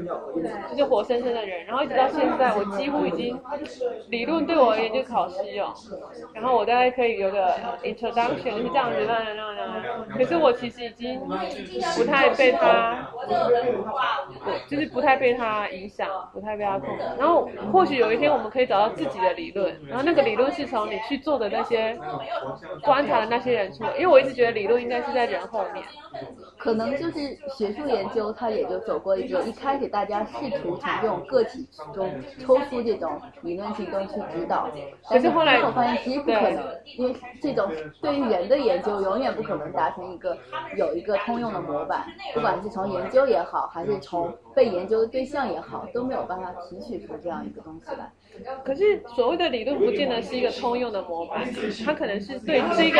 [SPEAKER 5] 就是活生生的人。然后一直到现在，我几乎已经理论对我而言就考试用，然后我大概可以有个 introduction，就是这样子，那那那那。可是我其实已啊经不太被他，就是不太被他影响，不太被他控制。然后或许有一天我们可以找到自己的理论，然后那个理论是从你去做的那些。观察的那些人出来，因为我一直觉得理论应该是在人后面。
[SPEAKER 1] 可能就是学术研究，它也就走过一个一开始大家试图从这种个体中抽出这种理论行动去指导，但是
[SPEAKER 5] 后来
[SPEAKER 1] 我发现其实不可能，因为这种对于人的研究永远不可能达成一个有一个通用的模板，不管是从研究也好，还是从被研究的对象也好，都没有办法提取出这样一个东西来。
[SPEAKER 5] 可是所谓的理论不见得是一个通用的模板，它可能是对是一个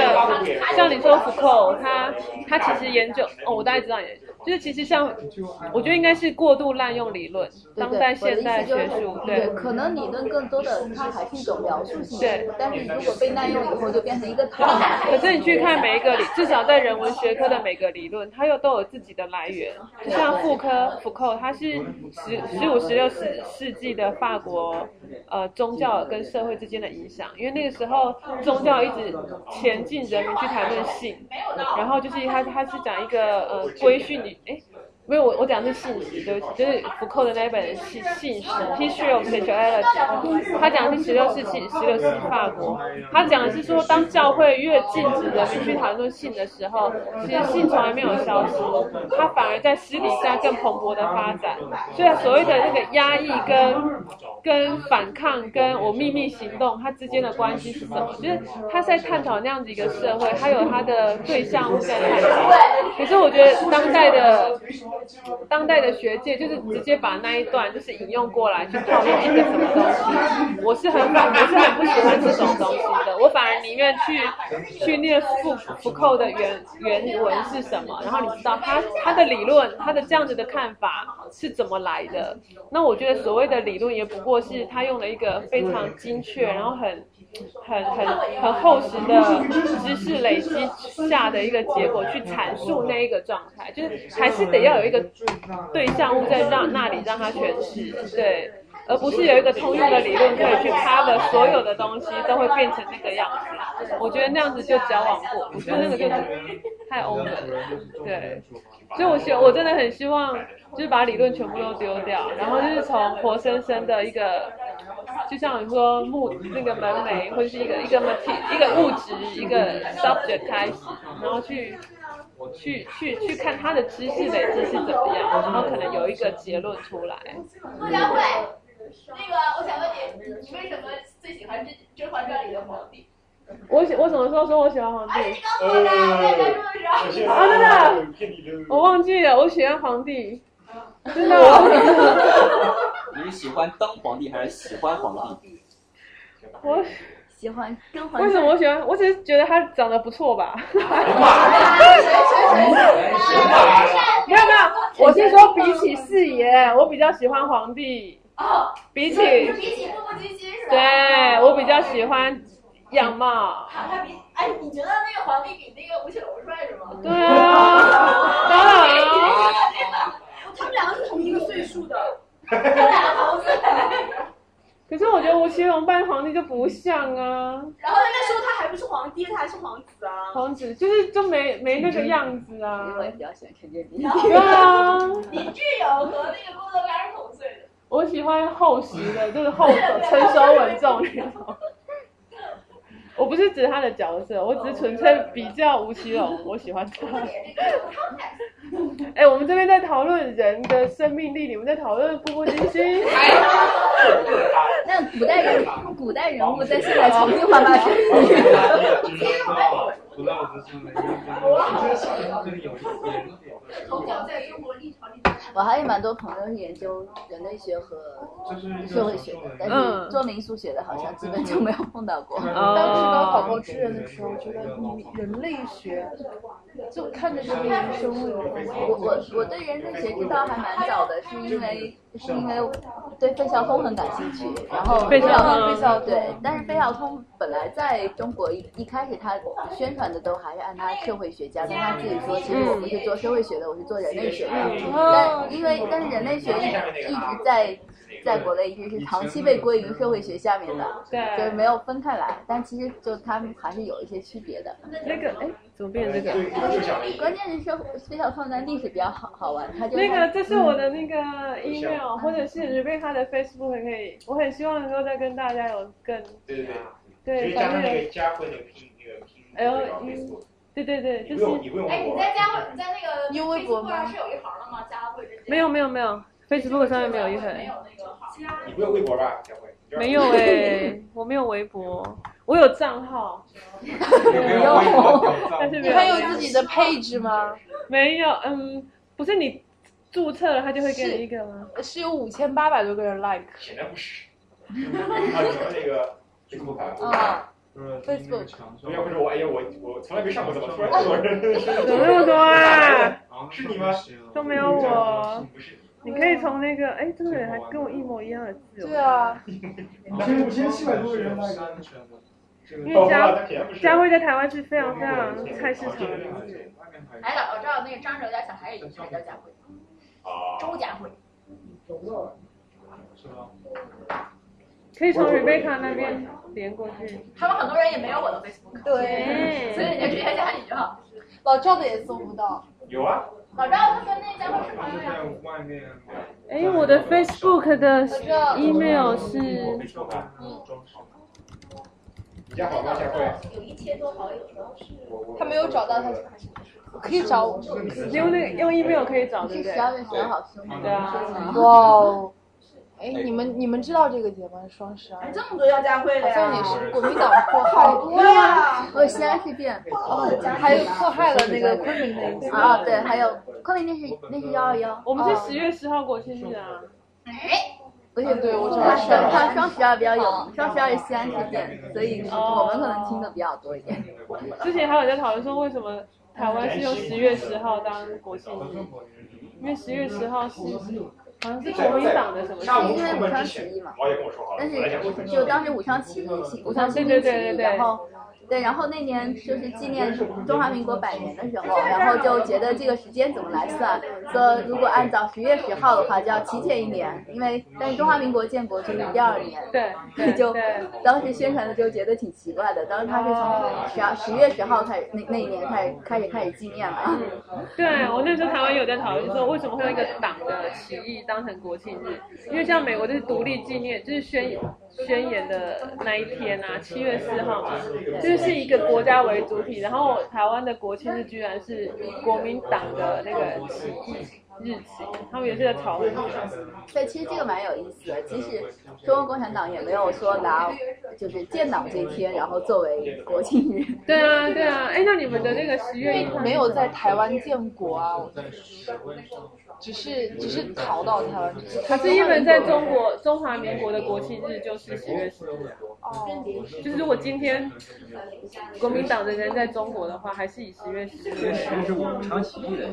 [SPEAKER 5] 像你说福寇，他他其实研究哦，我大概知道也就是其实像我觉得应该是过度滥用理论，当代现代学术
[SPEAKER 1] 对，可能理论更多的它还是一种描述性，对，但是如果被滥用以后就变成一个套。
[SPEAKER 5] 可是你去看每一个理，至少在人文学科的每个理论，它又都有自己的来源，就像妇科福寇，它是十十五十六世世纪的法国。呃，宗教跟社会之间的影响，因为那个时候宗教一直前进人民去谈论性，然后就是他他是讲一个呃规训你，哎，没有我我讲的是性史，对不起，就是福寇的那一本性性史 History of Sexuality，他讲的是十六世纪十六世纪法国，他讲的是说当教会越禁止人民去谈论性的时候，其实性从来没有消失，它反而在私底下更蓬勃的发展，所以所谓的那个压抑跟。跟反抗跟我秘密行动它之间的关系是什么？就是他在探讨那样子一个社会，它有它的对象互相探讨。可是我觉得当代的当代的学界就是直接把那一段就是引用过来去套用一个什么东西，我是很反，我是很不喜欢这种东西的。我反而宁愿去去念复复扣的原原文是什么，然后你知道他他的理论，他的这样子的看法是怎么来的。那我觉得所谓的理论也不过。或是他用了一个非常精确，然后很、很、很、很厚实的知识累积下的一个结果去阐述那一个状态，就是还是得要有一个对象物在让那里让他
[SPEAKER 1] 啊
[SPEAKER 5] 诠释，对，啊而不是有一个通用的理论可以去 cover 所有的东西都会变成那个样子。我觉得那样子就矫枉过，我觉得那个就是太 over 了，对。所以我希我真的很希望。就是把理论全部都丢掉，然后就是从活生生的一个，就像你说木那个门楣，或者是一个一个 mate 一个物质一个 subject 开始，然后去去去去看它的知识累积是怎么样，然后可能有一个结论出来。
[SPEAKER 16] 陆佳慧，
[SPEAKER 5] 嗯
[SPEAKER 16] 那个我想问你，你为什么最喜欢《甄甄嬛传》里的皇帝？
[SPEAKER 5] 我我什么时候说我喜欢皇帝？
[SPEAKER 16] 哎，你刚说的，在家住的时候。
[SPEAKER 5] 啊，真的，我忘记了，我喜欢皇 帝。真的、
[SPEAKER 8] 哦，你是喜欢当皇帝还是喜欢皇 帝？
[SPEAKER 5] 我
[SPEAKER 1] 喜欢跟
[SPEAKER 5] 为什么我喜欢？我只是觉得他长得不错吧。
[SPEAKER 43] 哎
[SPEAKER 5] 没有没有，我是说比起四爷，我比较喜欢皇帝。
[SPEAKER 16] 哦，
[SPEAKER 5] 比起
[SPEAKER 16] 比起步步惊心是吧？
[SPEAKER 5] 对，我比较喜欢样貌。
[SPEAKER 16] 他比哎，你觉得那个皇帝比那个吴起隆帅是吗？
[SPEAKER 5] 对啊，当然啊。
[SPEAKER 16] 他们两个是同一个岁数的，
[SPEAKER 5] 他
[SPEAKER 16] 俩好岁。
[SPEAKER 5] 可是我觉得吴奇隆扮皇帝就不像啊。
[SPEAKER 16] 然后那时候他还不是皇帝，他还是皇子啊。
[SPEAKER 5] 皇子就是就没没那个样子啊。
[SPEAKER 1] 我也比较喜欢陈建斌。
[SPEAKER 5] 对啊。
[SPEAKER 16] 林志颖和那个郭德纲是同岁的。
[SPEAKER 5] 我喜欢厚实 的，就是厚成熟稳重那种。我不是指他的角色，我只是纯粹比较吴奇隆，我喜欢他。哎，我们这边在讨论人的生命力，你们在讨论步步惊心。
[SPEAKER 1] 那古代人，古代人物在现代重新焕发生命力。我还有蛮多朋友是研究人类学和社会学的，但
[SPEAKER 5] 嗯
[SPEAKER 1] 是做民俗学的好像基本就没有碰到过。
[SPEAKER 43] 当时高考
[SPEAKER 5] 嗯
[SPEAKER 43] 报志愿的时候，觉得你人类学就看着就没有生物有关系。
[SPEAKER 1] 我我我对人类学知道还蛮早的，是因为是因为对费孝通很感兴趣，然后
[SPEAKER 5] 费孝通
[SPEAKER 1] 费孝对，但是费孝通本来在中国一一开始他宣传的都还是按他社会学家，但他自己说其实我不是做社会学的，我是做人类学的，但因为但是人类学一一直在。在国内一直是长期被归于社会学下面的，
[SPEAKER 5] 对，
[SPEAKER 1] 就是没有分开来，但其实就他们还是有一些区别的。
[SPEAKER 5] 那个哎，怎么变成这个？
[SPEAKER 1] 关键是社费孝通的历史比较好好玩，他就
[SPEAKER 5] 那个这是我的那个
[SPEAKER 10] 嗯
[SPEAKER 5] email，或者是随便他的 Facebook 可以，我很希望能够再跟大家有更
[SPEAKER 16] 啊
[SPEAKER 10] 对对对，
[SPEAKER 5] 对，
[SPEAKER 10] 加上那个加会那个拼那个拼
[SPEAKER 5] ，L 对对嗯对，就是
[SPEAKER 10] 你问我，
[SPEAKER 16] 哎，你在加你在那个
[SPEAKER 5] 有微博吗？
[SPEAKER 16] 是有一行的吗？加会之间
[SPEAKER 5] 没有没有没有，Facebook 上面没有一横。
[SPEAKER 10] 你不用微博吧？
[SPEAKER 5] 没有哎、欸，我没有微博，我有账号。
[SPEAKER 44] 没有，
[SPEAKER 5] 但是
[SPEAKER 43] 哦你还有自己的配置吗？
[SPEAKER 5] 没有，嗯，不是你注册了他就会给你一个吗？
[SPEAKER 43] 是有五千八百多个人 like。
[SPEAKER 10] 显然不是。啊，你们那个 Facebook
[SPEAKER 1] 嗯
[SPEAKER 10] 啊
[SPEAKER 43] ，Facebook。
[SPEAKER 10] 要不是我，哎呀，我我从来没上过，怎么突然
[SPEAKER 5] 有人？ 怎么那么多啊？
[SPEAKER 10] 是你吗？
[SPEAKER 5] 都没有
[SPEAKER 43] 啊
[SPEAKER 5] 我。你可以从那个，哎，这个人还跟我一模一样的字。哦
[SPEAKER 43] 对啊。
[SPEAKER 10] 五千七百多个人来个。
[SPEAKER 5] 因
[SPEAKER 10] 哦
[SPEAKER 5] 为佳佳慧在台湾是非常非常菜市场的。
[SPEAKER 16] 哎，我知道那个张哲家小孩也叫佳慧。周佳慧。
[SPEAKER 5] 可以从 Rebecca 那边连过去。
[SPEAKER 16] 他们很多人也没有我的 Facebook。
[SPEAKER 43] 对。
[SPEAKER 16] 所以你就直接加你就好。
[SPEAKER 43] 老赵的也搜不到。
[SPEAKER 10] 有啊。
[SPEAKER 16] 老赵他跟那家伙是朋友呀。
[SPEAKER 5] 哎，我的 Facebook 的 email 是。
[SPEAKER 43] 嗯
[SPEAKER 10] 你家好吗？佳慧。
[SPEAKER 16] 有一千多好友，然后是。
[SPEAKER 43] 他没有找到他就开始。我可以找我。
[SPEAKER 5] 用那个用 email 可以找，对不对？
[SPEAKER 1] 十二月十号生日。
[SPEAKER 5] 对啊。
[SPEAKER 43] 哇哦。哎，你们你们知道这个节吗？双十二。
[SPEAKER 18] 这么多要加会
[SPEAKER 1] 啊
[SPEAKER 18] 的
[SPEAKER 43] 好像也是国啊民党迫害，好
[SPEAKER 18] 多
[SPEAKER 4] 啊
[SPEAKER 18] 呀！
[SPEAKER 1] 呃，西安事变，
[SPEAKER 43] 还有迫害了那个昆明那一次
[SPEAKER 1] 啊，对，还有昆明那是那是幺二幺，
[SPEAKER 5] 我
[SPEAKER 43] 啊
[SPEAKER 5] 们是十月十号过生日啊。
[SPEAKER 16] 哎，
[SPEAKER 1] 不是，
[SPEAKER 43] 对，我
[SPEAKER 1] 他双他双十二比较有名，双十二是西安事变，所以
[SPEAKER 43] 哦
[SPEAKER 1] 我们可能听的比较多一点。
[SPEAKER 5] 之前还有在讨论说，为什么台湾是用十月十号当国庆日？因为十月十号是。好像是国民党的什么？
[SPEAKER 1] 是因为武昌起义嘛？但是就当时武昌七日起，
[SPEAKER 5] 啊
[SPEAKER 1] 武昌七日起义，然后对，然后那年就是纪念中华民国百年的时候，然后就觉得这个时间怎么来算？说如果按照十月十号的话，就要提前一年，因为但是中华民国建国是一二年，
[SPEAKER 5] 对，
[SPEAKER 1] 就当时宣传的时候觉得挺奇怪的。当时他是
[SPEAKER 5] 哦
[SPEAKER 1] 从十二十月十号开始，那那一年开始开始开始纪念嘛。
[SPEAKER 5] 对我那时候台湾有在讨论说，为什么会有一个党的起义当？当成国庆日，因为像美国就是独立纪念，就是宣宣言的那一天啊，七月四号嘛，就是一个国家为主体，然后台湾的国庆日居然是国民党的那个起义。日期，他们也是在讨论。
[SPEAKER 1] 对，其实这个蛮有意思的。其实中国共产党也没有说拿就是建党这一天，然后作为国庆日。
[SPEAKER 5] 对啊，对啊。哎，那你们的那个十月
[SPEAKER 43] 没有在台湾建国啊？只是只是逃到台湾去。
[SPEAKER 5] 可是因为在中国中华民国的国庆日就是十月十日。
[SPEAKER 43] 哦。
[SPEAKER 5] 就是如果今天国民党的人在中国的话，还是以十月十日。
[SPEAKER 22] 这是武昌起义的。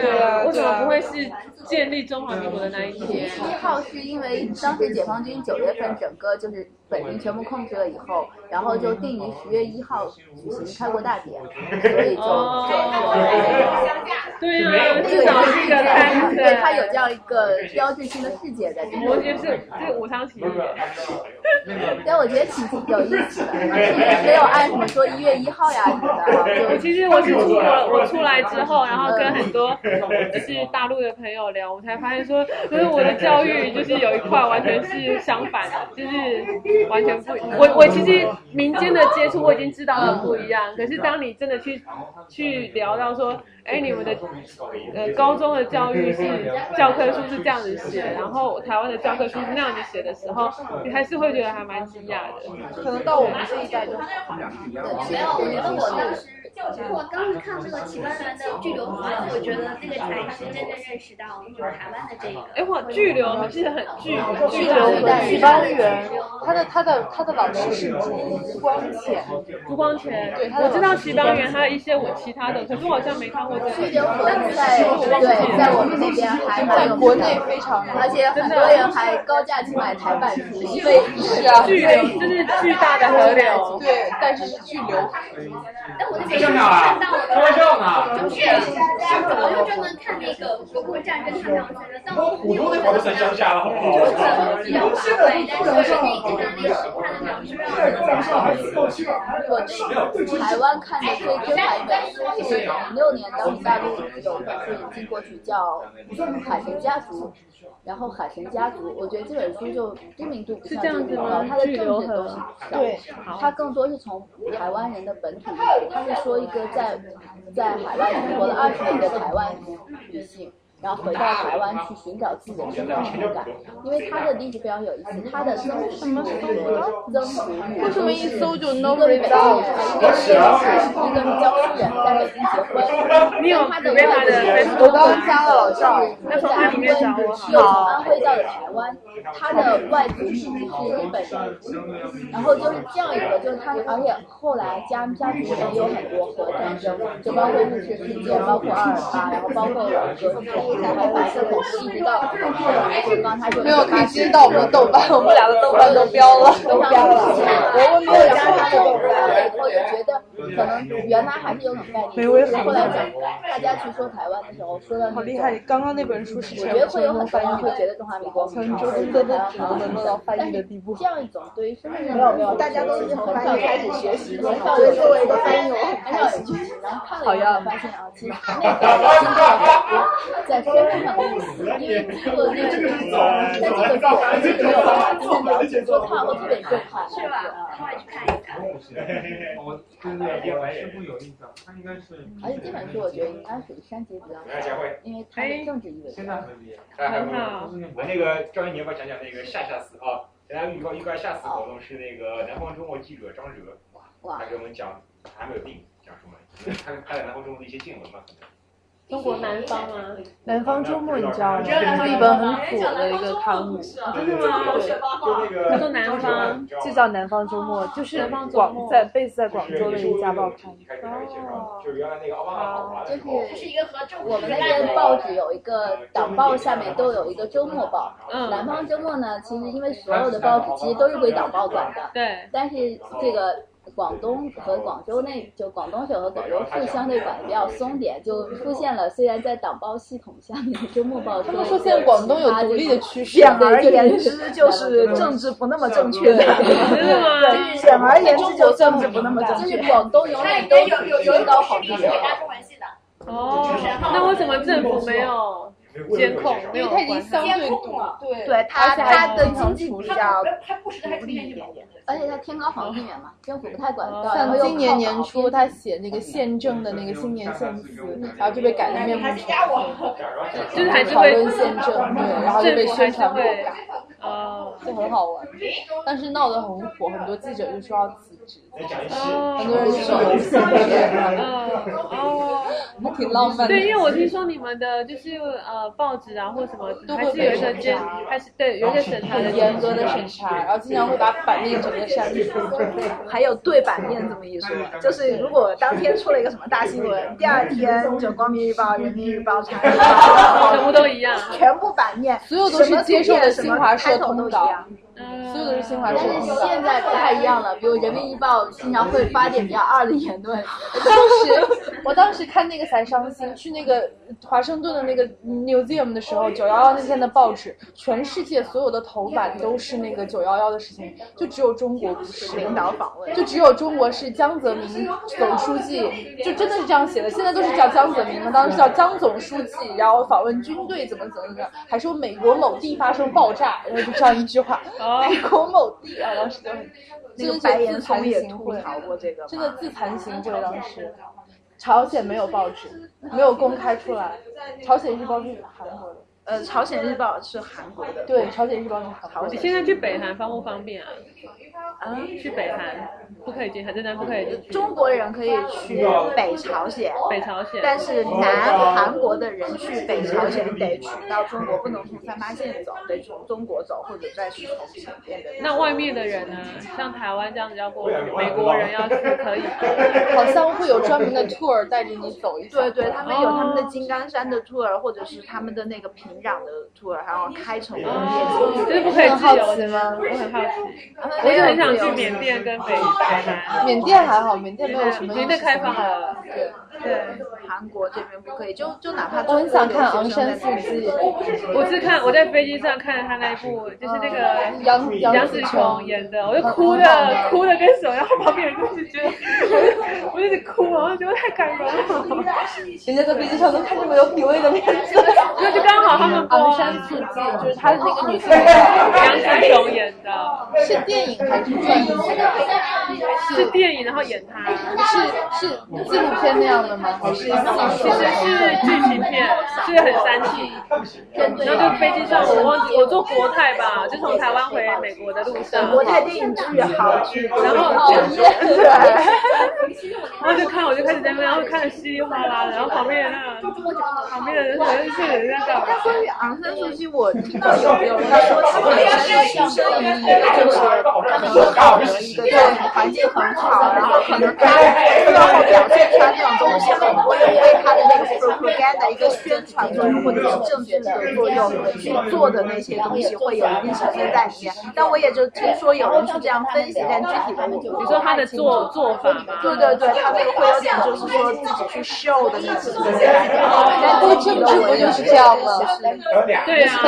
[SPEAKER 5] 对啊，为什么不？会是建立中华民国的那一天。
[SPEAKER 1] 一号是因为当时解放军九月份整个就是北京全部控制了以后，然后就定于十月一号举行开国大典，所以就
[SPEAKER 5] 哦对呀，至少是一个开
[SPEAKER 1] 对它有这样一个标志性的事件在。
[SPEAKER 5] 我觉得是这个武昌起义。
[SPEAKER 1] 但我觉得挺有意思的，没有按什么说一月一号呀什么的。啊
[SPEAKER 5] 我其实我是出国，我出来之后，然后跟很多就是大陆的朋友聊，我才发现说，就是我的教育就是有一块完全是相反的，就是完全不。我我其实民间的接触我已经知道很不一样，可是当你真的去去聊到说，哎，你们的呃高中的教育是教科书是这样子写，然后台湾的教科书是那样子写的时候，你还是会觉得。还蛮惊讶的，
[SPEAKER 43] 可能到我们这一代就
[SPEAKER 1] 对，没有，我觉得我当时。
[SPEAKER 9] 我刚是看这个台湾的巨流团，我觉得那个才是真正认识到就是台湾的这个。
[SPEAKER 5] 哎，哇，巨流你记得很巨
[SPEAKER 4] 巨流的举办人，他的他的他的老师是朱光潜，
[SPEAKER 5] 朱光潜，
[SPEAKER 4] 对，他
[SPEAKER 5] 我知道徐邦媛，还有一些我其他的，可是我好像没看过这个。
[SPEAKER 1] 巨流河在对，在我们那边还蛮有名的，
[SPEAKER 4] 国内非常，
[SPEAKER 1] 而且很多人还高价去买台版书，所以
[SPEAKER 4] 是啊，
[SPEAKER 5] 巨流就是巨大的河流，
[SPEAKER 4] 对，但是是巨流。
[SPEAKER 9] 但我那边
[SPEAKER 10] 啊
[SPEAKER 9] 看到了，就是我又专门看那个国共战争太阳神了，但我
[SPEAKER 10] 普通那会儿都算乡下了，好不好？
[SPEAKER 9] 比较乏味，但是那跟他历史看的描述让我
[SPEAKER 1] 觉得我对台湾看的最精彩的书是零六年当时大陆有本书引进过去叫《海神家族》，然后《海神家族》，我觉得这本书就知名度不像这个高，它的政治都是对，它更多是从台湾人的本土，它是说一个在在海外生活了二十年的台湾女性。然后回到台湾去寻找自己的身份认同感，因为他的例子非常有意思，他的增幅增幅
[SPEAKER 4] 语，为什么一搜就 no
[SPEAKER 1] 一个是北京人，一个是一个是江苏人，在北京结婚，
[SPEAKER 5] 你有
[SPEAKER 1] 他
[SPEAKER 5] 的外
[SPEAKER 4] 公，我刚加了老赵，
[SPEAKER 5] 那从他里面找我
[SPEAKER 1] 又从安徽到的台湾，他的外祖母是日本
[SPEAKER 10] 嗯
[SPEAKER 1] 人，然后就是这样一个，就是他，而且后来家家族也有很多和战争，就包括日治世界，包括二二八，然后包括革命。才会白色粉丝一到，
[SPEAKER 4] 没有，可以先到我们的豆瓣，我们俩的豆瓣都标了，
[SPEAKER 1] 都标了。
[SPEAKER 4] 我没有
[SPEAKER 1] 加他的豆瓣，以后就觉得
[SPEAKER 10] 嗯
[SPEAKER 1] 可能原来还是有种概念，就是后来讲大家去说台湾的时候，说到
[SPEAKER 4] 好厉害，刚刚那本书是
[SPEAKER 1] 我觉得会有很多人会觉得中华民国
[SPEAKER 4] 从周文哥的口能到翻译的地步，
[SPEAKER 1] 这样一种对于身份
[SPEAKER 4] 没有没有，
[SPEAKER 1] 大家都是从
[SPEAKER 4] 翻译开始学习，
[SPEAKER 1] 很
[SPEAKER 4] 少有
[SPEAKER 1] 作为一
[SPEAKER 4] 个翻
[SPEAKER 1] 译，
[SPEAKER 4] 我很开
[SPEAKER 1] 心。然后看了以后发现啊，其实那个在身份上因为做那个，但这个做完这个没有办法真正的说看会特别难看，
[SPEAKER 9] 是吧？我也去看一看。
[SPEAKER 15] 我真的
[SPEAKER 10] 哎
[SPEAKER 15] 我师傅有印象，他应该是。
[SPEAKER 1] 而且这本书我觉得应该属于删节比较
[SPEAKER 10] 哎
[SPEAKER 1] 少，因为它的政治意味。
[SPEAKER 15] 现在很厉
[SPEAKER 10] 害，很好。我那个赵一，你要不要讲讲那个下下次啊？大家预告预告下次活动是那个南方周末记者张哲，
[SPEAKER 4] 哎
[SPEAKER 10] 他给我们讲还没有定讲什么，他他在南方周末的一些见闻嘛，可能。
[SPEAKER 5] 中国南方啊，
[SPEAKER 9] 嗯
[SPEAKER 4] 南方周末你知道吗？
[SPEAKER 5] 知道南
[SPEAKER 4] 是
[SPEAKER 5] 方
[SPEAKER 4] 一本很火的一个刊物，
[SPEAKER 5] 真的吗？他说南方，
[SPEAKER 4] 就叫南方周末，就是广在贝斯在广州的一家报刊。
[SPEAKER 10] 就是原来那个奥巴马访华的时候，
[SPEAKER 1] 就是一个和政府我们那边报纸有一个党报，下面都有一个周末报。
[SPEAKER 4] 嗯
[SPEAKER 1] 南方周末呢，其实因为所有的报纸其实都是归党报管的，
[SPEAKER 5] 对，
[SPEAKER 1] 但是这个。广东和广州那就广东省和广州市相对管的比较松点，就出现了虽然在党报系统下面的周末报社，
[SPEAKER 4] 说现在广东有独立的趋势，
[SPEAKER 1] 显
[SPEAKER 4] 而
[SPEAKER 1] 言
[SPEAKER 4] 之
[SPEAKER 1] 就是
[SPEAKER 45] 政治不那么正确的，
[SPEAKER 5] 真的吗？
[SPEAKER 45] 显而言之就政治不那么正
[SPEAKER 1] 就
[SPEAKER 45] 确。
[SPEAKER 1] 是广东永远都
[SPEAKER 4] 哎
[SPEAKER 9] 有有
[SPEAKER 1] 最高好评。
[SPEAKER 5] 哦，那为什么政府没有监控？没有
[SPEAKER 4] 它已经相对
[SPEAKER 5] 监
[SPEAKER 4] 独对，
[SPEAKER 45] 对它它的经济比较
[SPEAKER 1] 独立一点点，而且它天高皇帝远嘛，政府不太管得到。然后
[SPEAKER 4] 哦像
[SPEAKER 1] 又
[SPEAKER 4] 今年
[SPEAKER 1] 靠
[SPEAKER 4] 年
[SPEAKER 1] 港
[SPEAKER 4] 初，他写那个宪政的那个新年献词，然后就被改得面目全非，
[SPEAKER 5] 就是还是
[SPEAKER 4] 讨
[SPEAKER 5] 会
[SPEAKER 4] 论宪政，对，然后就被宣传部
[SPEAKER 5] 对，
[SPEAKER 4] 改，
[SPEAKER 5] 哦，
[SPEAKER 4] 就很好玩。但是闹得很火，很多记者就说要辞职，
[SPEAKER 5] 哦
[SPEAKER 4] 很多人就说游戏还挺浪漫的。
[SPEAKER 5] 哦对，因为我听说你们的就是呃报纸啊或什么，
[SPEAKER 4] 都
[SPEAKER 5] 还
[SPEAKER 4] 会
[SPEAKER 5] 是有一
[SPEAKER 4] 被
[SPEAKER 5] 个
[SPEAKER 4] 审
[SPEAKER 5] 监
[SPEAKER 4] 查，
[SPEAKER 5] 还是对有一个审查的
[SPEAKER 4] 很严格的审查，然后经常会把版面整个删除。
[SPEAKER 45] 还有对版面这么一说，就是如果当天出了一个什么大新闻，第二天就《光明日报》《人民日报》《长安日报》
[SPEAKER 5] 全部都一样，
[SPEAKER 45] 全部版面，
[SPEAKER 4] 所有都是接受的
[SPEAKER 45] 什么
[SPEAKER 4] 新华社
[SPEAKER 45] 开头都
[SPEAKER 4] 通
[SPEAKER 45] 一
[SPEAKER 4] 稿
[SPEAKER 45] 样。，
[SPEAKER 9] 嗯
[SPEAKER 5] 嗯
[SPEAKER 4] 所有都是新华社
[SPEAKER 1] 但
[SPEAKER 4] 通
[SPEAKER 1] 是
[SPEAKER 4] 稿。
[SPEAKER 1] 现在不太一样了，比如《人民日报》经常会发点比较二的言 论，
[SPEAKER 4] 我当时， 我当时看那个才伤心。去那个呃华盛顿的那个 museum 的时
[SPEAKER 45] 哦
[SPEAKER 4] 候，九幺幺那天的报纸，全世界所有的头版都是那个九幺幺的事情，就只有中国不是
[SPEAKER 45] 领导访问
[SPEAKER 4] 就只有中国是江泽民总书记，就真的是这样写的。现在都是叫江泽民了，当时叫江总书记，然后访问军队怎么怎么怎么样，还说美国某地发生爆炸，然后就这样一句话，
[SPEAKER 5] 哦
[SPEAKER 4] 美国某地啊，当时就很，
[SPEAKER 45] 那
[SPEAKER 4] 真
[SPEAKER 45] 个
[SPEAKER 4] 的是
[SPEAKER 45] 白岩
[SPEAKER 4] 自
[SPEAKER 45] 松
[SPEAKER 4] 惭
[SPEAKER 45] 也
[SPEAKER 4] 形
[SPEAKER 45] 吐
[SPEAKER 4] 秽。
[SPEAKER 45] 槽过这个嘛，
[SPEAKER 4] 真的自惭形秽，当时嗯朝鲜没有报纸，没有公开出来，朝鲜日报是韩国的。呃，朝鲜日报是韩国的，
[SPEAKER 1] 对，朝鲜日报用韩国
[SPEAKER 4] 朝
[SPEAKER 1] 的。
[SPEAKER 5] 你现在去北韩方不方便啊？
[SPEAKER 4] 啊，
[SPEAKER 5] 去北韩不可以进，韩正南不可以进。
[SPEAKER 4] 中国人可以去北朝鲜，
[SPEAKER 5] 北朝鲜
[SPEAKER 4] 但是南韩国的人去北朝鲜得取到中国，不能从三八线走，得从中国走，或者再去从前面的。
[SPEAKER 5] 那外面的人呢？像台湾这样子要过去，美国人要去可以吗？
[SPEAKER 1] 好像会有专门的 tour 带着你走一走。
[SPEAKER 4] 对对，他们有他们的
[SPEAKER 1] 哦
[SPEAKER 4] 金刚山的 tour，或者是他们的那个平壤的 tour，还
[SPEAKER 1] 哦
[SPEAKER 4] 有开城 的夜景。
[SPEAKER 5] 哦就是不可以
[SPEAKER 1] 很好奇吗？
[SPEAKER 5] 我很好奇，
[SPEAKER 1] 我
[SPEAKER 5] 我
[SPEAKER 1] 也
[SPEAKER 5] 也
[SPEAKER 1] 很
[SPEAKER 5] 很
[SPEAKER 1] 想
[SPEAKER 5] 想
[SPEAKER 1] 去
[SPEAKER 5] 去
[SPEAKER 1] 缅
[SPEAKER 5] 缅
[SPEAKER 1] 甸
[SPEAKER 5] 甸
[SPEAKER 1] 跟
[SPEAKER 5] 跟
[SPEAKER 1] 北
[SPEAKER 5] 北
[SPEAKER 1] 韩
[SPEAKER 5] 韩。
[SPEAKER 1] 缅甸还好，缅甸没有什么。嗯
[SPEAKER 5] 缅甸开放了。
[SPEAKER 4] 对
[SPEAKER 5] 对，
[SPEAKER 4] 韩国这边不可以，就就哪怕
[SPEAKER 1] 我很想看
[SPEAKER 4] 中国留
[SPEAKER 1] 昂
[SPEAKER 4] 学
[SPEAKER 1] 山
[SPEAKER 4] 生在
[SPEAKER 1] 素
[SPEAKER 4] 那边
[SPEAKER 1] 季。
[SPEAKER 5] 我是看我在飞机上看他那一部，就是那个
[SPEAKER 1] 哦杨
[SPEAKER 5] 杨
[SPEAKER 1] 紫
[SPEAKER 5] 紫
[SPEAKER 1] 琼
[SPEAKER 5] 琼演的，我就 哭的哭的跟什么，然后旁边人就是觉得， 我就是哭，然后觉得太感 人了。
[SPEAKER 1] 人家在飞机上都看这么有品位的片子，
[SPEAKER 5] 那就刚好他们播
[SPEAKER 1] 昂山素季，就是她的那个 女主角杨
[SPEAKER 5] 紫琼演的，
[SPEAKER 1] 是电影还是传记？
[SPEAKER 5] 是电影，然后演他，
[SPEAKER 1] 是是纪录片那样的吗？还是其
[SPEAKER 5] 其实是剧情片，就是很煽情。然后就飞机上，我忘记我坐国泰吧，就从台湾回美国的路上。
[SPEAKER 4] 国泰电影剧好剧，
[SPEAKER 5] 然后
[SPEAKER 4] 对，
[SPEAKER 5] 然后就看，我就开始在那边，然后看得稀里哗啦，然后旁边那旁边的人好像是人在干嘛？
[SPEAKER 4] 那关于昂山素季，我听到有有人说 其实昂山出生意义就是他们很好的一个家庭环境很好，然后可能他出道后表现出来这种东西，很多人为他的那个 propaganda 一个宣传作用或者是政治的作用去做的那些东西会有一定成分在里面。但我也就听说有人去这样分析，但具体的我
[SPEAKER 5] 你说他的做做法吗？
[SPEAKER 4] 对对对，他那个会有点就是说自己去 show 的那种感觉，但
[SPEAKER 1] 多政治不就是这样吗？
[SPEAKER 5] 对啊，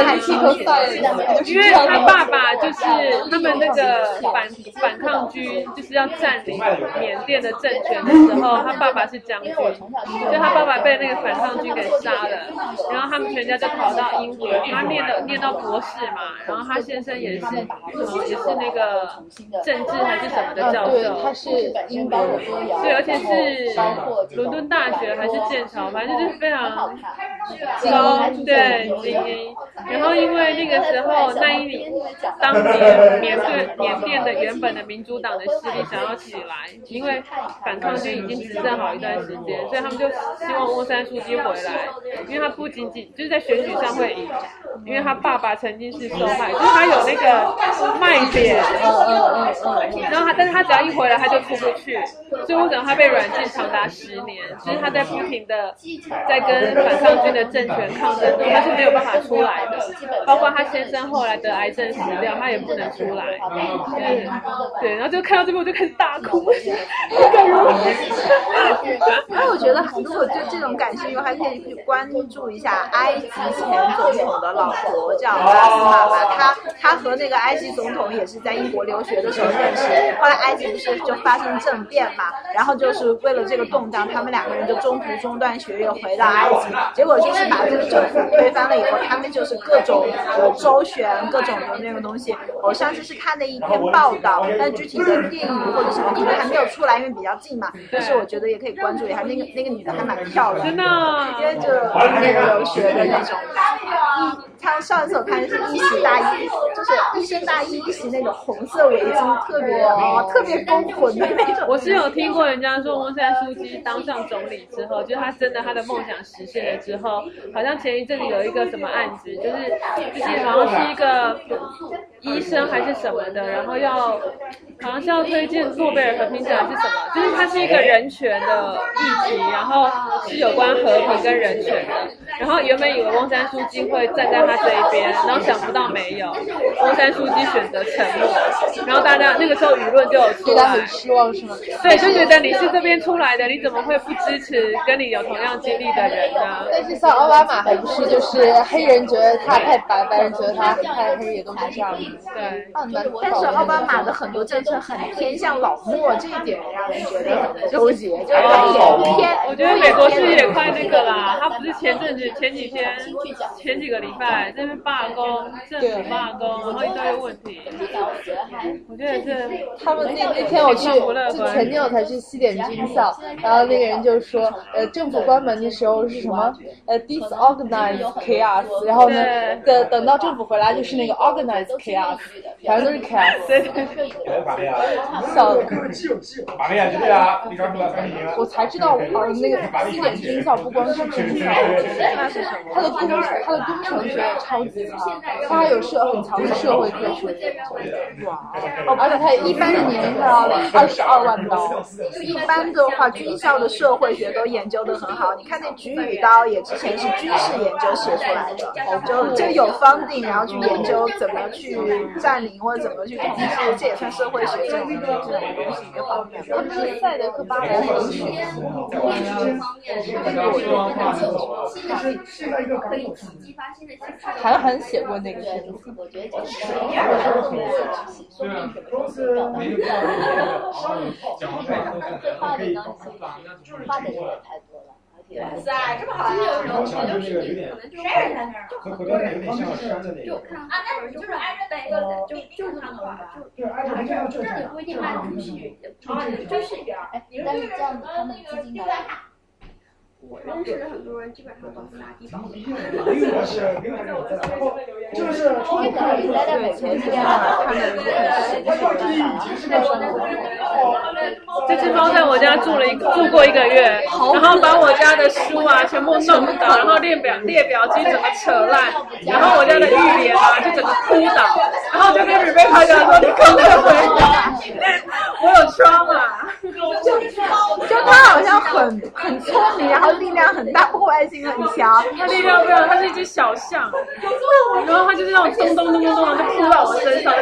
[SPEAKER 5] 因为他爸爸就是他们那个反反抗军，就是要占领缅甸的政权的时候，他爸爸是将军，所以他爸爸被那个反抗军给杀了，然后他们全家就跑到英国，他念的念到博士嘛，然后他先生也是也是那个政治还是什么的教授，
[SPEAKER 1] 对，他是英国人，
[SPEAKER 5] 对，而且是伦敦大学还是剑桥，反正就是非常高，对，精英。然后因为那个时候那一年，当年缅甸缅甸的原本的民主党的势力想要起来，因为反抗军已经执政好一段时间，所以他们就希望翁山书记回来，因为他不仅仅就是在选举上会赢，因为他爸爸曾经是受害，就是他有那个卖点，呃然后他但是他只要一回来他就出不去，所以为什么他被软禁长达十年？就是他在不停的在跟反抗军的政权抗争中，他是没有办法出来的。包括他先生后来得癌症死掉，他也不能出来。对对，然后就看到这边我就开始大哭，好感人
[SPEAKER 4] 那哎我觉得，如果对这种感兴趣，还可以去关注一下埃及前总统的老婆叫
[SPEAKER 1] 哦
[SPEAKER 4] 巴斯玛吧。她她和那个埃及总统也是在英国留学的时候认识，后来埃及不是就发生政变嘛，然后就是为了这个动荡，他们两个人就中途中断学业回到埃及，结果就是把这个政府推翻了以后，他们就是各种的周旋，各种的那个东西。我上次是看的一篇报道，但具体的电影或者什么可能还没有出来，因为比较近嘛。但是我觉得也可以关注一下，那个那个女的还蛮漂亮，
[SPEAKER 5] 真的，啊因
[SPEAKER 4] 为就是那个留学的那种。一，她上次我看是一袭大衣，就是一身大衣，一袭那种红色围巾，特别哦，特别勾魂的那 种。
[SPEAKER 5] 我是有听过人家说翁山书记当上总理之后，就是他真的他的梦想实现了之后，好像前一阵子有一个什么案子，就是就是好像是一个医生还是什么的，然后要好像是要推荐诺贝尔和平奖还是什么，就是它是一个人权的议题，然后是有关和平跟人权的。然后原本以为翁山书记会站在他这一边，然后想不到没有，翁山书记选择沉默，然后大家那个时候舆论就有出
[SPEAKER 1] 对他
[SPEAKER 5] 来
[SPEAKER 1] 很。失望是吗？
[SPEAKER 5] 对，就觉得你是这边出来的，你怎么会不支持跟你有同样经历的人呢？
[SPEAKER 1] 但是像奥巴马还不是就是黑人觉得他太白，白人觉得他太黑，也都是这样的。
[SPEAKER 5] 对，
[SPEAKER 4] 但是奥巴马的很多政策很偏向老墨，这一点让人觉得很纠结，就是他一点不偏。
[SPEAKER 5] 我觉得美国是也快那个啦，他不是前阵子前几天、前几个礼拜在这边罢工，政府罢工，然后一堆问题。我觉得这
[SPEAKER 4] 他们那那天我去，
[SPEAKER 5] 不乐
[SPEAKER 4] 就前天我才去西点军校，然后那个人就说，呃，政府关门的时候是什么？呃，disorganized chaos，然后呢，等等到政府回来就是那个 organized chaos，反正都是 chaos。
[SPEAKER 5] 对
[SPEAKER 4] 对
[SPEAKER 6] 对，法利亚，
[SPEAKER 4] 笑的。
[SPEAKER 6] 法利亚就对啊，你刚出来翻译了。
[SPEAKER 4] 我才知道，啊，那个西点军校不光是军校，它的工它的工程学也超级强，它还有社很强的社会科学。哇！而且它一般的年龄它要二十二万刀。
[SPEAKER 15] 一般的话，军校的社会学都研究的很好。你看那菊与刀也之前是军事研究学出来的，就就有 funding，然后去研究怎么去占领或者怎么去统治，这也算社会学这种这种东西的方面。
[SPEAKER 4] 他们赛德克巴莱很喜韩寒写过那个书。
[SPEAKER 10] 我觉得就是第二个后面去写，说明什么东西表达对话的东西，话的也太多了。哇塞，这么好啊！谁人在那儿？就很多人，就看啊，但是就是挨着一个，就就是那块儿，就就这里不一定按出去，就是一边儿。哎，但是这样他们资金来。
[SPEAKER 9] 我认识的很多人基本上都是打地保的。
[SPEAKER 10] 就是我可能你待在北京这样看的
[SPEAKER 5] 这只猫在我家住了一住过一个月，然后把我家的书啊全部弄倒，然后列表列表机整个扯烂，然后我家的浴 帘啊就整个扑倒，然后就跟 Rebecca 讲说你赶快回来，我有窗啊。
[SPEAKER 15] 就他好像很很聪明，然后力量很大，破坏性很强。
[SPEAKER 5] 它力量非常，它是一只小象，然后它就是那种咚咚咚咚咚的扑到我身上，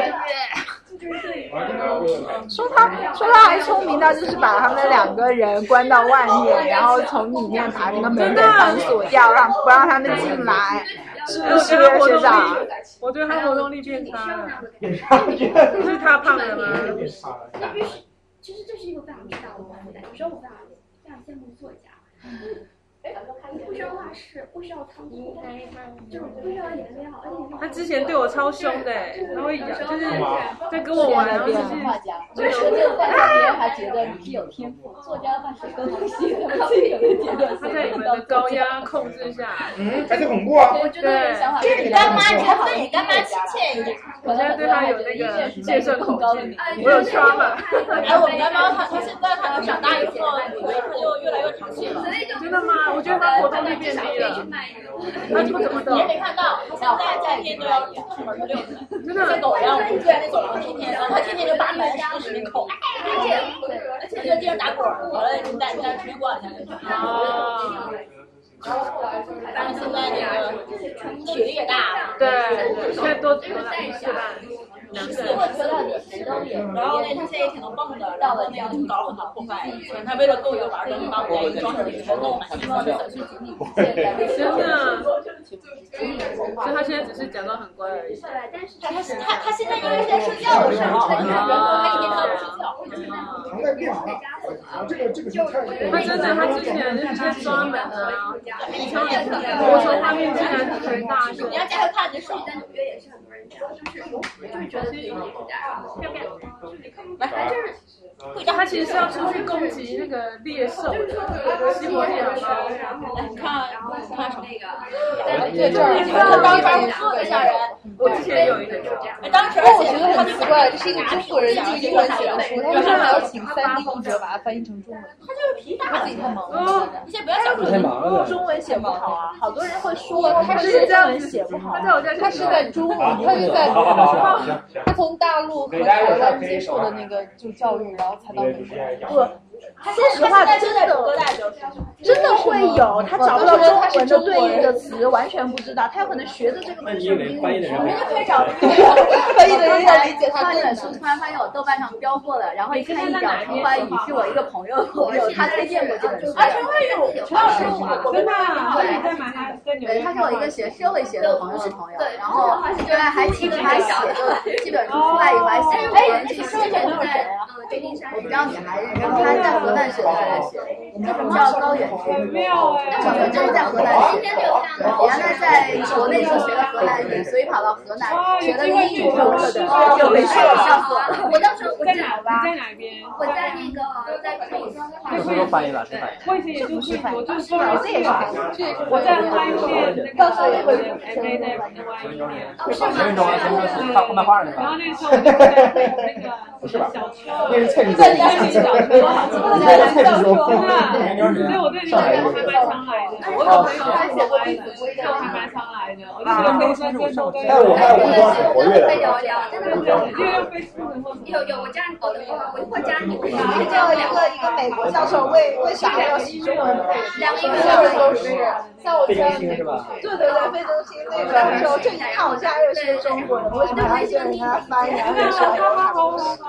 [SPEAKER 15] 说他说他还聪明到就是把他们两个人关到外面，然后从里面把那个门给反锁掉，让不让他们进来，是不是学长？
[SPEAKER 5] 我对它活动力变差了。是它胖了吗？
[SPEAKER 9] 那必须，其实这是一个非常巨大的问题。有时候我非常非常羡慕作家，你嗯不需要画室，不需要仓库，就是不需要演练好，而且
[SPEAKER 5] 他之前对我超凶的，然后养就是
[SPEAKER 9] 哦
[SPEAKER 5] 在跟我玩，然后就是
[SPEAKER 10] 就是说这个代表别人还觉得你是有天赋，作家的话谁都能写，我自己有的阶段
[SPEAKER 5] 他在你们的高压控制下，
[SPEAKER 6] 嗯，还是恐怖
[SPEAKER 5] 哎
[SPEAKER 6] 啊！
[SPEAKER 10] 我觉得想法
[SPEAKER 1] 就是你干妈，你还对你干妈亲切一点。
[SPEAKER 5] 我现在对他有那个戒慎恐惧，我有
[SPEAKER 1] 穿
[SPEAKER 5] 了。
[SPEAKER 1] 哎，我们家猫它它现在它长大以后，它就越来越长气了。
[SPEAKER 5] 真的吗？我觉得他活动力变低了，他
[SPEAKER 10] 嗯
[SPEAKER 5] 不怎么
[SPEAKER 1] 你也
[SPEAKER 5] 动。
[SPEAKER 1] 没看到，它现在夏天就要出门就遛出来，
[SPEAKER 5] 真
[SPEAKER 1] 的像狗一样，我们在那走廊天天，然后它天天就扒门，时不时的抠，而且它就在地上打滚儿，完了你在你在出去逛一下就行。
[SPEAKER 5] 啊，
[SPEAKER 1] 然后后来就是，但是现在那个体力也大，
[SPEAKER 5] 对，现在多多了，对吧？
[SPEAKER 1] 十四个车到底十公里，然后呢，他现在也挺能蹦的，到了那样就搞很多破坏。他为了够一个玩儿，能把我家一个装饰品全弄满，希望在小区锦里
[SPEAKER 5] 真的，所以他现在只是假装很乖而已。
[SPEAKER 1] 他他他他现在应该是在睡觉的时候，他嗯一天到晚睡觉。
[SPEAKER 46] 糖在变化，啊，这个这个
[SPEAKER 5] 他真的，他之前
[SPEAKER 1] 嗯
[SPEAKER 5] 就是专门啊，以前我从外面进来只能大学
[SPEAKER 1] 你，要加他看就爽。
[SPEAKER 9] 在纽约也是很多人这样，就是就是觉得自己是这样，就是
[SPEAKER 1] 来，就是
[SPEAKER 5] 他其实是要出去攻击那个猎兽的，西伯利亚猫。
[SPEAKER 1] 你嗯看，你看什么？
[SPEAKER 4] 对，这儿他当时特别吓人。
[SPEAKER 5] 我之前有一个，
[SPEAKER 9] 哎
[SPEAKER 1] 哎当
[SPEAKER 10] 哦
[SPEAKER 1] 时
[SPEAKER 4] 不过我觉得很奇怪，这是一个中国人用英文写的书，他为什么还要请三 D 译者把它翻译成中文？
[SPEAKER 1] 他就是皮大，
[SPEAKER 4] 他自己太忙
[SPEAKER 1] 了。
[SPEAKER 4] 了。
[SPEAKER 1] 你先不要想
[SPEAKER 4] 太忙了
[SPEAKER 1] 中文写不好啊，好多人会说
[SPEAKER 4] 他
[SPEAKER 1] 他
[SPEAKER 4] 是
[SPEAKER 1] 是
[SPEAKER 4] 这
[SPEAKER 1] 中
[SPEAKER 4] 样
[SPEAKER 1] 文写不好。
[SPEAKER 5] 他在我家，
[SPEAKER 4] 他是在中文，他是在 他从大陆和台湾接受的那个就教育，然后才到美国。
[SPEAKER 1] 不，他说实话，真的真的会有，他找不到中文的对应的词，完全不知道，他有可能学的这个东西就是英语，
[SPEAKER 10] 我
[SPEAKER 1] 人
[SPEAKER 10] 们
[SPEAKER 1] 家
[SPEAKER 10] 就
[SPEAKER 1] 可
[SPEAKER 10] 可
[SPEAKER 1] 以
[SPEAKER 10] 以
[SPEAKER 1] 找
[SPEAKER 10] 找。
[SPEAKER 4] 翻译的人要理解他
[SPEAKER 10] 看一
[SPEAKER 4] 更
[SPEAKER 10] 本
[SPEAKER 4] 难
[SPEAKER 10] 书，突然发现我豆瓣上标过了，然后一看一表陈欢宇是我一个朋友的朋友，他推荐我这本书。
[SPEAKER 1] 啊，陈慧茹，陈老师，
[SPEAKER 4] 啊
[SPEAKER 1] 我
[SPEAKER 10] 真的
[SPEAKER 1] 我
[SPEAKER 10] 对，对，他是我一个学社会学的朋友是朋友，然后原来还挺还写的，这本书出来以后还写了人去社会学在，我不知道你还认识他，在河南学的大学，我们叫高远。没有哎，我们真的在河南学，我原来在
[SPEAKER 4] 在国内就学了荷兰语，所以跑到河南学了英语
[SPEAKER 1] 课
[SPEAKER 4] 的，
[SPEAKER 1] 有
[SPEAKER 4] 没
[SPEAKER 1] 没
[SPEAKER 4] 事
[SPEAKER 1] 事儿
[SPEAKER 4] 笑死了。我当时我
[SPEAKER 5] 在
[SPEAKER 4] 记得
[SPEAKER 5] 哪？你在哪边？
[SPEAKER 9] 我在那个在北京，
[SPEAKER 5] 这
[SPEAKER 1] 不是翻译了，是翻
[SPEAKER 5] 我以前也就
[SPEAKER 1] 译
[SPEAKER 5] 是
[SPEAKER 1] 翻译
[SPEAKER 5] 我就是
[SPEAKER 1] 是吧这也是翻译
[SPEAKER 5] 我在外面那个 MA 那边的外面，
[SPEAKER 1] 全运动完全运动是画漫画那
[SPEAKER 5] 然后
[SPEAKER 1] 个，
[SPEAKER 5] 那时候我就在那个
[SPEAKER 1] 不是吧？
[SPEAKER 5] 小区，
[SPEAKER 1] 那是蔡徐坤，
[SPEAKER 5] 在那小区，
[SPEAKER 1] 你在蔡徐坤，
[SPEAKER 5] 所以我对那个还蛮常来的，我有朋友在国外的，我还蛮常来的，我就觉得可以在这弄对。
[SPEAKER 6] 但我还有我是活跃的，
[SPEAKER 9] 聊聊，真的很有
[SPEAKER 5] 因为 Facebook
[SPEAKER 9] 有有我加你，我我我加你，
[SPEAKER 4] 然后就一个一个美国教授为为啥要写中文？
[SPEAKER 9] 两个
[SPEAKER 4] 英
[SPEAKER 9] 英
[SPEAKER 4] 文教
[SPEAKER 9] 文教
[SPEAKER 4] 授
[SPEAKER 9] 授
[SPEAKER 4] 是
[SPEAKER 9] 是
[SPEAKER 4] 像我
[SPEAKER 8] 非
[SPEAKER 4] 这
[SPEAKER 8] 常
[SPEAKER 4] 样
[SPEAKER 8] 新是吧？
[SPEAKER 4] 对对对，非洲新那个时候最近看我现在认识中国人，为什么还要跟人家翻译？然后说